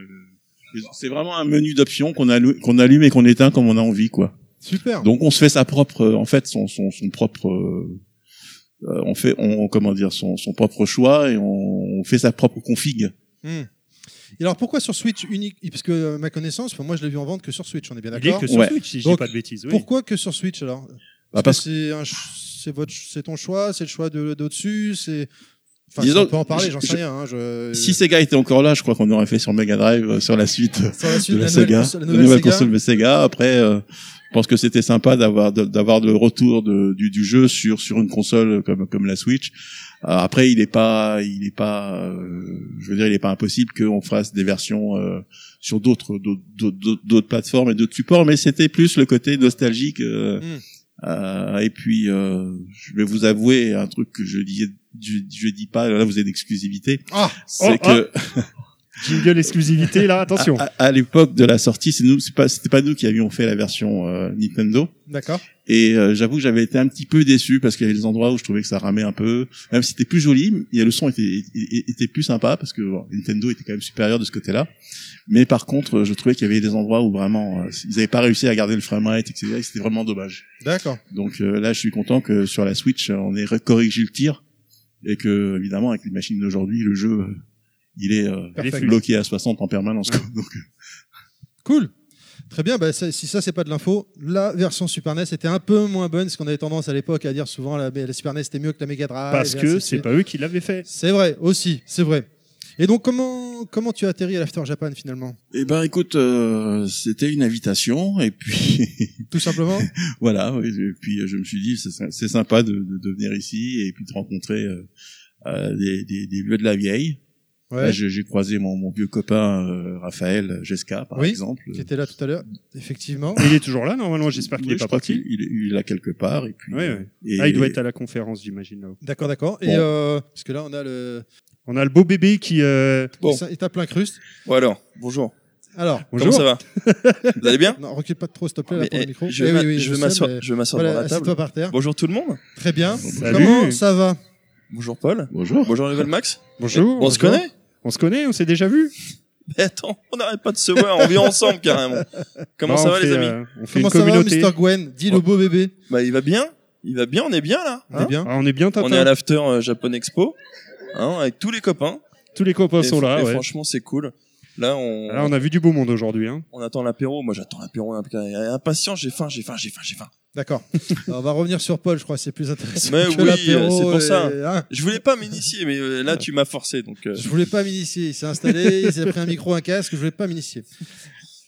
Speaker 16: c'est vraiment un menu d'options qu'on allu- qu'on allume et qu'on éteint comme on a envie, quoi.
Speaker 1: Super.
Speaker 16: Donc on se fait sa propre, euh, en fait, son, son, son propre, euh, euh, on fait, on comment dire, son, son propre choix et on, on fait sa propre config.
Speaker 1: Hmm. Et alors pourquoi sur Switch unique Parce que euh, ma connaissance, enfin, moi je l'ai vu en vente que sur Switch, on est bien
Speaker 4: Il est
Speaker 1: d'accord.
Speaker 4: que sur Ouais. Switch, si je dis
Speaker 1: Donc,
Speaker 4: pas de bêtises, oui.
Speaker 1: Pourquoi que sur Switch alors Parce
Speaker 16: Bah, parce-
Speaker 1: que c'est un ch- c'est votre, c'est ton choix, c'est le choix de d'au-dessus, c'est. Enfin,
Speaker 16: Disons-
Speaker 1: on peut en parler, j'en sais
Speaker 16: je-
Speaker 1: rien. hein, je-
Speaker 16: Si Sega était encore là, je crois qu'on aurait fait sur Mega Drive, euh, sur la suite,
Speaker 1: Sur la suite,
Speaker 16: de
Speaker 1: la
Speaker 16: la,
Speaker 1: nouvelle
Speaker 16: Sega,
Speaker 1: console- la
Speaker 16: la
Speaker 1: nouvelle
Speaker 16: nouvelle,
Speaker 1: Sega.
Speaker 16: console de Sega. Après, euh, je pense que c'était sympa d'avoir de- d'avoir le retour de- du, du jeu sur sur une console comme comme la Switch. Euh, après, il est pas il est pas, euh, je veux dire, il est pas impossible qu'on fasse des versions euh, sur d'autres d'autres- d'autres d'autres- d'autres plateformes et d'autres supports, mais c'était plus le côté nostalgique. euh,
Speaker 4: Hmm.
Speaker 16: euh, et puis, euh, je vais vous avouer un truc que je disais, je, je dis pas. Là, vous êtes d'exclusivité.
Speaker 1: Ah
Speaker 4: Oh,
Speaker 16: c'est que
Speaker 4: Jingle exclusivité, là, attention.
Speaker 16: à, à- à l'époque de la sortie, c'est nous, c'est pas, c'était pas nous qui avions fait la version euh, Nintendo.
Speaker 1: D'accord.
Speaker 16: Et euh, j'avoue que j'avais été un petit peu déçu parce qu'il y avait des endroits où je trouvais que ça ramait un peu. Même si c'était plus joli, il y a le son était, était- était plus sympa parce que bon, Nintendo était quand même supérieur de ce côté-là. Mais par contre, euh, je trouvais qu'il y avait des endroits où vraiment euh, ils n'avaient pas réussi à garder le framerate, etc. Et c'était vraiment dommage.
Speaker 1: D'accord.
Speaker 16: Donc euh, là, je suis content que sur la Switch, euh, on ait ré- corrigé le tir et que évidemment avec une machine d'aujourd'hui, le jeu euh, il est euh,
Speaker 1: Il est fluide.
Speaker 16: bloqué à 60 en permanence. quoi. Donc, euh,
Speaker 1: Cool. Très bien. Bah, ça- si ça, c'est pas de l'info, la version Super NES était un peu moins bonne, ce qu'on avait tendance à l'époque à dire souvent la, la Super NES était mieux que la Mega Drive.
Speaker 4: Parce
Speaker 1: et
Speaker 4: que
Speaker 1: ainsi de
Speaker 4: c'est
Speaker 1: suite.
Speaker 4: pas eux qui l'avaient fait.
Speaker 1: C'est vrai, aussi, c'est vrai. Et donc, comment, comment tu as atterri à l'After Japan finalement
Speaker 16: Eh ben, écoute, euh, c'était une invitation, et puis
Speaker 1: Tout simplement
Speaker 16: voilà. oui, Et puis euh, je me suis dit, c'est sy- c'est sympa de, de, de venir ici et puis de rencontrer euh, euh, des, des, des vieux de la vieille.
Speaker 1: Ouais.
Speaker 16: Là, J'ai j'ai croisé mon, mon vieux copain euh, Raphaël Gesca, par
Speaker 1: Oui,
Speaker 16: exemple. euh,
Speaker 1: qui était là tout à l'heure, effectivement.
Speaker 4: Il est toujours là, normalement, j'espère qu'il
Speaker 16: Oui,
Speaker 4: est
Speaker 16: je
Speaker 4: pas
Speaker 16: crois
Speaker 4: parti.
Speaker 16: qu'il- Il, est- il est là quelque part, et puis.
Speaker 4: Ouais,
Speaker 16: euh,
Speaker 4: ouais.
Speaker 16: et-
Speaker 4: Ah, il doit être à la conférence, j'imagine. là-haut.
Speaker 1: D'accord, d'accord. Et
Speaker 4: Bon.
Speaker 1: euh, parce que là, on a le.
Speaker 4: On a le beau bébé qui. euh,
Speaker 1: il s- Il tape l'incruste.
Speaker 11: Bon alors, bonjour.
Speaker 1: Alors,
Speaker 11: Comment ça va Vous allez bien
Speaker 1: Non, recule pas trop, s'il te plaît, là,
Speaker 11: Mais,
Speaker 1: pour le
Speaker 11: eh,
Speaker 1: micro.
Speaker 11: Je
Speaker 1: Eh
Speaker 11: vais
Speaker 1: oui,
Speaker 11: m'a-
Speaker 1: oui,
Speaker 11: je vais
Speaker 1: sais,
Speaker 11: m'asseoir
Speaker 1: mais-
Speaker 11: je vais m'asseoir
Speaker 1: Voilà,
Speaker 11: devant la table.
Speaker 1: assieds-toi par terre.
Speaker 11: Bonjour tout le monde.
Speaker 1: Très bien.
Speaker 11: Salut.
Speaker 1: Comment ça va
Speaker 11: Bonjour Paul.
Speaker 16: Bonjour.
Speaker 11: Bonjour Level Max.
Speaker 4: Bonjour.
Speaker 11: On se
Speaker 4: bonjour.
Speaker 11: connaît
Speaker 4: On se connaît, on s'est déjà vu
Speaker 17: Mais attends, on n'arrête pas de se voir, on vit ensemble carrément. Comment
Speaker 1: Bah,
Speaker 17: ça
Speaker 1: on
Speaker 17: va
Speaker 1: fait,
Speaker 17: les amis
Speaker 1: euh, on fait Comment une ça va, communauté. Mr. Gwen Dis le beau bébé.
Speaker 17: Bah il va bien, il va bien, on est bien là. hein
Speaker 1: On est bien.
Speaker 17: on est bien,
Speaker 1: Tintin.
Speaker 17: On est à l'after euh, Japan Expo, hein, avec tous les copains.
Speaker 4: Tous les copains
Speaker 17: Et
Speaker 4: sont
Speaker 17: fr-
Speaker 4: là,
Speaker 17: et
Speaker 4: ouais.
Speaker 17: Franchement, c'est cool. Là, on,
Speaker 4: Là, on a vu du beau monde aujourd'hui. Hein.
Speaker 17: on attend l'apéro. Moi, j'attends l'apéro. imp- Impatient, j'ai faim, j'ai faim, j'ai faim, j'ai faim.
Speaker 1: D'accord. Alors, on va revenir sur Paul, je crois, c'est plus intéressant.
Speaker 17: Mais
Speaker 1: que
Speaker 17: oui, euh, c'est
Speaker 1: l'apéro
Speaker 17: pour
Speaker 1: et-
Speaker 17: ça.
Speaker 1: hein.
Speaker 17: Je voulais pas m'initier, mais euh, là, tu m'as forcé. Donc, euh,
Speaker 1: Je voulais pas m'initier. Il s'est installé, il s'est pris un micro, un casque, je voulais pas m'initier.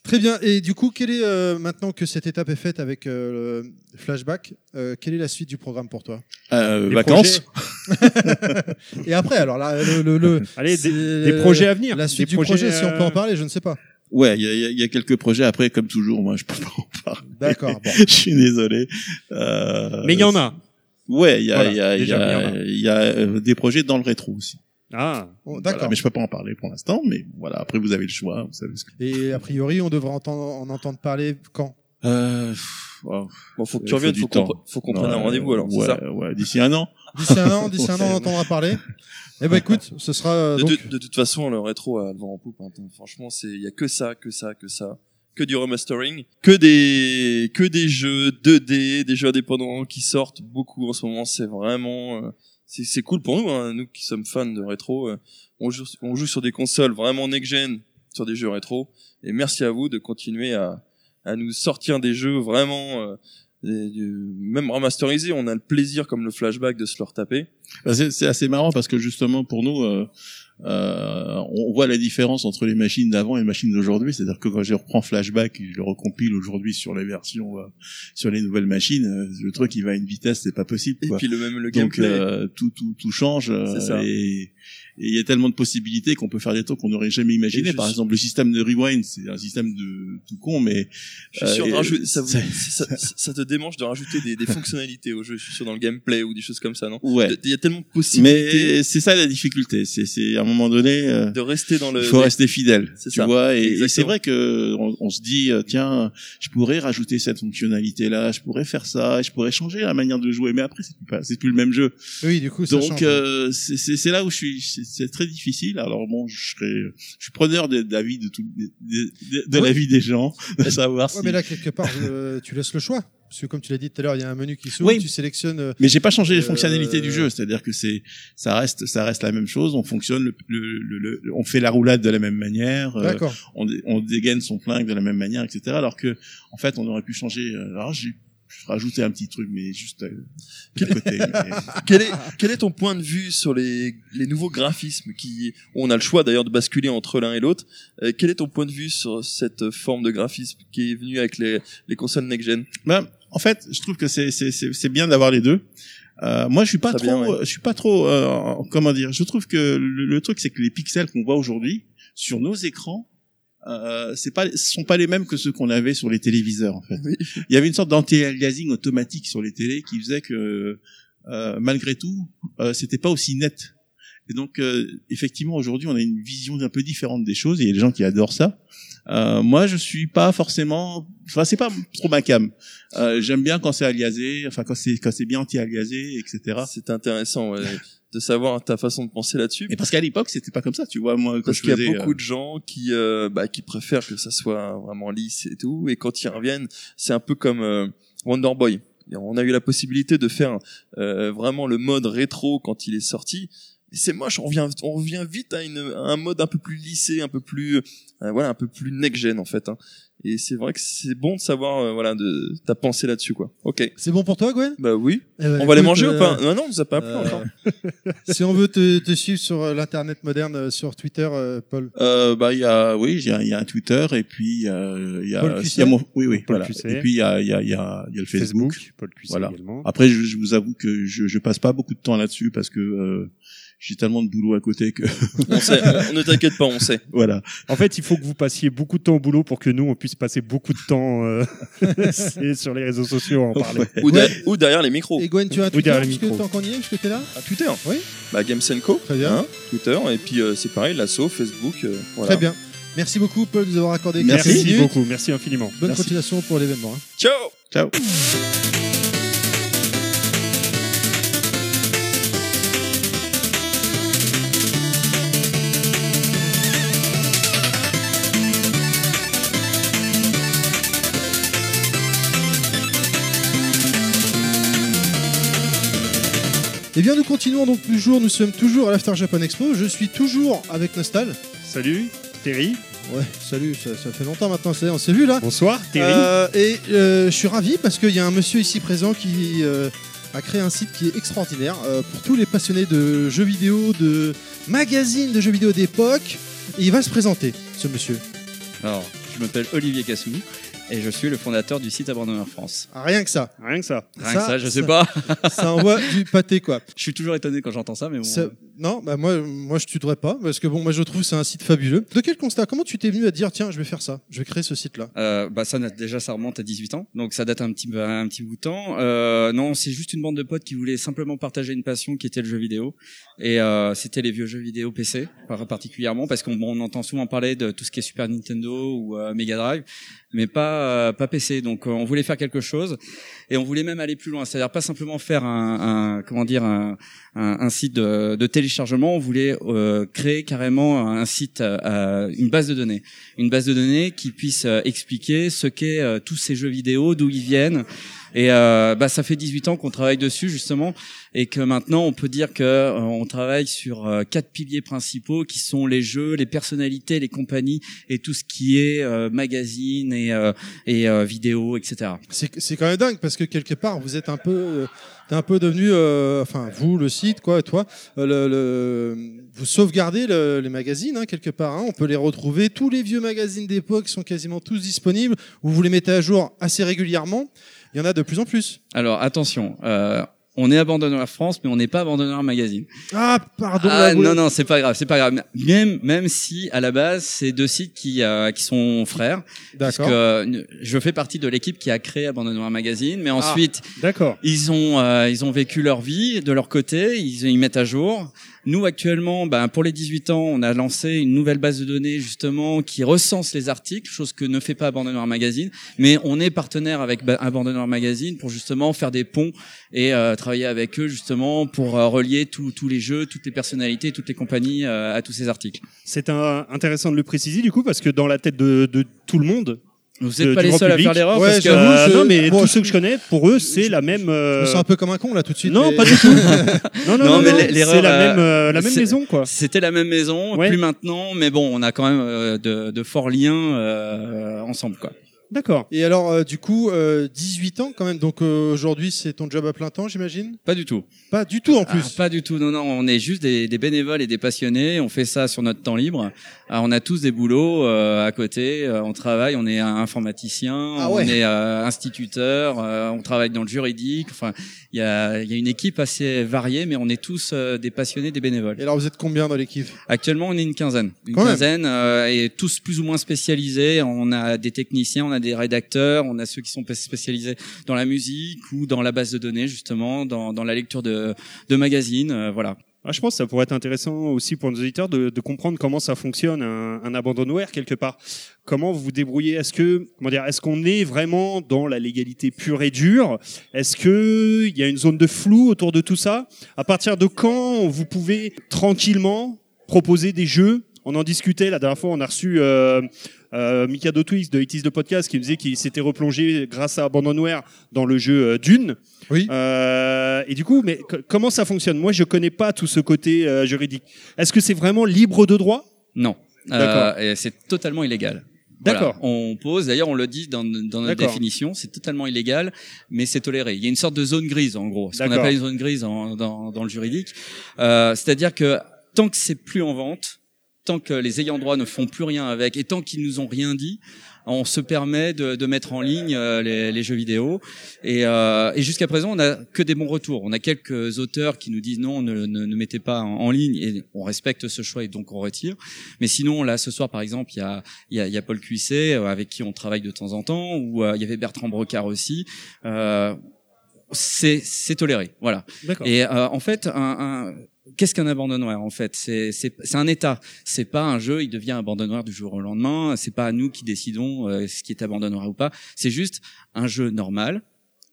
Speaker 1: Très bien. Et du coup, quelle est, euh, maintenant que cette étape est faite avec euh, le flashback, euh, quelle est la suite du programme pour toi
Speaker 16: Euh,
Speaker 1: Les
Speaker 16: vacances.
Speaker 1: projets. Et après, alors là, le, le- le-
Speaker 4: Allez, des-
Speaker 1: c'est
Speaker 4: des
Speaker 1: la-
Speaker 4: projets à venir.
Speaker 1: La suite
Speaker 4: Des
Speaker 1: du
Speaker 4: projets,
Speaker 1: projet, si on peut en
Speaker 4: euh,
Speaker 1: parler, je ne sais pas.
Speaker 16: Ouais, il y a, il y a- il y a quelques projets. Après, comme toujours, moi, je peux pas en parler.
Speaker 1: D'accord, bon.
Speaker 16: je suis désolé. Euh,
Speaker 4: Mais il y en a.
Speaker 16: Ouais, il y a,
Speaker 4: Voilà,
Speaker 16: il y a, il y
Speaker 4: déjà,
Speaker 16: a, il y a, euh, des projets dans le rétro aussi.
Speaker 4: Ah,
Speaker 1: d'accord.
Speaker 16: Voilà, mais je peux pas en parler pour l'instant. Mais voilà, après, vous avez le choix. Vous savez ce que.
Speaker 1: Et a priori, on devrait entendre, en entendre parler quand
Speaker 16: Euh, pff, wow.
Speaker 17: Bon, faut que tu
Speaker 16: Il
Speaker 17: reviennes,
Speaker 16: du
Speaker 17: faut qu'on
Speaker 16: temps.
Speaker 17: pre- faut qu'on prenne un
Speaker 16: Ouais,
Speaker 17: rendez-vous, alors, c'est
Speaker 16: ouais,
Speaker 17: ça
Speaker 16: ouais, d'ici un an.
Speaker 1: D'ici un an, d'ici un an, on entendra parler. Eh ben écoute, ce sera euh,
Speaker 17: de,
Speaker 1: donc.
Speaker 17: de- de toute façon, le rétro a le vent en poupe. hein. Franchement, c'est il y a que ça, que ça, que ça, que du remastering, que des que des jeux 2D, des jeux indépendants qui sortent beaucoup en ce moment. C'est vraiment euh, c'est c'est cool pour nous, hein, nous qui sommes fans de rétro. euh, on joue on joue sur des consoles vraiment next gen, sur des jeux rétro. Et merci à vous de continuer à à nous sortir des jeux vraiment. euh, des- du- même remasterisés, on a le plaisir comme le flashback de se leur taper.
Speaker 16: Bah, C'est c'est assez marrant parce que justement pour nous, euh, euh, on voit la différence entre les machines d'avant et les machines d'aujourd'hui. C'est-à-dire que quand je reprends Flashback et je le recompile aujourd'hui sur les versions, euh, sur les nouvelles machines, euh, le truc il va à une vitesse, c'est pas possible.
Speaker 17: Et
Speaker 16: quoi.
Speaker 17: puis le même le
Speaker 16: Donc
Speaker 17: gameplay.
Speaker 16: euh, tout, tout, tout change euh,
Speaker 17: C'est ça.
Speaker 16: et et il y a tellement de possibilités qu'on peut faire des trucs qu'on n'aurait jamais imaginé.
Speaker 17: Et je
Speaker 16: Par
Speaker 17: suis-
Speaker 16: exemple, le système de rewind, c'est un système de tout con, mais
Speaker 17: Je suis sûr de
Speaker 16: euh,
Speaker 17: rajouter- ça, vous-
Speaker 16: c'est-
Speaker 17: ça- ça te démange de rajouter des, des fonctionnalités au jeu, je suis sûr, dans le gameplay ou des choses comme ça, non
Speaker 16: Ouais.
Speaker 17: Il y a tellement de possibilités
Speaker 16: Mais c'est ça la difficulté. C'est, c'est à un moment donné, euh,
Speaker 17: de rester dans le.
Speaker 16: il faut rester fidèle.
Speaker 17: C'est
Speaker 16: Tu
Speaker 17: ça.
Speaker 16: vois, et,
Speaker 17: Exactement.
Speaker 16: et c'est vrai que on, on se dit, euh, tiens, je pourrais rajouter cette fonctionnalité-là, je pourrais faire ça, je pourrais changer la manière de jouer. Mais après, c'est plus, pas- c'est plus le même jeu.
Speaker 1: Oui, du coup, ça
Speaker 16: Donc
Speaker 1: change.
Speaker 16: euh, c'est- c'est c'est là où je suis, c'est- c'est très difficile. Alors bon, je serais, je suis preneur de- d'avis de tout, de, de- de
Speaker 1: Ouais.
Speaker 16: l'avis des gens, de savoir
Speaker 1: Ouais,
Speaker 16: si.
Speaker 1: mais là, quelque part, euh, tu laisses le choix. Parce que, comme tu l'as dit tout à l'heure, il y a un menu qui s'ouvre,
Speaker 16: Oui.
Speaker 1: tu sélectionnes. euh,
Speaker 16: Mais j'ai pas changé les
Speaker 1: euh,
Speaker 16: fonctionnalités du jeu, c'est-à-dire que c'est ça reste ça reste la même chose. On fonctionne, le, le- le- le- on fait la roulade de la même manière, euh,
Speaker 1: D'accord.
Speaker 16: on, dé- on dégaine son flingue de la même manière, etc. Alors que en fait, on aurait pu changer. euh, Alors j'ai rajouté un petit truc, mais juste euh, à côté. mais-
Speaker 17: Quel est, quel est ton point de vue sur les, les nouveaux graphismes qui On a le choix d'ailleurs de basculer entre l'un et l'autre. Euh, quel est ton point de vue sur cette forme de graphisme qui est venue avec les, les consoles next-gen
Speaker 16: Ben, en fait, je trouve que c'est c'est c'est c'est bien d'avoir les deux. Euh, moi, je suis pas
Speaker 17: Ça
Speaker 16: trop,
Speaker 17: bien, ouais.
Speaker 16: je suis pas trop, euh, comment dire. Je trouve que le, le truc, c'est que les pixels qu'on voit aujourd'hui sur nos écrans, euh, c'est pas, ce sont pas les mêmes que ceux qu'on avait sur les téléviseurs. En fait, il y avait une sorte d'anti-aliasing automatique sur les télés qui faisait que, euh, malgré tout, euh, c'était pas aussi net. Et donc, euh, effectivement, aujourd'hui, on a une vision un peu différente des choses. et Il y a des gens qui adorent ça. Euh, moi, je suis pas forcément. Enfin, c'est pas trop ma cam. Euh, J'aime bien quand c'est aliasé, enfin quand c'est quand c'est bien anti-aliasé, etc.
Speaker 17: C'est intéressant ouais, de savoir ta façon de penser là-dessus.
Speaker 16: Mais parce qu'à l'époque, c'était pas comme ça, tu vois. Moi, quand
Speaker 17: Parce
Speaker 16: je
Speaker 17: qu'il y a
Speaker 16: faisais,
Speaker 17: beaucoup
Speaker 16: euh,
Speaker 17: de gens qui, euh, bah, qui préfèrent que ça soit vraiment lisse et tout. Et quand ils reviennent, c'est un peu comme euh, Wonder Boy. Et On a eu la possibilité de faire euh, vraiment le mode rétro quand il est sorti. Et C'est moche. On revient, on revient vite à, une, à un mode un peu plus lissé, un peu plus, euh, voilà, un peu plus next gen en fait. hein. Et c'est vrai que c'est bon de savoir, euh, voilà, de ta pensée là-dessus quoi. Ok.
Speaker 1: C'est bon pour toi, Gwen
Speaker 17: Bah oui.
Speaker 1: Eh ben,
Speaker 17: on va les
Speaker 1: écoute,
Speaker 17: manger
Speaker 1: euh,
Speaker 17: ou pas Non, non, on nous a pas appelé
Speaker 1: euh,
Speaker 17: encore.
Speaker 1: si on veut te, te suivre sur euh, l'internet moderne, euh, sur Twitter, euh, Paul.
Speaker 16: euh, bah il y a, oui, il y a, il y a un Twitter et puis euh, il y a,
Speaker 1: Paul
Speaker 16: il
Speaker 1: Cusset
Speaker 16: y a mon, oui, oui,
Speaker 4: Paul
Speaker 16: voilà.
Speaker 4: Cusset.
Speaker 16: Et puis il y a, il y a, il y a, il y a le Facebook.
Speaker 4: Facebook, Paul Cuisset
Speaker 16: Voilà.
Speaker 4: également.
Speaker 16: Après, je, je vous avoue que je, je passe pas beaucoup de temps là-dessus parce que euh, j'ai tellement de boulot à côté que
Speaker 17: On sait. on ne t'inquiète pas, on sait.
Speaker 16: voilà.
Speaker 4: En fait, il faut que vous passiez beaucoup de temps au boulot pour que nous, on puisse passer beaucoup de temps euh, c'est sur les réseaux sociaux à en parler.
Speaker 17: Ou, derrière- ou derrière les micros.
Speaker 1: Et Gwen, tu as un
Speaker 4: Oui,
Speaker 1: Twitter
Speaker 4: derrière le
Speaker 1: parce que
Speaker 4: micro.
Speaker 1: tant qu'on y est, parce que t'es là
Speaker 17: à Twitter.
Speaker 1: Oui.
Speaker 17: Bah Games Co.
Speaker 1: Très bien.
Speaker 17: hein, Twitter et puis euh, c'est pareil, l'asso, Facebook. euh, voilà.
Speaker 1: Très bien. Merci beaucoup, Paul, de nous avoir accordé
Speaker 4: Merci,
Speaker 1: quelques minutes.
Speaker 4: beaucoup, merci infiniment.
Speaker 1: Bonne
Speaker 16: Merci.
Speaker 1: continuation pour l'événement. hein.
Speaker 17: Ciao.
Speaker 16: Ciao.
Speaker 1: Eh bien, nous continuons donc le jour. Nous sommes toujours à l'After Japan Expo. Je suis toujours avec Nostal.
Speaker 4: Salut, Terry.
Speaker 1: Ouais, salut, ça, ça fait longtemps maintenant, c'est- on s'est vu là.
Speaker 4: Bonsoir, Terry.
Speaker 1: Euh, et euh, je suis ravi parce qu'il y a un monsieur ici présent qui euh, a créé un site qui est extraordinaire euh, pour tous les passionnés de jeux vidéo, de magazines de jeux vidéo d'époque. Et Il va se présenter, ce monsieur.
Speaker 18: Alors, je m'appelle Olivier Cassou et je suis le fondateur du site Abandonneur France.
Speaker 1: Ah, Rien que ça.
Speaker 4: Rien que ça.
Speaker 18: Rien que ça, je sais pas.
Speaker 1: ça envoie du pâté, quoi.
Speaker 18: Je suis toujours étonné quand j'entends ça, mais bon. euh,
Speaker 1: Ça- Non, bah moi, moi je tuterai pas parce que bon, moi je trouve que c'est un site fabuleux. De quel constat Comment tu t'es venu à dire tiens, je vais faire ça, je vais créer ce site-là
Speaker 18: Euh, bah ça date- déjà ça remonte à 18 ans donc ça date un petit peu- un petit bout de temps Euh, non c'est juste une bande de potes qui voulaient simplement partager une passion qui était le jeu vidéo et euh, c'était les vieux jeux vidéo PC par- particulièrement parce qu'on on entend souvent parler de tout ce qui est Super Nintendo ou euh, Mega Drive mais pas euh, pas PC donc euh, on voulait faire quelque chose et on voulait même aller plus loin c'est-à-dire pas simplement faire un, un- comment dire un, un, un site de, de téléchargement on voulait euh, créer carrément un site euh, euh, une base de données une base de données qui puisse euh, expliquer ce qu'est euh, tous ces jeux vidéo, d'où ils viennent. Et euh, bah, ça fait 18 ans qu'on travaille dessus justement, et que maintenant on peut dire que euh, on travaille sur euh, quatre piliers principaux qui sont les jeux, les personnalités, les compagnies et tout ce qui est euh, magazine et, euh, et euh, vidéo, etc.
Speaker 1: C'est c'est quand même dingue parce que quelque part vous êtes un peu, euh, t'es un peu devenu, euh, enfin vous le site quoi, toi, euh, le, le- vous sauvegardez le- les magazines hein, quelque part. hein. on peut les retrouver tous les vieux magazines d'époque sont quasiment tous disponibles. Vous vous les mettez à jour assez régulièrement. Il y en a de plus en plus.
Speaker 18: Alors attention, euh, on est abandonneur France, mais on n'est pas abandonneur magazine.
Speaker 1: Ah pardon.
Speaker 18: Ah
Speaker 1: la-
Speaker 18: non non c'est pas grave c'est pas grave même même si à la base c'est deux sites qui euh, qui sont frères parce
Speaker 1: D'accord.
Speaker 18: que euh, je fais partie de l'équipe qui a créé Abandonnoir Magazine
Speaker 1: Ah,
Speaker 18: mais ensuite
Speaker 4: d'accord
Speaker 18: ils ont euh, ils ont vécu leur vie de leur côté ils ils mettent à jour nous actuellement ben pour les 18 ans on a lancé une nouvelle base de données justement qui recense les articles chose que ne fait pas Abandonnoir Magazine mais on est partenaire avec Ba- Abandonnoir Magazine pour justement faire des ponts et euh, travailler avec eux justement pour euh, relier tous tous les jeux, toutes les personnalités, toutes les compagnies euh, à tous ces articles.
Speaker 4: C'est un- intéressant de le préciser du coup parce que dans la tête de, de tout le monde.
Speaker 18: Vous
Speaker 4: de-
Speaker 18: êtes pas
Speaker 4: du
Speaker 18: les
Speaker 4: grand
Speaker 18: seuls à
Speaker 4: public,
Speaker 18: faire l'erreur,
Speaker 4: ouais,
Speaker 18: parce que-
Speaker 4: j'avoue,
Speaker 18: Euh,
Speaker 4: je-
Speaker 18: non, mais
Speaker 4: tous
Speaker 18: moi,
Speaker 4: ceux que je connais, pour eux, c'est la même. euh,
Speaker 1: Je me sens un peu comme un con là tout de suite.
Speaker 4: Non,
Speaker 1: mais-
Speaker 4: pas du tout. Non, non, non, non,
Speaker 18: l'e-
Speaker 4: c'est
Speaker 18: l'erreur,
Speaker 4: la
Speaker 18: euh,
Speaker 4: même, euh, la même
Speaker 18: c'est-
Speaker 4: maison, quoi.
Speaker 18: C'était la même maison, plus maintenant, mais bon, on a quand même euh, de, de forts liens euh, ensemble, quoi.
Speaker 4: D'accord.
Speaker 1: Et alors euh, du coup, euh, 18 ans quand même. Donc euh, aujourd'hui c'est ton job à plein temps, j'imagine.
Speaker 18: Pas du tout.
Speaker 1: Pas du tout en
Speaker 18: plus. pas du tout. Non, non. On est juste des, des bénévoles et des passionnés. On fait ça sur notre temps libre. Ah, on a tous des boulots euh, à côté. Euh, on travaille. On est un informaticien.
Speaker 1: Ah ouais.
Speaker 18: On est euh, instituteur. euh, on travaille dans le juridique. Enfin, il y a, il y a une équipe assez variée, mais on est tous euh, des passionnés, des bénévoles.
Speaker 1: Et alors vous êtes combien dans l'équipe
Speaker 18: Actuellement, on est une quinzaine. Une
Speaker 1: Quand même.
Speaker 18: quinzaine, euh, et tous plus ou moins spécialisés. On a des techniciens, on a des rédacteurs, on a ceux qui sont spécialisés dans la musique ou dans la base de données, justement, dans, dans la lecture de, de magazines. euh, voilà.
Speaker 4: Ah, je pense que ça pourrait être intéressant aussi pour nos auditeurs de, de comprendre comment ça fonctionne un, un abandonware quelque part. Comment vous vous débrouillez Est-ce que comment dire Est-ce qu'on est vraiment dans la légalité pure et dure Est-ce que il y a une zone de flou autour de tout ça À partir de quand vous pouvez tranquillement proposer des jeux On en discutait la dernière fois. On a reçu euh, euh, Mikado Twix de Itis de podcast qui nous disait qu'il s'était replongé grâce à Abandonware dans le jeu euh, Dune. Euh,
Speaker 1: Oui.
Speaker 4: et du coup, mais co- comment ça fonctionne Moi, je connais pas tout ce côté euh, juridique. Est-ce que c'est vraiment libre de droit
Speaker 18: Non.
Speaker 4: D'accord.
Speaker 18: Euh, et c'est totalement illégal.
Speaker 4: D'accord.
Speaker 18: Voilà. On pose, d'ailleurs, on le dit dans, dans notre
Speaker 4: D'accord.
Speaker 18: définition, c'est totalement illégal, mais c'est toléré. Il y a une sorte de zone grise, en gros, ce qu'on
Speaker 4: D'accord.
Speaker 18: appelle une zone grise en- dans, dans le juridique. Euh, C'est-à-dire que tant que c'est plus en vente, tant que les ayants droit ne font plus rien avec, et tant qu'ils nous ont rien dit, on se permet de, de mettre en ligne euh, les, les jeux vidéo. Et, euh, et jusqu'à présent, on n'a que des bons retours. On a quelques auteurs qui nous disent non, ne, ne, ne mettez pas en, en ligne, et on respecte ce choix et donc on retire. Mais sinon, là, ce soir, par exemple, il y a, il y, a, il y a Paul Cuisset, euh, avec qui on travaille de temps en temps, ou euh, il y avait Bertrand Brocard aussi. Euh, c'est c'est toléré, voilà.
Speaker 4: D'accord.
Speaker 18: Et euh, en fait, un, un- qu'est-ce qu'un abandonnoir En fait, c'est c'est c'est un état. C'est pas un jeu. Il devient abandonnoir du jour au lendemain. C'est pas à nous qui décidons euh, ce qui est abandonnoir ou pas. C'est juste un jeu normal,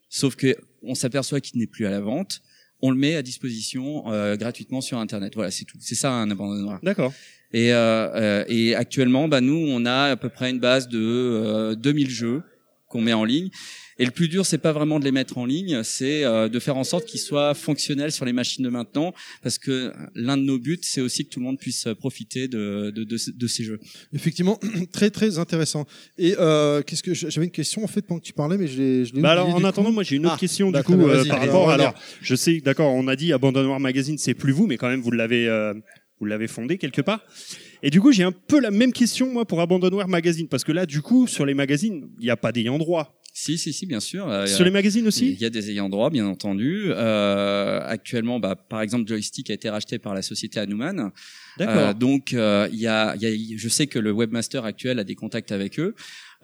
Speaker 18: sauf que on s'aperçoit qu'il n'est plus à la vente. On le met à disposition euh, gratuitement sur Internet. Voilà, c'est tout. C'est ça un abandonnoir.
Speaker 4: D'accord.
Speaker 18: Et, euh, euh, et actuellement, bah, nous, on a à peu près une base de euh, 2000 jeux qu'on met en ligne. Et le plus dur, c'est pas vraiment de les mettre en ligne, c'est euh, de faire en sorte qu'ils soient fonctionnels sur les machines de maintenant, parce que euh, l'un de nos buts, c'est aussi que tout le monde puisse euh, profiter de, de, de, de ces jeux.
Speaker 1: Effectivement, très très intéressant. Et euh, qu'est-ce que j'avais une question en fait pendant que tu parlais, mais je l'ai. je l'ai
Speaker 4: Bah alors,
Speaker 1: oubliée,
Speaker 4: en
Speaker 1: du
Speaker 4: attendant,
Speaker 1: coup.
Speaker 4: moi j'ai une autre
Speaker 1: Ah,
Speaker 4: question du
Speaker 1: d'accord,
Speaker 4: coup euh,
Speaker 1: vas-y,
Speaker 4: par
Speaker 1: allez, on
Speaker 4: rapport.
Speaker 1: va
Speaker 4: Alors,
Speaker 1: dire.
Speaker 4: je sais, d'accord, on a dit Abandonnoir Magazine, c'est plus vous, mais quand même vous l'avez, euh, vous l'avez fondé quelque part. Et du coup, j'ai un peu la même question moi pour Abandonnoir Magazine, parce que là, du coup, sur les magazines, il n'y a pas d'ayant droit.
Speaker 18: Si, si, si, bien sûr. Euh,
Speaker 4: Sur
Speaker 18: il y a-
Speaker 4: les magazines aussi
Speaker 18: Il y a des ayants droit, bien entendu. Euh, actuellement, bah, par exemple, Joystick a été racheté par la société Hanuman.
Speaker 4: D'accord.
Speaker 18: donc, euh, il y a, il y a- je sais que le webmaster actuel a des contacts avec eux.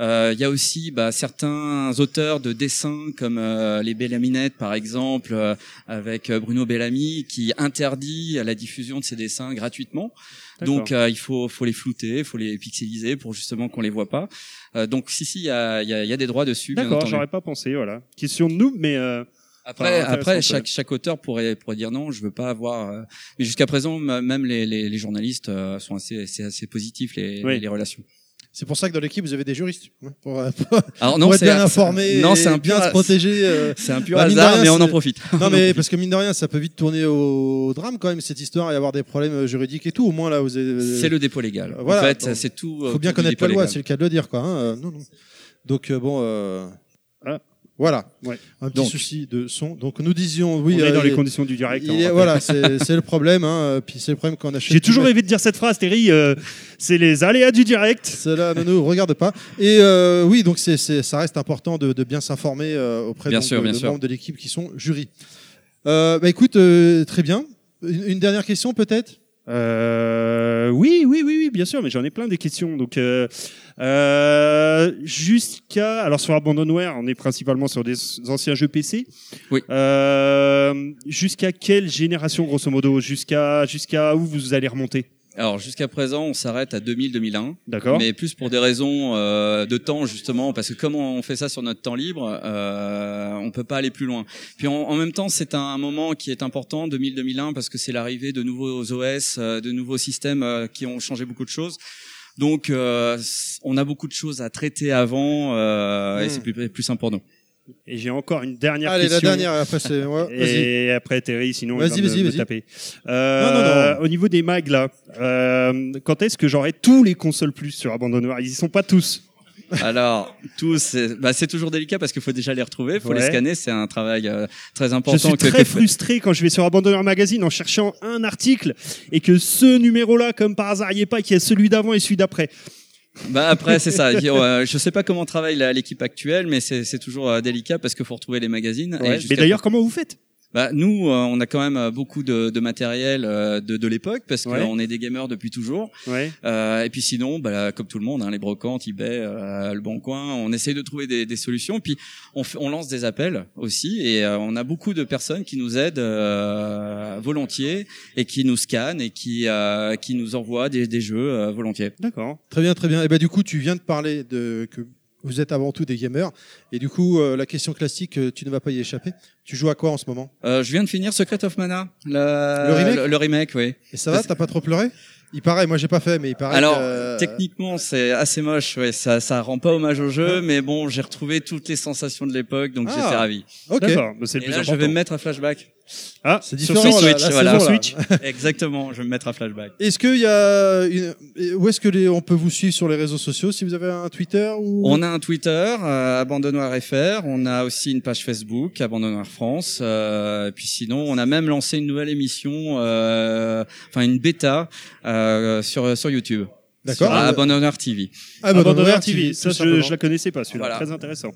Speaker 18: Euh, Il y a aussi bah, certains auteurs de dessins comme euh, les Bellaminettes par exemple euh, avec euh, Bruno Bellamy qui interdit la diffusion de ces dessins gratuitement.
Speaker 4: D'accord.
Speaker 18: Donc euh, il faut faut les flouter, faut les pixeliser pour justement qu'on les voit pas. Euh, donc si si il y a, il y a- il y a des droits dessus. bien
Speaker 4: D'accord,
Speaker 18: entendu.
Speaker 4: j'aurais pas pensé, voilà. Question de nous, mais euh,
Speaker 18: Après,
Speaker 4: enfin,
Speaker 18: après
Speaker 4: intéressant,
Speaker 18: chaque, chaque auteur pourrait, pourrait dire non, je veux pas avoir. euh, Mais jusqu'à présent, m- même les, les, les journalistes euh, sont assez, c'est assez positifs les,
Speaker 1: Oui.
Speaker 18: les, les relations.
Speaker 1: C'est pour ça que dans l'équipe vous avez des juristes hein, pour, euh,
Speaker 18: Alors non,
Speaker 1: pour être
Speaker 18: c'est
Speaker 1: bien
Speaker 18: un-
Speaker 1: informé,
Speaker 18: non,
Speaker 1: et
Speaker 18: c'est un
Speaker 1: bien
Speaker 18: pur-
Speaker 1: se protéger. euh, bah,
Speaker 18: c'est un pur
Speaker 1: mine de
Speaker 18: hasard, mais on en
Speaker 1: c'est-
Speaker 18: profite. On
Speaker 1: Non
Speaker 18: en
Speaker 1: mais
Speaker 18: profite.
Speaker 1: parce que mine de rien, ça peut vite tourner au drame quand même cette histoire et avoir des problèmes euh, juridiques et tout. Au moins là, vous avez. euh,
Speaker 18: C'est le dépôt légal. En
Speaker 1: Voilà,
Speaker 18: fait,
Speaker 1: donc,
Speaker 18: c'est tout, euh,
Speaker 1: Faut bien
Speaker 18: tout du
Speaker 1: connaître
Speaker 18: dépôt
Speaker 1: la loi,
Speaker 18: légal.
Speaker 1: c'est le cas de le dire quoi. hein, euh, non, non. Donc euh, bon. euh, Voilà, un petit
Speaker 4: Donc.
Speaker 1: souci de son. Donc nous disions, oui, euh,
Speaker 4: On est dans les
Speaker 1: il-
Speaker 4: conditions du direct, hein,
Speaker 1: il
Speaker 4: on
Speaker 1: est-
Speaker 4: rappelle.
Speaker 1: voilà, c'est c'est le problème. hein, euh, puis c'est le problème qu'on achète.
Speaker 4: J'ai toujours
Speaker 1: du
Speaker 4: rêvé de dire cette phrase, Terry. euh, c'est les aléas du direct.
Speaker 1: Cela ne nous regarde pas. Et euh, oui, donc c'est c'est- ça reste important de, de bien s'informer euh, auprès
Speaker 18: Bien
Speaker 1: donc,
Speaker 18: sûr,
Speaker 1: de,
Speaker 18: bien
Speaker 1: de
Speaker 18: sûr.
Speaker 1: membres de l'équipe qui sont jury. Euh, bah écoute, euh, très bien. Une, une dernière question peut-être
Speaker 4: Euh, oui, oui, oui, oui, bien sûr, mais j'en ai plein des questions. Donc, euh, euh, jusqu'à alors sur Abandonware, on est principalement sur des anciens jeux PC.
Speaker 18: Oui.
Speaker 4: Euh, jusqu'à quelle génération, grosso modo, jusqu'à jusqu'à où vous allez remonter
Speaker 18: Alors jusqu'à présent, on s'arrête à 2000-2001.
Speaker 4: D'accord.
Speaker 18: Mais plus pour des raisons euh, de temps justement, parce que comme on fait ça sur notre temps libre, euh, on peut pas aller plus loin. Puis en, en même temps, c'est un, un moment qui est important 2000-2001 parce que c'est l'arrivée de nouveaux OS, euh, de nouveaux systèmes euh, qui ont changé beaucoup de choses. Donc euh, c- on a beaucoup de choses à traiter avant euh,
Speaker 4: Hmm.
Speaker 18: et c'est plus, plus simple pour nous.
Speaker 4: Et j'ai encore une dernière
Speaker 1: Allez, la
Speaker 4: question.
Speaker 1: dernière, et après, c'est- ouais,
Speaker 4: et après Terry, sinon il
Speaker 1: Vas-y,
Speaker 4: va me-
Speaker 1: vas-y,
Speaker 4: me
Speaker 1: vas-y.
Speaker 4: taper. Euh, Au niveau des mags là, euh, quand est-ce que j'aurai tous les consoles plus sur Abandonware Ils y sont pas tous.
Speaker 18: Alors, tous, c'est bah, c'est toujours délicat parce qu'il faut déjà les retrouver, faut les
Speaker 4: Ouais.
Speaker 18: scanner, c'est un travail euh, très
Speaker 4: Je
Speaker 18: important.
Speaker 4: suis
Speaker 18: que-
Speaker 4: très
Speaker 18: que-
Speaker 4: frustré quand je vais sur Abandonner Magazine en cherchant un article et que ce numéro-là, comme par hasard, il n'y est pas, qu'il y a celui d'avant et celui d'après.
Speaker 18: Bah après c'est ça. Euh, Je sais pas comment travaille la- l'équipe actuelle, mais c'est c'est toujours euh, délicat parce que faut retrouver les magazines.
Speaker 4: Ouais.
Speaker 18: jusqu'à-
Speaker 4: Mais d'ailleurs, comment vous faites
Speaker 18: bah, nous, euh, on a quand même euh, beaucoup de, de matériel euh, de, de l'époque parce
Speaker 4: Ouais.
Speaker 18: qu'on est des gamers depuis toujours.
Speaker 4: Ouais.
Speaker 18: Euh, et puis sinon, bah, là, comme tout le monde, hein, les brocantes, eBay, euh, le Bon Coin, on essaye de trouver des, des solutions. Puis on, fait- on lance des appels aussi et euh, on a beaucoup de personnes qui nous aident euh, volontiers et qui nous scannent et qui, euh, qui nous envoient des, des jeux euh, volontiers.
Speaker 4: D'accord.
Speaker 1: Très bien, très bien. Et bah du coup, tu viens de parler de que vous êtes avant tout des gamers. Et du coup, euh, la question classique, euh, tu ne vas pas y échapper. Tu joues à quoi en ce moment
Speaker 18: Euh, je viens de finir Secret of Mana. Le,
Speaker 1: Le remake
Speaker 18: remake, oui.
Speaker 1: Et ça va T'as pas trop pleuré Il paraît. Moi, j'ai pas fait, mais il paraît.
Speaker 18: Alors,
Speaker 1: que, euh,
Speaker 18: techniquement, c'est assez moche, ouais. Ça, ça rend pas hommage au jeu, mais bon, j'ai retrouvé toutes les sensations de l'époque, donc
Speaker 1: Ah,
Speaker 18: j'étais ravi.
Speaker 1: ok. D'accord,
Speaker 4: mais c'est le
Speaker 18: Et
Speaker 4: plus
Speaker 18: là, Je vais
Speaker 4: important.
Speaker 18: me mettre à flashback.
Speaker 4: Ah,
Speaker 1: C'est différent, là, là, c'est bon, là.
Speaker 18: Exactement, je vais me mettre à flashback.
Speaker 1: Est-ce qu'il y a une... et où est-ce que les... on peut vous suivre sur les réseaux sociaux si vous avez un Twitter ou
Speaker 18: On a un Twitter, euh, Abandonnoir FR. On a aussi une page Facebook, Abandonnoir France. Euh, puis sinon, on a même lancé une nouvelle émission, euh, enfin une bêta euh, sur sur YouTube.
Speaker 1: D'accord.
Speaker 18: Sur Abandonnoir TV.
Speaker 4: Abandonware TV, ça, je, je la connaissais pas, celui-là.
Speaker 18: Voilà.
Speaker 4: Très intéressant.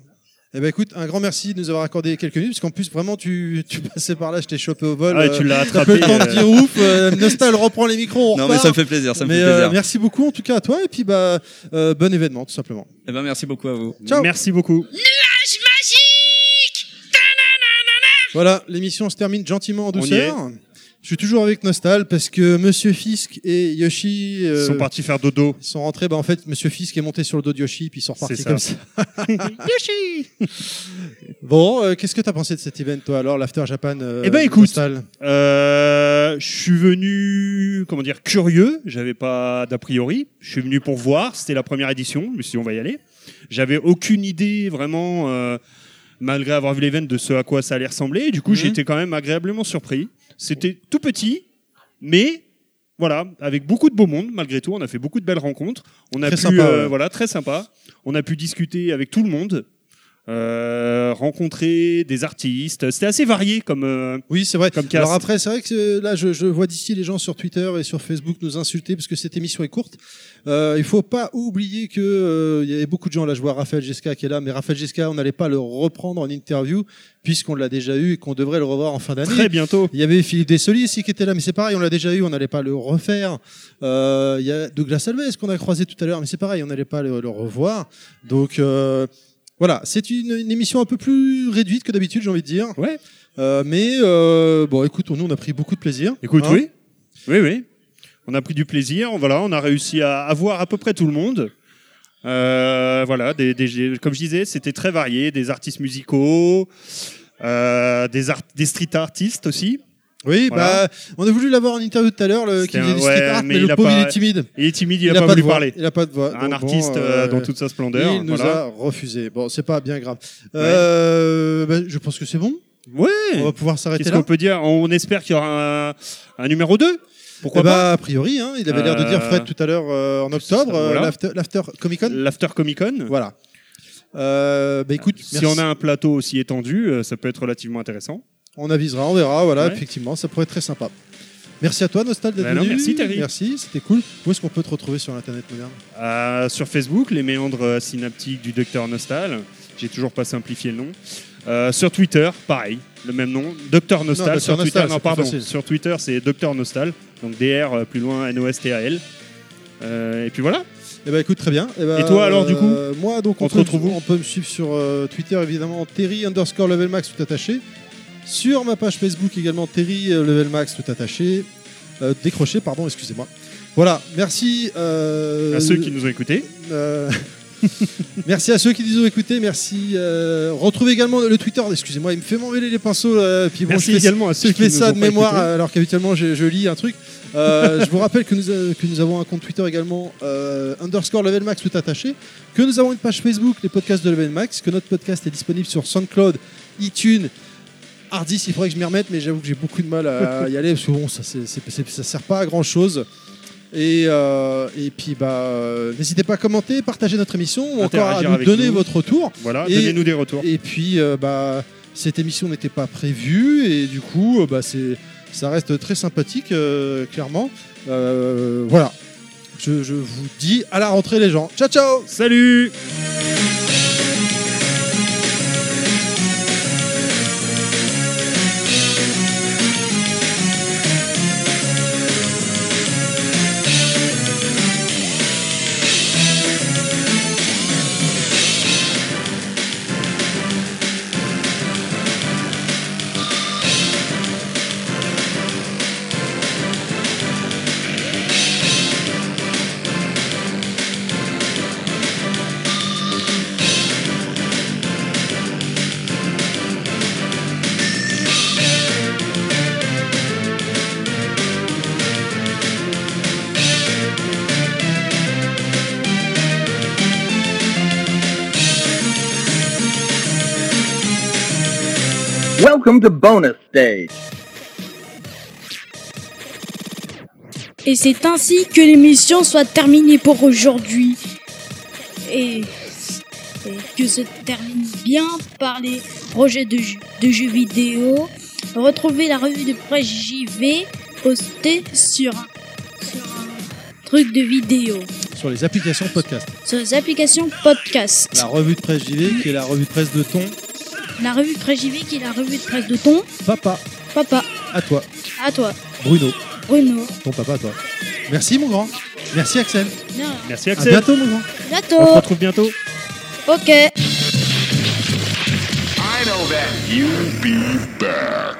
Speaker 1: Eh ben écoute, un grand merci de nous avoir accordé quelques minutes, parce qu'en plus vraiment tu, tu passais par là, je t'ai chopé au vol.
Speaker 4: Ah, tu l'as
Speaker 1: t'as
Speaker 4: attrapé,
Speaker 1: peu le temps de
Speaker 4: euh.
Speaker 1: dire ouf. euh, Nostal reprend les micros. on
Speaker 18: Non,
Speaker 1: repart.
Speaker 18: mais ça me fait plaisir, ça me
Speaker 1: Mais, euh,
Speaker 18: fait plaisir.
Speaker 1: merci beaucoup en tout cas à toi et puis bah euh, bon événement tout simplement.
Speaker 18: Eh ben, merci beaucoup à vous.
Speaker 1: Ciao.
Speaker 4: Merci beaucoup.
Speaker 5: Nuage magique
Speaker 1: Voilà, l'émission se termine gentiment en
Speaker 4: On y
Speaker 1: douceur. Je suis toujours avec Nostal parce que Monsieur Fisk et Yoshi euh,
Speaker 4: sont partis faire dodo.
Speaker 1: Ils sont rentrés. Bah en fait, Monsieur Fisk est monté sur le dos de Yoshi puis ils sont repartis
Speaker 4: C'est ça.
Speaker 1: comme ça. Yoshi. bon, euh, qu'est-ce que t'as pensé de cet event toi alors l'After Japan euh,
Speaker 4: eh ben écoute,
Speaker 1: Nostal
Speaker 4: euh, je suis venu, comment dire, curieux. J'avais pas d'a priori. Je suis venu pour voir. C'était la première édition. Je me suis dit, on va y aller. J'avais aucune idée vraiment euh, malgré avoir vu l'event de ce à quoi ça allait ressembler. Et du coup,
Speaker 2: Mhm.
Speaker 4: j'étais quand même agréablement surpris. C'était tout petit, mais voilà, avec beaucoup de beau monde malgré tout. On a fait beaucoup de belles rencontres. On a
Speaker 2: Très
Speaker 4: pu,
Speaker 2: sympa,
Speaker 4: euh,
Speaker 2: ouais.
Speaker 4: voilà, très sympa. On a pu discuter avec tout le monde. euh, rencontrer des artistes, c'était assez varié comme euh,
Speaker 1: oui c'est vrai
Speaker 4: comme cast.
Speaker 1: Alors après, c'est vrai que euh, là, je, je vois d'ici les gens sur Twitter et sur Facebook nous insulter parce que cette émission est courte. Euh, il faut pas oublier que euh, il y avait beaucoup de gens là. Je vois Raphaël Gesca qui est là, mais Raphaël Gesca, on n'allait pas le reprendre en interview puisqu'on l'a déjà eu et qu'on devrait le revoir en fin d'année.
Speaker 4: Très bientôt.
Speaker 1: Il y avait Philippe Dessoli ici qui était là, mais c'est pareil, on l'a déjà eu, on n'allait pas le refaire. Euh, il y a Douglas Alves qu'on a croisé tout à l'heure, mais c'est pareil, on n'allait pas le, le revoir. Donc euh, voilà, c'est une, une émission un peu plus réduite que d'habitude, j'ai envie de dire.
Speaker 4: Ouais.
Speaker 1: mais euh, bon, écoute, nous on a pris beaucoup de plaisir.
Speaker 4: Écoute,
Speaker 1: Hein
Speaker 4: oui. Oui, oui. On a pris du plaisir. Voilà, on a réussi à avoir à peu près tout le monde. Euh, voilà, des, des- comme je disais, c'était très varié. Des artistes musicaux, euh, des, art- des street artistes aussi.
Speaker 1: Oui, bah, on a voulu l'avoir en interview tout à l'heure, le qui
Speaker 4: C'était
Speaker 1: faisait
Speaker 4: un-
Speaker 1: du street
Speaker 4: ouais,
Speaker 1: art,
Speaker 4: mais
Speaker 1: mais,
Speaker 4: il
Speaker 1: le
Speaker 4: a
Speaker 1: pauvre
Speaker 4: pas-
Speaker 1: il est timide.
Speaker 4: il est timide, il a
Speaker 1: a
Speaker 4: pas
Speaker 1: de
Speaker 4: voulu
Speaker 1: voix,
Speaker 4: parler.
Speaker 1: Il a pas de voix.
Speaker 4: Un artiste, euh, dans toute sa splendeur,
Speaker 1: Il nous
Speaker 4: voilà.
Speaker 1: a refusé. Bon, c'est pas bien grave. Euh, bah, je pense que c'est bon.
Speaker 4: Ouais.
Speaker 1: On va pouvoir s'arrêter
Speaker 4: Qu'est-ce
Speaker 1: là.
Speaker 4: qu'on peut dire On espère qu'il y aura un, un numéro 2 Pourquoi
Speaker 1: Eh bah,
Speaker 4: pas
Speaker 1: a priori, hein, il avait l'air de dire
Speaker 4: Euh,
Speaker 1: Fred tout à l'heure euh, en octobre, euh,
Speaker 4: voilà.
Speaker 1: l'after l'after Comic Con.
Speaker 4: L'After Comic Con.
Speaker 1: Voilà. Euh, bah écoute,
Speaker 4: Si
Speaker 1: merci.
Speaker 4: on a un plateau aussi étendu, euh, ça peut être relativement intéressant.
Speaker 1: On avisera, on verra, voilà,
Speaker 4: Ouais.
Speaker 1: effectivement, ça pourrait être très sympa. Merci à toi, Nostal, d'être
Speaker 4: Bah non,
Speaker 1: venu.
Speaker 4: merci, Terry.
Speaker 1: Merci, c'était cool. Où est-ce qu'on peut te retrouver sur l'internet moderne
Speaker 4: Euh, sur Facebook, les méandres euh, synaptiques du docteur Nostal. J'ai toujours pas simplifié le nom. Euh, sur Twitter, pareil, le même nom, Docteur Nostal.
Speaker 1: Non, Dr.
Speaker 4: sur Twitter,
Speaker 1: Nostal,
Speaker 4: non,
Speaker 1: c'est plus
Speaker 4: pardon.
Speaker 1: facile.
Speaker 4: Sur Twitter, c'est Docteur Nostal, donc DR euh, plus loin N O S T A L. Euh, et puis voilà.
Speaker 1: Eh ben écoute, très bien. Eh ben,
Speaker 4: Et toi, alors, du coup
Speaker 1: euh, Moi, donc, on,
Speaker 4: On te
Speaker 1: peut-
Speaker 4: retrouve où
Speaker 1: On peut me suivre sur euh, Twitter, évidemment, Terry underscore level max tout attaché. Sur ma page Facebook également, Terry euh, level max tout attaché. Euh, décroché, pardon, excusez-moi. Voilà, merci euh,
Speaker 4: à ceux qui nous ont écoutés.
Speaker 1: euh, merci à ceux qui nous ont écoutés. Merci. euh, retrouvez également le Twitter. Excusez-moi, il me fait m'enlever les pinceaux. là, puis bon,
Speaker 4: Merci
Speaker 1: je fais,
Speaker 4: également à ceux
Speaker 1: je
Speaker 4: qui
Speaker 1: fais
Speaker 4: nous
Speaker 1: ça
Speaker 4: ont
Speaker 1: de
Speaker 4: pas
Speaker 1: mémoire
Speaker 4: écoutés.
Speaker 1: alors qu'habituellement je, je lis un truc. Euh, je vous rappelle que nous, euh, que nous avons un compte Twitter également, euh, underscore level max tout attaché. Que nous avons une page Facebook, les podcasts de level max. Que notre podcast est disponible sur SoundCloud, iTunes. Hardis, il faudrait que je m'y remette, mais j'avoue que j'ai beaucoup de mal à Euh, y aller parce que bon, ça, c'est- c'est- c'est- ça sert pas à grand chose. Et, euh, et puis, bah, euh, n'hésitez pas à commenter, partager notre émission ou encore à
Speaker 4: Interagir
Speaker 1: nous
Speaker 4: avec
Speaker 1: donner
Speaker 4: nous.
Speaker 1: votre retour.
Speaker 4: Voilà,
Speaker 1: Et-
Speaker 4: donnez-nous des retours.
Speaker 1: Et puis, euh, bah, cette émission n'était pas prévue et du coup, euh, bah, c'est, ça reste très sympathique, euh, clairement. Euh, voilà. Je, je vous dis à la rentrée, les gens. Ciao, ciao
Speaker 4: Salut
Speaker 19: Welcome to bonus stage.
Speaker 20: Et c'est ainsi que l'émission soit terminée pour aujourd'hui. Et, et que se termine bien par les projets de, jeux- de jeux vidéo. Retrouvez la revue de presse JV postée sur un, sur un truc de vidéo,
Speaker 1: Sur les applications podcast.
Speaker 20: sur les applications podcast.
Speaker 1: La revue de presse JV, qui est la revue de presse de ton
Speaker 20: La revue de presse JV qui est la revue de presse de ton
Speaker 1: papa.
Speaker 20: papa.
Speaker 1: À toi,
Speaker 20: À toi,
Speaker 1: Bruno.
Speaker 20: Bruno.
Speaker 1: Ton papa, à toi. Merci, mon grand. Merci, Axel.
Speaker 20: Non.
Speaker 4: Merci
Speaker 1: À bientôt, mon grand.
Speaker 20: Bientôt.
Speaker 1: On se retrouve bientôt.
Speaker 20: Ok.
Speaker 19: I know that you'll be back.